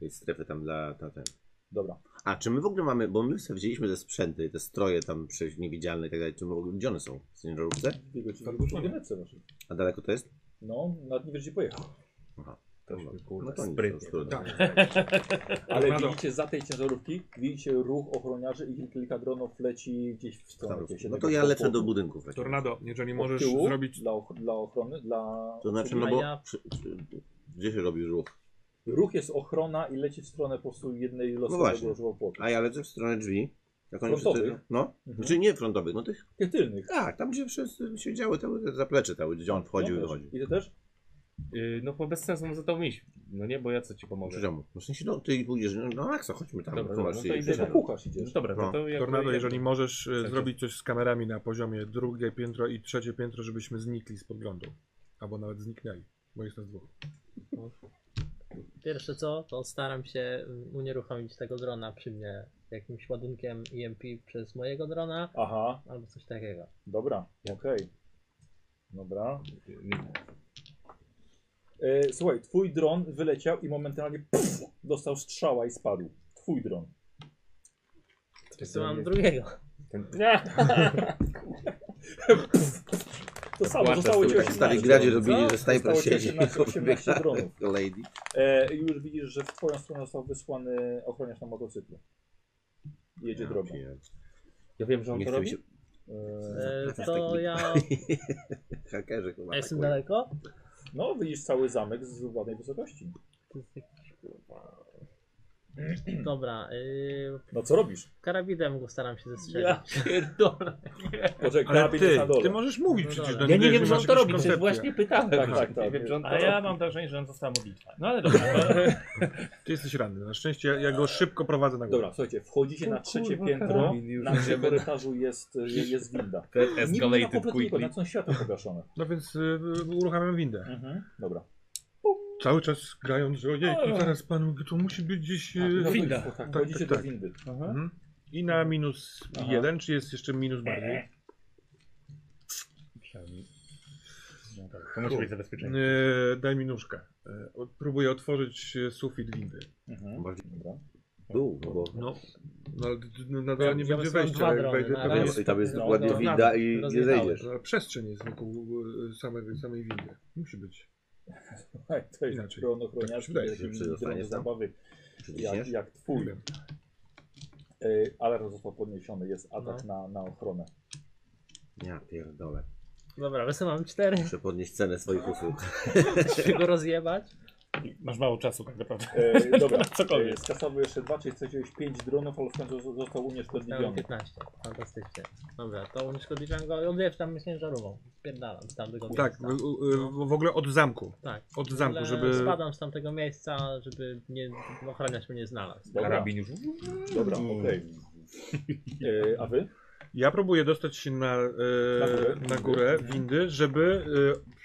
Speaker 1: tej strefy tam dla, ta, ten.
Speaker 2: Dobra.
Speaker 1: A czy my w ogóle mamy, bo my sobie wzięliśmy te sprzęty, te stroje tam przecież niewidzialne i tak dalej, czy my w ogóle, gdzie one są? W ciężarówce?
Speaker 2: Dwie
Speaker 5: Tak,
Speaker 2: godziny. Dwie godziny waszych.
Speaker 1: A daleko to jest?
Speaker 2: No, nawet nie wiesz gdzie pojechał.
Speaker 1: No, no
Speaker 6: kurwa,
Speaker 1: to nic, to
Speaker 6: sprytnie.
Speaker 1: już trudno.
Speaker 4: Tak.
Speaker 2: Ale
Speaker 5: Na dół.
Speaker 2: widzicie za tej ciężarówki, widzicie ruch ochroniarzy i kilka dronów leci gdzieś w stronę. gdzieś
Speaker 1: No to
Speaker 2: jednego
Speaker 1: ja
Speaker 2: po-
Speaker 1: lecę
Speaker 2: po-
Speaker 1: do budynków. takich.
Speaker 5: Tornado, jeżeli
Speaker 2: od
Speaker 5: możesz
Speaker 2: tyłu
Speaker 5: zrobić.
Speaker 2: Dla, och- dla ochrony, dla...
Speaker 1: To znaczy,
Speaker 2: obsługi.
Speaker 1: no
Speaker 4: A
Speaker 1: bo
Speaker 4: ja-
Speaker 1: przy, przy, gdzie się robi ruch?
Speaker 2: Ruch jest ochrona i leci w stronę po prostu jednej
Speaker 1: właśnie.
Speaker 2: losowej no płotu.
Speaker 1: A ja lecę w stronę drzwi. Jak oni
Speaker 2: Frontowych?
Speaker 1: wszyscy, no,
Speaker 2: Mhm.
Speaker 1: czy nie frontowych, no tych,
Speaker 2: Tych tylnych.
Speaker 1: tak, tam gdzie wszyscy siedziały, te te zaplecze cały, gdzie on wchodził i
Speaker 2: no, też.
Speaker 1: wychodził.
Speaker 2: I ty też?
Speaker 6: Yy, no bo bez sensu za to iść. No nie, bo ja co ci pomogę.
Speaker 1: Czemu? No w sensie, no, ty pójdziesz, no, no Maxa, chodźmy tam.
Speaker 6: Dobra,
Speaker 1: Dobra,
Speaker 6: dobra,
Speaker 1: zobacz,
Speaker 6: no
Speaker 1: no
Speaker 6: to
Speaker 2: Ty
Speaker 6: idę
Speaker 1: idziesz.
Speaker 2: na
Speaker 6: tam.
Speaker 2: kucharz idziesz.
Speaker 6: No dobra, no,
Speaker 1: No.
Speaker 6: to jakby-
Speaker 5: Tornado,
Speaker 6: jakby-
Speaker 5: jeżeli możesz e,
Speaker 6: Sensie.
Speaker 5: zrobić coś z kamerami na poziomie drugie piętro i trzecie piętro, żebyśmy znikli z podglądu. Albo nawet zniknęli, bo jest nas dwóch.
Speaker 4: Pierwsze co, to staram się mm, unieruchomić tego drona przy mnie jakimś ładunkiem EMP przez mojego drona
Speaker 2: Aha,
Speaker 4: albo coś takiego.
Speaker 2: dobra, okej. Dobra.
Speaker 6: Nie.
Speaker 2: E, słuchaj, twój dron wyleciał i momentalnie puf, dostał strzała i spadł. Twój dron.
Speaker 4: Czy mam drugiego?
Speaker 6: Ten...
Speaker 2: To samo,
Speaker 6: Płaczesz,
Speaker 2: zostało ci
Speaker 6: tylko
Speaker 2: 18.
Speaker 6: tak
Speaker 1: Stary gradzie robili,
Speaker 4: Co?
Speaker 1: że snajper
Speaker 2: Zostało ci
Speaker 1: siedzi.
Speaker 2: 18, 18 dronów.
Speaker 1: Lady.
Speaker 2: E, i już widzisz, że w twoją stronę został wysłany ochroniarz na motocyklu. Jedzie drogą.
Speaker 1: Ja
Speaker 6: Ja wiem, że on
Speaker 1: Nie
Speaker 6: to
Speaker 1: chcę mi
Speaker 6: robi.
Speaker 1: się...
Speaker 2: E,
Speaker 4: E,
Speaker 1: Zapraszam
Speaker 4: to
Speaker 5: tak
Speaker 1: taki-
Speaker 4: ja...
Speaker 1: Hakerzy chyba
Speaker 4: ja jestem
Speaker 1: atakują.
Speaker 4: daleko?
Speaker 2: no, widzisz cały zamek z ładnej wysokości.
Speaker 4: To jest jakiś kurwa. Dobra, yy,
Speaker 2: No co robisz?
Speaker 4: karabinem go staram się zestrzelić.
Speaker 6: pierdolę.
Speaker 2: Poczekaj,
Speaker 5: Ale
Speaker 2: karabin jest
Speaker 5: ty,
Speaker 2: na dole.
Speaker 5: ty możesz mówić
Speaker 4: No
Speaker 5: przecież
Speaker 4: dobra.
Speaker 5: do
Speaker 6: Ja
Speaker 5: niego,
Speaker 6: nie wiem,
Speaker 5: jeżeli
Speaker 6: że on
Speaker 5: masz
Speaker 6: to
Speaker 5: jakąś
Speaker 6: robi, przecież
Speaker 5: koncepcję.
Speaker 6: właśnie pytałem.
Speaker 2: Tak,
Speaker 6: właśnie.
Speaker 2: tak, tak.
Speaker 6: Nie wiem, że on to
Speaker 3: A ja mam wrażenie, że on została modlitwa. No ale dobra. To...
Speaker 5: Ty jesteś ranny, na szczęście ja, ja go szybko prowadzę na górę.
Speaker 2: Dobra, słuchajcie, wchodzicie na trzecie
Speaker 6: kurwa,
Speaker 2: piętro,
Speaker 6: karabin już.
Speaker 2: na gdzie korytarzu jest, jest winda.
Speaker 6: robi.
Speaker 2: Nie ma kompletnie nikogo,
Speaker 6: quickly.
Speaker 2: na co światło pogaszone.
Speaker 5: No więc y, uruchamiam windę.
Speaker 2: Mhm. Dobra.
Speaker 5: Cały czas grając, że ojej, tu zaraz panu, tu musi być gdzieś... y,
Speaker 2: Tak,
Speaker 3: winda.
Speaker 2: Tak,
Speaker 5: Tak,
Speaker 2: wchodzicie
Speaker 5: tak,
Speaker 2: do
Speaker 5: tak.
Speaker 2: windy.
Speaker 5: Mhm. I na minus
Speaker 2: Aha.
Speaker 5: jeden, czy jest jeszcze minus bardziej?
Speaker 3: No tak, to musi być zabezpieczenie.
Speaker 5: Y, daj mi nóżkę. Y, o- próbuję otworzyć y, sufit windy.
Speaker 2: Mhm. Dobra.
Speaker 1: Dół, no bo...
Speaker 5: No, no ale d- d- nadal
Speaker 4: Ja-
Speaker 5: nie
Speaker 4: ja
Speaker 5: będzie
Speaker 4: wysyłam
Speaker 5: wejścia,
Speaker 4: dwa
Speaker 5: jak
Speaker 4: drony
Speaker 5: wejdzie
Speaker 4: na
Speaker 5: to
Speaker 4: raz.
Speaker 5: wyjdzie.
Speaker 1: I tam jest
Speaker 2: No,
Speaker 1: ładnie
Speaker 2: no,
Speaker 1: widać i nie
Speaker 4: rozjechałeś.
Speaker 1: zejdziesz.
Speaker 5: No, ale Przestrzeń jest wokół y, samej, samej windy. Musi być.
Speaker 2: Słuchaj, No To jest
Speaker 5: Inaczej.
Speaker 2: dron
Speaker 5: Tak mi się
Speaker 2: ochroniarz,
Speaker 5: wydaje,
Speaker 1: że
Speaker 2: jakiś
Speaker 1: przydostanie
Speaker 2: dron
Speaker 1: tam.
Speaker 2: zabawy, jak,
Speaker 1: Przyciśniesz?
Speaker 2: jak
Speaker 5: Nie
Speaker 2: twój.
Speaker 5: wiem.
Speaker 2: E, Alarm został podniesiony, jest atak na, na ochronę.
Speaker 1: Ja pierdolę.
Speaker 4: Dobra, wysyłam cztery,
Speaker 1: Muszę podnieść cenę swoich usług.
Speaker 4: żeby go rozjebać.
Speaker 3: Masz mało czasu tak naprawdę.
Speaker 2: E, dobra,
Speaker 3: Cokolwiek.
Speaker 2: E, skasował jeszcze dwa, czyli straciłeś pięć dronów, ale w końcu zo- został
Speaker 4: Miałem
Speaker 2: unieszkodliwiony.
Speaker 4: 15, fantastycznie. Dobra, to unieszkodliwiam go i odjeżdżam ciężarówką. Spierdalam z tamtego
Speaker 5: Tak,
Speaker 4: miejsca.
Speaker 5: w- u- y,
Speaker 2: no.
Speaker 5: w- w ogóle od zamku.
Speaker 4: Tak.
Speaker 5: Od
Speaker 4: W ogóle
Speaker 5: zamku, żeby...
Speaker 4: Spadam z tamtego miejsca, żeby nie, ochraniać mnie nie znalazł.
Speaker 2: Dobra,
Speaker 6: Karabin już.
Speaker 2: dobra okej. E, A wy?
Speaker 5: Ja próbuję dostać się na, e,
Speaker 2: Na górę.
Speaker 5: na górę windy, żeby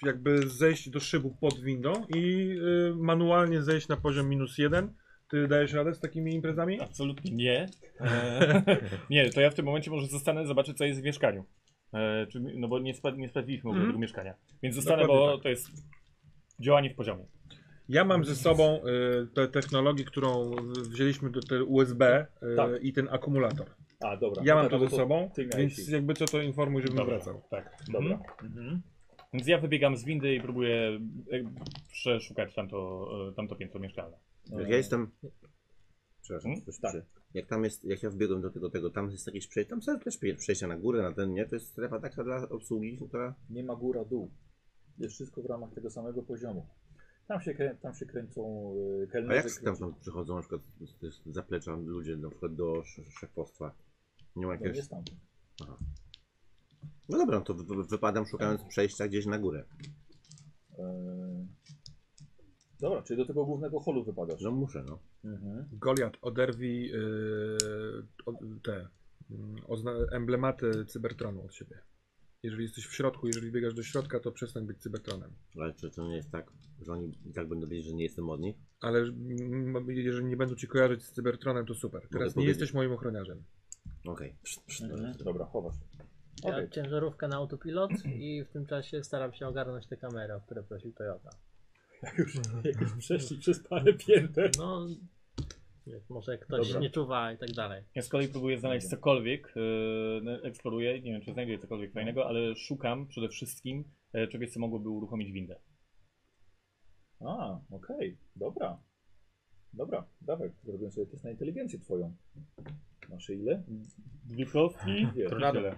Speaker 5: e, jakby zejść do szybu pod windą i e, manualnie zejść na poziom minus jeden. Ty dajesz radę z takimi imprezami?
Speaker 2: Tak.
Speaker 3: Absolutnie nie. E, nie, to ja w tym momencie może zostanę, zobaczę co jest w mieszkaniu. E, czy, no bo nie, spa, nie sprawdziliśmy w ogóle
Speaker 5: Mhm.
Speaker 3: tego mieszkania. Więc zostanę,
Speaker 5: Dokładnie
Speaker 3: bo
Speaker 5: tak.
Speaker 3: to jest działanie w poziomie.
Speaker 5: Ja mam ze sobą e, tę technologię, którą w- wzięliśmy do tej USB e,
Speaker 2: Tak.
Speaker 5: i ten akumulator.
Speaker 2: A, dobra. No
Speaker 5: Ja mam
Speaker 2: Dobra,
Speaker 5: to ze
Speaker 2: bo
Speaker 5: sobą,
Speaker 2: ty miałeś
Speaker 5: więc
Speaker 2: ich.
Speaker 5: jakby co to informuj, żebym wracał.
Speaker 3: Tak.
Speaker 2: Dobra.
Speaker 3: Mhm. Więc ja wybiegam z windy i próbuję e, przeszukać tamto, e, tamto piętro mieszkalne.
Speaker 1: Jak ja jestem... Przepraszam,
Speaker 3: Hmm?
Speaker 1: coś
Speaker 2: Tak.
Speaker 1: przy... Jak tam jest, jak ja wbiegłem do tego, tego tam jest jakieś przejście, tam są też prze- przejścia na górę, na ten, nie? To jest strefa taka dla obsługi, która...
Speaker 2: Nie ma góra, dół. Jest wszystko w ramach tego samego poziomu. Tam się, krę, tam się kręcą y,
Speaker 1: A
Speaker 2: kelnerzy.
Speaker 1: jak tam, tam przychodzą na przykład z, z zaplecza ludzie na przykład do sz- szefostwa? Nie ma
Speaker 2: No, nie
Speaker 1: jakiegoś...
Speaker 2: jest tam.
Speaker 1: No dobra, no to wy- wy- wypadam szukając przejścia gdzieś na górę.
Speaker 2: Eee, Dobra, czyli do tego głównego holu wypadasz.
Speaker 1: No muszę, no.
Speaker 2: Mhm.
Speaker 5: Goliat oderwi yy, od, te mm, ozna, emblematy Cybertronu od siebie. Jeżeli jesteś w środku, jeżeli biegasz do środka, to przestań być Cybertronem.
Speaker 1: Ale czy to nie jest tak, że oni i tak będą wiedzieć, że nie jestem od nich?
Speaker 5: Ale mm, jeżeli nie będą ci kojarzyć z Cybertronem, to super. Teraz nie
Speaker 1: powiedzieć.
Speaker 5: jesteś moim ochroniarzem.
Speaker 1: Okej. Psz, psz, no,
Speaker 2: Mhm.
Speaker 1: dobra.
Speaker 2: Dobra, chowasz.
Speaker 4: Ja
Speaker 2: Okej.
Speaker 4: ciężarówkę na autopilot i w tym czasie staram się ogarnąć te kamery, o które prosił Toyota.
Speaker 2: Jak już przeszli przez parę pięter.
Speaker 4: No, jak może ktoś
Speaker 2: Dobra.
Speaker 4: nie czuwa i tak dalej.
Speaker 3: Ja z kolei próbuję znaleźć cokolwiek, yy, no, eksploruję, nie wiem czy znajduję
Speaker 2: No.
Speaker 3: cokolwiek fajnego, ale szukam przede wszystkim e, czegoś, co mogłoby uruchomić windę.
Speaker 2: A, okej, dobra. Dobra, dawaj, zrobiłem sobie test na inteligencję twoją. Masz ile?
Speaker 3: Dwie kostki,
Speaker 2: Dwie.
Speaker 3: to tyle.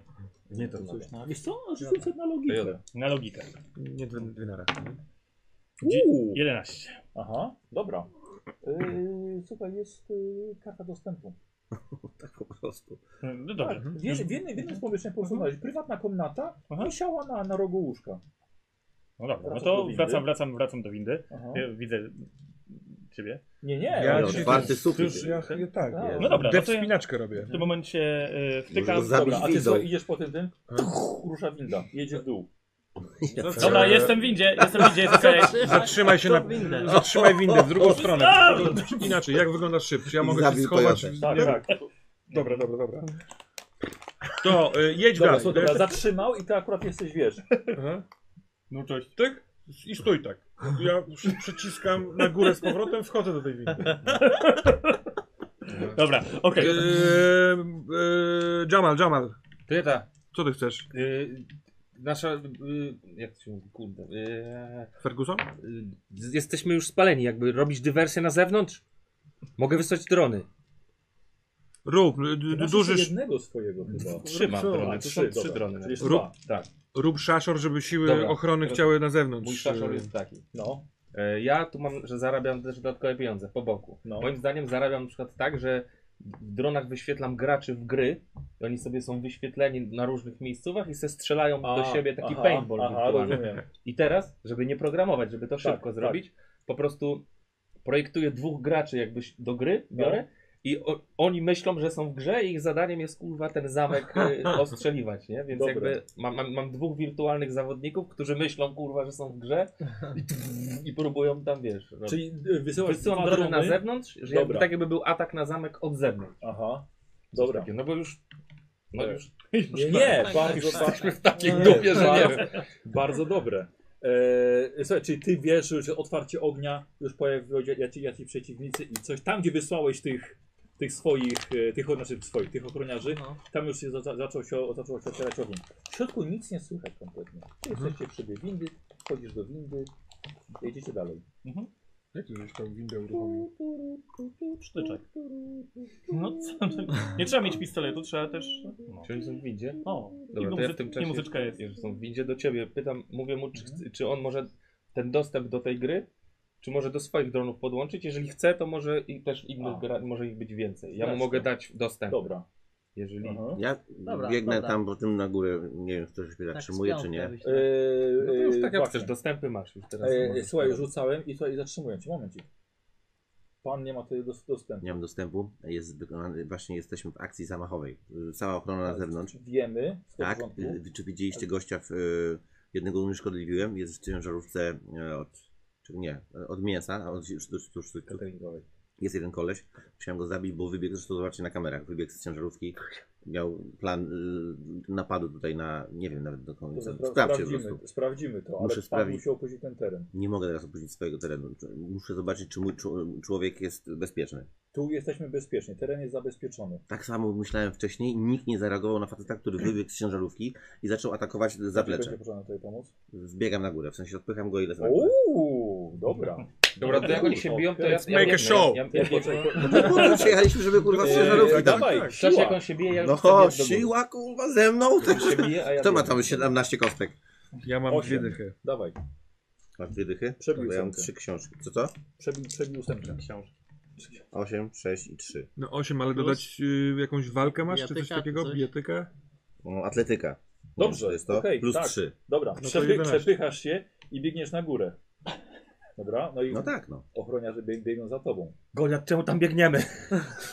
Speaker 8: Nie to coś.
Speaker 2: na... Wiesz co? Aż rzucę na logikę.
Speaker 3: Na logikę.
Speaker 5: Nie dwie, dwie na raz. nie?
Speaker 3: Dzie-
Speaker 2: Uuu.
Speaker 3: 11.
Speaker 2: Aha, dobra. Yy, słuchaj, jest yy, karta dostępu.
Speaker 1: Tak po prostu.
Speaker 3: No dobrze.
Speaker 2: Tak, w, jednej- w, jednej- w jednym z pomieszczeń posunąłeś. Prywatna komnata
Speaker 3: Aha.
Speaker 2: wisiała na, na rogu łóżka.
Speaker 3: No dobra, no
Speaker 2: Wracam do
Speaker 3: to
Speaker 2: windy. No.
Speaker 3: wracam, wracam, wracam do windy.
Speaker 2: Aha.
Speaker 3: Ja widzę ciebie.
Speaker 2: Nie, nie.
Speaker 5: Ja
Speaker 1: Ja
Speaker 5: się-
Speaker 1: otwarty sufit.
Speaker 5: Już ja, ja tak.
Speaker 2: No
Speaker 5: ja-
Speaker 3: dobra, no to
Speaker 5: Def
Speaker 3: ja-
Speaker 5: spinaczkę robię.
Speaker 2: Tak.
Speaker 3: W tym momencie y,
Speaker 1: Może
Speaker 3: wtykam.
Speaker 1: go zabić.
Speaker 2: Dobra, a ty
Speaker 1: widzą.
Speaker 2: co, idziesz po tym tym? Rusza winda, jedzie w dół.
Speaker 1: Ja
Speaker 3: Dobra,
Speaker 5: Eee.
Speaker 3: jestem w windzie, jestem w windzie, jest okej.
Speaker 5: Zatrzymaj się na...
Speaker 4: Windę.
Speaker 5: Zatrzymaj windę w drugą stronę. Inaczej, jak wyglądasz szybciej? Ja
Speaker 1: I
Speaker 5: mogę się
Speaker 1: zabił
Speaker 5: schować.
Speaker 1: Toyotę.
Speaker 2: Tak,
Speaker 5: Ja-
Speaker 2: tak.
Speaker 5: Dobra, dobra, dobra. To y, jedź
Speaker 2: Dobra,
Speaker 5: dalej.
Speaker 2: słuchaj, dobra, zatrzymał i ty akurat jesteś, wiesz.
Speaker 5: Aha.
Speaker 3: No cześć.
Speaker 5: Tak? I stój tak. Ja przy- przyciskam na górę z powrotem, wchodzę do tej windy.
Speaker 3: Dobra, okej.
Speaker 5: Eee, eee, Jamal, Jamal,
Speaker 6: Tyta,
Speaker 5: co ty chcesz?
Speaker 6: y, nasza... Y, jak to się mówi, kurde... Y,
Speaker 5: Ferguson?
Speaker 6: y, z- jesteśmy już spaleni, jakby robić dywersję na zewnątrz? Mogę wysłać drony.
Speaker 5: Rób, d- d-
Speaker 2: Masz jeszcze
Speaker 5: duży, sz-
Speaker 2: znaczy, jednego swojego chyba.
Speaker 6: Trzy mam
Speaker 5: Co?
Speaker 6: drony,
Speaker 2: A,
Speaker 6: to
Speaker 2: trzy,
Speaker 6: są trzy
Speaker 2: dobra.
Speaker 6: drony.
Speaker 2: Czyli jest
Speaker 5: Rób.
Speaker 2: dwa.
Speaker 6: Tak,
Speaker 5: rób szaszor, żeby siły
Speaker 6: Dobra.
Speaker 5: ochrony chciały na zewnątrz.
Speaker 6: mój szaszor jest taki.
Speaker 2: No,
Speaker 6: E, Ja tu mam, że zarabiam też dodatkowe pieniądze po boku.
Speaker 2: No.
Speaker 6: Moim zdaniem zarabiam na przykład tak, że w dronach wyświetlam graczy w gry i oni sobie są wyświetleni na różnych miejscówach i se strzelają
Speaker 2: A,
Speaker 6: do siebie taki
Speaker 2: aha,
Speaker 6: paintball
Speaker 2: aha,
Speaker 6: wirtualny.
Speaker 2: rozumiem.
Speaker 6: I teraz, żeby nie programować, żeby to szybko
Speaker 2: tak.
Speaker 6: zrobić, po prostu projektuję dwóch graczy jakby ś- do gry, biorę i o, oni myślą, że są w grze i ich zadaniem jest kurwa ten zamek y, ostrzeliwać, nie? Więc
Speaker 2: Dobre.
Speaker 6: jakby mam, mam, mam dwóch wirtualnych zawodników, którzy myślą kurwa, że są w grze i, i próbują tam, wiesz, robić.
Speaker 2: Czyli y, wysyłasz
Speaker 6: Wysyłam
Speaker 2: dwa
Speaker 6: drony na
Speaker 2: drony.
Speaker 6: zewnątrz, że jakby,
Speaker 2: Dobra.
Speaker 6: tak jakby był atak na zamek od zewnątrz.
Speaker 2: Aha,
Speaker 6: Coś
Speaker 2: dobra.
Speaker 6: takiego, No bo już... No
Speaker 2: Tak.
Speaker 6: już
Speaker 2: Nie, nie bardzo,
Speaker 6: jesteśmy
Speaker 2: bardzo,
Speaker 6: w takiej
Speaker 2: Nie,
Speaker 6: dupie, że nie
Speaker 2: bardzo-
Speaker 6: wiem.
Speaker 2: bardzo dobre. Eee, słuchaj, czyli ty wiesz, że otwarcie ognia już pojawiło się jaci, jaci przeciwnicy i coś tam, gdzie wysłałeś tych, tych swoich, e, tych, znaczy swoich, tych ochroniarzy,
Speaker 4: No.
Speaker 2: tam już się za, za- zaczął się, zaczął się otwierać ogień. W środku nic nie słychać kompletnie. Ty
Speaker 6: Mhm.
Speaker 2: jesteście przy tej windy, wchodzisz do windy, jedziecie dalej.
Speaker 5: Jak ty żeś tą windę uruchomił?
Speaker 3: Sztyczek. No co? Nie trzeba mieć pistoletu, trzeba też. No.
Speaker 6: Czyli są w windzie?
Speaker 3: O,
Speaker 6: Dobra,
Speaker 3: i
Speaker 6: to ja
Speaker 3: muzy-
Speaker 6: w tym
Speaker 3: i
Speaker 6: czasie
Speaker 3: muzyczka jest.
Speaker 6: już są w windzie do ciebie. Pytam, mówię mu, czy, chce- czy on może ten dostęp do tej gry, czy może do swoich dronów podłączyć? Jeżeli chce, to może i też innych
Speaker 2: A.
Speaker 6: gra, może ich być więcej. Ja mu
Speaker 2: Jasne.
Speaker 6: mogę dać dostęp,
Speaker 2: Dobra.
Speaker 6: jeżeli...
Speaker 2: Aha.
Speaker 1: Ja
Speaker 4: Dobra,
Speaker 1: biegnę
Speaker 4: dobra.
Speaker 1: tam po tym na górę, nie wiem, czy to się zatrzymuje,
Speaker 4: z
Speaker 1: czy
Speaker 4: piątkę
Speaker 1: nie.
Speaker 4: byś-
Speaker 3: Yy,
Speaker 2: Eee,
Speaker 6: No to już tak
Speaker 2: właśnie.
Speaker 6: jak chcesz, dostępy masz już teraz.
Speaker 2: Eee,
Speaker 6: możesz
Speaker 2: słuchaj,
Speaker 6: sprawdzić.
Speaker 2: rzucałem i tutaj zatrzymuję cię, momencik. Pan nie ma tutaj dos- dostępu.
Speaker 1: Nie mam dostępu, jest wykonany, właśnie jesteśmy w akcji zamachowej. Y, Cała ochrona na zewnątrz.
Speaker 2: Tak. Wiemy, z
Speaker 1: Tak,
Speaker 2: porządku.
Speaker 1: y, czy widzieliście gościa w, y, jednego unieszkodliwiłem, jest w ciężarówce y, od, czy nie, y, od mięsa, a od, już, już, już, już,
Speaker 6: Cateringowej.
Speaker 1: jest jeden koleś, musiałem go zabić, bo wybiegł, zresztą zobaczcie na kamerach, wybiegł z ciężarówki, miał plan y, napadu tutaj na, nie wiem nawet do końca,
Speaker 2: Dobra, spra-
Speaker 1: sprawdźcie po
Speaker 2: sprawdzimy,
Speaker 1: prostu.
Speaker 2: sprawdzimy to,
Speaker 1: Muszę
Speaker 2: ale pan
Speaker 1: sprawdzić.
Speaker 2: musiał opuścić ten teren.
Speaker 1: Nie mogę teraz opuścić swojego terenu, Czy- muszę zobaczyć, czy mój czu- człowiek jest bezpieczny.
Speaker 2: Tu jesteśmy bezpieczni, teren jest zabezpieczony.
Speaker 1: Tak samo myślałem wcześniej, nikt nie zareagował na faceta, który wybiegł z ciężarówki i zaczął atakować zaplecze. Tak,
Speaker 2: Będzie potrzebna tutaj pomoc?
Speaker 1: Wbiegam na górę, w sensie odpycham go i lecę na górę.
Speaker 2: Uuu, dobra.
Speaker 6: Dobra, to jak oni się biją, to ja... ja
Speaker 5: make a
Speaker 6: biegnę,
Speaker 5: show.
Speaker 6: Ja, ja, ja, biegnę.
Speaker 1: No kurwa, przyjechaliśmy, żeby kurwa
Speaker 6: Eee,
Speaker 1: ciężarówki tam.
Speaker 2: Yy, dawaj,
Speaker 6: W czasie jak on się bije, ja już
Speaker 1: No,
Speaker 6: chcę biec do góry.
Speaker 1: siła kurwa ze mną.
Speaker 6: On się bije, a ja
Speaker 1: Kto ma
Speaker 6: biegnę.
Speaker 1: tam 17 kostek?
Speaker 5: Ja mam
Speaker 2: Osiem.
Speaker 5: dwie dychy.
Speaker 2: Dawaj,
Speaker 1: Masz dwie dychy?
Speaker 2: Przebił
Speaker 1: To ja mam
Speaker 2: sobie.
Speaker 1: trzy książki. Co to?
Speaker 2: przebił, przebił ósemkę.
Speaker 3: Książki.
Speaker 1: 8, 6 i 3.
Speaker 5: No 8, ale
Speaker 4: Plus?
Speaker 5: dodać y, jakąś walkę masz, czy coś
Speaker 4: Bietyka,
Speaker 5: takiego?
Speaker 4: coś?
Speaker 5: Bietykę?
Speaker 1: No, atletyka. Nie
Speaker 2: Dobrze,
Speaker 1: wiem, czy jest to.
Speaker 2: okej,
Speaker 1: Plus
Speaker 2: tak.
Speaker 1: 3.
Speaker 2: Dobra,
Speaker 5: to
Speaker 2: przepy,
Speaker 5: 11.
Speaker 2: przepychasz się i biegniesz na górę. Dobra, no i
Speaker 1: No tak, no.
Speaker 2: ochroniarze bieg, biegną za tobą.
Speaker 3: Goliat, czemu tam biegniemy?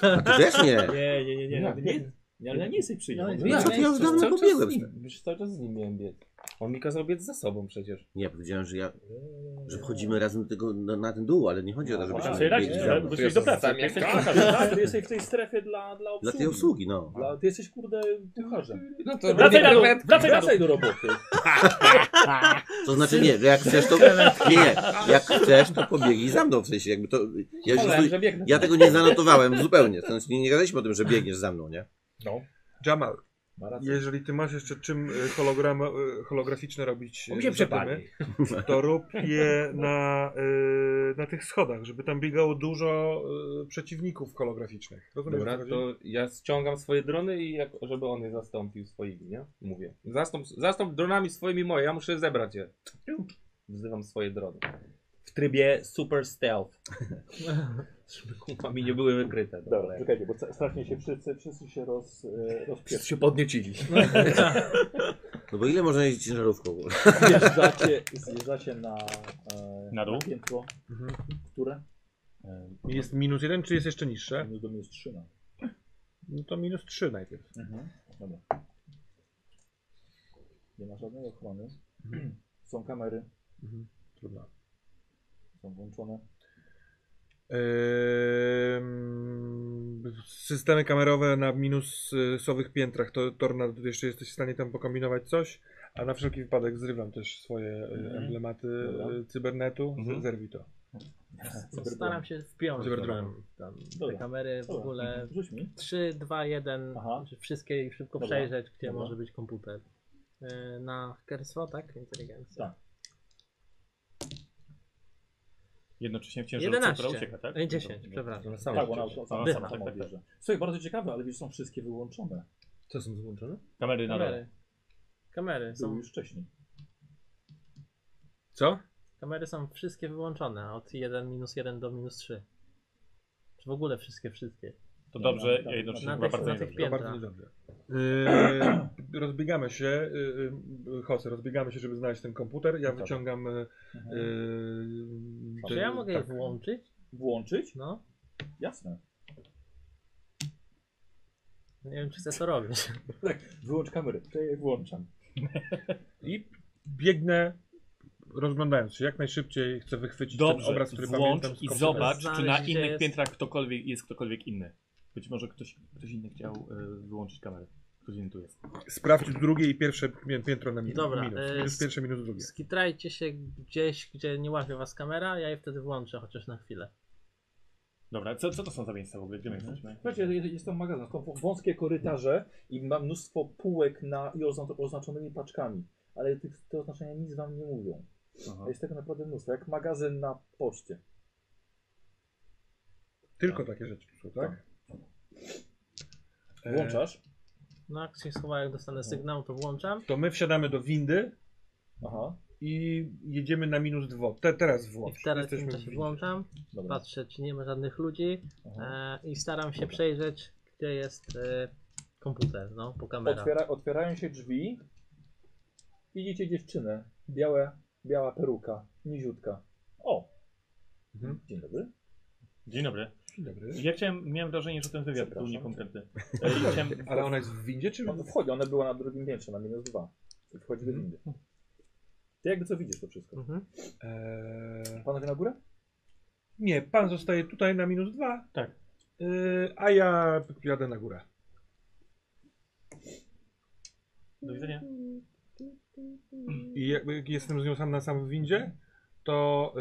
Speaker 1: A ty też nie.
Speaker 3: Nie, nie, nie, nie.
Speaker 6: Ja
Speaker 3: nie,
Speaker 6: biegnę.
Speaker 2: Nie, ale ja nie jesteś przyjdzie.
Speaker 4: No,
Speaker 2: No,
Speaker 4: nie.
Speaker 1: No
Speaker 6: Ja
Speaker 1: co ty, ja już
Speaker 6: jestem
Speaker 1: dawno
Speaker 6: cały czas
Speaker 1: pobiegłem.
Speaker 6: z nim. Już cały czas z nim miałem biec. On mi kazał biec za sobą przecież.
Speaker 1: Nie, powiedziałem, że ja, że wchodzimy razem do tego, na, na ten dół, ale nie chodzi o to,
Speaker 6: No,
Speaker 1: żeby
Speaker 3: Można
Speaker 1: się
Speaker 3: sobie radzić,
Speaker 2: Nie,
Speaker 3: trzeba
Speaker 2: no,
Speaker 3: wrócić
Speaker 6: to jest
Speaker 3: do pracy.
Speaker 6: zamiast-
Speaker 3: Jak ktoś
Speaker 2: tak,
Speaker 3: kocha-
Speaker 2: tak, ty jesteś w tej strefie dla, dla obsługi.
Speaker 1: Dla tej obsługi, no.
Speaker 2: Dla, ty jesteś kurde kucharzem.
Speaker 6: No to
Speaker 3: Wracaj na dół, wracaj na dół.
Speaker 2: Wracaj do roboty.
Speaker 1: To znaczy nie, że jak chcesz to... Nie, nie. Jak chcesz, to pobiegnij za mną, w sensie jakby to... Ja, już-
Speaker 6: Cholera, że biegnę.
Speaker 1: ja tego nie zanotowałem zupełnie. To znaczy nie, nie gadaliśmy o tym, że biegniesz za mną, nie?
Speaker 5: Jamal,
Speaker 2: Ma rację.
Speaker 5: jeżeli ty masz jeszcze czym y, hologram, y, holograficzne robić
Speaker 3: On
Speaker 5: y,
Speaker 3: się
Speaker 5: zadymy,
Speaker 3: przepali.
Speaker 5: to rób je na, y, na tych schodach, żeby tam biegało dużo y, przeciwników holograficznych. Rozumiesz? o co
Speaker 6: Dobra,
Speaker 5: chodzi?
Speaker 6: to ja ściągam swoje drony i jak, żeby on je zastąpił swoimi, nie? Mówię. Zastąp, zastąp dronami swoimi moje, ja muszę zebrać je. Wzywam swoje drony. W trybie super stealth. Żeby kupa mi nie były wykryte.
Speaker 2: Dobra, czekajcie, bo ca- strasznie się wszyscy, wszyscy się roz, e, rozpieszczą.
Speaker 6: się podniecili.
Speaker 1: No bo ile można jeździć ciężarówką?
Speaker 2: Zjeżdżacie, zjeżdżacie na, e,
Speaker 3: Na dół?
Speaker 2: piętro,
Speaker 5: Mhm.
Speaker 2: które?
Speaker 5: Jest minus jeden, czy jest jeszcze niższe?
Speaker 2: Minus do minus 3. No.
Speaker 5: No to minus trzy najpierw.
Speaker 2: Mhm. Dobra. Nie ma żadnej ochrony. Są kamery,
Speaker 5: Trudno.
Speaker 2: są włączone.
Speaker 5: Ym, Ehm, Systemy kamerowe na minusowych piętrach, to Tornado jeszcze jesteś w stanie tam pokombinować coś, a na wszelki wypadek zrywam też swoje y,
Speaker 2: Mhm.
Speaker 5: emblematy
Speaker 2: Dobra.
Speaker 5: y, cybernetu,
Speaker 3: Mhm.
Speaker 5: zerwij to.
Speaker 4: No, Staram się wpiąć
Speaker 5: Cyberdronem. Tam.
Speaker 4: te kamery w
Speaker 2: Dobra.
Speaker 4: ogóle.
Speaker 2: Rzuć mi.
Speaker 4: 3, 2, 1,
Speaker 2: Aha.
Speaker 4: wszystkie i szybko
Speaker 2: Dobra.
Speaker 4: przejrzeć, gdzie
Speaker 2: Dobra.
Speaker 4: może być komputer. E, Na hackerstwo, tak? Inteligencja.
Speaker 2: Tak.
Speaker 3: Jednocześnie w ciężarówce,
Speaker 4: 11.
Speaker 3: która ucieka, tak?
Speaker 4: E, 10, przepraszam.
Speaker 2: Tak, ona sama,
Speaker 3: Aha,
Speaker 2: sama,
Speaker 3: tak,
Speaker 2: sama
Speaker 3: tak,
Speaker 2: odjeżdża. Słuchaj, bardzo ciekawe, ale wiesz, są wszystkie wyłączone.
Speaker 6: To są złączone?
Speaker 3: Kamery na dole.
Speaker 4: Kamery. Kamery
Speaker 2: Były
Speaker 4: są,
Speaker 2: już wcześniej.
Speaker 5: Co?
Speaker 4: kamery są wszystkie wyłączone od 1 minus 1 do minus 3. Czy w ogóle wszystkie, wszystkie.
Speaker 3: To dobrze,
Speaker 2: Na-
Speaker 3: ja jednocześnie
Speaker 4: na
Speaker 3: chyba
Speaker 4: tych-
Speaker 3: bardzo
Speaker 4: na
Speaker 3: nie
Speaker 4: tych
Speaker 3: dobrze.
Speaker 5: To
Speaker 4: Piętra.
Speaker 5: bardzo niedobrze. Y, rozbiegamy się, y, y, Jose, rozbiegamy się, żeby znaleźć ten komputer. Ja
Speaker 2: Dobra.
Speaker 5: wyciągam. y,
Speaker 2: Mhm.
Speaker 5: y,
Speaker 4: Czy
Speaker 5: te-
Speaker 4: ja mogę je
Speaker 5: tak.
Speaker 4: włączyć?
Speaker 2: Włączyć?
Speaker 4: No.
Speaker 2: Jasne.
Speaker 4: Nie wiem, czy chcę to robić.
Speaker 2: Tak, wyłącz kamery. To ja je włączam.
Speaker 5: I biegnę, rozglądając się jak najszybciej, chcę wychwycić ten
Speaker 3: Dobrze,
Speaker 5: obraz, który
Speaker 3: włącz
Speaker 5: pamiętam z
Speaker 3: i
Speaker 5: komputera.
Speaker 3: zobacz, czy na
Speaker 4: Znaleźć, gdzie
Speaker 3: innych
Speaker 4: jest.
Speaker 3: piętrach ktokolwiek jest ktokolwiek inny. Być może ktoś, ktoś inny chciał e, wyłączyć kamerę. Ktoś inny tu jest.
Speaker 5: Sprawdź drugie i pierwsze pię- piętro na minus.
Speaker 4: Dobra,
Speaker 5: minus.
Speaker 4: e,
Speaker 5: minus
Speaker 4: s-
Speaker 5: pierwsze, minus drugie.
Speaker 4: Skitrajcie się gdzieś, gdzie nie łapie was kamera, ja je wtedy włączę chociaż na chwilę.
Speaker 3: Dobra, co, co to są za miejsca w ogóle? Gdzie my
Speaker 6: Mhm.
Speaker 3: jesteśmy?
Speaker 2: Słuchajcie, jest, jest to magazyn. Są wąskie korytarze i ma mnóstwo półek na, i oznac- oznaczonymi paczkami. Ale tych, te oznaczenia nic wam nie mówią.
Speaker 3: Aha.
Speaker 2: A Jest tego naprawdę mnóstwo, jak magazyn na poczcie.
Speaker 5: Tylko takie rzeczy są, tak? E,
Speaker 2: Włączasz?
Speaker 4: No, jak się schowa, jak dostanę sygnał, to włączam.
Speaker 5: To my wsiadamy do windy
Speaker 2: Aha,
Speaker 5: i jedziemy na minus dwa. Te, teraz
Speaker 4: I
Speaker 5: włącz.
Speaker 4: w teraz w tym
Speaker 5: Jesteśmy w
Speaker 4: czasie
Speaker 5: windzie.
Speaker 4: włączam,
Speaker 2: dobra.
Speaker 4: patrzę, czy nie ma żadnych ludzi
Speaker 2: Aha.
Speaker 4: e, i staram się przejrzeć, gdzie jest e, komputer, no, po kamerach.
Speaker 2: Otwiera, otwierają się drzwi. Widzicie dziewczynę. Białe, biała peruka, niziutka. O!
Speaker 5: Mhm.
Speaker 2: Dzień dobry.
Speaker 3: Dzień dobry.
Speaker 5: Dzień Dobry.
Speaker 3: Ja chciałem, miałem wrażenie, że ten wywiad był
Speaker 2: Przepraszam.
Speaker 3: niekompletny. E, i chciałem,
Speaker 5: Ale ona jest w windzie, czy...
Speaker 2: On wchodzi, ona była na drugim piętrze, na minus dwa. Wchodzi do windy. Ty jakby co widzisz to wszystko?
Speaker 4: Mhm.
Speaker 5: E,
Speaker 2: Panowie na górę?
Speaker 5: nie, pan zostaje tutaj na minus dwa.
Speaker 3: Tak.
Speaker 5: E, a ja jadę na górę.
Speaker 3: Do widzenia.
Speaker 5: I jak jak jestem z nią sam na sam w windzie, to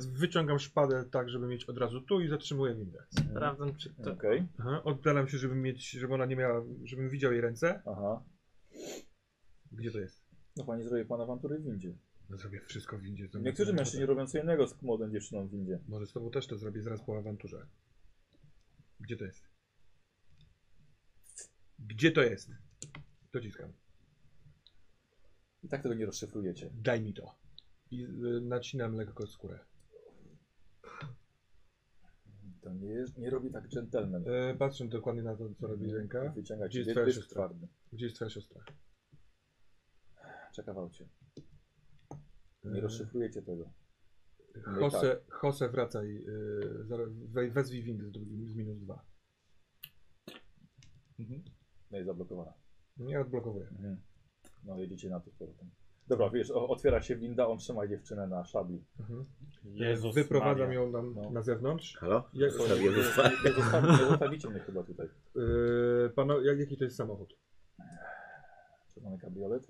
Speaker 5: y, wyciągam szpadę tak, żeby mieć od razu tu i zatrzymuję windę.
Speaker 4: Sprawdzam, czy
Speaker 2: Okej.
Speaker 4: kto...
Speaker 5: Aha, oddalam się, żeby mieć, żeby ona nie miała, żebym widział jej ręce.
Speaker 2: Aha.
Speaker 5: Gdzie to jest?
Speaker 2: No pani zrobi pana awantury w windzie.
Speaker 5: No zrobię wszystko w windzie. co
Speaker 2: Niektórzy
Speaker 5: mi-
Speaker 2: mężczyźni robią co innego z młodą dziewczyną w Indzie.
Speaker 5: Może z tobą też to zrobię zaraz po awanturze. Gdzie to jest? Gdzie to jest? Dociskam.
Speaker 2: I tak tego nie rozszyfrujecie.
Speaker 5: Daj mi to. I y, nacinam lekko skórę.
Speaker 2: To nie, nie robi tak dżentelmen.
Speaker 5: E, patrzę dokładnie na to, co robi
Speaker 2: Mhm.
Speaker 5: ręka.
Speaker 2: Wyciąga
Speaker 5: Gdzie
Speaker 2: cię,
Speaker 5: jest
Speaker 2: dy-
Speaker 5: twoja
Speaker 2: dysk
Speaker 5: siostra?
Speaker 2: twardy.
Speaker 5: Gdzie jest twoja siostra?
Speaker 2: Czekawał cię.
Speaker 5: E,
Speaker 2: Nie rozszyfrujecie tego. No i
Speaker 5: Jose, Jose wracaj. y, zaraz- we- Wezwij windy z, drugim- z minus dwa.
Speaker 2: No i zablokowana.
Speaker 5: Nie odblokowuję.
Speaker 2: Mhm. No jedziecie na to z powrotem. Dobra, wiesz, o, otwiera się winda, on trzyma dziewczynę na szabli.
Speaker 5: Mhm.
Speaker 3: Jezus
Speaker 5: Wyprowadzam
Speaker 3: Maria.
Speaker 5: ją nam
Speaker 2: No.
Speaker 5: na zewnątrz.
Speaker 1: Halo?
Speaker 5: Jak,
Speaker 2: Nie, nie, nie, zostawi, nie zostawicie mnie chyba tutaj.
Speaker 5: y, pano, jak, jaki to jest samochód?
Speaker 2: Czy mamy kabriolet?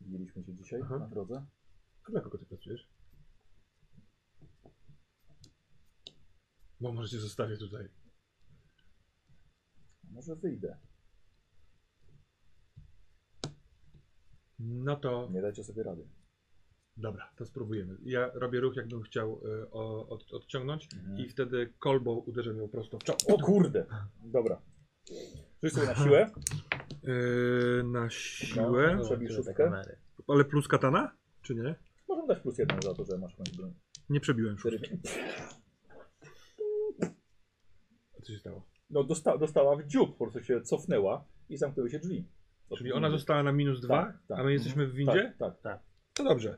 Speaker 2: Widzieliśmy się dzisiaj
Speaker 5: Aha.
Speaker 2: na drodze.
Speaker 5: A dla kogo ty pracujesz? Bo może cię zostawię tutaj.
Speaker 2: Może wyjdę.
Speaker 5: No to
Speaker 2: Nie dajcie sobie rady.
Speaker 5: dobra, to spróbujemy. Ja robię ruch, jakbym chciał y, o, od, odciągnąć
Speaker 2: Mhm.
Speaker 5: i wtedy kolbą uderzę ją prosto w czoło.
Speaker 2: O kurde! Dobra. Rzuć sobie na siłę.
Speaker 5: Y, na siłę.
Speaker 2: No, przebij szóstkę.
Speaker 5: Ale plus katana? Czy nie?
Speaker 2: Możemy dać plus jeden za to, że masz jakąś broń.
Speaker 5: Nie przebiłem szóstki.
Speaker 2: Cztery.
Speaker 5: Co się stało?
Speaker 2: No dosta, dostała w dziób, po prostu się cofnęła i zamknęły się drzwi.
Speaker 5: Czyli ona została na minus dwa,
Speaker 2: tak.
Speaker 5: a my jesteśmy w windzie?
Speaker 2: Tak, tak.
Speaker 5: To dobrze.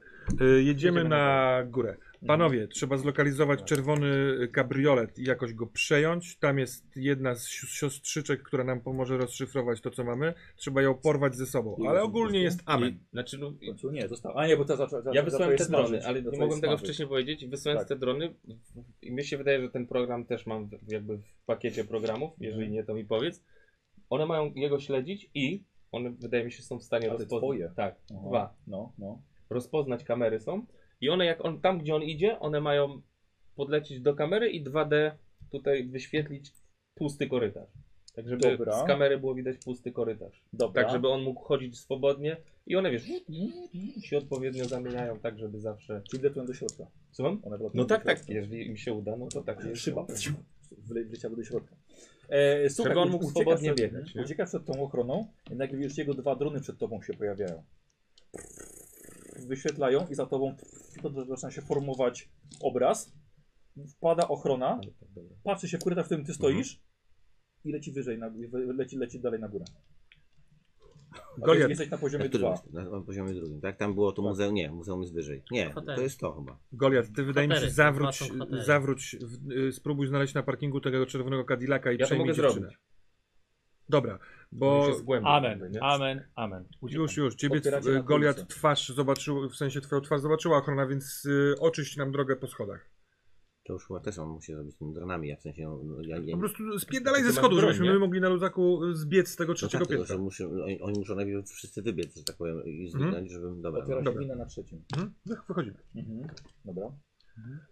Speaker 5: Y, Jedziemy, na górę.
Speaker 2: Mhm.
Speaker 5: Tak. Panowie, trzeba zlokalizować czerwony kabriolet i jakoś go przejąć. Tam jest jedna z si- siostrzyczek, która nam pomoże rozszyfrować to, co mamy. Trzeba ją porwać ze sobą.
Speaker 2: I
Speaker 5: Ale
Speaker 2: już
Speaker 5: ogólnie
Speaker 2: wrócił?
Speaker 5: jest amen.
Speaker 6: I, znaczy, no,
Speaker 2: W końcu nie, została. A nie, bo ta zaczęła.
Speaker 6: ja wysłałem te drony, ale nie mogłem tego wcześniej powiedzieć. Wysłałem
Speaker 2: Tak.
Speaker 6: te drony w- i mi się wydaje, że ten program też mam w- jakby w pakiecie programów. Jeżeli nie, to mi powiedz. One mają jego śledzić i one, wydaje mi się, są w stanie
Speaker 2: A, te twoje?
Speaker 6: rozpoznać. Tak, dwa.
Speaker 2: No, no.
Speaker 6: Rozpoznać kamery są i one, jak on tam, gdzie on idzie, one mają podlecieć do kamery i 2D tutaj wyświetlić pusty korytarz. Tak, żeby
Speaker 2: Dobra.
Speaker 6: z kamery było widać pusty korytarz.
Speaker 2: Dobra.
Speaker 6: Tak, żeby on mógł chodzić swobodnie i one, wiesz, się odpowiednio zamieniają tak, żeby zawsze...
Speaker 2: Czyli wlatują do środka.
Speaker 6: Słucham?
Speaker 2: One wlatują
Speaker 6: No tak,
Speaker 2: do środka.
Speaker 6: tak, jeżeli im się uda, no to tak jest.
Speaker 2: Szyba wle- wleciałaby do środka. E, słuchaj,
Speaker 6: Żeby on mógł
Speaker 2: uciekasz
Speaker 6: swobodnie
Speaker 2: przed-
Speaker 6: biegać, nie?
Speaker 2: Uciekasz przed tą ochroną, jednak widzisz, jego dwa drony przed tobą się pojawiają. Wyświetlają i za tobą to zaczyna się formować obraz. Wpada ochrona,
Speaker 6: tak,
Speaker 2: patrzy się w korytarz, w którym ty
Speaker 6: Mhm.
Speaker 2: stoisz i leci wyżej, na, gó- leci, leci dalej na górę. A ty
Speaker 5: Goliat.
Speaker 2: jesteś na
Speaker 1: Na
Speaker 2: poziomie
Speaker 1: którym?
Speaker 2: 2.
Speaker 1: jest? Na, na poziomie drugim, tak? Tam było to muzeum. Nie, muzeum jest wyżej. Nie,
Speaker 4: Hotel.
Speaker 1: to jest to chyba.
Speaker 5: Goliat, ty wydaje mi się,
Speaker 4: Kwatery,
Speaker 5: zawróć,
Speaker 4: dwa są kwatery.
Speaker 5: zawróć w, y, spróbuj znaleźć na parkingu tego czerwonego Cadillaca i
Speaker 6: Ja to
Speaker 5: przejmij
Speaker 6: mogę
Speaker 5: dziewczynę.
Speaker 6: zrobić.
Speaker 5: Dobra,
Speaker 6: Bo...
Speaker 5: bo
Speaker 6: Już jest głębiej.
Speaker 3: Amen,
Speaker 6: jakby, nie?
Speaker 3: amen, amen.
Speaker 5: już, już, ciebie
Speaker 2: Otwieracie
Speaker 5: y,
Speaker 2: na
Speaker 5: Goliat
Speaker 2: ulicę.
Speaker 5: twarz zobaczył, w sensie twoją twarz zobaczyła ochrona, więc y, oczyść nam drogę po schodach.
Speaker 1: To już chyba też on musi zrobić z tymi dronami, ja w sensie... No, no, ja, ja,
Speaker 5: Po prostu spierdalaj ze
Speaker 6: Ty masz
Speaker 5: schodu,
Speaker 6: broń,
Speaker 5: żebyśmy
Speaker 6: nie?
Speaker 5: my mogli na luzaku y, zbiec z tego
Speaker 1: no
Speaker 5: trzeciego
Speaker 1: tak, tylko,
Speaker 5: piętra.
Speaker 1: że muszę, oni, oni muszą najpierw wszyscy wybiec, że tak powiem, i zniknąć, żebym... Dobra, no.
Speaker 2: Otwiera się
Speaker 5: Dobra.
Speaker 2: wina na trzecim.
Speaker 5: Mhm. No, wychodzimy.
Speaker 2: Mhm. Dobra.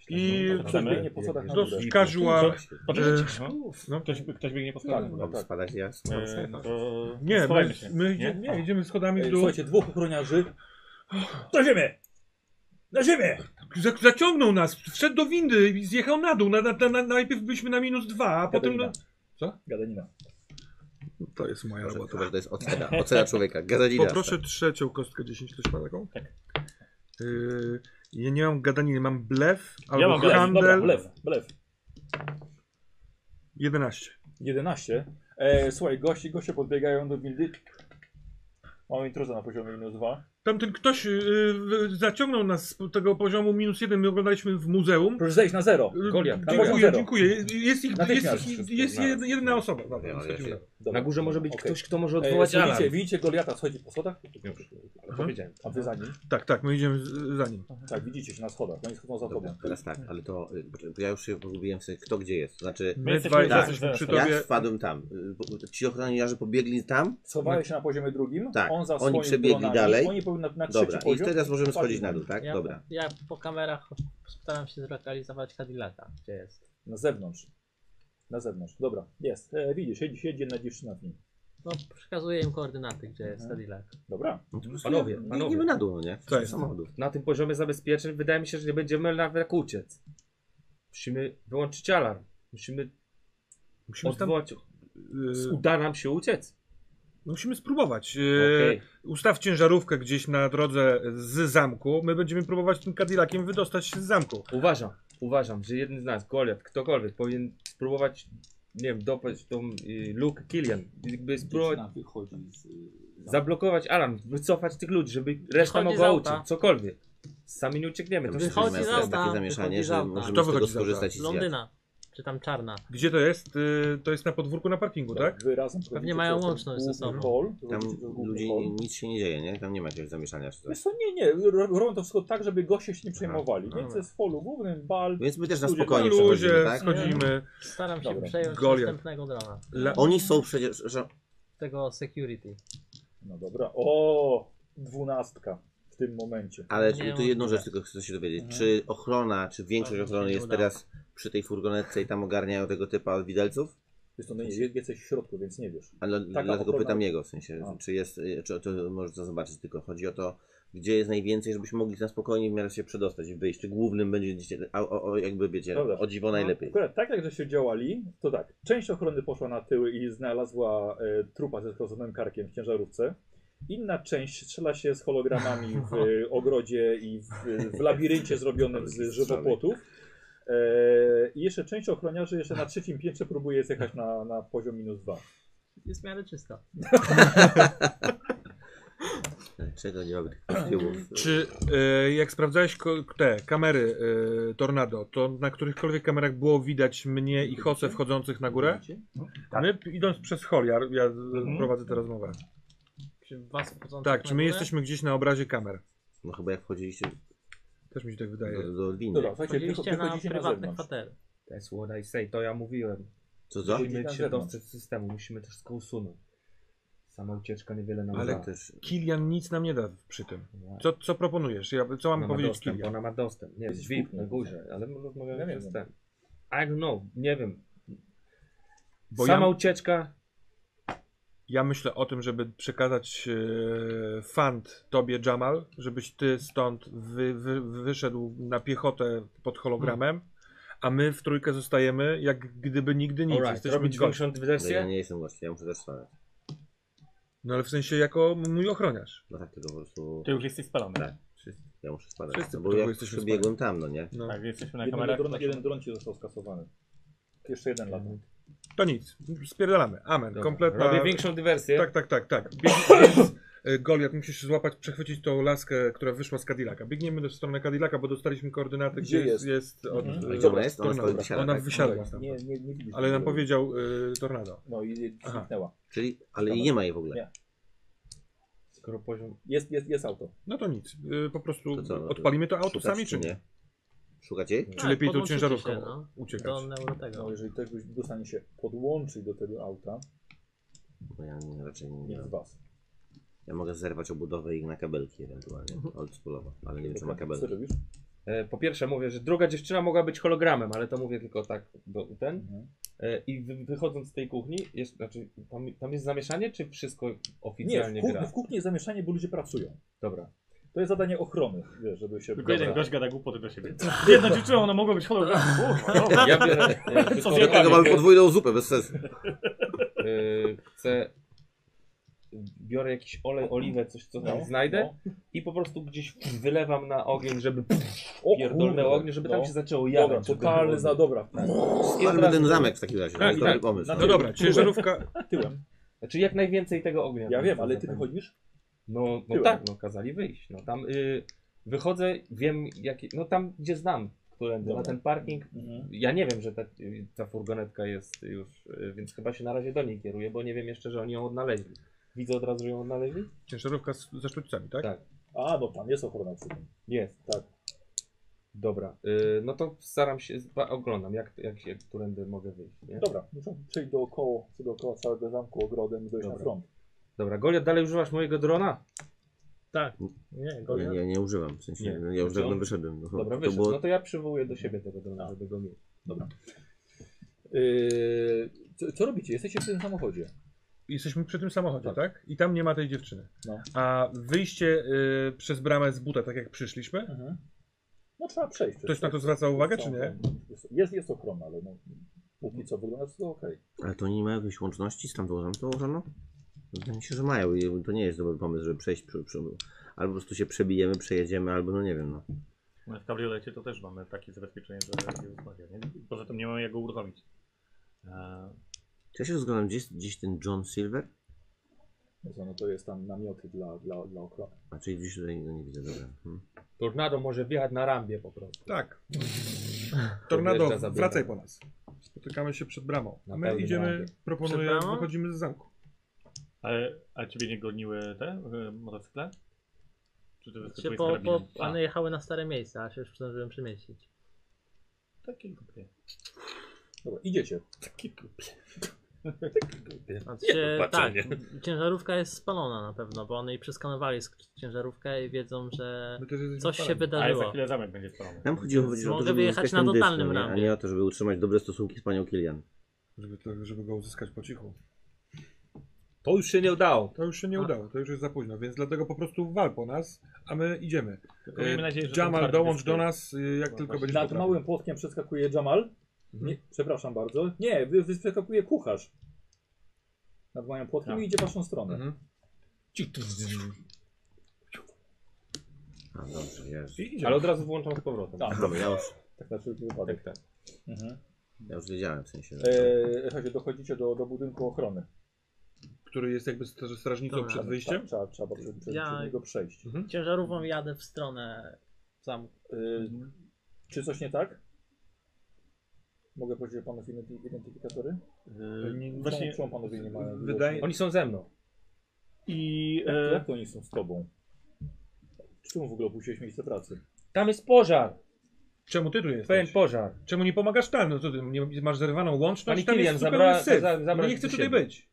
Speaker 5: I
Speaker 2: Przebiegnie po schodach na
Speaker 5: dos-
Speaker 2: górę.
Speaker 5: casual...
Speaker 3: Poczekajcie,
Speaker 5: Eee,
Speaker 3: no.
Speaker 5: No,
Speaker 3: ktoś, ktoś biegnie po
Speaker 2: Tak,
Speaker 3: schodach.
Speaker 1: Mam
Speaker 2: tak.
Speaker 1: spadać ja? z-
Speaker 6: Eee, no to...
Speaker 5: nie, my,
Speaker 3: schowajmy E, się,
Speaker 5: my
Speaker 3: nie?
Speaker 5: idziemy, nie, idziemy schodami w
Speaker 2: Ej,
Speaker 5: dół.
Speaker 2: Słuchajcie, dwóch ochroniarzy. Na ziemię! Na ziemię!
Speaker 5: Za, zaciągnął nas, wszedł do windy i zjechał na dół. Na, na, na, na, najpierw byliśmy na minus dwa, a potem...
Speaker 2: Gadanina.
Speaker 5: Na... Co?
Speaker 2: Gadanina.
Speaker 5: To jest moja
Speaker 1: Proszę,
Speaker 5: robota.
Speaker 1: Chyba, że to jest ocena, ocena człowieka. Gazadzina.
Speaker 5: e, Poproszę trzecią kostkę 10, ktoś ma taką? Tak. Yy, ja nie mam gadaniny, mam blef albo
Speaker 3: mam blef,
Speaker 5: handel.
Speaker 2: Dobra, blef, blef.
Speaker 5: 11.
Speaker 2: 11. E, słuchaj, goście, goście podbiegają do windy. Mamy intruza na poziomie minus 2.
Speaker 5: Tamten ktoś yy, yy, zaciągnął nas z tego poziomu minus jeden, my oglądaliśmy w muzeum.
Speaker 2: Proszę zejść na zero.
Speaker 6: Goliat.
Speaker 2: Na poziom
Speaker 5: Dziękuję,
Speaker 2: zero.
Speaker 5: dziękuję. Jest ich,
Speaker 2: tak, Natychmiast
Speaker 5: jest, jest,
Speaker 6: wszystko
Speaker 5: jest
Speaker 6: znalazł.
Speaker 5: jed- jedna osoba. Dobra,
Speaker 1: Ja,
Speaker 5: no,
Speaker 1: ja się-
Speaker 2: Dobra.
Speaker 6: Na górze może być
Speaker 2: Okej.
Speaker 6: ktoś, kto może
Speaker 2: E,
Speaker 6: odwołać alarm.
Speaker 2: widzicie, widzicie Goliata schodzi po schodach,
Speaker 6: Już, ale powiedziałem.
Speaker 2: a wy za nim.
Speaker 5: Tak, tak, my idziemy z- za nim.
Speaker 2: Tak, widzicie się na schodach, oni schodzą za tobą.
Speaker 1: Dobra, teraz tak, ale to, y, poczekaj, bo ja już się pogubiłem w sobie, kto gdzie jest. Znaczy,
Speaker 5: My
Speaker 3: jesteśmy
Speaker 5: dwaj
Speaker 1: za-
Speaker 5: jesteśmy
Speaker 3: za-
Speaker 5: przy
Speaker 3: za-
Speaker 1: ja
Speaker 5: tobie.
Speaker 1: wpadłem tam. y, bo- Ci ochroniarze pobiegli tam,
Speaker 2: Schowałeś się na poziomie drugim,
Speaker 1: Tak,
Speaker 2: on za
Speaker 1: oni
Speaker 2: swoim
Speaker 1: przebiegli
Speaker 2: dronami,
Speaker 1: dalej.
Speaker 2: Oni powinni na, na trzeci
Speaker 1: dobra, i
Speaker 2: poziom.
Speaker 1: teraz możemy schodzić na dół, tak?
Speaker 4: Ja,
Speaker 1: Dobra.
Speaker 4: ja po kamerach staram się zlokalizować Cadillaca, gdzie jest.
Speaker 2: Na zewnątrz. Na zewnątrz, dobra, jest. E, widzisz, siedzi, siedzi jedna dziewczyna w nim.
Speaker 4: No, przekazuję im koordynaty, gdzie jest Cadillac.
Speaker 2: Dobra.
Speaker 1: No to po prostu
Speaker 6: Panowie,
Speaker 1: nie-
Speaker 6: panowie.
Speaker 1: Biegniemy na dół, no nie?
Speaker 5: Co jest?
Speaker 1: Samochodów.
Speaker 6: Na tym poziomie zabezpieczeń wydaje mi się, że nie będziemy nawet uciec. Musimy wyłączyć alarm. Musimy
Speaker 5: Musimy, tam,
Speaker 6: odwołać.
Speaker 5: y,
Speaker 6: Uda nam się uciec.
Speaker 5: musimy spróbować. Y,
Speaker 6: Okej.
Speaker 5: Ustaw ciężarówkę gdzieś na drodze z zamku. My będziemy próbować tym Cadillaciem wydostać się z zamku.
Speaker 6: Uważam, uważam, że jeden z nas, Goliat, ktokolwiek, powinien spróbować, nie wiem, dopaść tą y, lukę Kilian. Jakby spróbować
Speaker 2: Dziewczyna wychodzi z... y,
Speaker 6: zablokować alarm, wycofać tych ludzi, żeby reszta
Speaker 4: Wychodzi
Speaker 6: mogła
Speaker 4: z auta.
Speaker 6: uciec, cokolwiek. Sami nie uciekniemy.
Speaker 1: Ja
Speaker 6: To
Speaker 1: myślę,
Speaker 6: wszystko
Speaker 1: że jest
Speaker 4: Wychodzi z
Speaker 1: teraz
Speaker 4: auta,
Speaker 1: takie
Speaker 4: wychodzi
Speaker 1: zamieszanie,
Speaker 4: z
Speaker 1: że
Speaker 4: auta.
Speaker 1: możemy
Speaker 5: Kto
Speaker 1: z tego
Speaker 5: wychodzi z auta?
Speaker 1: skorzystać i zjadać.
Speaker 4: Londyna, czy tam czarna.
Speaker 5: Gdzie to jest? Y, to jest na podwórku na parkingu, tak?
Speaker 2: Wy razem
Speaker 4: Pewnie mają
Speaker 2: przez ten
Speaker 4: łączność ze
Speaker 2: główny
Speaker 4: sobą.
Speaker 2: Hall,
Speaker 1: Tam
Speaker 2: wchodzicie do głównego
Speaker 1: ludzi
Speaker 2: hallu.
Speaker 1: nic się nie dzieje, nie? Tam nie ma jakiegoś zamieszania czy
Speaker 2: Wiesz
Speaker 1: coś.
Speaker 2: co, nie, nie, ro- robią to wszystko tak, żeby goście się nie przejmowali.
Speaker 5: Aha,
Speaker 2: Więc
Speaker 5: dobra.
Speaker 2: jest w holu głównym, bal.
Speaker 1: Więc my też na
Speaker 2: Ludzie,
Speaker 1: spokojnie
Speaker 5: na luzie
Speaker 1: przechodzimy, No, tak?
Speaker 5: schodzimy.
Speaker 4: Staram się
Speaker 2: Dobra.
Speaker 4: przejąć
Speaker 5: Goliat.
Speaker 4: następnego drona.
Speaker 5: La...
Speaker 1: Oni są przecież... Że...
Speaker 4: Tego security.
Speaker 2: No dobra. O, dwunastka w tym momencie.
Speaker 1: Ale
Speaker 4: Nie
Speaker 1: tu
Speaker 4: ma- Mhm.
Speaker 1: jedną rzecz tylko chcę się dowiedzieć. Czy ochrona, czy większość
Speaker 4: Bardzo mi się
Speaker 1: ochrony
Speaker 4: nie
Speaker 1: jest
Speaker 4: udało.
Speaker 1: teraz przy tej furgonetce i tam ogarniają tego typa od widelców?
Speaker 2: Jest to no, nie, jesteś w środku, więc nie wiesz.
Speaker 1: Ale
Speaker 2: Taka
Speaker 1: dlatego
Speaker 2: ochrona-
Speaker 1: pytam jego, w sensie,
Speaker 2: No.
Speaker 1: czy jest, y, czy to może to zobaczyć, tylko chodzi o to, gdzie jest najwięcej, żebyśmy mogli na spokojnie w miarę się przedostać i wyjść. Czy głównym będzie, a- o, o, jakby wiecie,
Speaker 2: Dobra.
Speaker 1: o dziwo No, najlepiej.
Speaker 2: Akurat tak jak że się działali, to tak. Część ochrony poszła na tyły i znalazła e, trupa ze skroconym karkiem w ciężarówce. Inna część strzela się z hologramami w e, ogrodzie i w, w labiryncie zrobionym z żywopłotów. E, I jeszcze część ochroniarzy jeszcze na trzecim piętrze próbuje zjechać na, na poziom minus dwa.
Speaker 4: Jest w miarę czysto.
Speaker 1: Czego nie robię tych tyłów.
Speaker 5: Czy y, jak sprawdzałeś ko- te kamery y, Tornado, to na którychkolwiek kamerach było widać mnie i Hose wchodzących na górę?
Speaker 4: No, tak.
Speaker 5: My idąc przez hol, ja, ja prowadzę tę rozmowę.
Speaker 4: Czy was wchodzących Mhm.
Speaker 5: Tak,
Speaker 4: na
Speaker 5: czy my
Speaker 4: górę?
Speaker 5: jesteśmy gdzieś na obrazie kamer?
Speaker 1: No chyba jak wchodziliście
Speaker 5: Też mi się tak wydaje.
Speaker 1: do, do liny.
Speaker 2: Dobra, słuchajcie, tylko
Speaker 4: Wchodziliście na
Speaker 2: wychodzicie na
Speaker 4: prywatne
Speaker 2: zewnątrz.
Speaker 4: kwatery.
Speaker 6: That's what I say, to ja mówiłem.
Speaker 1: Co co?
Speaker 2: Wychodzi-
Speaker 6: Musimy
Speaker 2: na
Speaker 6: się
Speaker 2: zewnątrz.
Speaker 6: dostać z systemu, musimy to wszystko usunąć. Sama ucieczka niewiele
Speaker 1: no
Speaker 6: nam
Speaker 5: Ale
Speaker 6: da.
Speaker 1: Też
Speaker 5: Kilian nic nam nie da przy tym.
Speaker 6: Nie.
Speaker 5: Co, co proponujesz? Ja, co mam
Speaker 4: No,
Speaker 6: Ona ma
Speaker 5: powiedzieć
Speaker 6: dostęp,
Speaker 5: Kilian?
Speaker 6: Ona ma dostęp, nie
Speaker 2: Jest
Speaker 6: drzwi
Speaker 2: kuchnia.
Speaker 6: na górze, ale my
Speaker 2: Ja
Speaker 6: rozmawiamy
Speaker 2: nie
Speaker 6: przez
Speaker 2: wiem.
Speaker 6: ten. I don't know, nie wiem.
Speaker 5: Bo
Speaker 6: Sama
Speaker 5: ja-
Speaker 6: ucieczka,
Speaker 5: Ja myślę o tym, żeby przekazać e, fant tobie, Jamal, żebyś ty stąd wy, wy, wyszedł na piechotę pod hologramem, a my w trójkę zostajemy jak gdyby nigdy nic.
Speaker 6: alright,
Speaker 5: Jesteśmy
Speaker 6: robić
Speaker 5: gości.
Speaker 6: większą
Speaker 1: no, ja
Speaker 6: dywersję?
Speaker 1: nie jestem gościem, ja muszę też stanąć.
Speaker 5: No ale w sensie jako mój ochroniarz.
Speaker 1: No tak, tylko po prostu
Speaker 3: Ty już jesteś spalony.
Speaker 1: Tak. ja muszę spadać.
Speaker 5: Wszyscy
Speaker 1: no,
Speaker 5: po
Speaker 1: bo
Speaker 5: prostu
Speaker 1: ja
Speaker 5: jesteśmy
Speaker 1: przybiegłem tam, no nie?
Speaker 5: No.
Speaker 3: Tak, jesteśmy na
Speaker 2: Jeden
Speaker 3: kamerach.
Speaker 2: dron, jeden dron ci został skasowany. Jeszcze jeden lata.
Speaker 5: To nic, spierdalamy. Amen.
Speaker 6: Dobra.
Speaker 5: Kompletna...
Speaker 6: Robię większą dywersję.
Speaker 5: Tak, tak, tak, tak. Biegniesz, Goliat, e, musisz się złapać, przechwycić tą laskę, która wyszła z Cadillaca. Biegniemy do strony Cadillaca, bo dostaliśmy koordynaty,
Speaker 2: Gdzie
Speaker 5: gdzie jest, jest od...
Speaker 2: Mhm.
Speaker 5: e,
Speaker 1: A gdzie ona jest? Ona
Speaker 5: Tornado.
Speaker 1: stoi- wysiada,
Speaker 5: Ona
Speaker 1: tak?
Speaker 5: wysiadła. stamtąd.
Speaker 2: Nie, nie, nie widzisz.
Speaker 5: Ale nam powiedział y, Tornado.
Speaker 2: No i
Speaker 5: Aha.
Speaker 2: zniknęła.
Speaker 1: Czyli, ale i nie ma jej w
Speaker 2: Nie.
Speaker 1: ogóle.
Speaker 6: Skoro poziom
Speaker 2: Jest, jest, jest auto.
Speaker 5: No to nic, y, po prostu
Speaker 1: To co, no,
Speaker 5: odpalimy to auto
Speaker 1: Szukać,
Speaker 5: sami czy nie?
Speaker 1: Szukać jej?
Speaker 5: Czy lepiej tą
Speaker 4: Tak, podłączycie
Speaker 5: ciężarówką
Speaker 4: się, no.
Speaker 5: uciekać?
Speaker 4: Do neuro tego.
Speaker 2: No jeżeli ktoś był w stanie się podłączyć do tego auta,
Speaker 1: Bo ja nie, raczej nie,
Speaker 2: nie
Speaker 1: nie.
Speaker 2: z was.
Speaker 1: Ja mogę zerwać obudowę i na kabelki ewentualnie. Oldschoolowo, ale nie wiem czy ma
Speaker 2: Co
Speaker 1: kabelki.
Speaker 2: robisz?
Speaker 6: E, Po pierwsze mówię, że druga dziewczyna mogła być hologramem, ale to mówię tylko tak do ten.
Speaker 2: Mhm.
Speaker 6: E, I wy, wychodząc z tej kuchni, jest, znaczy, tam, tam jest zamieszanie, czy wszystko
Speaker 2: Nie,
Speaker 6: oficjalnie
Speaker 2: w,
Speaker 6: gra?
Speaker 2: kuchni, w kuchni jest zamieszanie, bo ludzie pracują.
Speaker 6: Dobra.
Speaker 2: To jest zadanie ochrony, wiesz, żeby się...
Speaker 3: Tylko jeden gość gada głupoty do siebie. no, Jedna dziewczyna, ona mogła być hologramem. Kurwa, dobra.
Speaker 6: Ja biorę e, wszystko
Speaker 3: zjadłeś?
Speaker 1: Dlatego mamy podwójną zupę, bez sensu.
Speaker 6: e, chcę, biorę jakiś olej, oliwę, coś co tam
Speaker 2: No,
Speaker 6: znajdę
Speaker 2: no.
Speaker 6: i po prostu gdzieś wylewam na ogień, żeby
Speaker 2: O kurde.
Speaker 6: pierdolnęło ognie, żeby tam
Speaker 2: No.
Speaker 6: się zaczęło
Speaker 2: Dobra,
Speaker 6: jadać.
Speaker 2: totalny za dobra.
Speaker 1: Spadłby ten zamek w takim razie. To
Speaker 6: Tak,
Speaker 1: jest dobry
Speaker 6: tak.
Speaker 1: pomysł.
Speaker 5: No dobra, ciężarówka.
Speaker 2: Tyłem.
Speaker 6: Znaczy jak najwięcej tego ognia.
Speaker 2: Ja wiem, ale ty
Speaker 6: Zatem-
Speaker 2: wychodzisz?
Speaker 6: No, no
Speaker 2: Tyłem.
Speaker 6: tak, no kazali wyjść. No tam y, wychodzę, wiem jakie, no tam gdzie znam, którędy, na
Speaker 2: Dobra.
Speaker 6: ten parking.
Speaker 2: Mhm.
Speaker 6: Ja nie wiem, że ta, y, ta furgonetka jest już, y, więc chyba się na razie do niej kieruję, bo nie wiem jeszcze, że oni ją odnaleźli. Widzę od razu, że ją odnaleźli?
Speaker 5: Ciężarówka z, ze sztućcami, tak?
Speaker 6: Tak.
Speaker 2: A, no tam jest ochrona przy tym.
Speaker 6: Jest.
Speaker 2: Tak.
Speaker 6: Dobra, y, no to staram się, zba- oglądam, jak, jak, jak którędy mogę wyjść, nie?
Speaker 2: Dobra, muszę przejść dookoła, dookoła całego zamku ogrodem i dojść
Speaker 6: Dobra.
Speaker 2: na front.
Speaker 6: Dobra, Goliat, dalej używasz mojego drona?
Speaker 4: Tak.
Speaker 3: Nie,
Speaker 1: Ja,
Speaker 3: Goliat.
Speaker 1: ja nie używam, w sensie,
Speaker 6: Nie.
Speaker 1: no ja już
Speaker 6: Znaczy on-
Speaker 1: dawno wyszedłem. No,
Speaker 6: Dobra,
Speaker 1: to
Speaker 6: wyszedł,
Speaker 1: było-
Speaker 6: no to ja przywołuję do siebie tego drona, żeby go mieć.
Speaker 2: Y, Yy, co, co robicie? Jesteście w tym samochodzie.
Speaker 5: Jesteśmy przy tym samochodzie, tak. I tam nie ma tej dziewczyny.
Speaker 2: No.
Speaker 5: A wyjście y, przez bramę z buta, tak jak przyszliśmy,
Speaker 2: Mhm. No trzeba przejść.
Speaker 5: ktoś na to zwraca uwagę, czy nie?
Speaker 2: Jest, jest, jest ochrona, ale no, póki co wygląda wszystko okej.
Speaker 1: Ale to nie ma jakiejś łączności z tam dołożoną tą łożoną? Wydaje mi się, że mają i to nie jest dobry pomysł, żeby przejść przy, przy, Albo po prostu się przebijemy, przejedziemy, albo no nie wiem, no.
Speaker 3: W kabriolecie to też mamy takie zabezpieczenie, że nie rozmawia. Nie? Poza tym nie mamy jak go uruchomić. E,
Speaker 1: Czy ja się rozglądam, gdzieś, gdzieś ten John Silver?
Speaker 2: No co, No to jest tam namioty dla, dla, dla ochrony.
Speaker 1: A czyli gdzieś tutaj no nie widzę, dobra. Hmm.
Speaker 8: Tornado może wjechać na rambie po prostu.
Speaker 5: Tak.
Speaker 8: Podjeżdża za
Speaker 5: Tornado,
Speaker 8: bramę.
Speaker 5: wracaj po nas. Spotykamy się przed bramą.
Speaker 8: Na
Speaker 5: A my
Speaker 8: pełnej
Speaker 5: idziemy,
Speaker 8: rampie.
Speaker 5: proponuję,
Speaker 8: Przed bramą?
Speaker 5: wychodzimy z zamku.
Speaker 3: ale, a ciebie nie goniły te e, motocykle? Czy
Speaker 2: No,
Speaker 3: ty
Speaker 4: Czy
Speaker 3: wyskakujesz z
Speaker 4: po,
Speaker 3: karabinem?
Speaker 4: po,
Speaker 3: A,
Speaker 4: one jechały na stare miejsca, a się już zdążyłem przemieścić.
Speaker 3: Takie głupie.
Speaker 2: Dobra, idziecie.
Speaker 3: Takie głupie.
Speaker 4: Znaczy,
Speaker 2: no,
Speaker 4: się, tak, ciężarówka jest spalona na pewno, bo one i przeskanowali sk- ciężarówkę i wiedzą, że
Speaker 5: My też jesteśmy
Speaker 4: coś się
Speaker 5: parami.
Speaker 3: Ale za
Speaker 4: wydarzyło.
Speaker 3: chwilę zamek będzie spalony.
Speaker 1: Nam chodziło chodzi o
Speaker 4: Mogę
Speaker 1: to, żeby
Speaker 4: wyjechać
Speaker 1: uzyskać
Speaker 4: na
Speaker 1: ten
Speaker 4: totalnym
Speaker 1: dysk, no nie? a
Speaker 4: rambie.
Speaker 1: nie o to, żeby utrzymać dobre stosunki z panią Kilian.
Speaker 5: Żeby, to, żeby go uzyskać po cichu.
Speaker 8: To już się nie udało.
Speaker 5: To już się nie
Speaker 4: A.
Speaker 5: udało, to już jest za późno, więc dlatego po prostu wal po nas, a my idziemy.
Speaker 3: Tylko miejmy
Speaker 5: E,
Speaker 3: nadzieję, że ten
Speaker 5: Jamal,
Speaker 3: twardy
Speaker 5: dołącz
Speaker 3: dysk-
Speaker 5: do nas, y, jak
Speaker 3: No
Speaker 5: tylko
Speaker 3: właśnie,
Speaker 5: będziesz
Speaker 2: Nad
Speaker 5: potrafił.
Speaker 2: małym płotkiem przeskakuje Jamal.
Speaker 5: Mhm.
Speaker 2: Nie, przepraszam bardzo. Nie, wy, wy przeskakuje kucharz. Nad małym płotkiem
Speaker 3: Tak.
Speaker 2: i idzie w waszą stronę.
Speaker 5: Mhm.
Speaker 1: A dobrze, ja już...
Speaker 5: I idziemy.
Speaker 6: Ale od razu włączam z powrotem.
Speaker 2: Tak,
Speaker 1: Dobra, ja już,
Speaker 2: tak na wszelki wypadek.
Speaker 6: Tak, tak.
Speaker 2: Mhm.
Speaker 1: ja już wiedziałem w sensie. Że...
Speaker 2: E, słuchajcie, dochodzicie do, do budynku ochrony.
Speaker 5: Który jest jakby straż- strażnicą
Speaker 4: Dobra.
Speaker 5: przed
Speaker 2: Trzeba,
Speaker 5: wyjściem.
Speaker 2: tak, trzeba, trzeba przed, przed,
Speaker 4: Ja- Mhm.
Speaker 2: przed niego przejść.
Speaker 4: Ciężarówką jadę w stronę zamku.
Speaker 2: E, Czy coś nie tak? Mogę prosić o panów identi- identyfikatory? Y,
Speaker 3: E,
Speaker 5: Nie-
Speaker 3: Właśnie
Speaker 2: Czemu panowie nie mają?
Speaker 5: Wydaje-
Speaker 8: Oni są ze mną.
Speaker 3: i
Speaker 2: Jak,
Speaker 3: e,
Speaker 2: jak to oni są z tobą? Czemu w ogóle opuściłeś miejsce pracy?
Speaker 8: Tam jest pożar.
Speaker 5: Czemu ty tu
Speaker 8: Pełen
Speaker 5: jesteś?
Speaker 8: pożar.
Speaker 5: Czemu nie pomagasz tam? No co ty, nie, masz zerwaną łączność?
Speaker 8: Pani
Speaker 5: Tam
Speaker 8: Kilian
Speaker 5: jest
Speaker 8: zabra-
Speaker 5: zupełny syf. No
Speaker 8: za- zabrać
Speaker 5: nie chcę
Speaker 8: do
Speaker 5: tutaj
Speaker 8: siebie.
Speaker 5: być.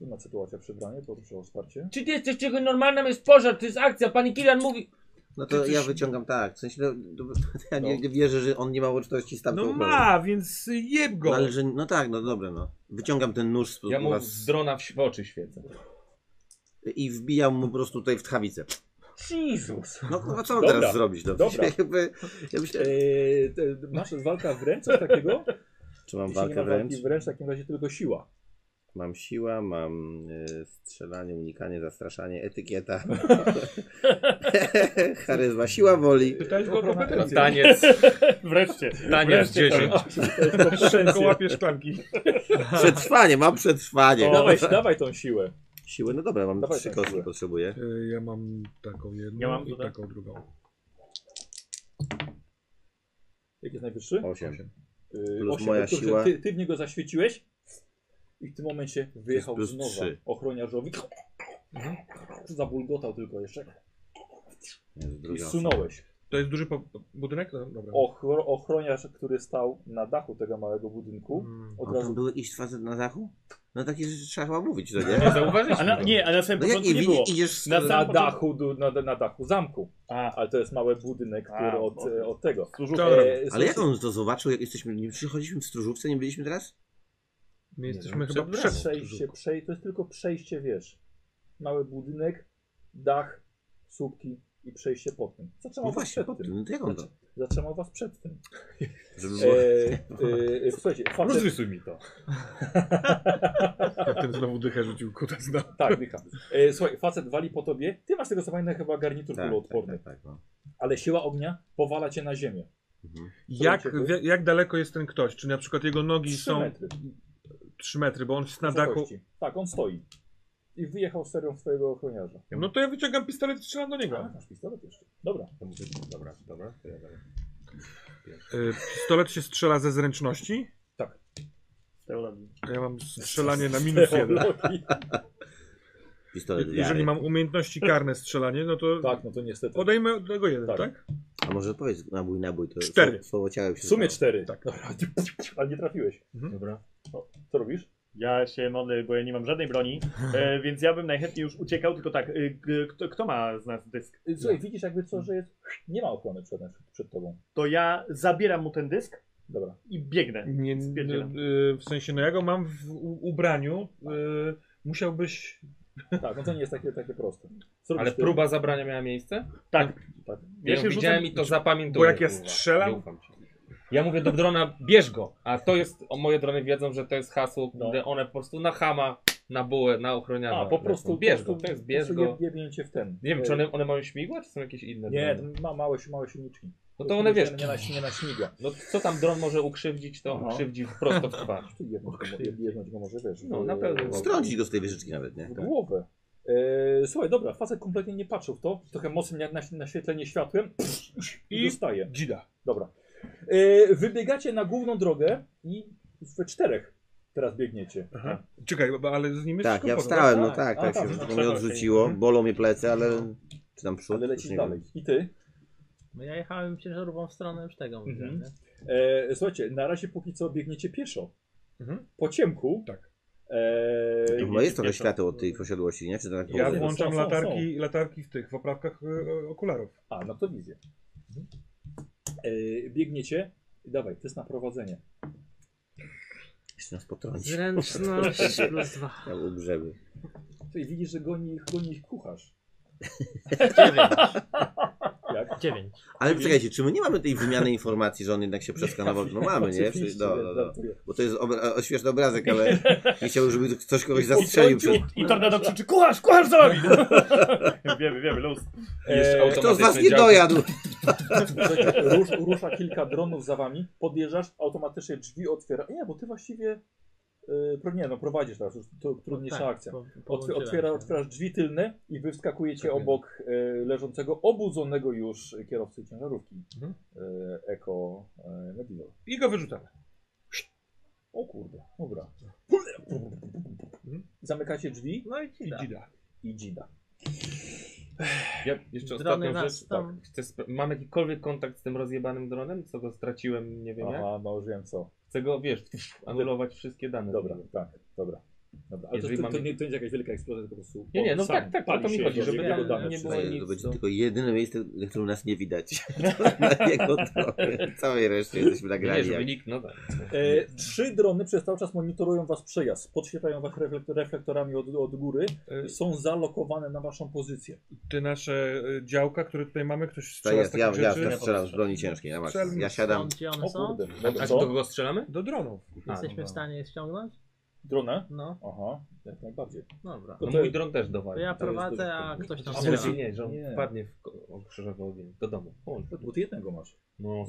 Speaker 2: Inna sytuacja przy bramie, poproszę o wsparcie.
Speaker 8: Czy ty jesteś czego normalnym jest pożar? To jest akcja. Pani Kilian mówi.
Speaker 1: No to ja wyciągam tak, w sensie, no, no, ja nie nie wierzę, że on nie ma łączności z tamtą
Speaker 5: No
Speaker 1: osobą.
Speaker 5: ma, więc jeb
Speaker 1: No,
Speaker 5: go.
Speaker 1: ale że, no tak, no dobra, no. Wyciągam ten nóż z,
Speaker 6: Ja mu
Speaker 1: was-
Speaker 6: z drona w, w oczy świecę.
Speaker 1: i wbijam mu po prostu tutaj w tchawicę.
Speaker 2: Jezus!
Speaker 1: No kurwa, co mam
Speaker 2: Dobra.
Speaker 1: teraz zrobić? No,
Speaker 2: Dobra.
Speaker 1: Jakby, ja myślę,
Speaker 2: Eee, te, masz walka wręcz coś takiego?
Speaker 1: czy mam
Speaker 2: Jeśli nie ma
Speaker 1: walkę wręcz?
Speaker 2: walki wręcz, w takim razie tylko siła.
Speaker 1: Mam siła, mam y, strzelanie, unikanie, zastraszanie, etykieta, charyzma, siła woli.
Speaker 5: Pytałeś go o kompetencje.
Speaker 6: Taniec,
Speaker 3: wreszcie.
Speaker 6: taniec
Speaker 3: Wreszcie
Speaker 6: 10.
Speaker 5: Szybko łapiesz szklanki.
Speaker 1: Przetrwanie, mam przetrwanie.
Speaker 2: O, dawaj, dawaj tą siłę.
Speaker 1: Siły, no dobra, mam
Speaker 2: Dawaj
Speaker 1: trzy
Speaker 2: tak,
Speaker 1: kostki,
Speaker 2: siłę.
Speaker 1: potrzebuję.
Speaker 5: Y, Ja mam taką jedną
Speaker 3: Ja mam
Speaker 5: i
Speaker 3: tutaj.
Speaker 5: taką drugą.
Speaker 2: Jak jest najwyższy?
Speaker 1: Osiem.
Speaker 2: Yy,
Speaker 1: Plus
Speaker 2: osiem.
Speaker 1: moja
Speaker 2: Dobrze,
Speaker 1: siła.
Speaker 2: Ty, ty w niego zaświeciłeś i w tym momencie wyjechał
Speaker 1: plus
Speaker 2: z nowa
Speaker 1: trzy.
Speaker 2: ochroniarzowi.
Speaker 3: Mhm.
Speaker 2: Zabulgotał tylko jeszcze
Speaker 1: Jest
Speaker 2: i
Speaker 1: druga
Speaker 2: zsunąłeś.
Speaker 5: To jest duży po- po- budynek? No, dobra.
Speaker 2: Ochro, ochroniarz, który stał na dachu tego małego budynku,
Speaker 5: Mm.
Speaker 1: osoba.
Speaker 2: od
Speaker 1: O, tam
Speaker 2: razu
Speaker 1: były iść facet na dachu? No takie rzeczy trzeba chyba mówić, to nie?
Speaker 3: tak.
Speaker 6: Nie zauważyliśmy
Speaker 3: A na,
Speaker 6: go.
Speaker 3: nie, a na samym
Speaker 1: No jak
Speaker 3: początku
Speaker 1: nie
Speaker 3: nie, było.
Speaker 1: widzisz, idziesz z...
Speaker 3: Na
Speaker 1: Na
Speaker 2: na
Speaker 3: samym początku-
Speaker 2: dachu, du- na, na dachu zamku.
Speaker 3: A,
Speaker 2: Ale to jest mały budynek, który
Speaker 3: A,
Speaker 2: od,
Speaker 3: bo-
Speaker 2: od tego. E,
Speaker 5: Co on robi?
Speaker 1: Ale jak on to zobaczył, jak jesteśmy, nie przychodziliśmy w stróżówce, nie byliśmy teraz?
Speaker 5: My jesteśmy
Speaker 1: wiem,
Speaker 5: chyba
Speaker 1: przed
Speaker 5: przed
Speaker 2: Przejście, przej, to jest tylko przejście, wiesz. Mały budynek, dach, słupki i przejście pod tym. Zatrzymał
Speaker 1: No
Speaker 2: was
Speaker 1: właśnie,
Speaker 2: przed
Speaker 1: pod
Speaker 2: tym.
Speaker 1: tym, no to jak on to?
Speaker 2: Zatrzymał was przed tym.
Speaker 1: Żeby
Speaker 2: E,
Speaker 1: było...
Speaker 2: e, e, słuchajcie, facet,
Speaker 6: Rozrysuj mi to.
Speaker 5: Ten znowu dychę rzucił kutas na...
Speaker 2: tak, Micha. E, słuchaj, facet wali po tobie. Ty masz tego co pamiętam chyba garnitur
Speaker 1: Tak, tak,
Speaker 2: kuloodporny,
Speaker 1: tak, tak, no. Ale...
Speaker 2: ale siła ognia powala cię na ziemię.
Speaker 1: Mhm.
Speaker 5: Jak,
Speaker 2: Słuchajcie,
Speaker 5: wie- jak daleko jest ten ktoś? Czy na przykład jego nogi
Speaker 2: 3
Speaker 5: są
Speaker 2: metry
Speaker 5: 3 metry, bo on jest na dachu.
Speaker 2: wysokości. Tak, on stoi. I wyjechał serią swojego ochroniarza.
Speaker 5: No to ja wyciągam pistolet i strzelam do
Speaker 2: A,
Speaker 5: niego.
Speaker 2: masz pistolet jeszcze. Dobra.
Speaker 8: To mówię, Dobra, dobra. to ja dalej.
Speaker 5: Y, Pistolet się strzela ze zręczności.
Speaker 3: teologii.
Speaker 5: a Ja mam strzelanie na minus jeden.
Speaker 1: Pistolet
Speaker 5: Jeżeli
Speaker 1: wiary.
Speaker 5: mam umiejętności karne strzelanie, no to
Speaker 2: Tak, no to niestety.
Speaker 5: podejmę od tego jeden,
Speaker 2: Tak.
Speaker 5: tak?
Speaker 1: A może powiedz nabój, nabój, to
Speaker 5: Cztery.
Speaker 1: słowo- słowo ciałem się
Speaker 2: W sumie
Speaker 1: stało.
Speaker 2: cztery.
Speaker 5: Tak.
Speaker 2: Dobra, ale nie trafiłeś.
Speaker 8: Dobra.
Speaker 2: Co robisz?
Speaker 3: Ja się modlę, bo ja nie mam żadnej broni, e, więc ja bym najchętniej już uciekał, tylko tak, e, g- kto, kto ma z nas dysk?
Speaker 2: Y, Słuchaj, widzisz jakby co, że jest... Nie ma ochrony przed, przed tobą.
Speaker 3: To ja zabieram mu ten dysk
Speaker 2: Dobra.
Speaker 3: I biegnę.
Speaker 5: Nie,
Speaker 3: Spierdzielam.
Speaker 5: y, w sensie, no ja go mam w u- ubraniu. Y, musiałbyś.
Speaker 2: Tak, no to nie jest takie, takie proste. Zrobisz
Speaker 6: Ale
Speaker 2: to.
Speaker 6: próba zabrania miała miejsce?
Speaker 2: Tak.
Speaker 6: Ja, ją
Speaker 3: się
Speaker 6: widziałem
Speaker 3: rzucam-
Speaker 6: i to zapamiętuję.
Speaker 5: Bo jak ja
Speaker 6: kurwa.
Speaker 5: strzelam-
Speaker 6: Nie ufam ci. Ja mówię do drona, bierz go. A to jest, o, moje drony wiedzą, że to jest hasło,
Speaker 2: No.
Speaker 6: które one po prostu na hama, na bułę, na ochroniarza.
Speaker 2: A, po prostu
Speaker 6: bierz
Speaker 2: po prostu-
Speaker 6: go. To jest
Speaker 2: po
Speaker 6: bierz
Speaker 2: prostu
Speaker 6: go.
Speaker 2: jeb- Jebnięcie w ten.
Speaker 6: Nie wiem,
Speaker 2: E,
Speaker 6: czy one, one mają śmigła, czy są jakieś inne?
Speaker 2: Nie,
Speaker 6: drony?
Speaker 2: to ma małe, małe silniczki.
Speaker 6: No to one wiesz.
Speaker 2: Nie na, nie na śmigła.
Speaker 6: No co tam dron może ukrzywdzić, to on
Speaker 2: Aha.
Speaker 6: krzywdzi prosto w twarz.
Speaker 2: Tu jedno, jedno go może wiesz.
Speaker 6: No,
Speaker 2: w-
Speaker 6: na pewno.
Speaker 2: w-
Speaker 1: Strącić go z tej wieżyczki nawet, nie?
Speaker 2: w głowę. E, słuchaj, dobra, facet kompletnie nie patrzył w to. Trochę mocnym jak naś- naświetlenie światłem. I dostaje. Dzida. Dobra. E, wybiegacie na główną drogę i we czterech teraz biegniecie.
Speaker 5: Aha. Czekaj, bo- ale z nimi
Speaker 1: Tak,
Speaker 5: wszystko
Speaker 1: ja
Speaker 5: w porządku.
Speaker 1: wstałem, no
Speaker 2: tak.
Speaker 1: tak,
Speaker 2: A,
Speaker 1: tak
Speaker 2: tak,
Speaker 1: się
Speaker 2: no
Speaker 1: wszystko
Speaker 3: trzeba
Speaker 1: mnie
Speaker 3: się-
Speaker 1: odrzuciło, bolą mnie plecy, ale czy tam przód,
Speaker 2: Ale
Speaker 1: już
Speaker 2: lecisz
Speaker 1: nie
Speaker 2: dalej.
Speaker 1: wiem.
Speaker 2: I ty?
Speaker 4: No ja jechałem ciężarową w stronę już tego. mówię,
Speaker 2: Mhm.
Speaker 4: nie?
Speaker 2: E, słuchajcie, na razie póki co biegniecie pieszo.
Speaker 5: Mhm.
Speaker 2: Po ciemku.
Speaker 5: Tak.
Speaker 2: E,
Speaker 1: No jest trochę światło od tej posiadłości, nie? Czy to tak
Speaker 5: Ja
Speaker 1: powoli?
Speaker 5: włączam
Speaker 2: są, są,
Speaker 5: latarki, latarki w tych, w oprawkach y, okularów.
Speaker 2: a, no to widzę. E, biegniecie. Dawaj, test na prowadzenie.
Speaker 1: Jeszcze nas potrąci.
Speaker 4: Zręczność plus dwa.
Speaker 1: Ja był grzeby.
Speaker 2: Tutaj widzisz, że goni ich, goni ich kucharz.
Speaker 4: Dziewięć.
Speaker 2: Jak?
Speaker 4: Dziewięć.
Speaker 1: Ale poczekajcie, czy my nie mamy tej wymiany informacji, że on jednak się przeskanował? No mamy, nie?
Speaker 2: Oczywiście, tak.
Speaker 1: No, no, no.
Speaker 2: żartuję.
Speaker 1: Bo to jest obra- o, świeżny obrazek, ale nie chciałbym, żeby ktoś kogoś zastrzelił. Przed...
Speaker 3: I tornado krzyczy, kucharz, kucharz za wami! wiemy, wiemy, luz.
Speaker 2: E,
Speaker 1: Kto z was
Speaker 6: Automatyczny
Speaker 1: nie
Speaker 6: dział-
Speaker 1: dojadł?
Speaker 2: Słuchajcie, Rusz, rusza kilka dronów za wami, podjeżdżasz, automatycznie drzwi otwiera. Nie, bo ty właściwie. Yy, nie, no prowadzisz teraz, już to trudniejsza
Speaker 4: Tak,
Speaker 2: akcja.
Speaker 4: po-
Speaker 2: Otw-
Speaker 4: połączyłem
Speaker 2: otwiera,
Speaker 4: się.
Speaker 2: otwierasz drzwi tylne i wy wskakujecie
Speaker 5: Tak,
Speaker 2: obok e, leżącego, obudzonego już kierowcy ciężarówki.
Speaker 5: Mhm.
Speaker 2: E, Eko e, Medieval.
Speaker 5: I go wyrzucamy.
Speaker 2: O kurde, dobra.
Speaker 4: Mhm.
Speaker 2: Zamykacie drzwi
Speaker 4: No i ci
Speaker 5: I
Speaker 4: da.
Speaker 5: dzida.
Speaker 2: i dzida.
Speaker 6: Ja jeszcze
Speaker 4: Drony
Speaker 6: ostatnią
Speaker 4: nas
Speaker 6: rzecz. Tak.
Speaker 4: tam-
Speaker 6: Chcę spra- mam jakikolwiek kontakt z tym rozjebanym dronem, co go straciłem, nie wiem jak.
Speaker 2: Aha, no już wiem co.
Speaker 6: Chcę go, wiesz, anulować wszystkie dane.
Speaker 2: Dobra, tak, dobra. dobra. Ale to,
Speaker 6: Jeżeli
Speaker 2: to,
Speaker 6: mamy-
Speaker 2: to, nie, to nie jest jakaś wielka eksplozja, tylko po prostu.
Speaker 6: Nie, nie,
Speaker 2: on
Speaker 6: no
Speaker 2: sam
Speaker 6: tak, tak,
Speaker 2: pali
Speaker 6: o to mi
Speaker 2: się
Speaker 6: chodzi,
Speaker 2: jego-
Speaker 6: żeby
Speaker 2: jego
Speaker 4: tam
Speaker 2: dane
Speaker 6: nie było
Speaker 2: wszystkie.
Speaker 1: Daję,
Speaker 6: nic,
Speaker 1: To będzie
Speaker 6: no.
Speaker 1: tylko jedyne miejsce, na którym nas nie widać. Na jego drogę. Całej reszcie jesteśmy
Speaker 6: Nie,
Speaker 1: nagrani.
Speaker 6: żeby
Speaker 1: jak-
Speaker 6: nikt, no tak.
Speaker 2: E, trzy drony przez cały czas monitorują wasz przejazd, podświetlają was reflekt- reflektorami od, od góry
Speaker 5: Y,
Speaker 2: i są zalokowane na waszą pozycję.
Speaker 5: Te nasze y, działka, które tutaj mamy, ktoś
Speaker 1: To
Speaker 5: strzela z
Speaker 1: jest, ja,
Speaker 5: takich
Speaker 1: ja,
Speaker 5: rzeczy.
Speaker 1: ja strzelam z broni ciężkiej na maksa.
Speaker 5: Strzelmy.
Speaker 1: Ja siadam.
Speaker 4: Gdzie one
Speaker 2: O
Speaker 4: są?
Speaker 2: kurde, No. dobra,
Speaker 6: A czy do
Speaker 2: co?
Speaker 6: kogo strzelamy? no
Speaker 5: Do dronów.
Speaker 4: Jesteśmy w stanie je ściągnąć?
Speaker 2: Drona?
Speaker 4: No,
Speaker 2: Aha, jak najbardziej.
Speaker 4: dobra.
Speaker 6: No
Speaker 2: To-
Speaker 6: mój dron też
Speaker 4: To
Speaker 6: dowali.
Speaker 4: ja
Speaker 6: To jest
Speaker 4: prowadzę,
Speaker 6: dość-
Speaker 4: a ktoś tam
Speaker 2: A
Speaker 6: A
Speaker 2: może
Speaker 4: strzela.
Speaker 6: może nie, że on
Speaker 2: Nie.
Speaker 6: wpadnie w ko- o krzyżowy ogień do domu. O,
Speaker 2: Bo ty jednego masz.
Speaker 6: No,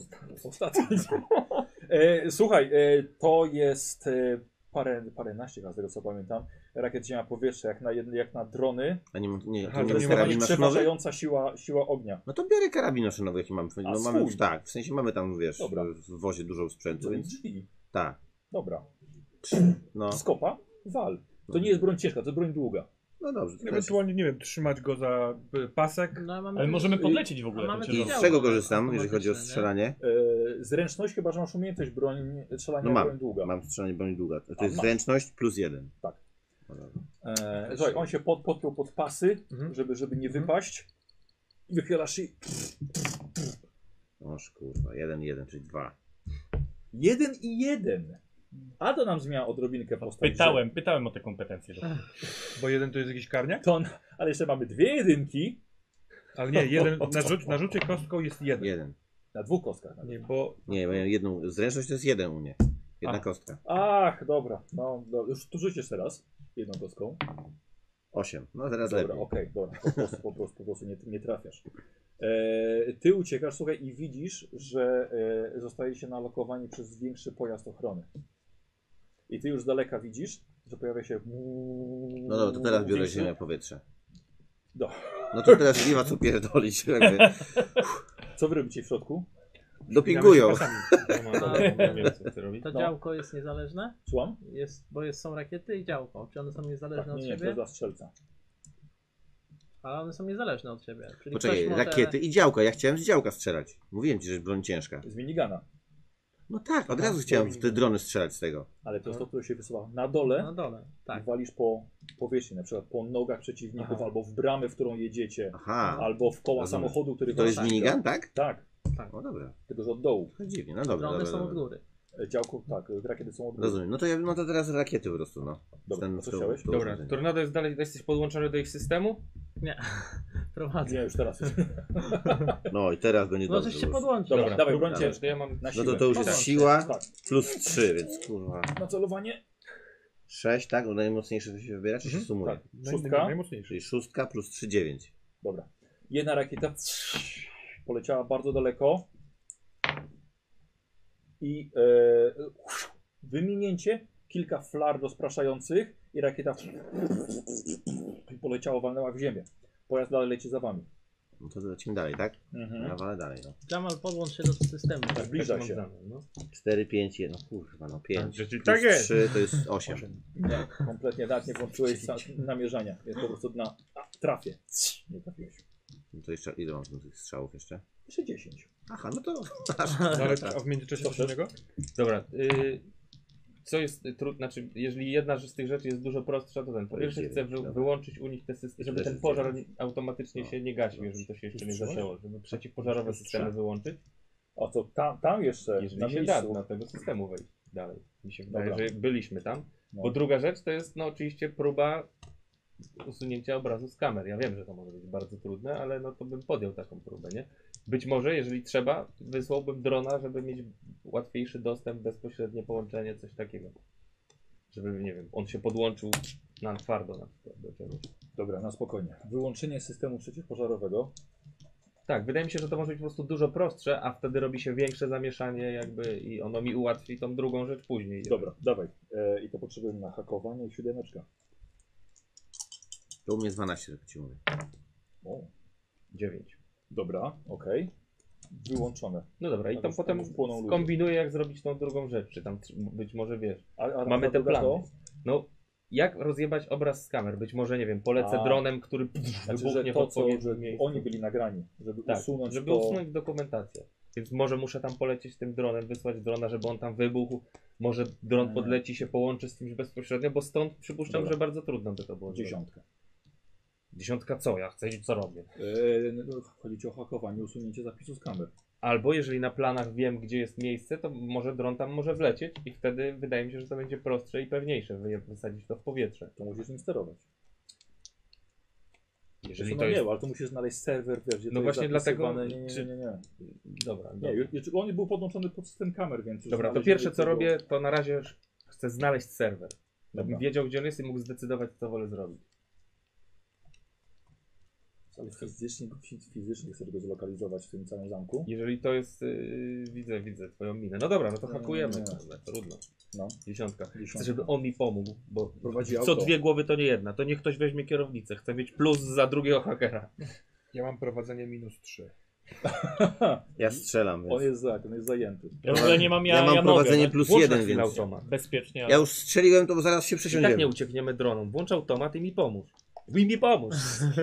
Speaker 2: Ostatni. e, słuchaj, e, to jest e, parę, paręnaście chyba z tego co pamiętam. Rakiet ziemia powietrze jak na, jedne, jak na drony.
Speaker 1: A nie, nie,
Speaker 5: Aha,
Speaker 1: to nie
Speaker 5: to
Speaker 1: jest
Speaker 5: nie ma
Speaker 1: karabin
Speaker 5: nic
Speaker 1: maszynowy?
Speaker 2: Przeważająca siła, siła ognia.
Speaker 1: No to biorę karabin maszynowy, jaki mam.
Speaker 2: A,
Speaker 1: No, mamy
Speaker 2: swój.
Speaker 1: tak, w sensie mamy tam, wiesz,
Speaker 2: Dobra. Mhm.
Speaker 1: w wozie dużo sprzętu,
Speaker 2: To jest
Speaker 1: więc
Speaker 2: drzwi.
Speaker 1: tak.
Speaker 2: Dobra.
Speaker 1: No,
Speaker 2: Skopa, wal. To
Speaker 1: No.
Speaker 2: nie jest broń ciężka, to jest broń długa.
Speaker 1: no dobrze. to też-
Speaker 5: Ewentualnie, nie wiem, trzymać go za y, pasek.
Speaker 4: No, mamy
Speaker 3: Ale
Speaker 4: tu-
Speaker 3: możemy podlecieć w
Speaker 4: A
Speaker 3: ogóle.
Speaker 4: mamy
Speaker 3: tą
Speaker 1: I
Speaker 3: ciężarówką.
Speaker 1: z czego korzystam, jeżeli
Speaker 4: Automatyczne,
Speaker 1: chodzi o
Speaker 4: nie?
Speaker 1: strzelanie?
Speaker 2: E, zręczność, chyba że masz umiejętność broń, strzelania
Speaker 1: No mam.
Speaker 2: broń długa.
Speaker 1: Mam strzelanie broni długa. To
Speaker 2: A,
Speaker 1: jest
Speaker 2: masz.
Speaker 1: zręczność plus jeden.
Speaker 2: Tak.
Speaker 1: No dobra.
Speaker 2: E, słuchaj, on się pod, podpiął pod pasy,
Speaker 5: Mhm.
Speaker 2: żeby, żeby nie wypaść. I wychylasz i
Speaker 1: Oż kurwa, jeden, jeden, czyli dwa.
Speaker 2: jeden i jeden. A to nam zmienia odrobinkę postać.
Speaker 3: Pytałem, pytałem o te kompetencje.
Speaker 5: Bo jeden to jest jakiś karniak.
Speaker 2: To, ale jeszcze mamy dwie jedynki
Speaker 5: Ale nie, jeden na, rzuc, na rzucie kostką jest jeden.
Speaker 1: Jeden.
Speaker 2: na dwóch kostkach.
Speaker 5: Nie, bo
Speaker 1: Nie, mają jedną. Zręczność to jest jeden u mnie. Jedna
Speaker 5: A.
Speaker 1: kostka.
Speaker 2: Ach, dobra. No, no już tu rzucisz teraz jedną kostką.
Speaker 1: Osiem. No teraz
Speaker 2: Dobra,
Speaker 1: lepiej.
Speaker 2: okej, dobra. Po prostu, po prostu, po prostu nie, nie trafiasz. E, ty uciekasz, słuchaj, i widzisz, że e, zostajecie nalokowani przez większy pojazd ochrony. I ty już z daleka widzisz, że pojawia się.
Speaker 1: No dobra, to teraz biorę
Speaker 2: większy-
Speaker 1: ziemię powietrze.
Speaker 2: Do.
Speaker 1: No to teraz nie ma co pierdolić. jakby.
Speaker 2: Co wy robicie w środku?
Speaker 1: Dopingują. Tak.
Speaker 6: no, no, no, nie wiem, co ty robić.
Speaker 4: To
Speaker 2: No.
Speaker 4: działko jest niezależne?
Speaker 2: Słucham?
Speaker 4: Jest, bo jest, są rakiety i działko. Czy one są niezależne
Speaker 2: Tak, nie,
Speaker 4: od
Speaker 2: nie, to
Speaker 4: siebie?
Speaker 2: jest dla strzelca.
Speaker 4: Ale one są niezależne od siebie. Czyli
Speaker 1: Poczekaj,
Speaker 4: ktoś może...
Speaker 1: rakiety i działka. Ja chciałem z działka strzelać. Mówiłem ci, że jest broń ciężka.
Speaker 2: Z minigana.
Speaker 1: No tak, od razu chciałem w te drony strzelać z tego.
Speaker 2: Ale to jest to, które się wysuwa na
Speaker 4: Na
Speaker 2: dole
Speaker 4: dole, tak.
Speaker 2: i walisz po powierzchni, na przykład po nogach przeciwników, albo w bramę, w którą jedziecie,
Speaker 1: Aha.
Speaker 2: albo w koła
Speaker 1: Rozumiem.
Speaker 2: samochodu, który
Speaker 1: To
Speaker 2: was
Speaker 1: jest
Speaker 2: ściga.
Speaker 1: minigun, tak?
Speaker 2: Tak.
Speaker 1: O dobra,
Speaker 2: Tylko, że od dołu.
Speaker 1: to dziwnie, no dobra.
Speaker 4: Drony
Speaker 1: dobra,
Speaker 4: są od
Speaker 1: dobra.
Speaker 4: góry.
Speaker 2: E, Działko, tak, e, rakiety są od dołu.
Speaker 1: Rozumiem, no to, ja, no to teraz rakiety po prostu, no.
Speaker 2: Dobra,
Speaker 1: Ten-
Speaker 2: a co
Speaker 1: to-
Speaker 2: chciałeś?
Speaker 1: to
Speaker 6: Dobra,
Speaker 1: urządzenie.
Speaker 6: tornado jest dalej, jesteś podłączony do ich systemu?
Speaker 4: Prowadzę.
Speaker 2: Nie, już teraz.
Speaker 1: No i teraz będzie dobrze.
Speaker 4: Możesz
Speaker 1: bo
Speaker 4: się
Speaker 1: już-
Speaker 4: podłączyć.
Speaker 2: Dobra,
Speaker 6: Dobra,
Speaker 2: dawaj,
Speaker 1: broń
Speaker 2: broń
Speaker 1: cię.
Speaker 6: To ja mam na
Speaker 1: No
Speaker 6: siłę.
Speaker 1: to to już jest
Speaker 4: Podłączę.
Speaker 1: siła
Speaker 2: Tak,
Speaker 1: plus 3, więc kurwa.
Speaker 2: na celowanie.
Speaker 1: 6, tak? Bo Najmocniejsze się wybiera, czy się sumuje?
Speaker 2: Tak,
Speaker 6: No
Speaker 2: szóstka.
Speaker 5: Najmocniejszy.
Speaker 1: Czyli 6 plus 3, 9.
Speaker 2: Dobra. Jedna rakieta poleciała bardzo daleko. I e, wyminięcie, kilka flar rozpraszających i rakieta poleciała, walnęła w ziemię. Pojazd dalej leci za wami.
Speaker 1: No to lecimy dalej, tak? Ja walę dalej, no.
Speaker 4: Jamal, podłącz się do systemu.
Speaker 2: Tak, zbliża się.
Speaker 1: 4, 5, 1. Kurwa, no 5.
Speaker 5: Że ci
Speaker 1: Plus
Speaker 5: Tak jest.
Speaker 1: 3 to jest 8.
Speaker 2: Nie, kompletnie tak, nie włączyłeś sa- namierzania, więc po prostu na a, trafię. Nie trafiłeś.
Speaker 1: No to jeszcze ile mam tych strzałów jeszcze?
Speaker 2: Jeszcze 10.
Speaker 1: Aha, no to.
Speaker 5: No, ale,
Speaker 1: Tak.
Speaker 5: a w międzyczasie coś
Speaker 2: Proszę.
Speaker 5: innego?
Speaker 6: Dobra, y, co jest y, trudne, znaczy jeżeli jedna z tych rzeczy jest dużo prostsza, to ten. Po pierwsze chcę wy, wyłączyć u nich te systemy, żeby ten pożar nie- automatycznie się nie gasił, jeżeli to się jeszcze nie zaczęło, żeby przeciwpożarowe systemy wyłączyć,
Speaker 2: A to tam, tam jeszcze Tak, na
Speaker 6: jeżeli się da no.
Speaker 2: miejscu.
Speaker 6: na tego systemu wejść dalej. Mi się wydaje,
Speaker 2: Dobra.
Speaker 6: że byliśmy tam.
Speaker 2: No.
Speaker 6: Bo druga rzecz to jest no oczywiście próba usunięcia obrazu z kamer. Ja wiem, że to może być bardzo trudne, ale no to bym podjął taką próbę, nie? Być może, jeżeli trzeba, wysłałbym drona, żeby mieć łatwiejszy dostęp, bezpośrednie połączenie, coś takiego. Żeby, nie wiem, on się podłączył na twardo na przykład do czegoś.
Speaker 2: Dobra, na spokojnie. Wyłączenie systemu przeciwpożarowego.
Speaker 6: Tak, wydaje mi się, że to może być po prostu dużo prostsze, a wtedy robi się większe zamieszanie jakby i ono mi ułatwi tą drugą rzecz później.
Speaker 2: Dobra, dawaj. E, I to potrzebujemy na hakowanie i siódemeczka.
Speaker 1: To u mnie 12, tylko ci mówię.
Speaker 2: O,
Speaker 6: Dziewięć.
Speaker 2: dobra, okej. Wyłączone.
Speaker 6: No dobra, i
Speaker 2: Tam
Speaker 6: to
Speaker 2: już-
Speaker 6: potem
Speaker 2: tam już płoną ludzie.
Speaker 6: skombinuję, jak zrobić tą drugą rzecz, czy tam tr- być może wiesz.
Speaker 2: A, a
Speaker 6: Mamy te
Speaker 2: druga
Speaker 6: plany.
Speaker 2: to?
Speaker 6: No, jak rozjebać obraz z kamer? Być może, nie wiem, polecę
Speaker 2: A.
Speaker 6: dronem, który
Speaker 2: Znaczy,
Speaker 6: wybuchnie
Speaker 2: że
Speaker 6: w
Speaker 2: to, co,
Speaker 6: odpowiednim
Speaker 2: że
Speaker 6: miejscu.
Speaker 2: oni byli nagrani, żeby
Speaker 6: tak,
Speaker 2: usunąć
Speaker 6: żeby
Speaker 2: to...
Speaker 6: usunąć dokumentację. Więc może muszę tam polecieć tym dronem, wysłać drona, żeby on tam wybuchł. Może dron
Speaker 2: Mhm.
Speaker 6: podleci się, połączy z kimś bezpośrednio, bo stąd przypuszczam,
Speaker 2: Dobra.
Speaker 6: że bardzo trudno by to było. zrobić.
Speaker 2: Dziesiątkę.
Speaker 6: Dziesiątka co? Ja chcę wiedzieć, co robię.
Speaker 2: E, no, chodzi ci o hakowanie, usunięcie zapisu z kamer.
Speaker 6: Albo jeżeli na planach wiem, gdzie jest miejsce, to może dron tam może wlecieć i wtedy wydaje mi się, że to będzie prostsze i pewniejsze, wy- wysadzić to w powietrze.
Speaker 2: To musisz nim sterować.
Speaker 6: Jeżeli
Speaker 2: no
Speaker 6: to
Speaker 2: nie,
Speaker 6: jest...
Speaker 2: ale to musisz znaleźć serwer, wiesz, gdzie
Speaker 6: No
Speaker 2: to jest
Speaker 6: właśnie dlatego-
Speaker 2: zapisywane. Nie, nie,
Speaker 6: czy-
Speaker 2: nie, nie. nie.
Speaker 6: Dobra,
Speaker 2: nie
Speaker 6: dobra.
Speaker 2: ju- ju- on był podłączony pod system kamer, więc... już
Speaker 6: Dobra, to
Speaker 2: znaleźli
Speaker 6: pierwsze co
Speaker 2: tego-
Speaker 6: robię, to na razie już chcę znaleźć serwer. Żebym
Speaker 2: Dobra.
Speaker 6: wiedział, gdzie on jest i mógł zdecydować, co wolę zrobić.
Speaker 2: Ale fizycznie, fizycznie chcę tego zlokalizować w tym całym zamku.
Speaker 6: Jeżeli to jest... Yy, widzę, widzę twoją minę. No dobra, no to
Speaker 2: Nie, nie,
Speaker 6: hakujemy.
Speaker 2: nie.
Speaker 6: kurde, Trudno.
Speaker 2: No.
Speaker 6: Dziesiątka. Chcę,
Speaker 2: Dziesiątka.
Speaker 6: żeby on mi pomógł, bo
Speaker 2: Prowadzi
Speaker 6: co
Speaker 2: auto.
Speaker 6: dwie głowy to nie jedna. To niech ktoś weźmie kierownicę. Chcę mieć plus za drugiego hakera.
Speaker 5: Ja mam prowadzenie minus 3.
Speaker 1: Ja strzelam,
Speaker 2: On
Speaker 1: więc.
Speaker 2: jest, za- on jest zajęty.
Speaker 3: Ja w ogóle nie mam, ja,
Speaker 1: Ja mam prowadzenie
Speaker 3: mogę, tak.
Speaker 1: plus
Speaker 6: Włącz na
Speaker 1: 1,
Speaker 6: chwilę
Speaker 1: więc.
Speaker 6: automat.
Speaker 3: Bezpiecznie.
Speaker 1: Ja już strzeliłem, to zaraz się
Speaker 6: I tak nie
Speaker 1: przesiądziemy.
Speaker 6: uciekniemy dronem. Włącz automat i mi pomóż. I mi pomóż.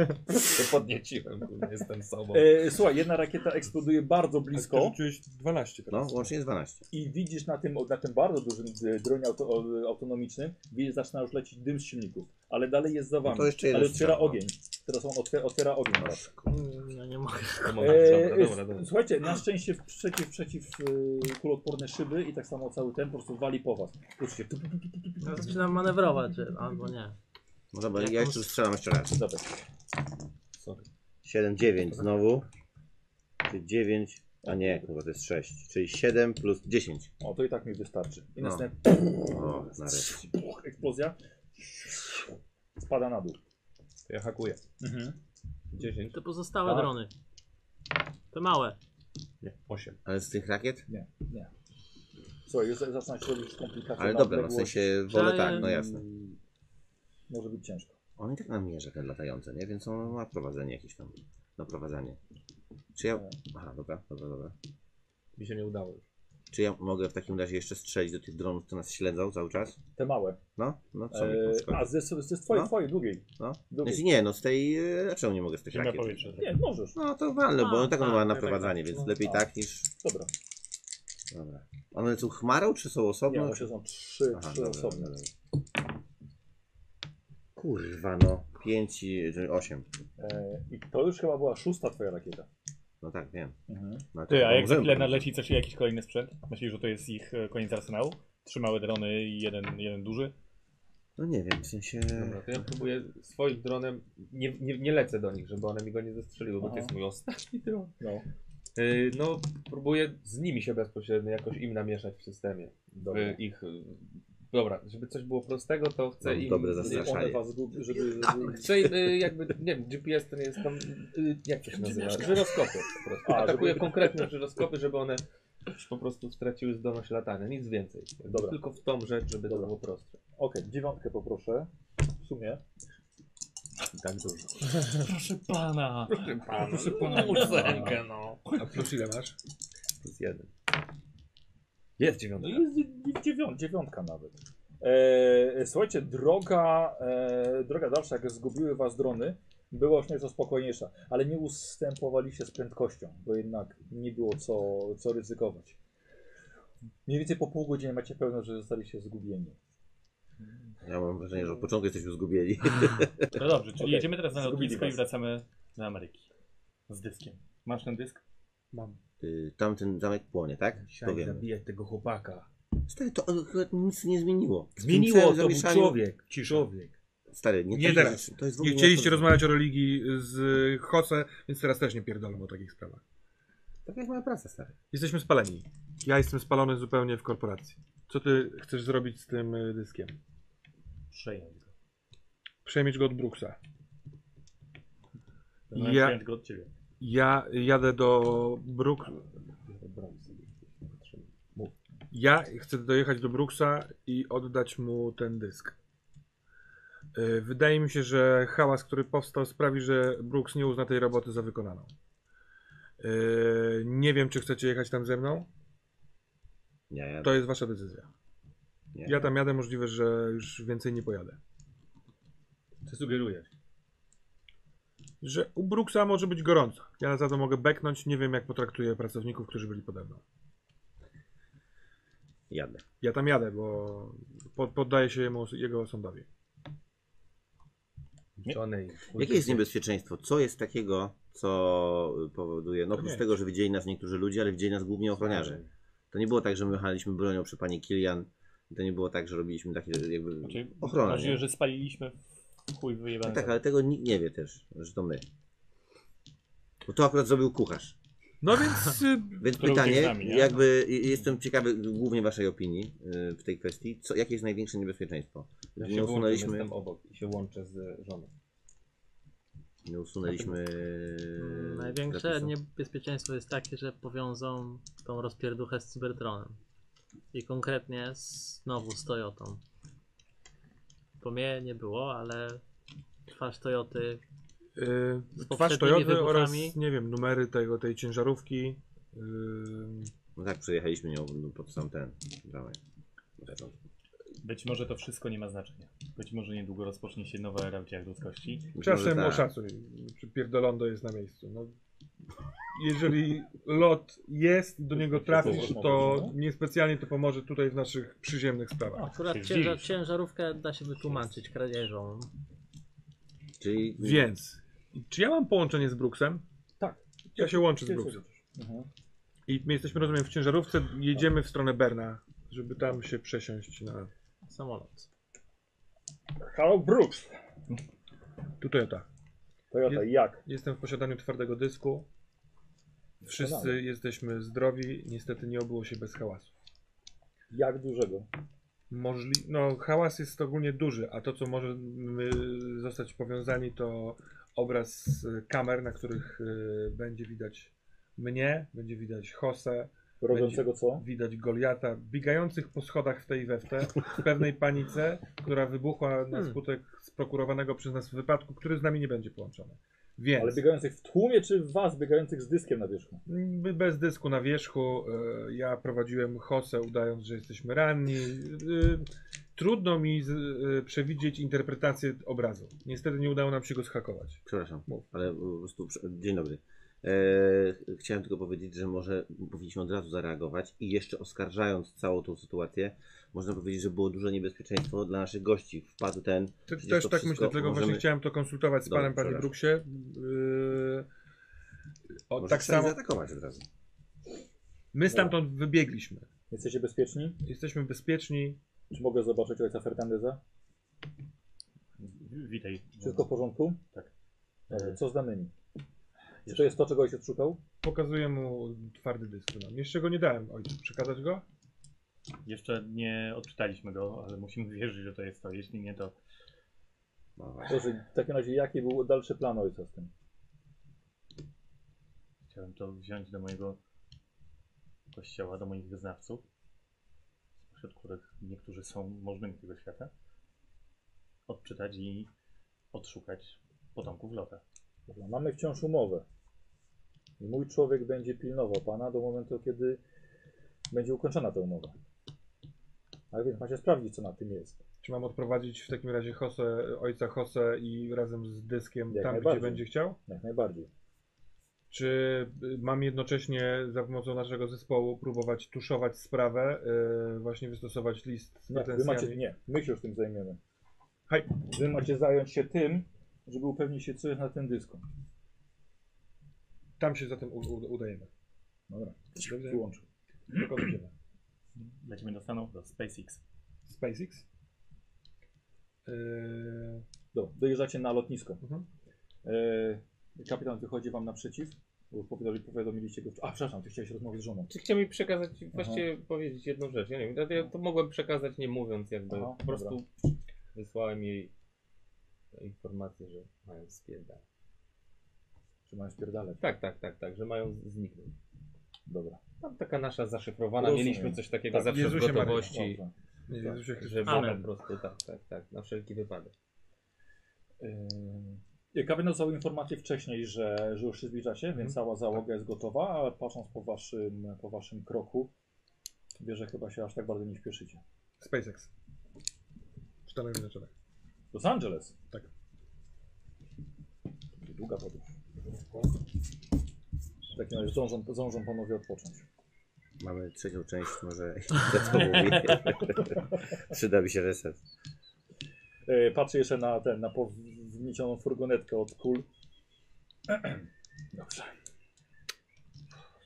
Speaker 6: to podnieciłem, kurde, jestem sobą.
Speaker 2: E, słuchaj, jedna rakieta eksploduje bardzo blisko
Speaker 5: Rzuciłeś 12
Speaker 1: No,
Speaker 5: teraz.
Speaker 1: łącznie jest 12.
Speaker 2: i widzisz na tym, na tym bardzo dużym e, dronie auto, o, autonomicznym, widzisz, zaczyna już lecieć dym z silników, ale dalej jest za wami.
Speaker 1: No to jeszcze jeden
Speaker 2: ale otwiera
Speaker 1: strzał, no.
Speaker 2: ogień. Teraz on otwiera, otwiera ogień. teraz.
Speaker 4: Mm, Ja nie mogę.
Speaker 2: E,
Speaker 6: To
Speaker 1: tak,
Speaker 6: może- dobra,
Speaker 2: e,
Speaker 6: dobra, dobra.
Speaker 2: Słuchajcie, na szczęście w przeciw, przeciw e, kuloodporne szyby i tak samo cały ten po prostu wali po was. Słyszycie, tu, tu, tu, tu, tu, tu.
Speaker 4: Ja zaczynam manewrować, że- albo nie.
Speaker 1: No dobra, ja
Speaker 4: Jakąś-
Speaker 1: jeszcze strzelam jeszcze raz.
Speaker 2: Dobra.
Speaker 1: 7, 9 znowu. Czyli 9, a nie, kurwa, to jest 6. Czyli 7 plus 10.
Speaker 2: O, to i tak mi wystarczy. I
Speaker 1: No.
Speaker 2: następny
Speaker 1: O, nareszcie.
Speaker 2: puch, eksplozja spada na dół.
Speaker 6: To ja hakuję.
Speaker 2: Mhm.
Speaker 6: 10,
Speaker 4: Te pozostałe
Speaker 6: Tak.
Speaker 4: drony. Te małe.
Speaker 6: 8.
Speaker 1: Ale z tych rakiet?
Speaker 2: Nie, nie. Słuchaj, już za- zaczyna się robić komplikacje.
Speaker 1: Ale
Speaker 2: na
Speaker 1: dobra, no w
Speaker 2: odległość.
Speaker 1: sensie wolę
Speaker 4: Trzeba je-
Speaker 1: tak, no jasne.
Speaker 2: Może być ciężko.
Speaker 1: On i tak nam mierza ten latający, nie? Więc on ma prowadzenie jakieś tam. Doprowadzanie. Czy
Speaker 2: E,
Speaker 1: ja. Aha, dobra, dobra, dobra.
Speaker 6: Mi się nie udało już.
Speaker 1: Czy ja mogę w takim razie jeszcze strzelić do tych dronów, co nas śledzą cały czas?
Speaker 2: Te małe.
Speaker 1: No, no co mi
Speaker 2: E,
Speaker 1: tam szkodzi?
Speaker 2: a ze, ze twojej,
Speaker 1: No.
Speaker 2: twojej długiej.
Speaker 1: No.
Speaker 2: Drugiej.
Speaker 1: Znaczy nie, no z tej. e, Dlaczego nie mogę z tych
Speaker 3: Ziemia
Speaker 1: rakiet?
Speaker 3: powietrze.
Speaker 2: Nie, możesz.
Speaker 1: No to walne, bo
Speaker 4: A,
Speaker 1: on tak on
Speaker 4: tak,
Speaker 1: ma
Speaker 3: tak,
Speaker 1: naprowadzanie,
Speaker 3: tak.
Speaker 1: więc lepiej
Speaker 2: A.
Speaker 1: tak niż.
Speaker 2: Dobra.
Speaker 1: Dobra. One są chmarą, czy są
Speaker 2: Nie,
Speaker 1: osobno?
Speaker 2: właśnie są trzy,
Speaker 1: No. Aha,
Speaker 2: trzy
Speaker 1: dobra,
Speaker 2: osobne.
Speaker 1: dobra, dobra. Kurwa no, 5 i 8.
Speaker 2: E, I to już chyba była szósta twoja rakieta.
Speaker 1: No tak, wiem.
Speaker 2: Mhm.
Speaker 1: No, to
Speaker 3: Ty, a
Speaker 1: to
Speaker 3: jak za
Speaker 1: mówiłem,
Speaker 3: chwilę
Speaker 1: że-
Speaker 3: nadleci coś, jakiś kolejny sprzęt? Myślisz, że to jest ich e, koniec arsenału? Trzy małe drony i jeden, jeden duży?
Speaker 1: No nie wiem, w sensie...
Speaker 6: Dobra, to ja próbuję swoim dronem, nie, nie, nie lecę do nich, żeby one mi go nie zestrzeliły, bo to
Speaker 2: Aha.
Speaker 6: jest mój ostatni dron. No. no, próbuję z nimi się bezpośrednio jakoś im namieszać w systemie.
Speaker 2: Dobra.
Speaker 6: W ich... y, Dobra, żeby coś było prostego, to chcę
Speaker 1: Mam
Speaker 6: im...
Speaker 1: No, dobre
Speaker 2: Żeby
Speaker 1: zastraszanie.
Speaker 2: one
Speaker 1: Zapraszanie.
Speaker 2: was zgub- żeby, żeby...
Speaker 6: Chcę im, y, jakby, nie wiem, GPS ten jest tam, y, jak to się nazywa? Żyroskopy po prostu.
Speaker 2: A, żeby-
Speaker 6: Atakuję konkretne żyroskopy, żeby one po prostu straciły zdolność latania, nic więcej. Jakby
Speaker 2: Dobra.
Speaker 6: Tylko w tą rzecz, żeby
Speaker 2: Dobra.
Speaker 6: to było proste.
Speaker 2: Okej, dziewiątkę poproszę. W sumie.
Speaker 6: I tak dużo.
Speaker 3: Proszę pana!
Speaker 6: Proszę no,
Speaker 3: pana,
Speaker 6: ósemkę, no.
Speaker 5: A plus ile masz?
Speaker 6: Plus jeden. Jest
Speaker 2: No
Speaker 6: dziewiątka.
Speaker 2: i jest dziewią- dziewią- dziewiątka nawet. E, słuchajcie, droga, e, droga dalsza, jak zgubiły was drony, była już nieco spokojniejsza, ale nie ustępowaliście z prędkością, bo jednak nie było co, co ryzykować. Mniej więcej po pół godziny macie pewność, że zostaliście zgubieni.
Speaker 1: Ja mam wrażenie, że od początku jesteśmy zgubieni.
Speaker 3: No dobrze, czyli
Speaker 2: Okej,
Speaker 3: jedziemy teraz na
Speaker 2: zgubili
Speaker 3: lotnisko i
Speaker 2: was.
Speaker 3: wracamy do Ameryki. Z dyskiem. Masz ten dysk?
Speaker 1: Y, Tamten zamek płonie, tak? To
Speaker 6: Chciałem
Speaker 1: wiemy.
Speaker 6: zabijać tego chłopaka.
Speaker 1: Stary, to akurat nic nie zmieniło. W tym
Speaker 6: Zmieniło,
Speaker 1: całym
Speaker 6: to był
Speaker 1: zamieszaniu-
Speaker 6: człowiek. Człowiek.
Speaker 1: Stary, nie,
Speaker 5: Nie
Speaker 1: to
Speaker 5: teraz.
Speaker 1: jest- To jest w ogóle
Speaker 5: Nie chcieliście
Speaker 1: to-
Speaker 5: rozmawiać o religii z y, Hose, więc teraz też nie pierdolimy o takich sprawach.
Speaker 1: Tak jak moja praca, stary.
Speaker 5: Jesteśmy spaleni. Ja jestem spalony zupełnie w korporacji. Co ty chcesz zrobić z tym y, dyskiem?
Speaker 3: Przejąć go.
Speaker 5: Przejmieć go od Brooksa.
Speaker 3: Ja...
Speaker 5: Ja-
Speaker 3: Przejąć go od ciebie.
Speaker 5: Ja jadę do Brook. Ja chcę dojechać do Brooksa i oddać mu ten dysk. Y, Wydaje mi się, że hałas, który powstał, sprawi, że Brooks nie uzna tej roboty za wykonaną. Y, Nie wiem, czy chcecie jechać tam ze mną.
Speaker 1: Nie, ja
Speaker 5: To jest wasza decyzja.
Speaker 1: nie.
Speaker 5: Ja tam jadę, możliwe, że już więcej nie pojadę.
Speaker 6: Co sugerujesz?
Speaker 5: Że u Brooksa może być gorąco. Ja za to mogę beknąć. Nie wiem, jak potraktuję pracowników, którzy byli pode mną.
Speaker 1: Jadę.
Speaker 5: Ja tam jadę, bo po, poddaję się jemu, jego osądowi.
Speaker 1: Jakie jest niebezpieczeństwo? Co jest takiego, co y, powoduje? No oprócz
Speaker 5: nie.
Speaker 1: tego, że widzieli nas niektórzy ludzie, ale widzieli nas głównie ochroniarze. To nie było tak, że my jechaliśmy bronią przy pani Kilian. To nie było tak, że robiliśmy takie jakby
Speaker 3: Znaczy,
Speaker 1: ochrona.
Speaker 3: Możliwe,
Speaker 1: Nie?
Speaker 3: że spaliliśmy w chuj wyjebany.
Speaker 1: No tak, ale tego nikt nie wie też, że to my. Bo to akurat zrobił kucharz.
Speaker 5: No więc y,
Speaker 1: Więc
Speaker 3: Który
Speaker 1: pytanie,
Speaker 3: uciekł z nami, nie? No.
Speaker 1: jakby i- jestem ciekawy głównie waszej opinii y, w tej kwestii. Co, jakie jest największe niebezpieczeństwo?
Speaker 6: Ja
Speaker 1: nie
Speaker 6: się wyłączę,
Speaker 1: usunęliśmy,
Speaker 6: jestem obok i się łączę z żoną.
Speaker 1: nie usunęliśmy...
Speaker 6: Mm,
Speaker 1: y,
Speaker 4: Największe
Speaker 1: zapisu.
Speaker 4: niebezpieczeństwo jest takie, że powiążą tą rozpierduchę z Cybertronem. I konkretnie z, znowu z Toyotą. Bo mnie nie było, ale twarz Toyoty
Speaker 5: y,
Speaker 4: Z
Speaker 5: twarz
Speaker 4: poprzednimi
Speaker 5: Toyoty
Speaker 4: wybuchami.
Speaker 5: oraz, nie wiem, numery tego, tej ciężarówki. Y,
Speaker 1: No tak, przejechaliśmy nią pod sam ten zamek. Zresztą.
Speaker 3: Być może to wszystko nie ma znaczenia. Być może niedługo rozpocznie się nowa era w dziejach ludzkości.
Speaker 1: Być
Speaker 5: czasem
Speaker 1: może tak.
Speaker 5: oszacuj, czy pierdolondo jest na miejscu. No, jeżeli lot jest, do niego trafisz, to niespecjalnie to pomoże tutaj w naszych przyziemnych
Speaker 3: No,
Speaker 5: sprawach.
Speaker 4: Akurat
Speaker 3: się
Speaker 4: ciężar,
Speaker 3: zdziwisz.
Speaker 4: ciężarówkę da się wytłumaczyć kradzieżą.
Speaker 1: Czyli
Speaker 5: Więc, czy ja mam połączenie z Brooksem?
Speaker 2: Tak.
Speaker 5: Ja się łączę z Brooksem.
Speaker 2: Mhm.
Speaker 5: I my jesteśmy, rozumiem, w ciężarówce, jedziemy w stronę Berna, żeby tam się przesiąść na...
Speaker 4: Samolot.
Speaker 2: Hello Brooks!
Speaker 5: Tutaj tak.
Speaker 2: Toyota, jak?
Speaker 5: Jestem w posiadaniu twardego dysku. Wszyscy jesteśmy zdrowi. Niestety nie obyło się bez hałasu.
Speaker 2: Jak dużego?
Speaker 5: Możli... No, hałas jest ogólnie duży, a to, co może my zostać powiązani, to obraz y, kamer, na których y, będzie widać mnie, będzie widać Hosę,
Speaker 2: Robiącego co?
Speaker 5: widać Goliata, biegających po schodach w tej wewte, w pewnej panice, która wybuchła na
Speaker 4: Hmm.
Speaker 5: skutek sprokurowanego przez nas wypadku, który z nami nie będzie połączony. Więc...
Speaker 2: Ale biegających w tłumie, czy was biegających z dyskiem na wierzchu?
Speaker 5: By- Bez dysku na wierzchu. e, Ja prowadziłem Hosę, udając, że jesteśmy ranni. E, Trudno mi z, e, przewidzieć interpretację obrazu. Niestety nie udało nam się go schakować.
Speaker 1: Przepraszam,
Speaker 5: Mów.
Speaker 1: ale po prostu. prze- Dzień dobry. E, chciałem tylko powiedzieć, że może powinniśmy od razu zareagować i jeszcze oskarżając całą tą sytuację, można powiedzieć, że było duże niebezpieczeństwo dla naszych gości. Wpadł ten.
Speaker 5: Te-
Speaker 1: Przecież
Speaker 5: Też
Speaker 1: to
Speaker 5: tak
Speaker 1: wszystko
Speaker 5: myślę, dlatego
Speaker 1: możemy-
Speaker 5: właśnie chciałem to konsultować z
Speaker 1: Dobra,
Speaker 5: panem, panie
Speaker 1: przepraszam.
Speaker 5: Brooksie. E, O,
Speaker 1: Może
Speaker 5: tak
Speaker 1: trzeba ich
Speaker 5: samo
Speaker 1: zaatakować od razu.
Speaker 5: my stamtąd wybiegliśmy.
Speaker 2: Jesteście bezpieczni?
Speaker 5: Jesteśmy bezpieczni.
Speaker 2: Czy mogę zobaczyć ojca Fernandeza?
Speaker 3: W- Witaj.
Speaker 2: Wszystko w porządku?
Speaker 3: Tak.
Speaker 2: Dobrze, Co z danymi? Czy to jest to, czego ojciec szukał?
Speaker 5: Pokazuję mu twardy dysk. No, Jeszcze go nie dałem, ojcze. Przekazać go?
Speaker 3: Jeszcze nie odczytaliśmy go, ale musimy wierzyć, że to jest to. Jeśli nie, to
Speaker 1: No właśnie.
Speaker 2: Dobrze, w takim razie jaki był dalszy plan ojca z tym?
Speaker 3: chciałem to wziąć do mojego kościoła, do moich wyznawców, wśród których niektórzy są możnymi tego świata, odczytać i odszukać potomków Lota.
Speaker 2: Dobra, Mamy wciąż umowę. I mój człowiek będzie pilnował pana do momentu, kiedy będzie ukończona ta umowa. A więc macie sprawdzić, co na tym jest.
Speaker 5: Czy mam odprowadzić w takim razie Jose, ojca Jose i razem z dyskiem
Speaker 2: Jak
Speaker 5: tam, gdzie
Speaker 2: najbardziej.
Speaker 5: będzie chciał?
Speaker 2: Jak najbardziej.
Speaker 5: Czy y, mam jednocześnie za pomocą naszego zespołu próbować tuszować sprawę, y, właśnie wystosować list z
Speaker 2: Nie, wy macie,
Speaker 5: pretensjami?
Speaker 2: nie, my się już tym zajmiemy.
Speaker 5: Hej.
Speaker 2: Wy macie zająć się tym, żeby upewnić się, co jest na tym dysku.
Speaker 5: Tam się zatem u, u, udajemy.
Speaker 2: Dobra,
Speaker 5: Dobrze?
Speaker 2: wyłączył.
Speaker 5: Tylko będziemy.
Speaker 3: Lecimy do Stanów, do SpaceX.
Speaker 5: SpaceX? Yy,
Speaker 2: Dobra, dojeżdżacie na lotnisko.
Speaker 5: Mhm.
Speaker 2: E, kapitan wychodzi wam naprzeciw, bo już powiadomi- powiadomiliście go. A, przepraszam, ty chciałeś rozmawiać z żoną.
Speaker 6: Czy chciał mi przekazać, właściwie powiedzieć jedną rzecz, ja nie wiem, ja to mogłem przekazać nie mówiąc jakby,
Speaker 2: Aha,
Speaker 6: po prostu wysłałem jej informację, że mają spierdalać.
Speaker 2: Czy mają spierdalać?
Speaker 6: Tak, tak, tak, tak, że mają zniknąć.
Speaker 2: Dobra.
Speaker 6: Tam taka nasza zaszyfrowana,
Speaker 2: Rozumiem.
Speaker 6: mieliśmy coś takiego
Speaker 5: Tak,
Speaker 6: zawsze
Speaker 5: Jezusie
Speaker 6: w
Speaker 5: Maria.
Speaker 6: gotowości,
Speaker 2: Dobra.
Speaker 5: nie, Jezusie Chryste.
Speaker 6: no. że
Speaker 3: Amen.
Speaker 6: mamy po prostu, tak, tak, tak, na wszelki wypadek.
Speaker 2: Yy, Kapitan dostał informację wcześniej, że, że już się zbliżacie, więc cała załoga jest gotowa, ale patrząc po waszym, po waszym kroku, wie, że chyba się aż tak bardzo nie śpieszycie.
Speaker 5: SpaceX. W Stanach Zjednoczonych.
Speaker 2: Los Angeles?
Speaker 5: Tak.
Speaker 2: Długa podróż. W takim razie zdążą, zdążą panowie odpocząć.
Speaker 1: Mamy trzecią część, może to co mówi. Przyda mi się reset.
Speaker 2: E, patrzę jeszcze na ten, na powniecioną furgonetkę od kul. Dobrze.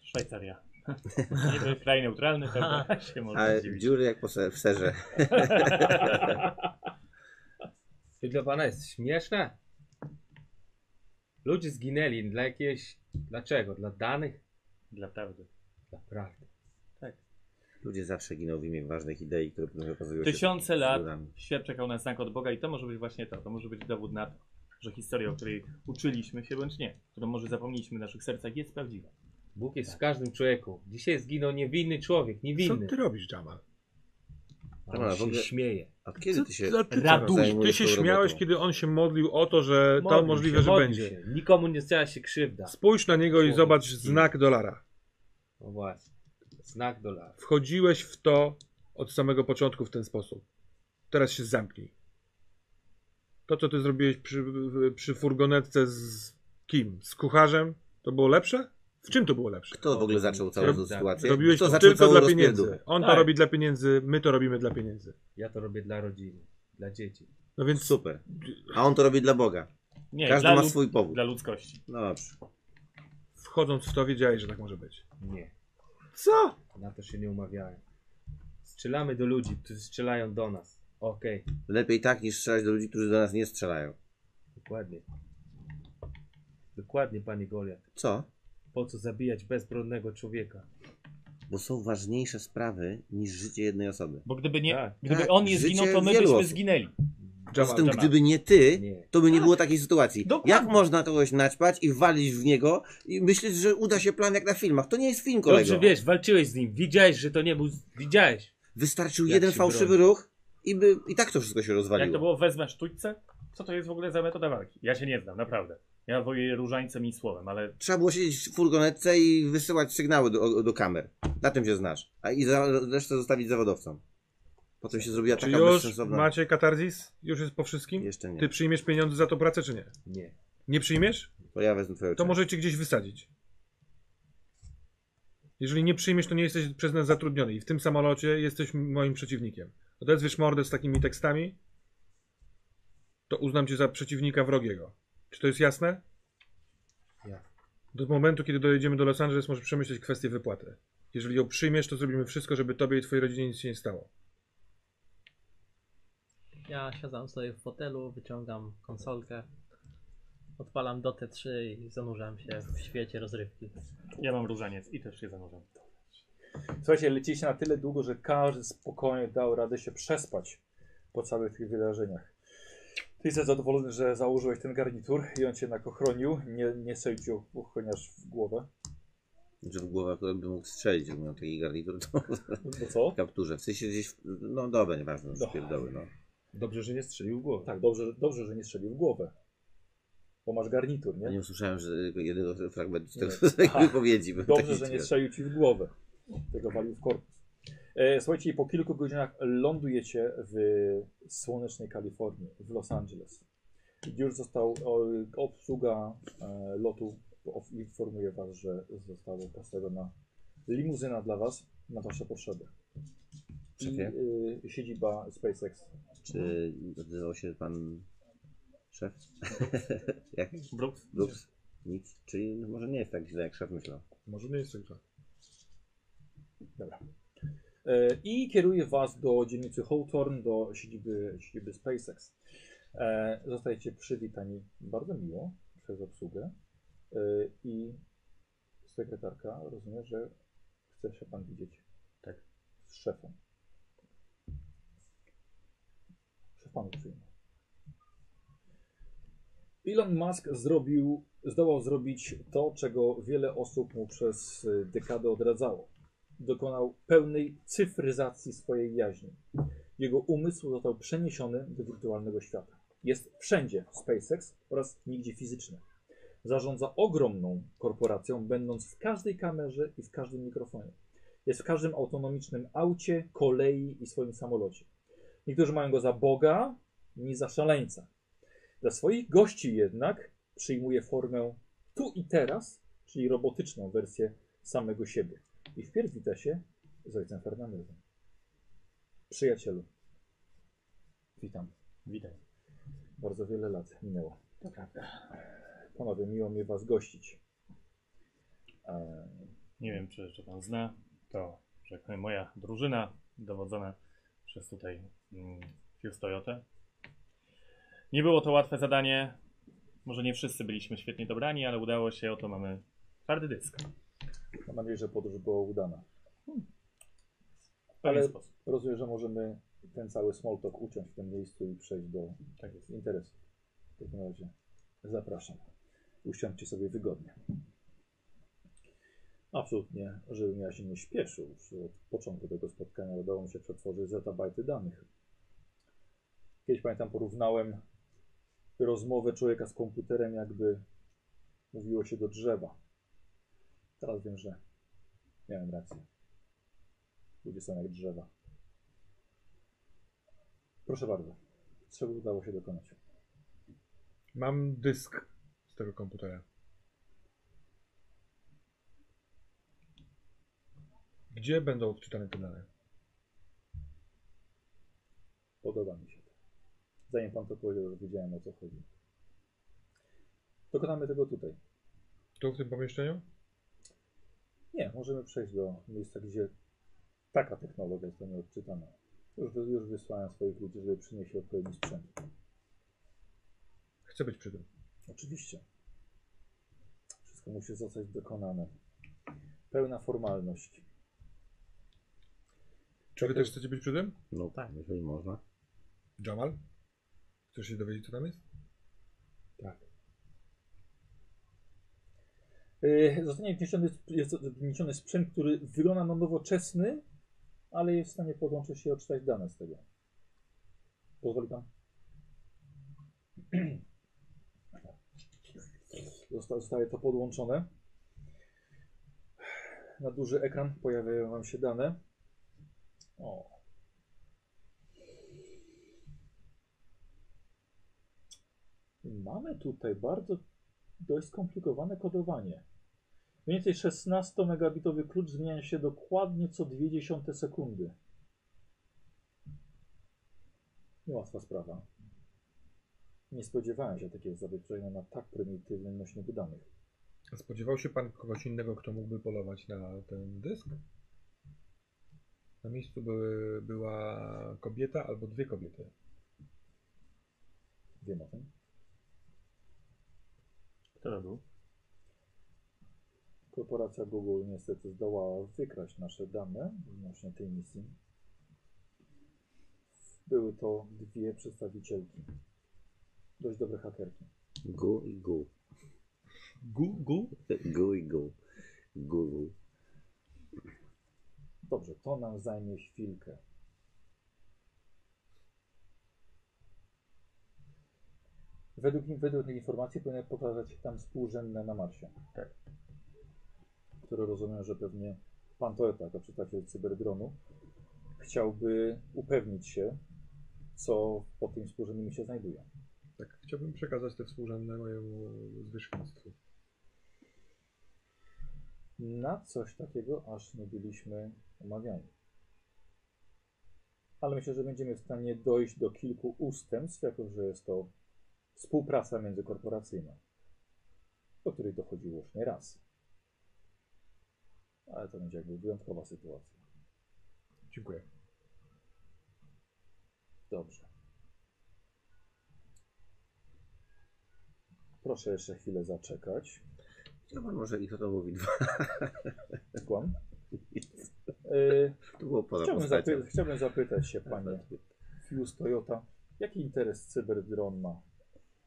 Speaker 3: Szwajcaria. Nie to jest kraj neutralny, to się może
Speaker 1: Ale
Speaker 3: dziwić.
Speaker 1: dziury jak po se- w serze.
Speaker 6: Czy dla pana jest śmieszne? Ludzie zginęli dla jakiejś, dlaczego? Dla danych?
Speaker 3: Dla prawdy.
Speaker 6: Dla prawdy.
Speaker 1: Ludzie zawsze giną w imię ważnych idei, które potem okazują się...
Speaker 3: Tysiące lat
Speaker 1: bzdurami.
Speaker 3: świat czekał na znak od Boga i to może być właśnie to. To może być dowód na to, że historia, o której uczyliśmy się bądź nie, którą może zapomnieliśmy w naszych sercach, jest prawdziwa.
Speaker 6: Bóg jest w każdym człowieku. Dzisiaj zginął niewinny człowiek,
Speaker 5: Tak. Co
Speaker 6: niewinny.
Speaker 5: ty robisz, Jamal?
Speaker 6: A
Speaker 1: Dobra,
Speaker 6: On
Speaker 1: w
Speaker 6: się
Speaker 1: ogóle-
Speaker 6: śmieje.
Speaker 1: A kiedy ty się...
Speaker 5: Co ty,
Speaker 1: Raduj,
Speaker 5: ty
Speaker 1: zajmujesz
Speaker 5: się
Speaker 1: tą robotą?
Speaker 5: śmiałeś, kiedy on się modlił o to, że to
Speaker 6: Modlił
Speaker 5: możliwe,
Speaker 6: się,
Speaker 5: że
Speaker 6: modlił
Speaker 5: będzie.
Speaker 6: Się. Nikomu nie stała się krzywda.
Speaker 5: Spójrz na niego i
Speaker 6: Człowiek.
Speaker 5: zobacz znak dolara.
Speaker 6: No właśnie. Znak dolara.
Speaker 5: Wchodziłeś w to od samego początku w ten sposób. Teraz się zamknij. To, co ty zrobiłeś przy, przy furgonetce z kim? Z kucharzem? To było lepsze? W czym to było lepsze?
Speaker 1: Kto w ogóle zaczął całą
Speaker 5: Rob-
Speaker 1: tą sytuację?
Speaker 5: Robiłeś
Speaker 1: Kto
Speaker 5: to
Speaker 1: zaczął
Speaker 5: tylko
Speaker 1: całą
Speaker 5: dla pieniędzy.
Speaker 1: rozpierdółę?
Speaker 5: On to
Speaker 3: Tak.
Speaker 5: robi dla pieniędzy, my to robimy dla pieniędzy.
Speaker 6: Ja to robię dla rodziny, dla dzieci.
Speaker 5: No więc
Speaker 1: Super. A on to robi dla Boga.
Speaker 3: Nie,
Speaker 1: Każdy
Speaker 3: dla,
Speaker 1: ma
Speaker 3: lud-
Speaker 1: swój powód.
Speaker 3: dla ludzkości.
Speaker 1: No dobrze.
Speaker 5: wchodząc w to wiedziałeś, że tak może być.
Speaker 6: Nie.
Speaker 5: Co?
Speaker 6: Na to się nie umawiałem. Strzelamy do ludzi, którzy strzelają do nas. Okej,
Speaker 1: Lepiej tak, niż strzelać do ludzi, którzy do nas nie strzelają.
Speaker 6: dokładnie. Dokładnie, panie Goliat.
Speaker 1: Co?
Speaker 6: Po co zabijać bezbronnego człowieka?
Speaker 1: Bo są ważniejsze sprawy niż życie jednej osoby.
Speaker 3: Bo gdyby, nie,
Speaker 6: Tak.
Speaker 3: gdyby
Speaker 1: Tak,
Speaker 3: on nie
Speaker 1: życie
Speaker 3: zginął, to my
Speaker 1: wielu
Speaker 3: byśmy
Speaker 1: osób.
Speaker 3: zginęli.
Speaker 1: Poza tym,
Speaker 3: Jamal.
Speaker 1: gdyby nie ty,
Speaker 6: Nie.
Speaker 1: to by nie było takiej sytuacji.
Speaker 3: Tak. Dokładnie.
Speaker 1: Jak można kogoś naćpać i walić w niego i myśleć, że uda się plan jak na filmach? To nie jest film, kolego.
Speaker 6: Dobrze wiesz, walczyłeś z nim, widziałeś, że to nie był. Widziałeś.
Speaker 1: Wystarczył
Speaker 6: Jak
Speaker 1: jeden
Speaker 6: się
Speaker 1: fałszywy ruch i, by, i tak to wszystko się rozwaliło.
Speaker 3: Jak to było, wezmę sztućce? Co to jest w ogóle za metoda walki? Ja się nie znam, naprawdę. Ja wojuję różańcem i słowem, ale
Speaker 1: Trzeba było siedzieć w furgonetce i wysyłać sygnały do, do kamer. Na tym się znasz. A i za, resztę zostawić zawodowcom. Potem się zrobiła
Speaker 5: Czy
Speaker 1: taka
Speaker 5: już
Speaker 1: bezsensowna...
Speaker 5: macie katarzis? Już jest po wszystkim?
Speaker 1: Jeszcze nie.
Speaker 5: Ty przyjmiesz pieniądze za tą pracę, czy nie?
Speaker 6: Nie.
Speaker 5: Nie przyjmiesz?
Speaker 1: To ja wezmę twoją
Speaker 5: to
Speaker 1: część.
Speaker 5: może cię gdzieś wysadzić. Jeżeli nie przyjmiesz, to nie jesteś przez nas zatrudniony i w tym samolocie jesteś m- moim przeciwnikiem. Odezwiesz mordę z takimi tekstami, to uznam cię za przeciwnika wrogiego. Czy to jest jasne?
Speaker 6: Ja.
Speaker 5: Do momentu, kiedy dojedziemy do Los Angeles, możesz przemyśleć kwestię wypłaty. Jeżeli ją przyjmiesz, to zrobimy wszystko, żeby tobie i twojej rodzinie nic się nie stało.
Speaker 4: Ja siadam sobie w fotelu, wyciągam konsolkę, odpalam Dotę 3 i zanurzam się w świecie rozrywki.
Speaker 3: Ja mam różaniec i też się zanurzam.
Speaker 2: Słuchajcie, lecieliście na tyle długo, że każdy spokojnie dał radę się przespać po całych tych wydarzeniach. Ty jesteś zadowolony, że założyłeś ten garnitur i on cię jednak ochronił. Nie, nie strzelił ci ochroniarz w głowę.
Speaker 1: Że w głowę akurat bym mógł strzelić, gdybym miał taki garnitur to
Speaker 2: Bo No co?
Speaker 1: w kapturze. W sensie gdzieś, w- no dobra, nieważne,
Speaker 2: No.
Speaker 1: no. pierdoły, no.
Speaker 6: Dobrze, że nie strzelił w głowę.
Speaker 2: Tak, dobrze, dobrze, że nie strzelił w głowę. Bo masz garnitur,
Speaker 1: Ja
Speaker 2: nie?
Speaker 1: nie usłyszałem że jednego fragmentu z
Speaker 2: Nie.
Speaker 1: tego- z tej
Speaker 2: Aha.
Speaker 1: wypowiedzi. bym
Speaker 2: Dobrze,
Speaker 1: taki
Speaker 2: że nie
Speaker 1: stwierdził.
Speaker 2: strzelił ci w głowę. Tego walił w korpus. E, słuchajcie, i po kilku godzinach lądujecie w słonecznej Kalifornii, w Los Angeles. Gdzie już został o, obsługa e, lotu. of- Informuje Was, że została postawiona limuzyna dla Was na Wasze potrzeby. I
Speaker 1: Szefie?
Speaker 2: y, siedziba SpaceX.
Speaker 1: Czy odzywał się pan szef? jak?
Speaker 3: Brooks?
Speaker 1: Ups. Nic. Czyli może nie jest tak źle, jak szef myślał.
Speaker 5: Może nie jest tak źle.
Speaker 2: E, I kieruje Was do dzielnicy Hawthorne, do siedziby, siedziby SpaceX. E, Zostajecie przywitani bardzo miło przez obsługę E, i sekretarka rozumie, że chce się Pan widzieć
Speaker 3: Tak.
Speaker 2: z szefem. Szef Panu przyjmie. Elon Musk zrobił, zdołał zrobić to, czego wiele osób mu przez y, dekadę odradzało dokonał pełnej cyfryzacji swojej jaźni. Jego umysł został przeniesiony do wirtualnego świata. Jest wszędzie w SpaceX oraz nigdzie fizycznie. Zarządza ogromną korporacją, będąc w każdej kamerze i w każdym mikrofonie. Jest w każdym autonomicznym aucie, kolei i swoim samolocie. Niektórzy mają go za Boga, nie za szaleńca. Dla swoich gości jednak przyjmuje formę tu i teraz, czyli robotyczną wersję samego siebie. I wpierw wita się z ojcem Fernandezem. Przyjacielu. Witam.
Speaker 3: Witaj.
Speaker 2: Bardzo wiele lat minęło. To prawda. Panowie, miło mi was gościć. E,
Speaker 3: Nie wiem, czy, czy pan zna. To, że tak powiem, moja drużyna dowodzona przez tutaj mm, Fuse Toyota. Nie było to łatwe zadanie. Może nie wszyscy byliśmy świetnie dobrani, ale udało się. Oto mamy twardy dysk.
Speaker 2: mam nadzieję, że podróż była udana.
Speaker 3: W pewien
Speaker 2: Ale-
Speaker 3: sposób.
Speaker 2: Rozumiem, że możemy ten cały small talk uciąć w tym miejscu i przejść do
Speaker 3: Tak jest.
Speaker 2: interesu. W takim razie zapraszam. Usiądźcie sobie wygodnie. Absolutnie, żebym ja się nie spieszył. Już od początku tego spotkania udało mi się przetworzyć zetabajty danych. Kiedyś pamiętam porównałem rozmowę człowieka z komputerem, jakby mówiło się do drzewa. Teraz wiem, że miałem rację. Ludzie są jak drzewa. Proszę bardzo. Czego udało się dokonać?
Speaker 5: Mam dysk z tego komputera. Gdzie będą odczytane te dane?
Speaker 2: Podoba mi się to. Zanim pan to powiedział, już wiedziałem o co chodzi. Dokonamy tego tutaj.
Speaker 5: Tu w tym pomieszczeniu?
Speaker 2: Nie, możemy przejść do miejsca, gdzie taka technologia zostanie odczytana. Już, już wysłałem swoich ludzi, żeby przynieśli odpowiedni sprzęt.
Speaker 5: Chcę być przy tym.
Speaker 2: Oczywiście. Wszystko musi zostać dokonane. Pełna formalność.
Speaker 5: Czy wy też chcecie być przy tym?
Speaker 1: No tak, jeżeli można.
Speaker 5: Jamal? Chcesz się dowiedzieć, co tam jest?
Speaker 2: Yy, zostanie wniesiony, sp- jest wniesiony sprzęt, który wygląda na nowoczesny, ale jest w stanie podłączyć się i odczytać dane z tego. Pozwoli pan? Zosta- Zostaje to podłączone. Na duży ekran pojawiają wam się dane. O. Mamy tutaj bardzo dość skomplikowane kodowanie. Mniej więcej 16-megabitowy klucz zmienia się dokładnie co 20 sekundy. Niełatwa sprawa. Nie spodziewałem się takiego zabezpieczenia na tak prymitywnym nośniku danych.
Speaker 5: Spodziewał się pan kogoś innego, kto mógłby polować na ten dysk? Na miejscu były, była kobieta albo dwie kobiety.
Speaker 2: Wiem o tym.
Speaker 3: Kto to był?
Speaker 2: Korporacja Google niestety zdołała wykraść nasze dane odnośnie tej misji. Były to dwie przedstawicielki. Dość dobre hakerki.
Speaker 1: Gu i gu.
Speaker 3: Gu, gu?
Speaker 1: Gu i gu. Google.
Speaker 2: Dobrze, to nam zajmie chwilkę. Według, według tej informacji powinien pokazać się tam współrzędne na Marsie.
Speaker 3: Tak.
Speaker 2: Które rozumiem, że pewnie pan Toeta, jako przedstawiciel cyberdronu, chciałby upewnić się, co pod tymi współrzędnymi się znajduje.
Speaker 5: Tak, chciałbym przekazać te współrzędne mojemu zwierzchnictwu.
Speaker 2: Na coś takiego aż nie byliśmy umawiani. Ale myślę, że będziemy w stanie dojść do kilku ustępstw, jako że jest to współpraca międzykorporacyjna, do której dochodziło już nie raz. Ale to będzie jakby wyjątkowa sytuacja.
Speaker 5: Dziękuję.
Speaker 2: Dobrze. Proszę jeszcze chwilę zaczekać.
Speaker 1: Ja pan może i kto to mówi dwa.
Speaker 2: Kłam. Y,
Speaker 1: To było poza
Speaker 2: Chciałbym,
Speaker 1: postacią.
Speaker 2: zapy chciałbym zapytać się, panie Fuse Toyota, jaki interes Cyberdron ma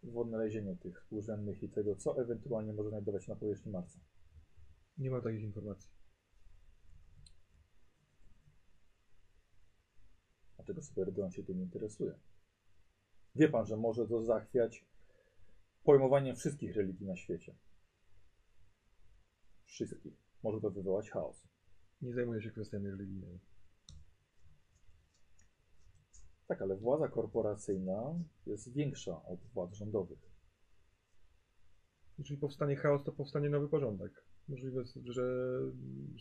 Speaker 2: w odnalezieniu tych współrzędnych i tego, co ewentualnie może znajdować się na powierzchni Marsa?
Speaker 5: Nie ma takich informacji.
Speaker 2: Dlaczego Cyberdron się tym interesuje? Wie pan, że może to zachwiać pojmowaniem wszystkich religii na świecie. Wszystkich. Może to wywołać chaos.
Speaker 5: Nie zajmuję się kwestiami religijnymi.
Speaker 2: Tak, ale władza korporacyjna jest większa od władz rządowych.
Speaker 5: Jeżeli powstanie chaos, to powstanie nowy porządek. Możliwe, że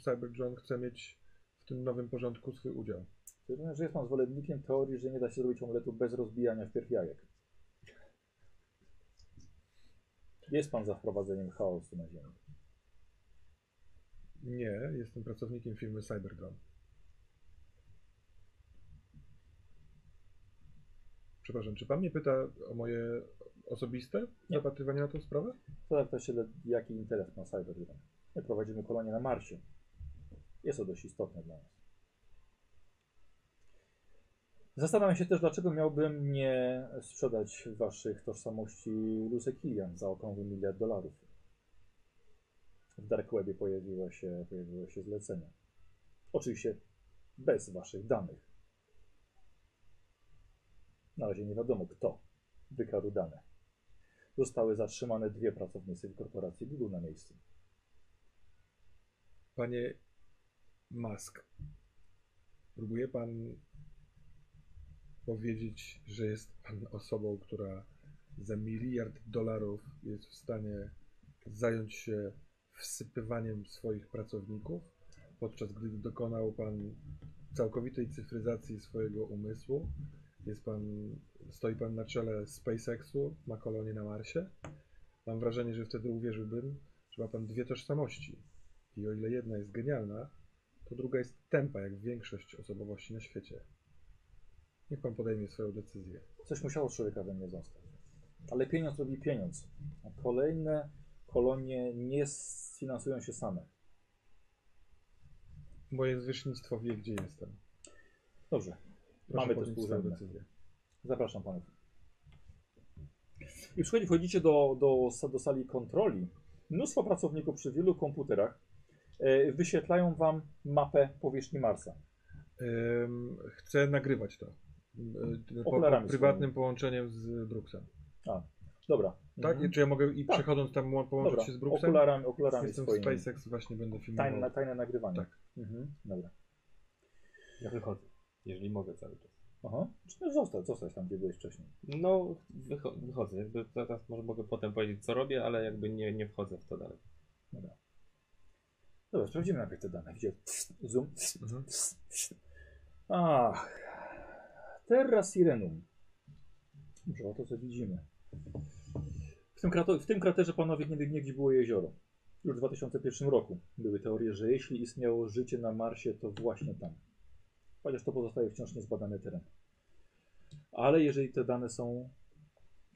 Speaker 5: Cybertron chce mieć w tym nowym porządku swój udział.
Speaker 2: Rozumiem, że jest pan zwolennikiem teorii, że nie da się zrobić omletu bez rozbijania wpierw jajek. Jest pan za wprowadzeniem chaosu na Ziemi.
Speaker 5: Nie, jestem pracownikiem firmy Cybertron. Przepraszam, czy pan mnie pyta o moje osobiste
Speaker 2: Nie.
Speaker 5: zapatrywanie na tą sprawę?
Speaker 2: To tak to się, le- jaki interes ma Cyberdyne? My prowadzimy kolonię na Marsie. Jest to dość istotne dla nas. Zastanawiam się też, dlaczego miałbym nie sprzedać waszych tożsamości Luce Kilian za okrągły miliard dolarów. W Dark Webie pojawiło się, pojawiło się zlecenie. Oczywiście bez waszych danych. Na razie nie wiadomo, kto wykarł dane zostały zatrzymane dwie pracownice korporacji Google na miejscu.
Speaker 5: Panie Musk, próbuje pan powiedzieć, że jest pan osobą, która za miliard dolarów jest w stanie zająć się wsypywaniem swoich pracowników, podczas gdy dokonał pan całkowitej cyfryzacji swojego umysłu. Jest pan, stoi pan na czele SpaceX-u, ma kolonię na Marsie. Mam wrażenie, że wtedy uwierzyłbym, że ma pan dwie tożsamości. I o ile jedna jest genialna, to druga jest tempa, jak większość osobowości na świecie. Niech pan podejmie swoją decyzję.
Speaker 2: Coś musiało z człowieka we mnie zostać. Ale pieniądz robi pieniądz. A kolejne kolonie nie sfinansują się same.
Speaker 5: Moje zwierzchnictwo wie, gdzie jestem.
Speaker 2: Dobrze, Mamy to współrzędne. zapraszam panów. I słuchajcie, wchodzicie do, do, sa- do sali kontroli. Mnóstwo pracowników przy wielu komputerach e, wyświetlają wam mapę powierzchni Marsa.
Speaker 5: Ym, chcę nagrywać to. Ym, y, Po, po
Speaker 2: Okularami
Speaker 5: prywatnym
Speaker 2: swoimi.
Speaker 5: połączeniem z Brooksem.
Speaker 2: Dobra.
Speaker 5: Tak?
Speaker 2: Mhm.
Speaker 5: I Czy ja mogę i
Speaker 2: Tak.
Speaker 5: przechodząc tam łą- połączyć
Speaker 2: Dobra.
Speaker 5: się z Brooksem?
Speaker 2: Okularami, okularami
Speaker 5: Jestem
Speaker 2: swoimi.
Speaker 5: w SpaceX, właśnie będę filmował.
Speaker 2: Tajne, tajne nagrywanie.
Speaker 5: Tak.
Speaker 2: Mhm. Dobra.
Speaker 6: Ja wychodzę, jeżeli mogę cały czas.
Speaker 2: Aha. Czy też zostać, zostać tam, gdzie byłeś wcześniej.
Speaker 6: No, wycho wychodzę. Jakby teraz może mogę potem powiedzieć, co robię, ale jakby nie, nie wchodzę w to dalej.
Speaker 2: Dobra, sprawdzimy najpierw te dane. Gdzie? Zoom.
Speaker 5: Mhm.
Speaker 2: No, Ach. Terra Sirenum. Dobrze, oto co widzimy. W tym, krato- w tym kraterze, panowie, niegdy, niegdyś było jezioro. Już w 2001 roku były teorie, że jeśli istniało życie na Marsie, to właśnie tam. Chociaż to pozostaje wciąż niezbadany teren. Ale jeżeli te dane są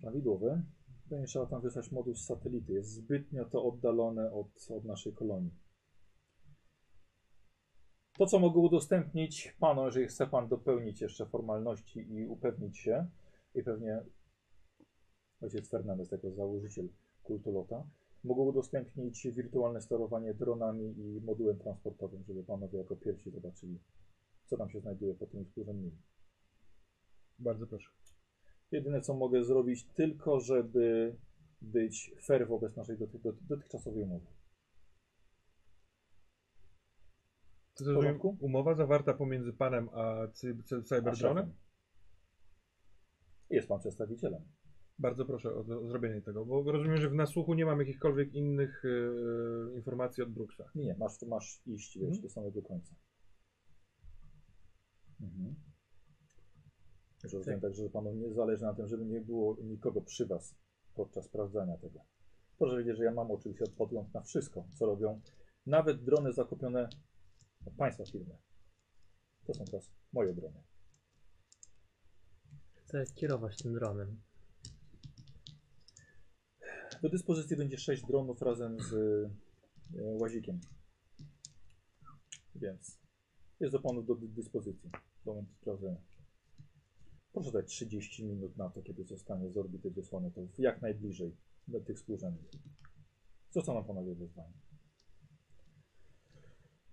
Speaker 2: prawidłowe, to nie trzeba tam wysłać moduł z satelity. Jest zbytnio to oddalone od, od naszej kolonii. To, co mogę udostępnić panu, jeżeli chce pan dopełnić jeszcze formalności i upewnić się, i pewnie ojciec Fernandez jako założyciel kultolota, mogą udostępnić wirtualne sterowanie dronami i modułem transportowym, żeby panowie jako pierwsi zobaczyli, co tam się znajduje pod tymi wzgórzami.
Speaker 5: Bardzo proszę.
Speaker 2: Jedyne co mogę zrobić, tylko żeby być fair wobec naszej doty- doty- dotychczasowej umowy.
Speaker 5: To rozumiem,
Speaker 2: porządku?
Speaker 5: umowa zawarta pomiędzy panem a cy- cy- Cyberdronem?
Speaker 2: Szefem. Jest pan przedstawicielem.
Speaker 5: Bardzo proszę o, o zrobienie tego, bo rozumiem, że w nasłuchu nie mam jakichkolwiek innych e, informacji od Brooksa.
Speaker 2: Tak, Nie, masz, masz iść wiesz,
Speaker 5: Mhm.
Speaker 2: do samego końca. Mhm. Że Rozumiem także, że panu nie zależy na tym, żeby nie było nikogo przy was podczas sprawdzania tego. Proszę wiedzieć, że ja mam oczywiście podgląd na wszystko, co robią nawet drony zakupione od państwa firmy. To są teraz moje drony.
Speaker 4: Chcę kierować tym dronem.
Speaker 2: Do dyspozycji będzie 6 dronów razem z e, łazikiem. Więc jest do panu do dy- dyspozycji w momencie sprawdzenia. Proszę dać 30 minut na to, kiedy zostanie z orbity wysłany to jak najbliżej do tych służędnych. Zostaną panowie wezwani.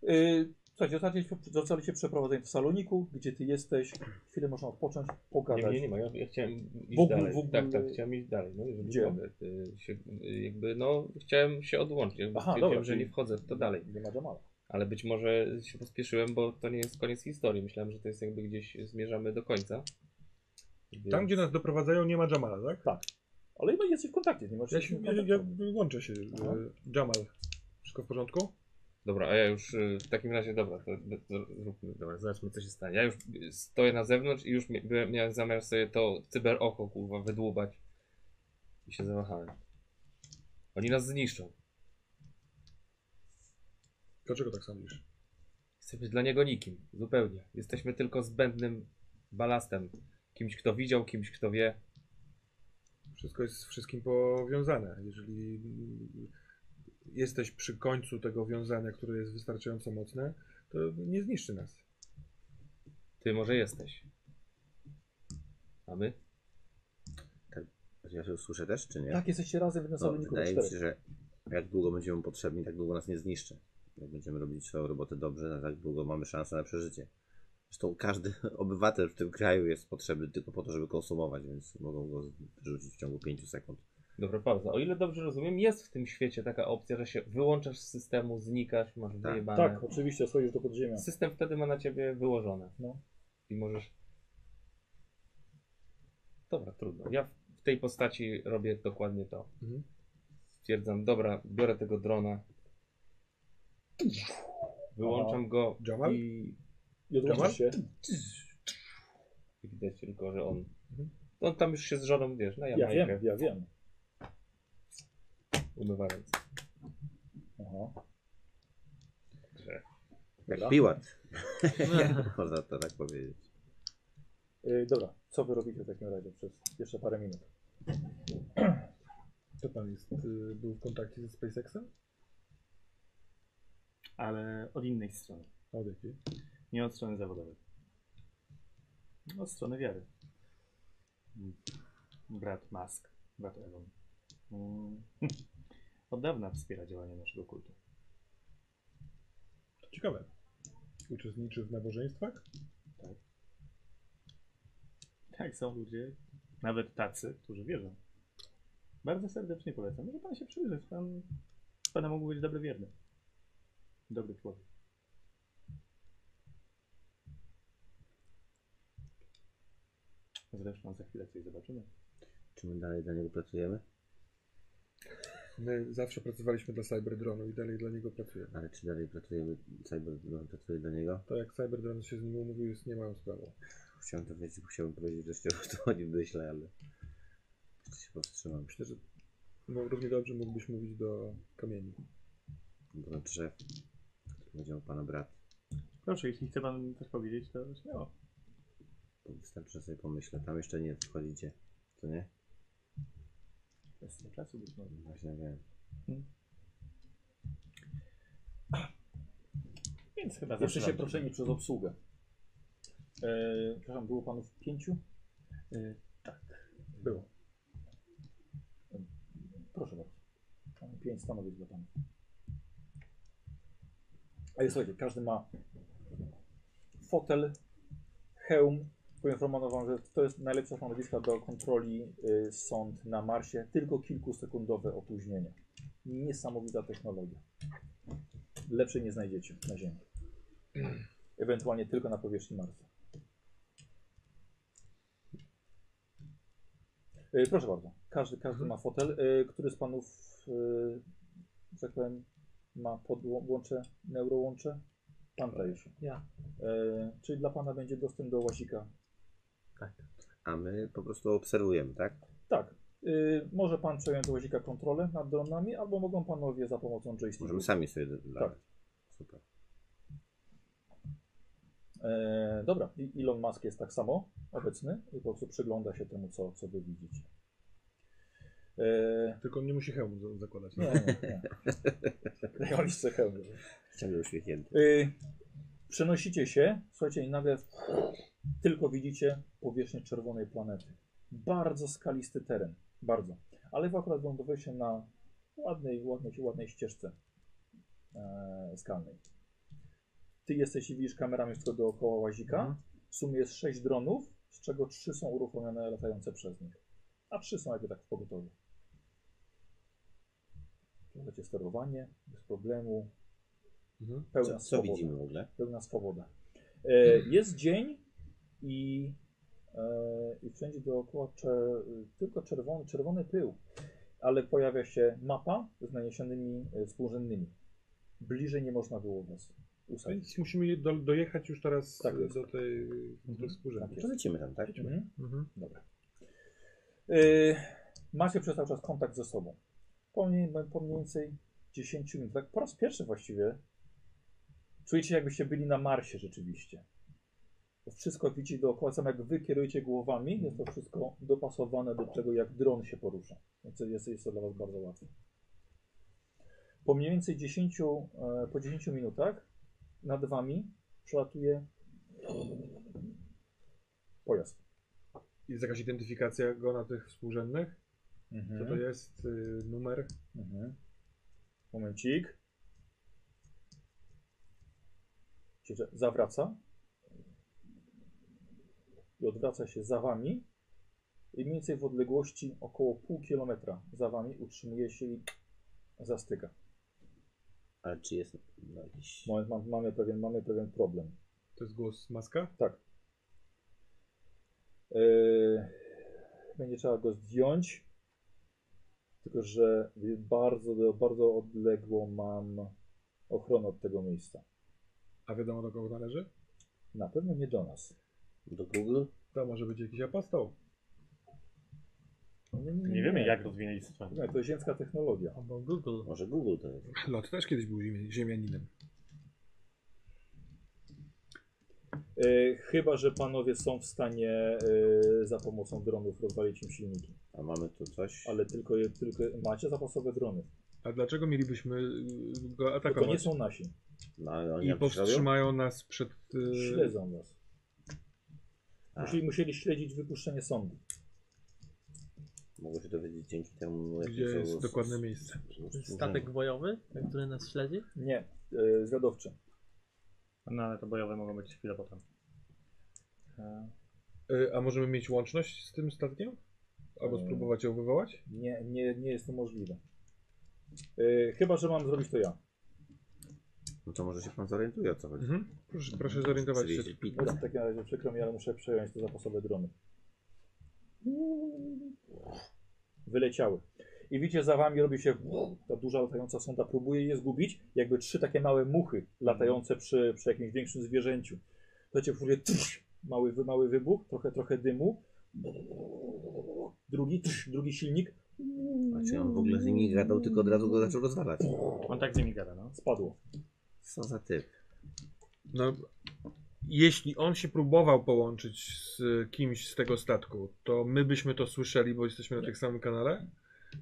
Speaker 2: Yy, słuchajcie, zostali, zostaliście przeprowadzeni w saloniku, gdzie ty jesteś. Chwilę można odpocząć,
Speaker 6: Nie,
Speaker 2: pogadać.
Speaker 6: nie, nie ma. Ja, ja chciałem iść
Speaker 2: W ogóle-
Speaker 6: dalej.
Speaker 2: w ogóle-
Speaker 6: Tak, tak, chciałem iść dalej. No, żeby
Speaker 2: Gdzie?
Speaker 6: wchodzę, y, się, y, jakby, no, chciałem się odłączyć. Jakby
Speaker 2: Aha,
Speaker 6: stwierdziłem,
Speaker 2: dobra,
Speaker 6: że
Speaker 2: czyli-
Speaker 6: nie wchodzę, to dalej.
Speaker 2: Nie ma Jamala.
Speaker 6: Ale być może się pospieszyłem, bo to nie jest koniec historii. Myślałem, że to jest jakby gdzieś y, zmierzamy do końca. Więc-
Speaker 5: Tam, gdzie nas doprowadzają, nie ma Jamala, tak?
Speaker 2: Ale no, jesteś w kontakcie, nie masz
Speaker 5: Ja, się, ja, ja wyłączę się.
Speaker 2: Aha.
Speaker 5: E, Jamal, wszystko w porządku?
Speaker 6: Dobra, a ja już y, w takim razie, dobra, to, to zróbmy, dobra, zobaczmy co się stanie. Ja już y, stoję na zewnątrz i już mi- byłem- miałem zamiar sobie to cyberoko, kurwa, wydłubać. I się zawahałem. Oni nas zniszczą.
Speaker 5: Dlaczego tak sądzisz?
Speaker 6: Jesteśmy dla niego nikim, zupełnie. Jesteśmy tylko zbędnym balastem. Kimś, kto widział, kimś, kto wie.
Speaker 5: Wszystko jest z wszystkim powiązane. Jeżeli mm, jesteś przy końcu tego wiązania, które jest wystarczająco mocne, to nie zniszczy nas.
Speaker 6: Ty może jesteś. A my?
Speaker 1: Ja się usłyszę też, czy nie?
Speaker 2: Tak, jesteście razem w jednym
Speaker 1: No,
Speaker 2: saloniku. we
Speaker 1: wydaje mi
Speaker 2: czterech.
Speaker 1: się, że jak długo będziemy potrzebni, tak długo nas nie zniszczy. Jak będziemy robić swoją robotę dobrze, na tak długo mamy szansę na przeżycie. Zresztą każdy obywatel w tym kraju jest potrzebny tylko po to, żeby konsumować, więc mogą go rzucić w ciągu 5 sekund.
Speaker 6: Dobra, pauza. O ile dobrze rozumiem, jest w tym świecie taka opcja, że się wyłączasz z systemu, znikasz, masz
Speaker 1: Tak.
Speaker 6: wyjebane.
Speaker 2: Tak, oczywiście, schodzisz do podziemia.
Speaker 6: System wtedy ma na ciebie wyłożone.
Speaker 2: No.
Speaker 6: I możesz. Dobra, trudno. Ja w- w tej postaci robię dokładnie to.
Speaker 5: Mhm.
Speaker 6: Stwierdzam, dobra, biorę tego drona. Wyłączam go
Speaker 5: Jamal?
Speaker 6: i
Speaker 2: I
Speaker 5: Dobra.
Speaker 2: odłączysz się.
Speaker 6: i widać tylko, że on.
Speaker 5: Mhm.
Speaker 6: On tam już się z żoną, wiesz, na
Speaker 2: Ja
Speaker 6: jamajkę
Speaker 2: wiem, ja wiem.
Speaker 6: umywa ręce.
Speaker 2: Aha. Dobra.
Speaker 1: Jak piłat. Można to tak powiedzieć.
Speaker 2: Y, dobra, co wy robicie w takim razie przez jeszcze parę minut?
Speaker 5: To pan jest, y, był w kontakcie ze SpaceXem?
Speaker 3: ale od innej strony.
Speaker 5: Od jakiej?
Speaker 3: Nie od strony zawodowej. Od strony wiary. Brat Musk, brat Elon. Mm, Od dawna wspiera działanie naszego kultu.
Speaker 5: To ciekawe. Uczestniczy w nabożeństwach?
Speaker 3: Tak, są ludzie, nawet tacy, którzy wierzą. Bardzo serdecznie polecam. Może pan się przyjrzeć. Pan, pana mógł być dobry wierny. Dobry człowiek. Zresztą za chwilę coś zobaczymy.
Speaker 1: Czy my dalej dla niego pracujemy?
Speaker 5: My zawsze pracowaliśmy dla Cyberdronu i dalej dla niego pracujemy.
Speaker 1: Ale czy dalej pracujemy, Cyber pracuje dla niego?
Speaker 5: To jak Cyberdron się z nim umówił, jest niemałą sprawą.
Speaker 1: Chciałem to wiedzieć, chciałbym powiedzieć, że się o nim myślę, ale jeszcze się powstrzymam.
Speaker 5: Myślę, że no, równie dobrze mógłbyś mówić do kamieni.
Speaker 1: Wręcz szef. Powiedział pana brat.
Speaker 3: Proszę, jeśli chce pan coś powiedzieć, to śmiało.
Speaker 1: To wystarczy, że sobie pomyślę. Tam jeszcze nie wchodzicie. To nie?
Speaker 3: Bez czasu być może.
Speaker 1: Właśnie tak wiem.
Speaker 3: Więc chyba
Speaker 2: Zawsze się
Speaker 3: zaczynamy.
Speaker 2: proszeni przez obsługę. Eee, przepraszam, było panów pięciu?
Speaker 3: Y,
Speaker 5: Było.
Speaker 2: Proszę bardzo. Mamy pięć stanowisk dla panów. Ale słuchajcie, każdy ma fotel, hełm. Poinformowano wam, że to jest najlepsza stanowiska do kontroli y, sąd na Marsie. Tylko kilkusekundowe opóźnienie. Niesamowita technologia. Lepszej nie znajdziecie na Ziemi. Ewentualnie tylko na powierzchni Marsa. E, Proszę bardzo, każdy, każdy ma fotel. E, Który z panów, e, że tak powiem, ma podłącze, neurołącze? Pan Tajusz.
Speaker 4: Ja.
Speaker 2: E, Czyli dla pana będzie dostęp do łazika?
Speaker 1: A my po prostu obserwujemy, tak?
Speaker 2: Tak. E, Może pan przejąć łazika kontrolę nad dronami, albo mogą panowie za pomocą joysticku.
Speaker 1: Możemy sami sobie dodać.
Speaker 2: Tak.
Speaker 1: Super.
Speaker 2: E, dobra, I Elon Musk jest tak samo obecny i po prostu przygląda się temu, co, co wy widzicie. E,
Speaker 5: Tylko on nie musi hełmu za- zakładać. no.
Speaker 2: nie, nie, nie. Ja liczę hełm.
Speaker 1: Ciągle uśmiechnięty.
Speaker 2: Y, przenosicie się, słuchajcie, i nagle tylko widzicie powierzchnię czerwonej planety. Bardzo skalisty teren, bardzo. Ale wy akurat lądowaliście na ładnej, ładnej, ładnej ścieżce e, skalnej. Ty jesteś i widzisz kamerami tylko dookoła
Speaker 1: Mhm.
Speaker 2: łazika. W sumie jest sześć dronów, z czego trzy są uruchomione latające przez nich. A trzy są jakby tak w pogotowiu. Macie sterowanie, bez problemu. Pełna
Speaker 1: Mhm. Co, co
Speaker 2: swoboda
Speaker 1: widzimy w ogóle?
Speaker 2: pełna swoboda. E, jest dzień i, e, i wszędzie dookoła cze, tylko czerwony, czerwony pył, ale pojawia się mapa z naniesionymi e, współrzędnymi. Bliżej nie można było was ustawić.
Speaker 5: Więc No musimy je do, dojechać już teraz
Speaker 2: Tak jest.
Speaker 5: do tej do współrzędu.
Speaker 1: To lecimy tam, tak?
Speaker 2: Mhm.
Speaker 5: Mhm.
Speaker 2: Dobra. Yy, macie przez cały czas kontakt ze sobą. Po mniej, po mniej więcej 10 minut. Tak po raz pierwszy właściwie czujecie, jakbyście byli na Marsie rzeczywiście. To Wszystko widzicie dookoła, sam jak wy kierujecie głowami, jest to wszystko dopasowane do tego, jak dron się porusza. Więc jest, jest to dla was bardzo łatwe. Po mniej więcej 10, e, po 10 minutach nad wami przelatuje pojazd. Tak
Speaker 5: Jest jakaś identyfikacja go na tych współrzędnych? Co to jest? Y, numer?
Speaker 2: Mhm. Momencik. Widzicie, że Zawraca. I odwraca się za wami. I mniej więcej w odległości około pół kilometra za wami utrzymuje się i zastyga.
Speaker 1: Ale czy jest no, jakiś...
Speaker 2: Moment, mam, mamy, pewien, mamy pewien problem.
Speaker 5: To jest głos maska?
Speaker 2: Tak. Yy, będzie trzeba go zdjąć. Tylko, że bardzo, bardzo odległą mam ochronę od tego miejsca.
Speaker 5: A wiadomo do kogo należy?
Speaker 2: Na pewno nie do nas.
Speaker 1: Do Google?
Speaker 5: To może być jakiś apostoł.
Speaker 3: Nie wiemy, jak rozwinęli sytuację.
Speaker 2: Nie, to jest ziemska technologia.
Speaker 4: Albo Google.
Speaker 1: Może Google to jest.
Speaker 5: Lot też kiedyś był ziemi- ziemianinem.
Speaker 2: Yy, chyba, że panowie są w stanie yy, za pomocą dronów rozwalić im silniki.
Speaker 1: A mamy tu coś?
Speaker 2: Ale tylko, je- tylko macie zapasowe drony.
Speaker 5: A dlaczego mielibyśmy y, go
Speaker 2: To nie
Speaker 5: atakować?
Speaker 2: są nasi.
Speaker 1: No, ale oni
Speaker 5: I
Speaker 1: nam przyrobią?
Speaker 5: powstrzymają nas przed... y,
Speaker 2: Śledzą was.
Speaker 1: A.
Speaker 2: Musieli, musieli śledzić wypuszczenie sądu.
Speaker 1: Mogę się dowiedzieć dzięki temu, no, jakie
Speaker 5: Gdzie
Speaker 1: są
Speaker 5: jest
Speaker 1: s-
Speaker 5: dokładne
Speaker 1: s-
Speaker 5: miejsce?
Speaker 1: s-
Speaker 4: Statek bojowy, który nas śledzi.
Speaker 2: Nie, yy, zwiadowczy.
Speaker 3: No ale to bojowe mogą być chwilę potem.
Speaker 5: Y, A możemy mieć łączność z tym statkiem? Albo
Speaker 2: Y.
Speaker 5: spróbować ją wywołać?
Speaker 2: Nie, nie, nie jest to możliwe. Yy, chyba, że mam zrobić to ja.
Speaker 1: No to może się pan zorientuje o co chodzi.
Speaker 5: Mhm. Proszę, proszę zorientować się.
Speaker 1: Oczywiście pit.
Speaker 2: Dobra, No w takim razie przykro mi, ale muszę przejąć te zapasowe drony. Wyleciały. I widzicie, za wami robi się ta duża latająca sonda, próbuje je zgubić, jakby trzy takie małe muchy latające przy, przy jakimś większym zwierzęciu. Słuchajcie, próbuje trz, mały, wy- mały wybuch, trochę, trochę dymu, drugi, trz, drugi silnik,
Speaker 1: A czy on w ogóle z nim nie gadał, tylko od razu go zaczął rozwalać.
Speaker 3: On tak z nimi gada, no.
Speaker 2: Spadło.
Speaker 1: Co za typ.
Speaker 5: No, jeśli on się próbował połączyć z kimś z tego statku, to my byśmy to słyszeli, bo jesteśmy na tych samym kanale.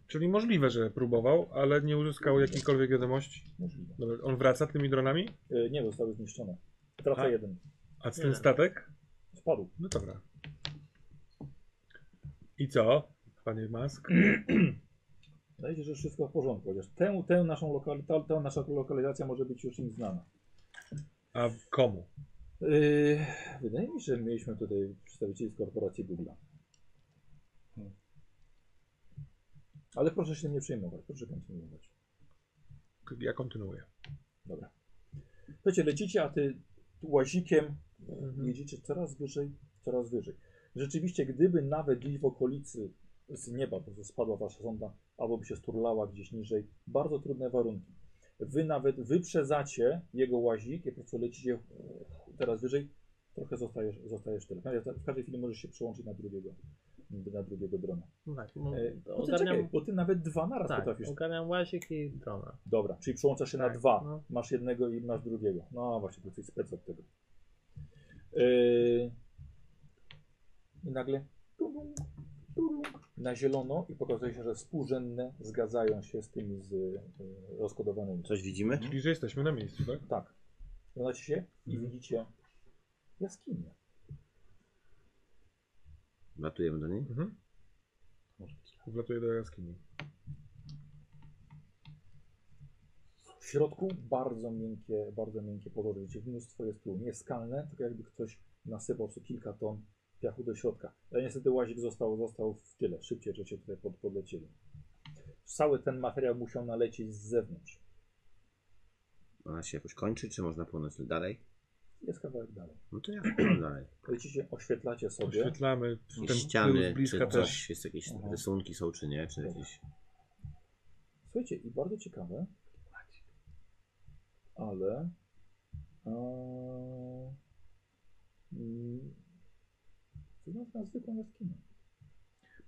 Speaker 5: Czyli możliwe, że próbował, ale nie uzyskał jakiejkolwiek wiadomości.
Speaker 2: Możliwe.
Speaker 5: Dobra, on wraca tymi dronami?
Speaker 2: E, nie, zostały zniszczone. Trafia
Speaker 5: A.
Speaker 2: jeden.
Speaker 5: A ten statek?
Speaker 2: Spadł.
Speaker 5: No dobra. I co, panie Mask?
Speaker 2: Wydaje się, że wszystko w porządku, chociaż tę, tę naszą lokal, ta, ta nasza lokalizacja może być już im znana.
Speaker 5: A komu?
Speaker 2: Yy, wydaje mi się, że mieliśmy tutaj przedstawicieli z korporacji Google. Hmm. Ale proszę się tym nie przejmować, proszę kontynuować.
Speaker 5: Ja kontynuuję.
Speaker 2: Dobra. Słuchajcie, lecicie, a ty łazikiem
Speaker 4: Mhm.
Speaker 2: jedziecie coraz wyżej, coraz wyżej. Rzeczywiście, gdyby nawet gdzieś w okolicy z nieba po prostu spadła wasza sonda, albo by się sturlała gdzieś niżej, bardzo trudne warunki. Wy nawet wyprzedzacie jego łazik i po prostu lecicie teraz wyżej, trochę zostajesz, zostajesz tyle. W każdej chwili możesz się przełączyć na drugiego, na drugiego drona.
Speaker 4: No tak, no,
Speaker 2: E,
Speaker 4: to
Speaker 2: no ty czekaj,
Speaker 4: ogarniam,
Speaker 2: bo ty nawet dwa naraz
Speaker 4: tak,
Speaker 2: potrafisz.
Speaker 4: ogarniam łazik i drona.
Speaker 2: Dobra, czyli przełączasz się
Speaker 4: Tak,
Speaker 2: na dwa.
Speaker 4: no.
Speaker 2: Masz jednego i masz drugiego. No właśnie, to jest spec od tego. Yy... I nagle tudum, tudum, na zielono i pokazuje się, że współrzędne zgadzają się z tymi z yy, rozkodowanymi.
Speaker 1: Coś widzimy?
Speaker 5: Czyli, że jesteśmy na miejscu, tak?
Speaker 2: Tak. Zgadzacie się i widzicie jaskinię.
Speaker 1: Latujemy do niej?
Speaker 5: Mhm. Wlatuję do jaskini.
Speaker 2: W środku bardzo miękkie, bardzo miękkie podłoże, gdzie mnóstwo jest pyłu. Nie skalne, tylko jakby ktoś nasypał co kilka ton piachu do środka. Ale niestety łazik został, został w tyle. Szybciej żeście tutaj pod, podlecieli. Cały ten materiał musiał nalecieć z zewnątrz.
Speaker 1: Ona się jakoś kończy, czy można płynąć dalej?
Speaker 2: Jest kawałek dalej.
Speaker 1: No to ja płynę dalej.
Speaker 2: Lecicie, oświetlacie sobie.
Speaker 5: Oświetlamy
Speaker 1: Jakieś
Speaker 5: ten pył z
Speaker 1: ściany, czy
Speaker 5: bliska
Speaker 1: coś,
Speaker 5: też.
Speaker 1: jest jakieś
Speaker 2: Aha.
Speaker 1: rysunki są, czy nie, czy jakieś...
Speaker 2: Słuchajcie, i bardzo ciekawe, ale e, mm, wygląda na zwykłą jaskinię.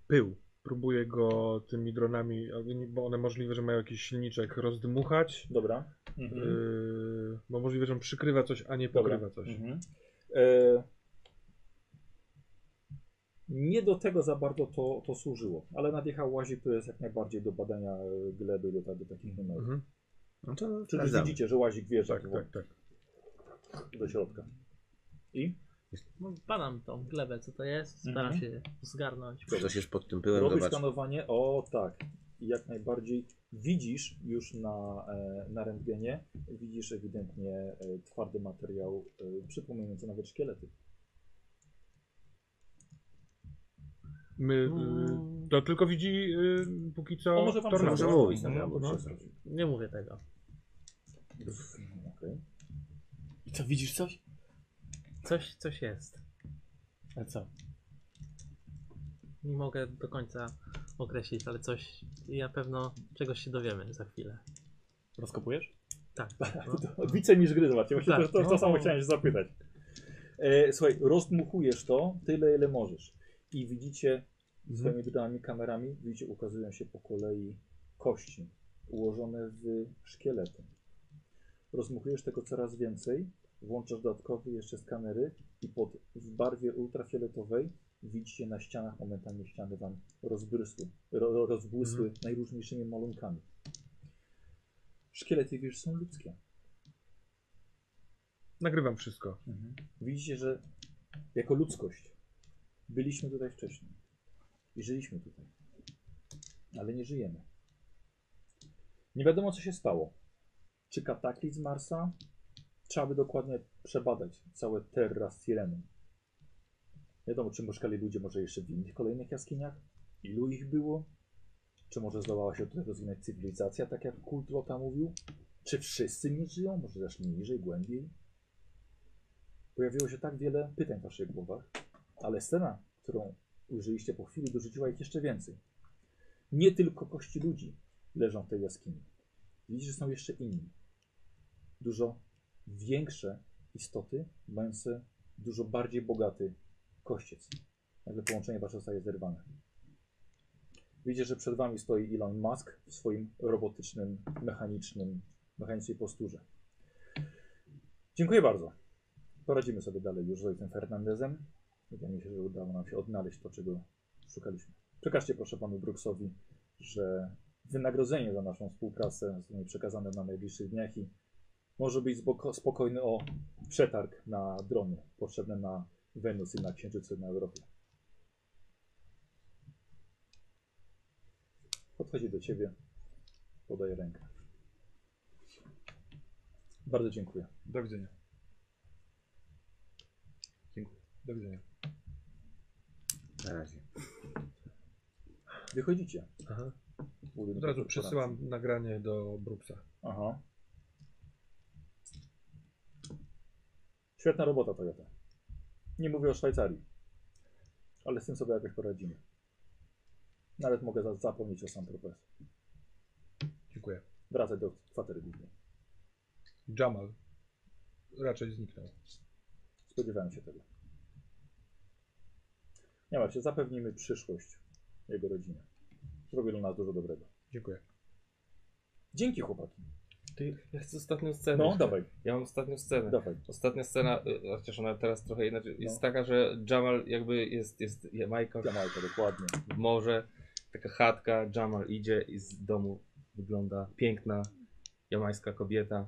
Speaker 5: pył. Próbuję go tymi dronami, albo nie- bo one możliwe, że mają jakiś silniczek, rozdmuchać.
Speaker 2: Dobra.
Speaker 5: Mhm.
Speaker 2: Mm,
Speaker 5: Yy, bo możliwe, że on przykrywa coś, a nie pokrywa
Speaker 2: Dobra.
Speaker 5: coś.
Speaker 2: Mhm. E, nie do tego za bardzo to, to służyło, ale nadjechał łazik, który jest jak najbardziej do badania e, gleby, do, ta- do takich numerów.
Speaker 5: Mhm.
Speaker 1: No to
Speaker 2: Czyli
Speaker 1: sprawdzamy.
Speaker 2: widzicie, że łazik wjeżdża
Speaker 5: Tak, tak, tak.
Speaker 2: do środka. I?
Speaker 4: No, badam tą glebę, co to jest, staram
Speaker 2: Mhm.
Speaker 4: się zgarnąć.
Speaker 1: Czy Coś jest pod tym pyłem,
Speaker 2: Robisz
Speaker 1: zobacz.
Speaker 2: skanowanie, o tak. I jak najbardziej widzisz już na, e, na rentgenie, widzisz ewidentnie e, twardy materiał e, przypominający nawet szkielety.
Speaker 5: My,
Speaker 4: Mm.
Speaker 2: Mm.
Speaker 5: yy, to tylko widzi yy, póki co
Speaker 2: On może wam
Speaker 5: tornado.
Speaker 1: No. Może mówić,
Speaker 5: Mhm,
Speaker 1: dobra, bo
Speaker 5: no.
Speaker 1: się zrobi.
Speaker 4: Nie mówię tego.
Speaker 2: Okej.
Speaker 8: I co, widzisz coś?
Speaker 4: Coś, coś jest.
Speaker 8: A co?
Speaker 4: Nie mogę do końca określić, ale coś i na pewno czegoś się dowiemy za chwilę.
Speaker 8: Rozkopujesz?
Speaker 4: Tak.
Speaker 2: To Wicemistrz gry, zobaczcie, właśnie
Speaker 4: Tak,
Speaker 2: to, to,
Speaker 4: no.
Speaker 2: to samo chciałem się zapytać. E, słuchaj, rozdmuchujesz to tyle, ile możesz. I widzicie swoimi dodanymi kamerami, widzicie, ukazują się po kolei kości ułożone w szkielety. Rozdmuchujesz tego coraz więcej, włączasz dodatkowy jeszcze skanery i pod, w barwie ultrafioletowej widzicie na ścianach momentami ściany wam rozbrysły, ro, ro- rozbłysły najróżniejszymi malunkami. Szkielety wiesz są ludzkie.
Speaker 5: Nagrywam wszystko.
Speaker 2: Widzicie, że jako ludzkość byliśmy tutaj wcześniej i żyliśmy tutaj, ale nie żyjemy. Nie wiadomo, co się stało. Czy kataklizm Marsa? Trzeba by dokładnie przebadać całe Terra Sirenum. Wiadomo, czy mieszkali ludzie może jeszcze w innych kolejnych jaskiniach? Ilu ich było? Czy może zdołała się tutaj rozwinąć cywilizacja, tak jak Kultrota mówił? Czy wszyscy nie żyją? Może zeszli niżej, głębiej? Pojawiło się tak wiele pytań w waszych głowach, ale scena, którą ujrzeliście po chwili, dorzuciła ich jeszcze więcej. Nie tylko kości ludzi leżą w tej jaskini. Widzicie, że są jeszcze inni. Dużo większe istoty, mające dużo bardziej bogaty kościec. Nagle połączenie wasze zostaje zerwane. Widzicie, że przed wami stoi Elon Musk w swoim robotycznym, mechanicznym, mechanicznej posturze. Dziękuję bardzo. Poradzimy sobie dalej już z ojcem Fernandezem. Wydaje mi się, że udało nam się odnaleźć to, czego szukaliśmy. Przekażcie proszę panu Brooksowi, że wynagrodzenie za naszą współpracę zostanie przekazane na najbliższych dniach i może być spoko- spokojny o przetarg na drony potrzebne na Wenus i na Księżycu i na Europie. Podchodzi do ciebie, podaje rękę. Bardzo dziękuję.
Speaker 5: Do widzenia. Dziękuję. Do widzenia.
Speaker 1: Na razie.
Speaker 2: Wychodzicie.
Speaker 5: Aha.
Speaker 2: z budynku
Speaker 5: Od razu
Speaker 2: korporacji.
Speaker 5: przesyłam nagranie do Brooksa.
Speaker 2: Aha. Świetna robota, Toyota. Nie mówię o Szwajcarii, ale z tym sobie jakoś poradzimy. Nawet mogę za- zapomnieć o sam profesor.
Speaker 5: Dziękuję.
Speaker 2: Wracaj do kwatery głównej.
Speaker 5: Jamal raczej zniknął.
Speaker 2: Spodziewałem się tego. Nie ma się, zapewnimy przyszłość jego rodzinie. Zrobił dla nas dużo dobrego.
Speaker 5: Dziękuję.
Speaker 2: Dzięki chłopaki.
Speaker 6: Ty, ja chcę ostatnią scenę.
Speaker 2: No, dawaj,
Speaker 6: Ja mam ostatnią scenę.
Speaker 2: dawaj.
Speaker 6: Ostatnia scena, y, chociaż ona teraz trochę inaczej,
Speaker 2: No.
Speaker 6: jest taka, że Jamal jakby jest, jest Jamajka
Speaker 2: Jamalka, dokładnie.
Speaker 6: w morze, taka chatka, Jamal idzie i z domu wygląda piękna jamańska kobieta.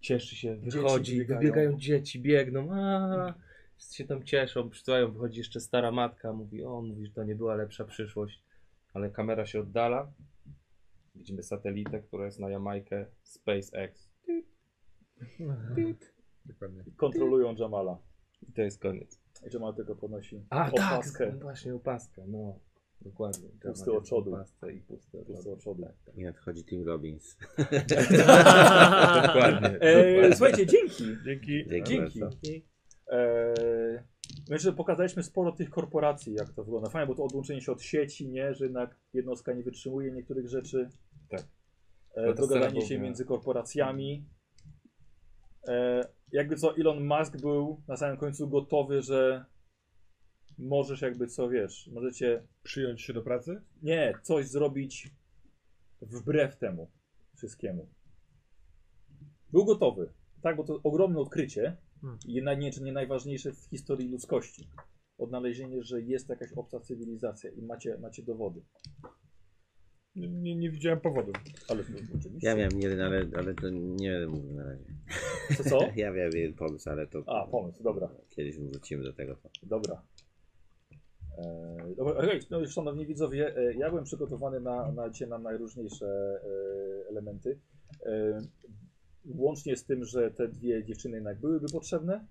Speaker 6: Cieszy się, wychodzi,
Speaker 2: biegają.
Speaker 6: biegają. dzieci, biegną, a wszyscy się tam cieszą, przytulają, wychodzi jeszcze stara matka, mówi, o, mówi, że to nie była lepsza przyszłość, ale kamera się oddala. Widzimy satelitę, która jest na Jamajkę, SpaceX.
Speaker 5: Dokładnie.
Speaker 2: Kontrolują Jamala.
Speaker 6: I to jest koniec.
Speaker 2: I Jamal tylko podnosi
Speaker 6: A,
Speaker 2: opaskę.
Speaker 6: tak, właśnie opaskę, no. Dokładnie.
Speaker 2: Pusty
Speaker 6: Dramat
Speaker 2: oczodu.
Speaker 6: jest w Opasce i puste,
Speaker 2: Puste oczodu.
Speaker 1: I nadchodzi Tim Robbins.
Speaker 6: Dokładnie.
Speaker 2: E,
Speaker 6: dokładnie.
Speaker 2: słuchajcie, dzięki.
Speaker 5: Dzięki.
Speaker 1: Dzięki
Speaker 2: Dzięki.
Speaker 1: bardzo.
Speaker 2: E, myślę, że pokazaliśmy sporo tych korporacji, jak to wygląda. Fajnie, bo to odłączenie się od sieci, nie, że jednak jednostka nie wytrzymuje niektórych rzeczy.
Speaker 6: Tak.
Speaker 2: E,
Speaker 6: No to
Speaker 2: dogadanie
Speaker 6: scena
Speaker 2: się
Speaker 6: była-
Speaker 2: między korporacjami. E, jakby co, Elon Musk był na samym końcu gotowy, że możesz jakby co, wiesz, możecie
Speaker 5: Przyjąć się do pracy?
Speaker 2: nie, coś zrobić wbrew temu wszystkiemu. Był gotowy, tak, bo to ogromne odkrycie i na- nie, czy nie najważniejsze w historii ludzkości. Odnalezienie, że jest jakaś obca cywilizacja i macie, macie dowody.
Speaker 5: Nie, nie, nie widziałem powodu.
Speaker 2: Ale to oczywiście.
Speaker 1: Ja miałem jeden, ale, ale to nie będę mówił na razie.
Speaker 2: Co, co?
Speaker 1: Ja miałem jeden pomysł, ale to
Speaker 2: A, pomysł, dobra,
Speaker 1: kiedyś wrócimy do tego.
Speaker 2: dobra. E, dobra, okej, no, już, szanowni widzowie, e, ja byłem przygotowany na, na cię na najróżniejsze e, elementy. E, łącznie z tym, że te dwie dziewczyny jednak byłyby potrzebne.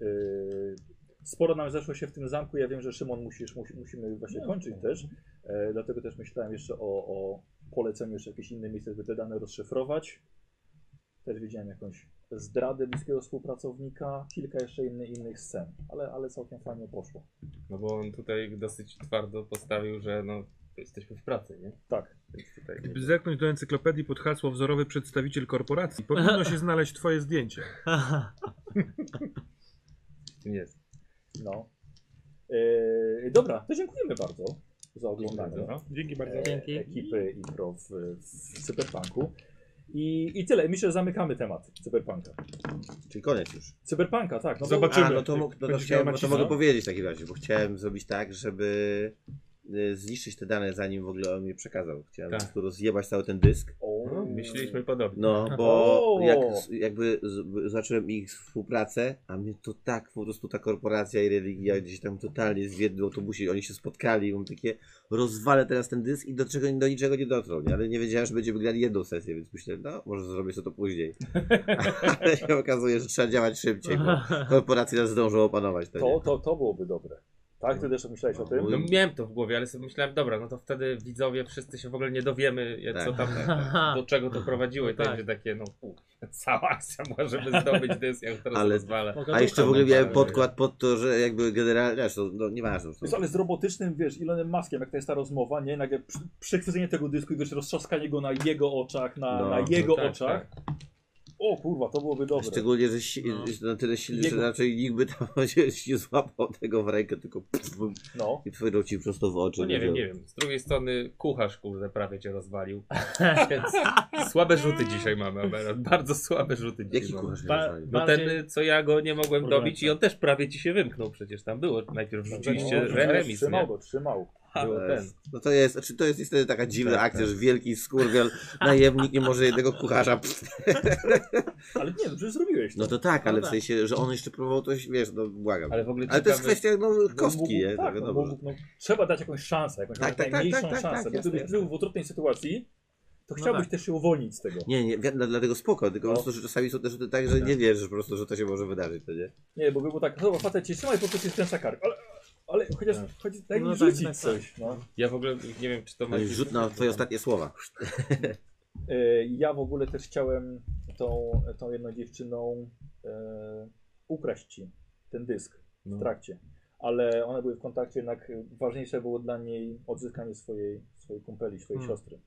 Speaker 2: Yy, Sporo nam zeszło się w tym zamku. Ja wiem, że Szymon musisz, musi, musimy właśnie kończyć też. E, dlatego też myślałem jeszcze o, o poleceniu jeszcze jakieś inne miejsce, żeby te dane rozszyfrować. Też widziałem jakąś zdradę bliskiego współpracownika, kilka jeszcze inny, innych scen, ale, ale całkiem fajnie poszło.
Speaker 6: No bo on tutaj dosyć twardo postawił, że no jesteśmy w pracy, nie?
Speaker 2: Tak.
Speaker 6: Więc tutaj
Speaker 5: Gdyby zerknąć do encyklopedii pod hasło wzorowy przedstawiciel korporacji, powinno się znaleźć twoje zdjęcie.
Speaker 6: nie jest.
Speaker 2: No. E, dobra, to dziękujemy bardzo za oglądanie.
Speaker 6: No.
Speaker 5: Dzięki bardzo.
Speaker 2: e,
Speaker 4: Dzięki.
Speaker 2: ekipy impro w, w Cyberpunku. I, I tyle. Myślę, że zamykamy temat Cyberpunka.
Speaker 1: Czyli koniec już.
Speaker 2: Zobaczymy. tak. No bo-
Speaker 5: Zobaczymy.
Speaker 1: A, no to, mógł, no to,
Speaker 5: Będzie
Speaker 1: chciałem, no
Speaker 5: temat
Speaker 1: to
Speaker 5: cisnął.
Speaker 1: mogę powiedzieć w takim razie, bo chciałem zrobić tak, żeby y, zniszczyć te dane, zanim w ogóle on mi przekazał. Chciałem
Speaker 6: Tak.
Speaker 1: po prostu rozjebać cały ten dysk.
Speaker 2: O,
Speaker 6: No, Myśleliśmy podobnie.
Speaker 1: No,
Speaker 2: O!
Speaker 1: bo jak, jakby z- zacząłem ich współpracę, a mnie to tak, po prostu ta korporacja i religia gdzieś tam totalnie z w jednym autobusie, oni się spotkali, i mam takie, rozwalę teraz ten dysk i do, czego, do niczego nie dotrą, nie? ale nie wiedziałem, że będziemy grali jedną sesję, więc myślę, no, może zrobię sobie to później. Ale się okazuje, że trzeba działać szybciej, bo korporacje nas zdążą opanować. To,
Speaker 2: To,
Speaker 1: nie.
Speaker 2: to, to byłoby dobre. Tak, ty też myślałeś o tym?
Speaker 6: No, miałem to w głowie, ale sobie myślałem, dobra, no to wtedy widzowie wszyscy się w ogóle nie dowiemy, jak- co
Speaker 1: Tak.
Speaker 6: tam, do czego to prowadziło i to
Speaker 4: Tak.
Speaker 6: będzie takie, no fu, cała akcja możemy zdobyć dysk, jak teraz
Speaker 1: Ale-
Speaker 6: ale... rozwalę.
Speaker 1: A jeszcze w ogóle
Speaker 6: Tam
Speaker 1: miałem
Speaker 6: parę-
Speaker 1: podkład pod to, że jakby generalnie, zresztą, no nieważne.
Speaker 2: Jest, ale z robotycznym, wiesz, Elonem Maskiem, jak to jest ta rozmowa, nie? Nagle przy, przychwycenie tego dysku i wiesz, roztrzaskanie go na jego oczach, na,
Speaker 1: No,
Speaker 2: na
Speaker 1: no
Speaker 2: jego
Speaker 6: tak,
Speaker 2: oczach. O kurwa, to byłoby dobre.
Speaker 1: Szczególnie, że si-
Speaker 4: No.
Speaker 1: że na tyle silny,
Speaker 2: Jego-
Speaker 1: że raczej nikt by tam się nie złapał tego w rękę, tylko pff,
Speaker 2: No.
Speaker 1: i płynął ci prosto w oczy.
Speaker 6: No nie
Speaker 1: że-
Speaker 6: wiem, nie wiem. Z drugiej strony kucharz, kurde, prawie cię rozwalił. Więc słabe rzuty dzisiaj mamy, Ameron. Bardzo słabe rzuty dzisiaj
Speaker 1: Jaki
Speaker 6: mamy.
Speaker 1: kucharz się
Speaker 3: Ba-
Speaker 1: rozwalił?
Speaker 6: No ten, y, co ja go nie mogłem
Speaker 3: Kurwa,
Speaker 6: dobić i on też prawie ci się wymknął przecież. Tam było, najpierw rzuciliście
Speaker 2: No,
Speaker 6: re- remis,
Speaker 2: Trzymał
Speaker 6: nie?
Speaker 2: go, trzymał.
Speaker 6: Było
Speaker 1: Ale-
Speaker 6: ten.
Speaker 1: No to jest, znaczy to jest niestety taka dziwna akcja, że wielki skurwiel, najemnik nie może jednego kucharza. pff.
Speaker 2: Ale nie, no przecież zrobiłeś to.
Speaker 1: No to tak, ale
Speaker 4: No
Speaker 1: w
Speaker 4: tak.
Speaker 1: sensie, że on jeszcze próbował coś, wiesz, no błagam.
Speaker 6: Ale w ogóle
Speaker 1: Ale to jest
Speaker 6: ciekawe-
Speaker 1: kwestia no,
Speaker 2: No, mógł-
Speaker 1: kostki, nie?
Speaker 2: tak,
Speaker 1: Tego,
Speaker 2: no,
Speaker 1: dobrze.
Speaker 2: mógł- no, trzeba dać jakąś szansę, jakąś
Speaker 1: Tak, tak,
Speaker 2: najmniejszą
Speaker 1: tak, tak, tak,
Speaker 2: szansę, bo
Speaker 1: jasne,
Speaker 2: gdybyś
Speaker 1: jasne.
Speaker 2: był w utrudnej sytuacji, to
Speaker 4: No
Speaker 2: chciałbyś
Speaker 4: tak.
Speaker 2: też się uwolnić z tego.
Speaker 1: Nie, nie, wi- dla- dlatego spoko, tylko
Speaker 2: No.
Speaker 1: po prostu, że czasami są też tak, że nie wierzysz po prostu, że to się może wydarzyć, to nie?
Speaker 2: Nie, bo by było tak, dobra, facet cię trzymaj, po prostu jest kręca kark. Ale, ale chociaż
Speaker 6: Tak.
Speaker 2: chodzi tak
Speaker 4: No
Speaker 2: no,
Speaker 4: tak,
Speaker 2: rzucić
Speaker 4: tak, tak.
Speaker 2: coś. No.
Speaker 6: Ja w ogóle nie wiem, czy to ma...
Speaker 1: No Rzut na
Speaker 6: no.
Speaker 1: twoje ostatnie słowa.
Speaker 2: E, Ja w ogóle też chciałem tą, tą jedną dziewczyną e, ukraść ci ten dysk w trakcie. Ale one były w kontakcie, jednak ważniejsze było dla niej odzyskanie swojej, swojej kumpeli, swojej
Speaker 5: Hmm.
Speaker 2: siostry.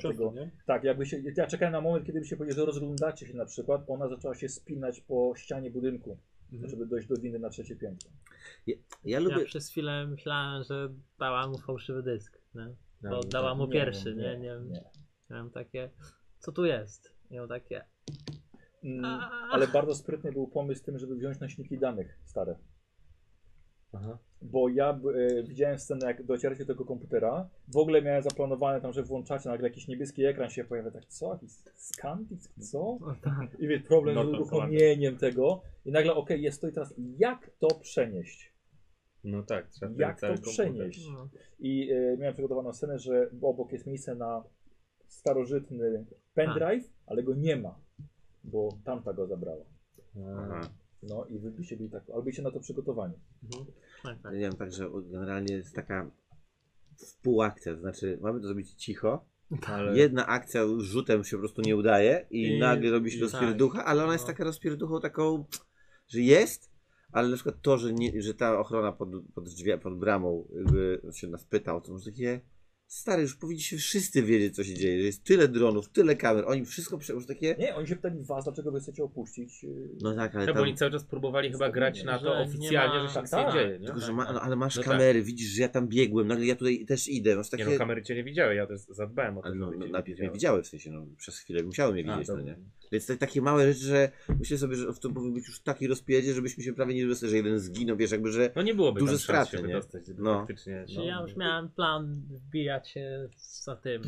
Speaker 2: Dlatego, tak, jakby się, ja czekałem na moment, kiedy by się powiedział, że rozglądacie się na przykład, ona zaczęła się spinać po ścianie budynku, żeby dojść do windy na trzecie piętro.
Speaker 1: Ja
Speaker 4: Ja
Speaker 1: lubię...
Speaker 4: przez chwilę myślałem, że dała mu fałszywy dysk, nie? bo
Speaker 6: No,
Speaker 4: dała mu
Speaker 2: nie,
Speaker 4: pierwszy,
Speaker 2: nie,
Speaker 4: nie? Nie,
Speaker 2: nie.
Speaker 4: Miałem takie, co tu jest? Miałem takie,
Speaker 2: Mm,
Speaker 4: A.
Speaker 2: ale bardzo sprytny był pomysł z tym, żeby wziąć nośniki danych stare. Bo ja b- e, widziałem scenę, jak docieracie do tego komputera. W ogóle miałem zaplanowane tam, że włączacie, nagle jakiś niebieski ekran się pojawia, tak co? Jakiś skandik, co?
Speaker 4: o tak,
Speaker 2: I wiesz, problem
Speaker 3: No
Speaker 2: z
Speaker 3: to
Speaker 2: uruchomieniem tego. I nagle, okej, jest to i teraz jak to przenieść?
Speaker 6: no tak, trzeba ten
Speaker 2: Jak to
Speaker 6: cały komputer.
Speaker 2: przenieść?
Speaker 4: no.
Speaker 2: I e, miałem przygotowaną scenę, że obok jest miejsce na starożytny pendrive, ale go nie ma, bo tamta go zabrała.
Speaker 1: Aha.
Speaker 2: No i wy byście byli tak, albo byście na to przygotowani.
Speaker 4: tak, tak.
Speaker 1: Nie wiem, także generalnie jest taka półakcja, to znaczy mamy to zrobić cicho.
Speaker 6: Ale...
Speaker 1: Jedna akcja rzutem się po prostu nie udaje i,
Speaker 6: I-
Speaker 1: nagle robi się
Speaker 6: i- tak,
Speaker 1: rozpierducha, ale ona jest
Speaker 4: No.
Speaker 1: taka rozpierduchą taką, że jest, ale na przykład to, że, nie, że ta ochrona pod, pod, drzwi, pod bramą jakby się nas pytał, to może takie stary, już powinniście wszyscy wiedzieć co się dzieje, że jest tyle dronów, tyle kamer, oni wszystko, prze- już takie,
Speaker 2: Nie, oni się pytali was, dlaczego wy chcecie opuścić. e,
Speaker 1: no tak, ale
Speaker 6: Tak, bo
Speaker 1: tam...
Speaker 6: oni cały czas próbowali chyba grać na
Speaker 4: Że
Speaker 6: to
Speaker 4: nie
Speaker 6: oficjalnie,
Speaker 4: ma-
Speaker 6: że się nic
Speaker 2: Tak,
Speaker 6: nie dzieje, nie?
Speaker 1: Tylko, że
Speaker 6: Tak,
Speaker 1: ma,
Speaker 6: tak.
Speaker 1: no, ale masz
Speaker 6: No tak.
Speaker 1: kamery, widzisz, że ja tam biegłem, nagle ja tutaj też idę, masz takie...
Speaker 6: Nie no, kamery cię nie widziały, ja też zadbałem o to.
Speaker 1: Ale no,
Speaker 6: żeby
Speaker 1: no,
Speaker 6: cię
Speaker 1: najpierw mnie
Speaker 6: widziały.
Speaker 1: widziały, w sensie, no, przez chwilę musiały mnie
Speaker 6: A,
Speaker 1: widzieć, no
Speaker 6: dobra.
Speaker 1: nie? Więc to takie małe rzeczy, że myślę sobie, że w tym powinien być już taki rozpierdzie, żebyśmy się prawie nie dostali, że jeden zginął, wiesz, jakby, że
Speaker 6: No nie byłoby
Speaker 1: Duże
Speaker 6: tam szans
Speaker 1: straty,
Speaker 6: się
Speaker 1: nie?
Speaker 6: wydostać, żeby
Speaker 1: No.
Speaker 6: faktycznie...
Speaker 4: Czyli ja już miałem plan wbijać się za tym, y,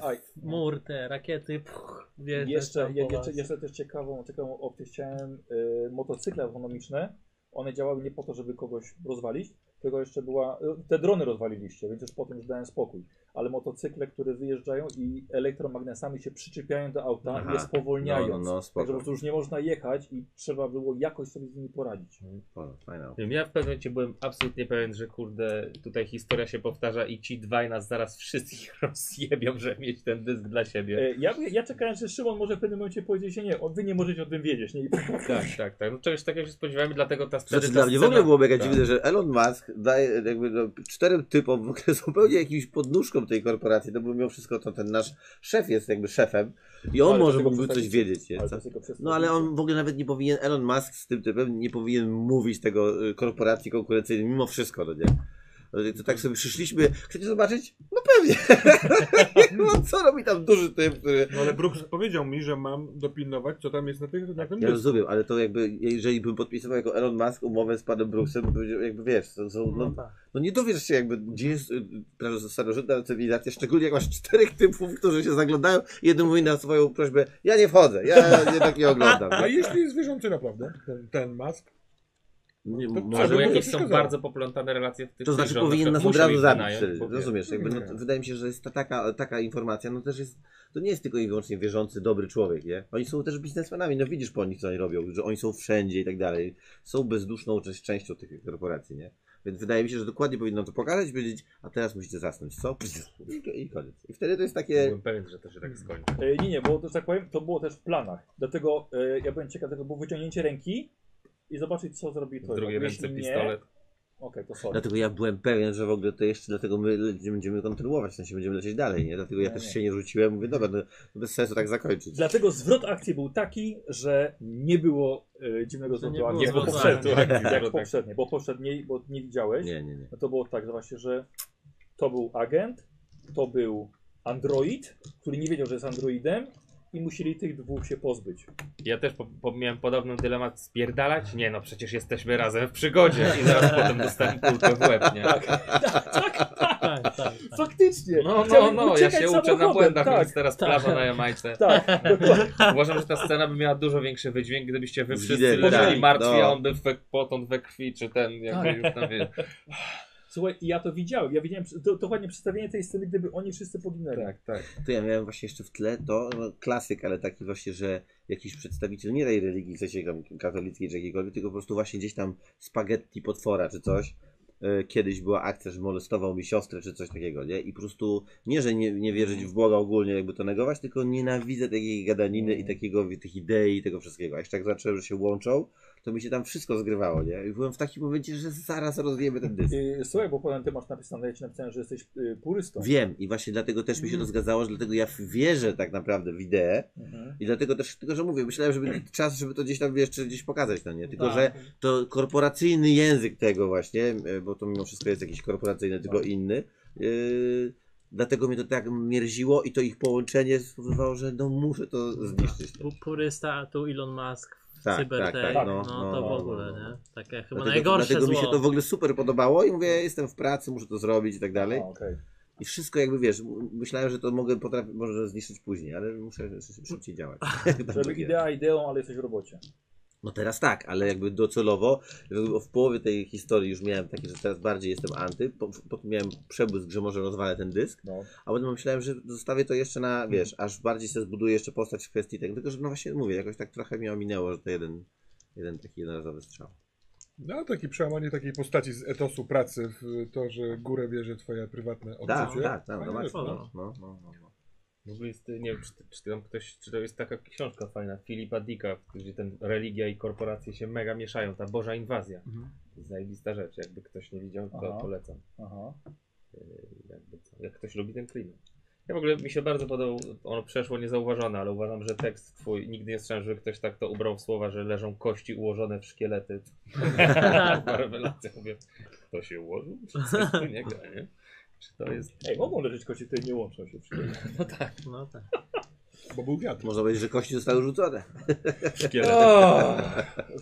Speaker 2: e, Aj,
Speaker 4: w mur, te rakiety, puch, wjeżdżać
Speaker 2: Jeszcze,
Speaker 4: tam po
Speaker 2: je, jeszcze,
Speaker 4: was.
Speaker 2: jeszcze też ciekawą, ciekawą opcję chciałem, y, motocykle autonomiczne, one działały nie po to, żeby kogoś rozwalić, tylko jeszcze była, y, te drony rozwaliliście, więc już potem już dałem spokój, ale motocykle, które wyjeżdżają i elektromagnesami się przyczepiają do auta
Speaker 1: Aha.
Speaker 2: i je spowolniają,
Speaker 1: No, no, no, spoko.
Speaker 2: także po prostu już nie można jechać i trzeba było jakoś sobie z nimi poradzić.
Speaker 1: O, fajna.
Speaker 6: Nie wiem, Ja w pewnym momencie byłem absolutnie pewien, że kurde, tutaj historia się powtarza i ci dwaj nas zaraz wszystkich rozjebią, żeby mieć ten dysk dla siebie.
Speaker 2: Y, Ja, ja czekałem, że Szymon może w pewnym momencie powiedzieć, że nie, o, wy nie możecie o tym wiedzieć, nie? I
Speaker 6: Tak, tak, tak. No czegoś takiego się spodziewałem, dlatego ta
Speaker 1: E, Znaczy,
Speaker 6: ta
Speaker 1: dla mnie w ogóle
Speaker 6: scena-
Speaker 1: byłoby jakaś
Speaker 6: tak.
Speaker 1: dziwne, że Elon Musk daje jakby no, czterem typom w ogóle zupełnie jakimś podnóżkom tej korporacji, no bo mimo wszystko to ten nasz szef jest jakby szefem i on
Speaker 2: Ale
Speaker 1: może
Speaker 2: tego
Speaker 1: mógłby coś
Speaker 2: przestawić.
Speaker 1: wiedzieć, nie?
Speaker 2: Ale to
Speaker 1: Co?
Speaker 2: jest tylko przez-
Speaker 1: No ale on w ogóle nawet nie powinien, Elon Musk z tym typem nie powinien mówić tego y, korporacji konkurencyjnej mimo wszystko, no nie? No, To tak sobie przyszliśmy, chcecie zobaczyć? No pewnie. no, co robi tam duży typ, który...
Speaker 5: No ale Brooks powiedział mi, że mam dopilnować, co tam jest na, tych, na tym
Speaker 1: Ja
Speaker 5: dysku.
Speaker 1: rozumiem, ale to jakby, jeżeli bym podpisywał jako Elon Musk umowę z panem Brooksem, to powiedział, jakby wiesz, to są, no, no nie dowiesz się jakby, gdzie jest y, prawie starożytna cywilizacja, szczególnie jak masz czterech typów, którzy się zaglądają i jeden mówi na swoją prośbę, ja nie wchodzę, ja jednak nie oglądam.
Speaker 5: A
Speaker 1: Nie?
Speaker 5: jeśli jest wierzący naprawdę, ten, ten mask,
Speaker 1: Nie,
Speaker 5: to
Speaker 1: może
Speaker 6: Albo
Speaker 5: by-
Speaker 6: jakieś
Speaker 5: przeszkadzało.
Speaker 6: są bardzo poplątane relacje w tym
Speaker 1: To znaczy
Speaker 6: sensie, że on
Speaker 1: powinien
Speaker 6: na
Speaker 1: nas
Speaker 6: przykład
Speaker 1: od razu
Speaker 6: muszą ich
Speaker 1: zabić,
Speaker 6: wynająć,
Speaker 1: wtedy.
Speaker 6: bo-
Speaker 1: rozumiesz? Jakby, no,
Speaker 5: Mhm.
Speaker 1: wydaje mi się, że jest ta, taka, taka informacja, no też jest, to nie jest tylko i wyłącznie wierzący, dobry człowiek, nie? Oni są też biznesmenami, no widzisz po nich, co oni robią, że oni są wszędzie i tak dalej. Są bezduszną część, częścią tych korporacji, nie? Więc wydaje mi się, że dokładnie powinno to pokazać, powiedzieć, a teraz musicie zasnąć, co? I, i koniec. I wtedy to jest takie...
Speaker 6: Byłem pewien, że to się tak skończy.
Speaker 2: E, Nie, nie, bo to, że tak powiem, to było też w planach. Dlatego e, ja byłem ciekaw, tego było wyciągnięcie ręki i zobaczyć, co zrobi
Speaker 6: W
Speaker 2: to.
Speaker 6: drugiej
Speaker 2: Jeśli
Speaker 6: ręce
Speaker 2: nie,
Speaker 6: pistolet.
Speaker 2: Okej, to sorry.
Speaker 1: Dlatego ja byłem pewien, że w ogóle to jeszcze, dlatego my le- będziemy kontynuować, w sensie będziemy lecieć dalej, nie? Dlatego ja
Speaker 2: Nie,
Speaker 1: też
Speaker 2: nie.
Speaker 1: się nie rzuciłem, mówię, dobra, no, bez sensu tak zakończyć.
Speaker 2: Dlatego zwrot akcji był taki, że nie było e, dziwnego
Speaker 4: To nie
Speaker 2: zwrotu akcji.
Speaker 4: było
Speaker 2: jak
Speaker 4: zwrotu
Speaker 2: poprzedniej,
Speaker 6: akcji.
Speaker 2: jak
Speaker 6: Tak.
Speaker 2: poprzedniej, bo poprzedniej, bo nie widziałeś.
Speaker 1: Nie, nie, nie.
Speaker 2: No to było tak, że właśnie, że to był agent, to był android, który nie wiedział, że jest androidem i musieli tych dwóch się pozbyć.
Speaker 6: Ja też po, po, miałem podobny dylemat spierdalać. Nie no, przecież jesteśmy razem w przygodzie i zaraz potem dostałem kulkę w łeb, nie?
Speaker 4: Tak, tak, tak.
Speaker 2: Faktycznie!
Speaker 6: No, no,
Speaker 2: Chciałem
Speaker 6: no, ja
Speaker 2: uciekać
Speaker 6: się uczę na
Speaker 2: samochodem,
Speaker 6: błędach,
Speaker 2: Tak,
Speaker 6: więc teraz
Speaker 4: tak.
Speaker 6: prawa na Jamajce.
Speaker 2: tak, dokładnie.
Speaker 6: Uważam, że ta scena by miała dużo większy wydźwięk, gdybyście wy wszyscy
Speaker 1: Zdecydowanie,
Speaker 6: leżeli martwi,
Speaker 1: no.
Speaker 6: a on by we, potąd we krwi, czy ten, jak już tam wie.
Speaker 2: Słuchaj, ja to widziałem, ja widziałem przy- do- dokładnie przedstawienie tej sceny, gdyby oni wszyscy poginęli.
Speaker 6: Tak, tak.
Speaker 1: To ja miałem właśnie jeszcze w tle to no, klasyk, ale taki właśnie, że jakiś przedstawiciel nie tej religii, w sensie tam katolickiej czy jakiejkolwiek, tylko po prostu właśnie gdzieś tam spaghetti potwora czy coś. E, Kiedyś była akcja, że molestował mi siostrę czy coś takiego, nie? I po prostu nie, że nie, nie wierzyć w Boga ogólnie, jakby to negować, tylko nienawidzę takiej gadaniny
Speaker 6: Mm.
Speaker 1: i takiego, tych idei i tego wszystkiego. A jeszcze jak zacząłem, że się łączą, to mi się tam wszystko zgrywało, nie? I byłem w takim momencie, że zaraz rozwiemy ten dysk.
Speaker 2: Yy, słuchaj, bo potem ty masz napisane, ja ci napisałem, że jesteś yy, purystą.
Speaker 1: Wiem i właśnie dlatego też mi się to
Speaker 4: Mhm.
Speaker 1: zgadzało, że dlatego ja wierzę tak naprawdę w ideę,
Speaker 2: Mhm.
Speaker 1: I dlatego też, tylko że mówię, myślałem, żeby czas, żeby to gdzieś tam jeszcze gdzieś pokazać, no nie? Tylko,
Speaker 4: Mhm. Tak.
Speaker 1: że to korporacyjny język tego właśnie, e, bo to mimo wszystko jest jakiś korporacyjny, tylko
Speaker 4: Tak.
Speaker 1: inny. Yy, dlatego mnie to tak mierziło i to ich połączenie spowodowało, że no muszę to zniszczyć.
Speaker 4: Pu- Purysta, a tu Elon Musk,
Speaker 1: Tak,
Speaker 4: No. cyber
Speaker 1: tak,
Speaker 4: tej,
Speaker 1: tak,
Speaker 4: no,
Speaker 1: no,
Speaker 4: to
Speaker 1: no,
Speaker 4: w
Speaker 1: no,
Speaker 4: ogóle,
Speaker 1: no, no.
Speaker 4: nie? Takie chyba
Speaker 1: Dlatego,
Speaker 4: najgorsze
Speaker 1: dlatego mi
Speaker 4: zło.
Speaker 1: się to w ogóle super podobało i mówię, ja jestem w pracy, muszę to zrobić i tak dalej.
Speaker 2: A, okej.
Speaker 1: I wszystko jakby wiesz, m- myślałem, że to mogę potrafić, może zniszczyć później, ale muszę szy- szybciej działać. Tak
Speaker 2: Żeby
Speaker 6: Tak.
Speaker 2: idea ideą, ale jesteś w robocie.
Speaker 1: No teraz tak, ale jakby docelowo, jakby w połowie tej historii już miałem takie, że teraz bardziej jestem anty, po- potem miałem przebłysk, że może rozwalę ten dysk,
Speaker 2: No. Mhm.
Speaker 1: a potem myślałem, że zostawię to jeszcze na, wiesz, aż bardziej sobie zbuduję jeszcze postać w kwestii tego, tylko że no właśnie mówię, jakoś tak trochę mi ominęło, że to jeden, jeden taki jednorazowy strzał.
Speaker 5: No, takie przełamanie takiej postaci z etosu pracy w to, że górę bierze twoje prywatne odczucie.
Speaker 1: Tak, tak, tak, no,
Speaker 5: Fajne
Speaker 1: właśnie,
Speaker 5: jest, no.
Speaker 1: no, no, no, no, no.
Speaker 6: W ogóle jest, nie wiem, czy, czy tam ktoś, czy to jest taka książka fajna, Filipa Dicka, gdzie ten religia i korporacje się mega mieszają, ta Boża Inwazja.
Speaker 5: Mhm.
Speaker 6: Zajebista rzecz, jakby ktoś nie widział, to
Speaker 2: Aha.
Speaker 6: polecam.
Speaker 2: Aha.
Speaker 6: jakby co, jak ktoś lubi ten klimat. Ja w ogóle mi się bardzo podobał, ono przeszło niezauważone, ale uważam, że tekst twój, nigdy nie słyszałem, żeby ktoś tak to ubrał w słowa, że leżą kości ułożone w szkielety. Była Rewelacja, mówię, to się ułożył? Czy coś tu nie gra, nie? Czy to jest...
Speaker 2: Ej, mogą leżeć kości, tutaj nie łączą się. Przecież.
Speaker 4: No tak.
Speaker 5: Bo był
Speaker 2: Tak.
Speaker 5: wiatr.
Speaker 1: Można powiedzieć, że kości zostały rzucone.
Speaker 6: Szkielety.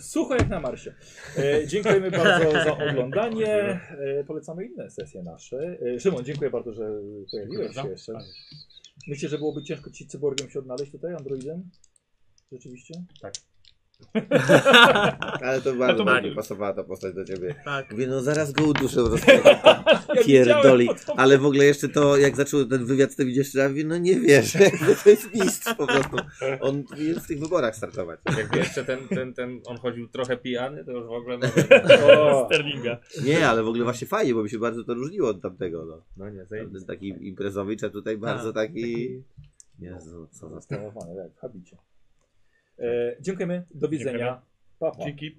Speaker 2: Sucho jak na Marsie. E, dziękujemy bardzo za oglądanie. E, polecamy inne sesje nasze. E, Szymon, dziękuję bardzo, że pojawiłeś się jeszcze. Myślę, że byłoby ciężko ci cyborgiem się odnaleźć tutaj, androidem? Rzeczywiście?
Speaker 1: Ale to bardzo
Speaker 3: ma-
Speaker 1: ładnie pasowała ta postać do ciebie.
Speaker 4: Tak.
Speaker 1: Mówię, no zaraz go uduszę po prostu. Pierdoli. Ale w ogóle jeszcze to, jak zaczął ten wywiad z tym jeszcze mówię, no nie wierzę. To jest mistrz po prostu. On powinien w tych wyborach startować.
Speaker 6: Jakby jeszcze ten, ten, ten, on chodził trochę pijany, to już w ogóle...
Speaker 2: O,
Speaker 3: Sterlinga.
Speaker 1: Nie, ale w ogóle właśnie fajnie, bo mi się bardzo to różniło od tamtego. No.
Speaker 6: No nie,
Speaker 1: Tamten
Speaker 6: zajebiste.
Speaker 1: Taki imprezowicz, a tutaj bardzo taki... Jezu, co za...
Speaker 2: zastanowione, tak, w habicie. E, dziękujemy, do widzenia. Pa, pa.
Speaker 5: Dzięki.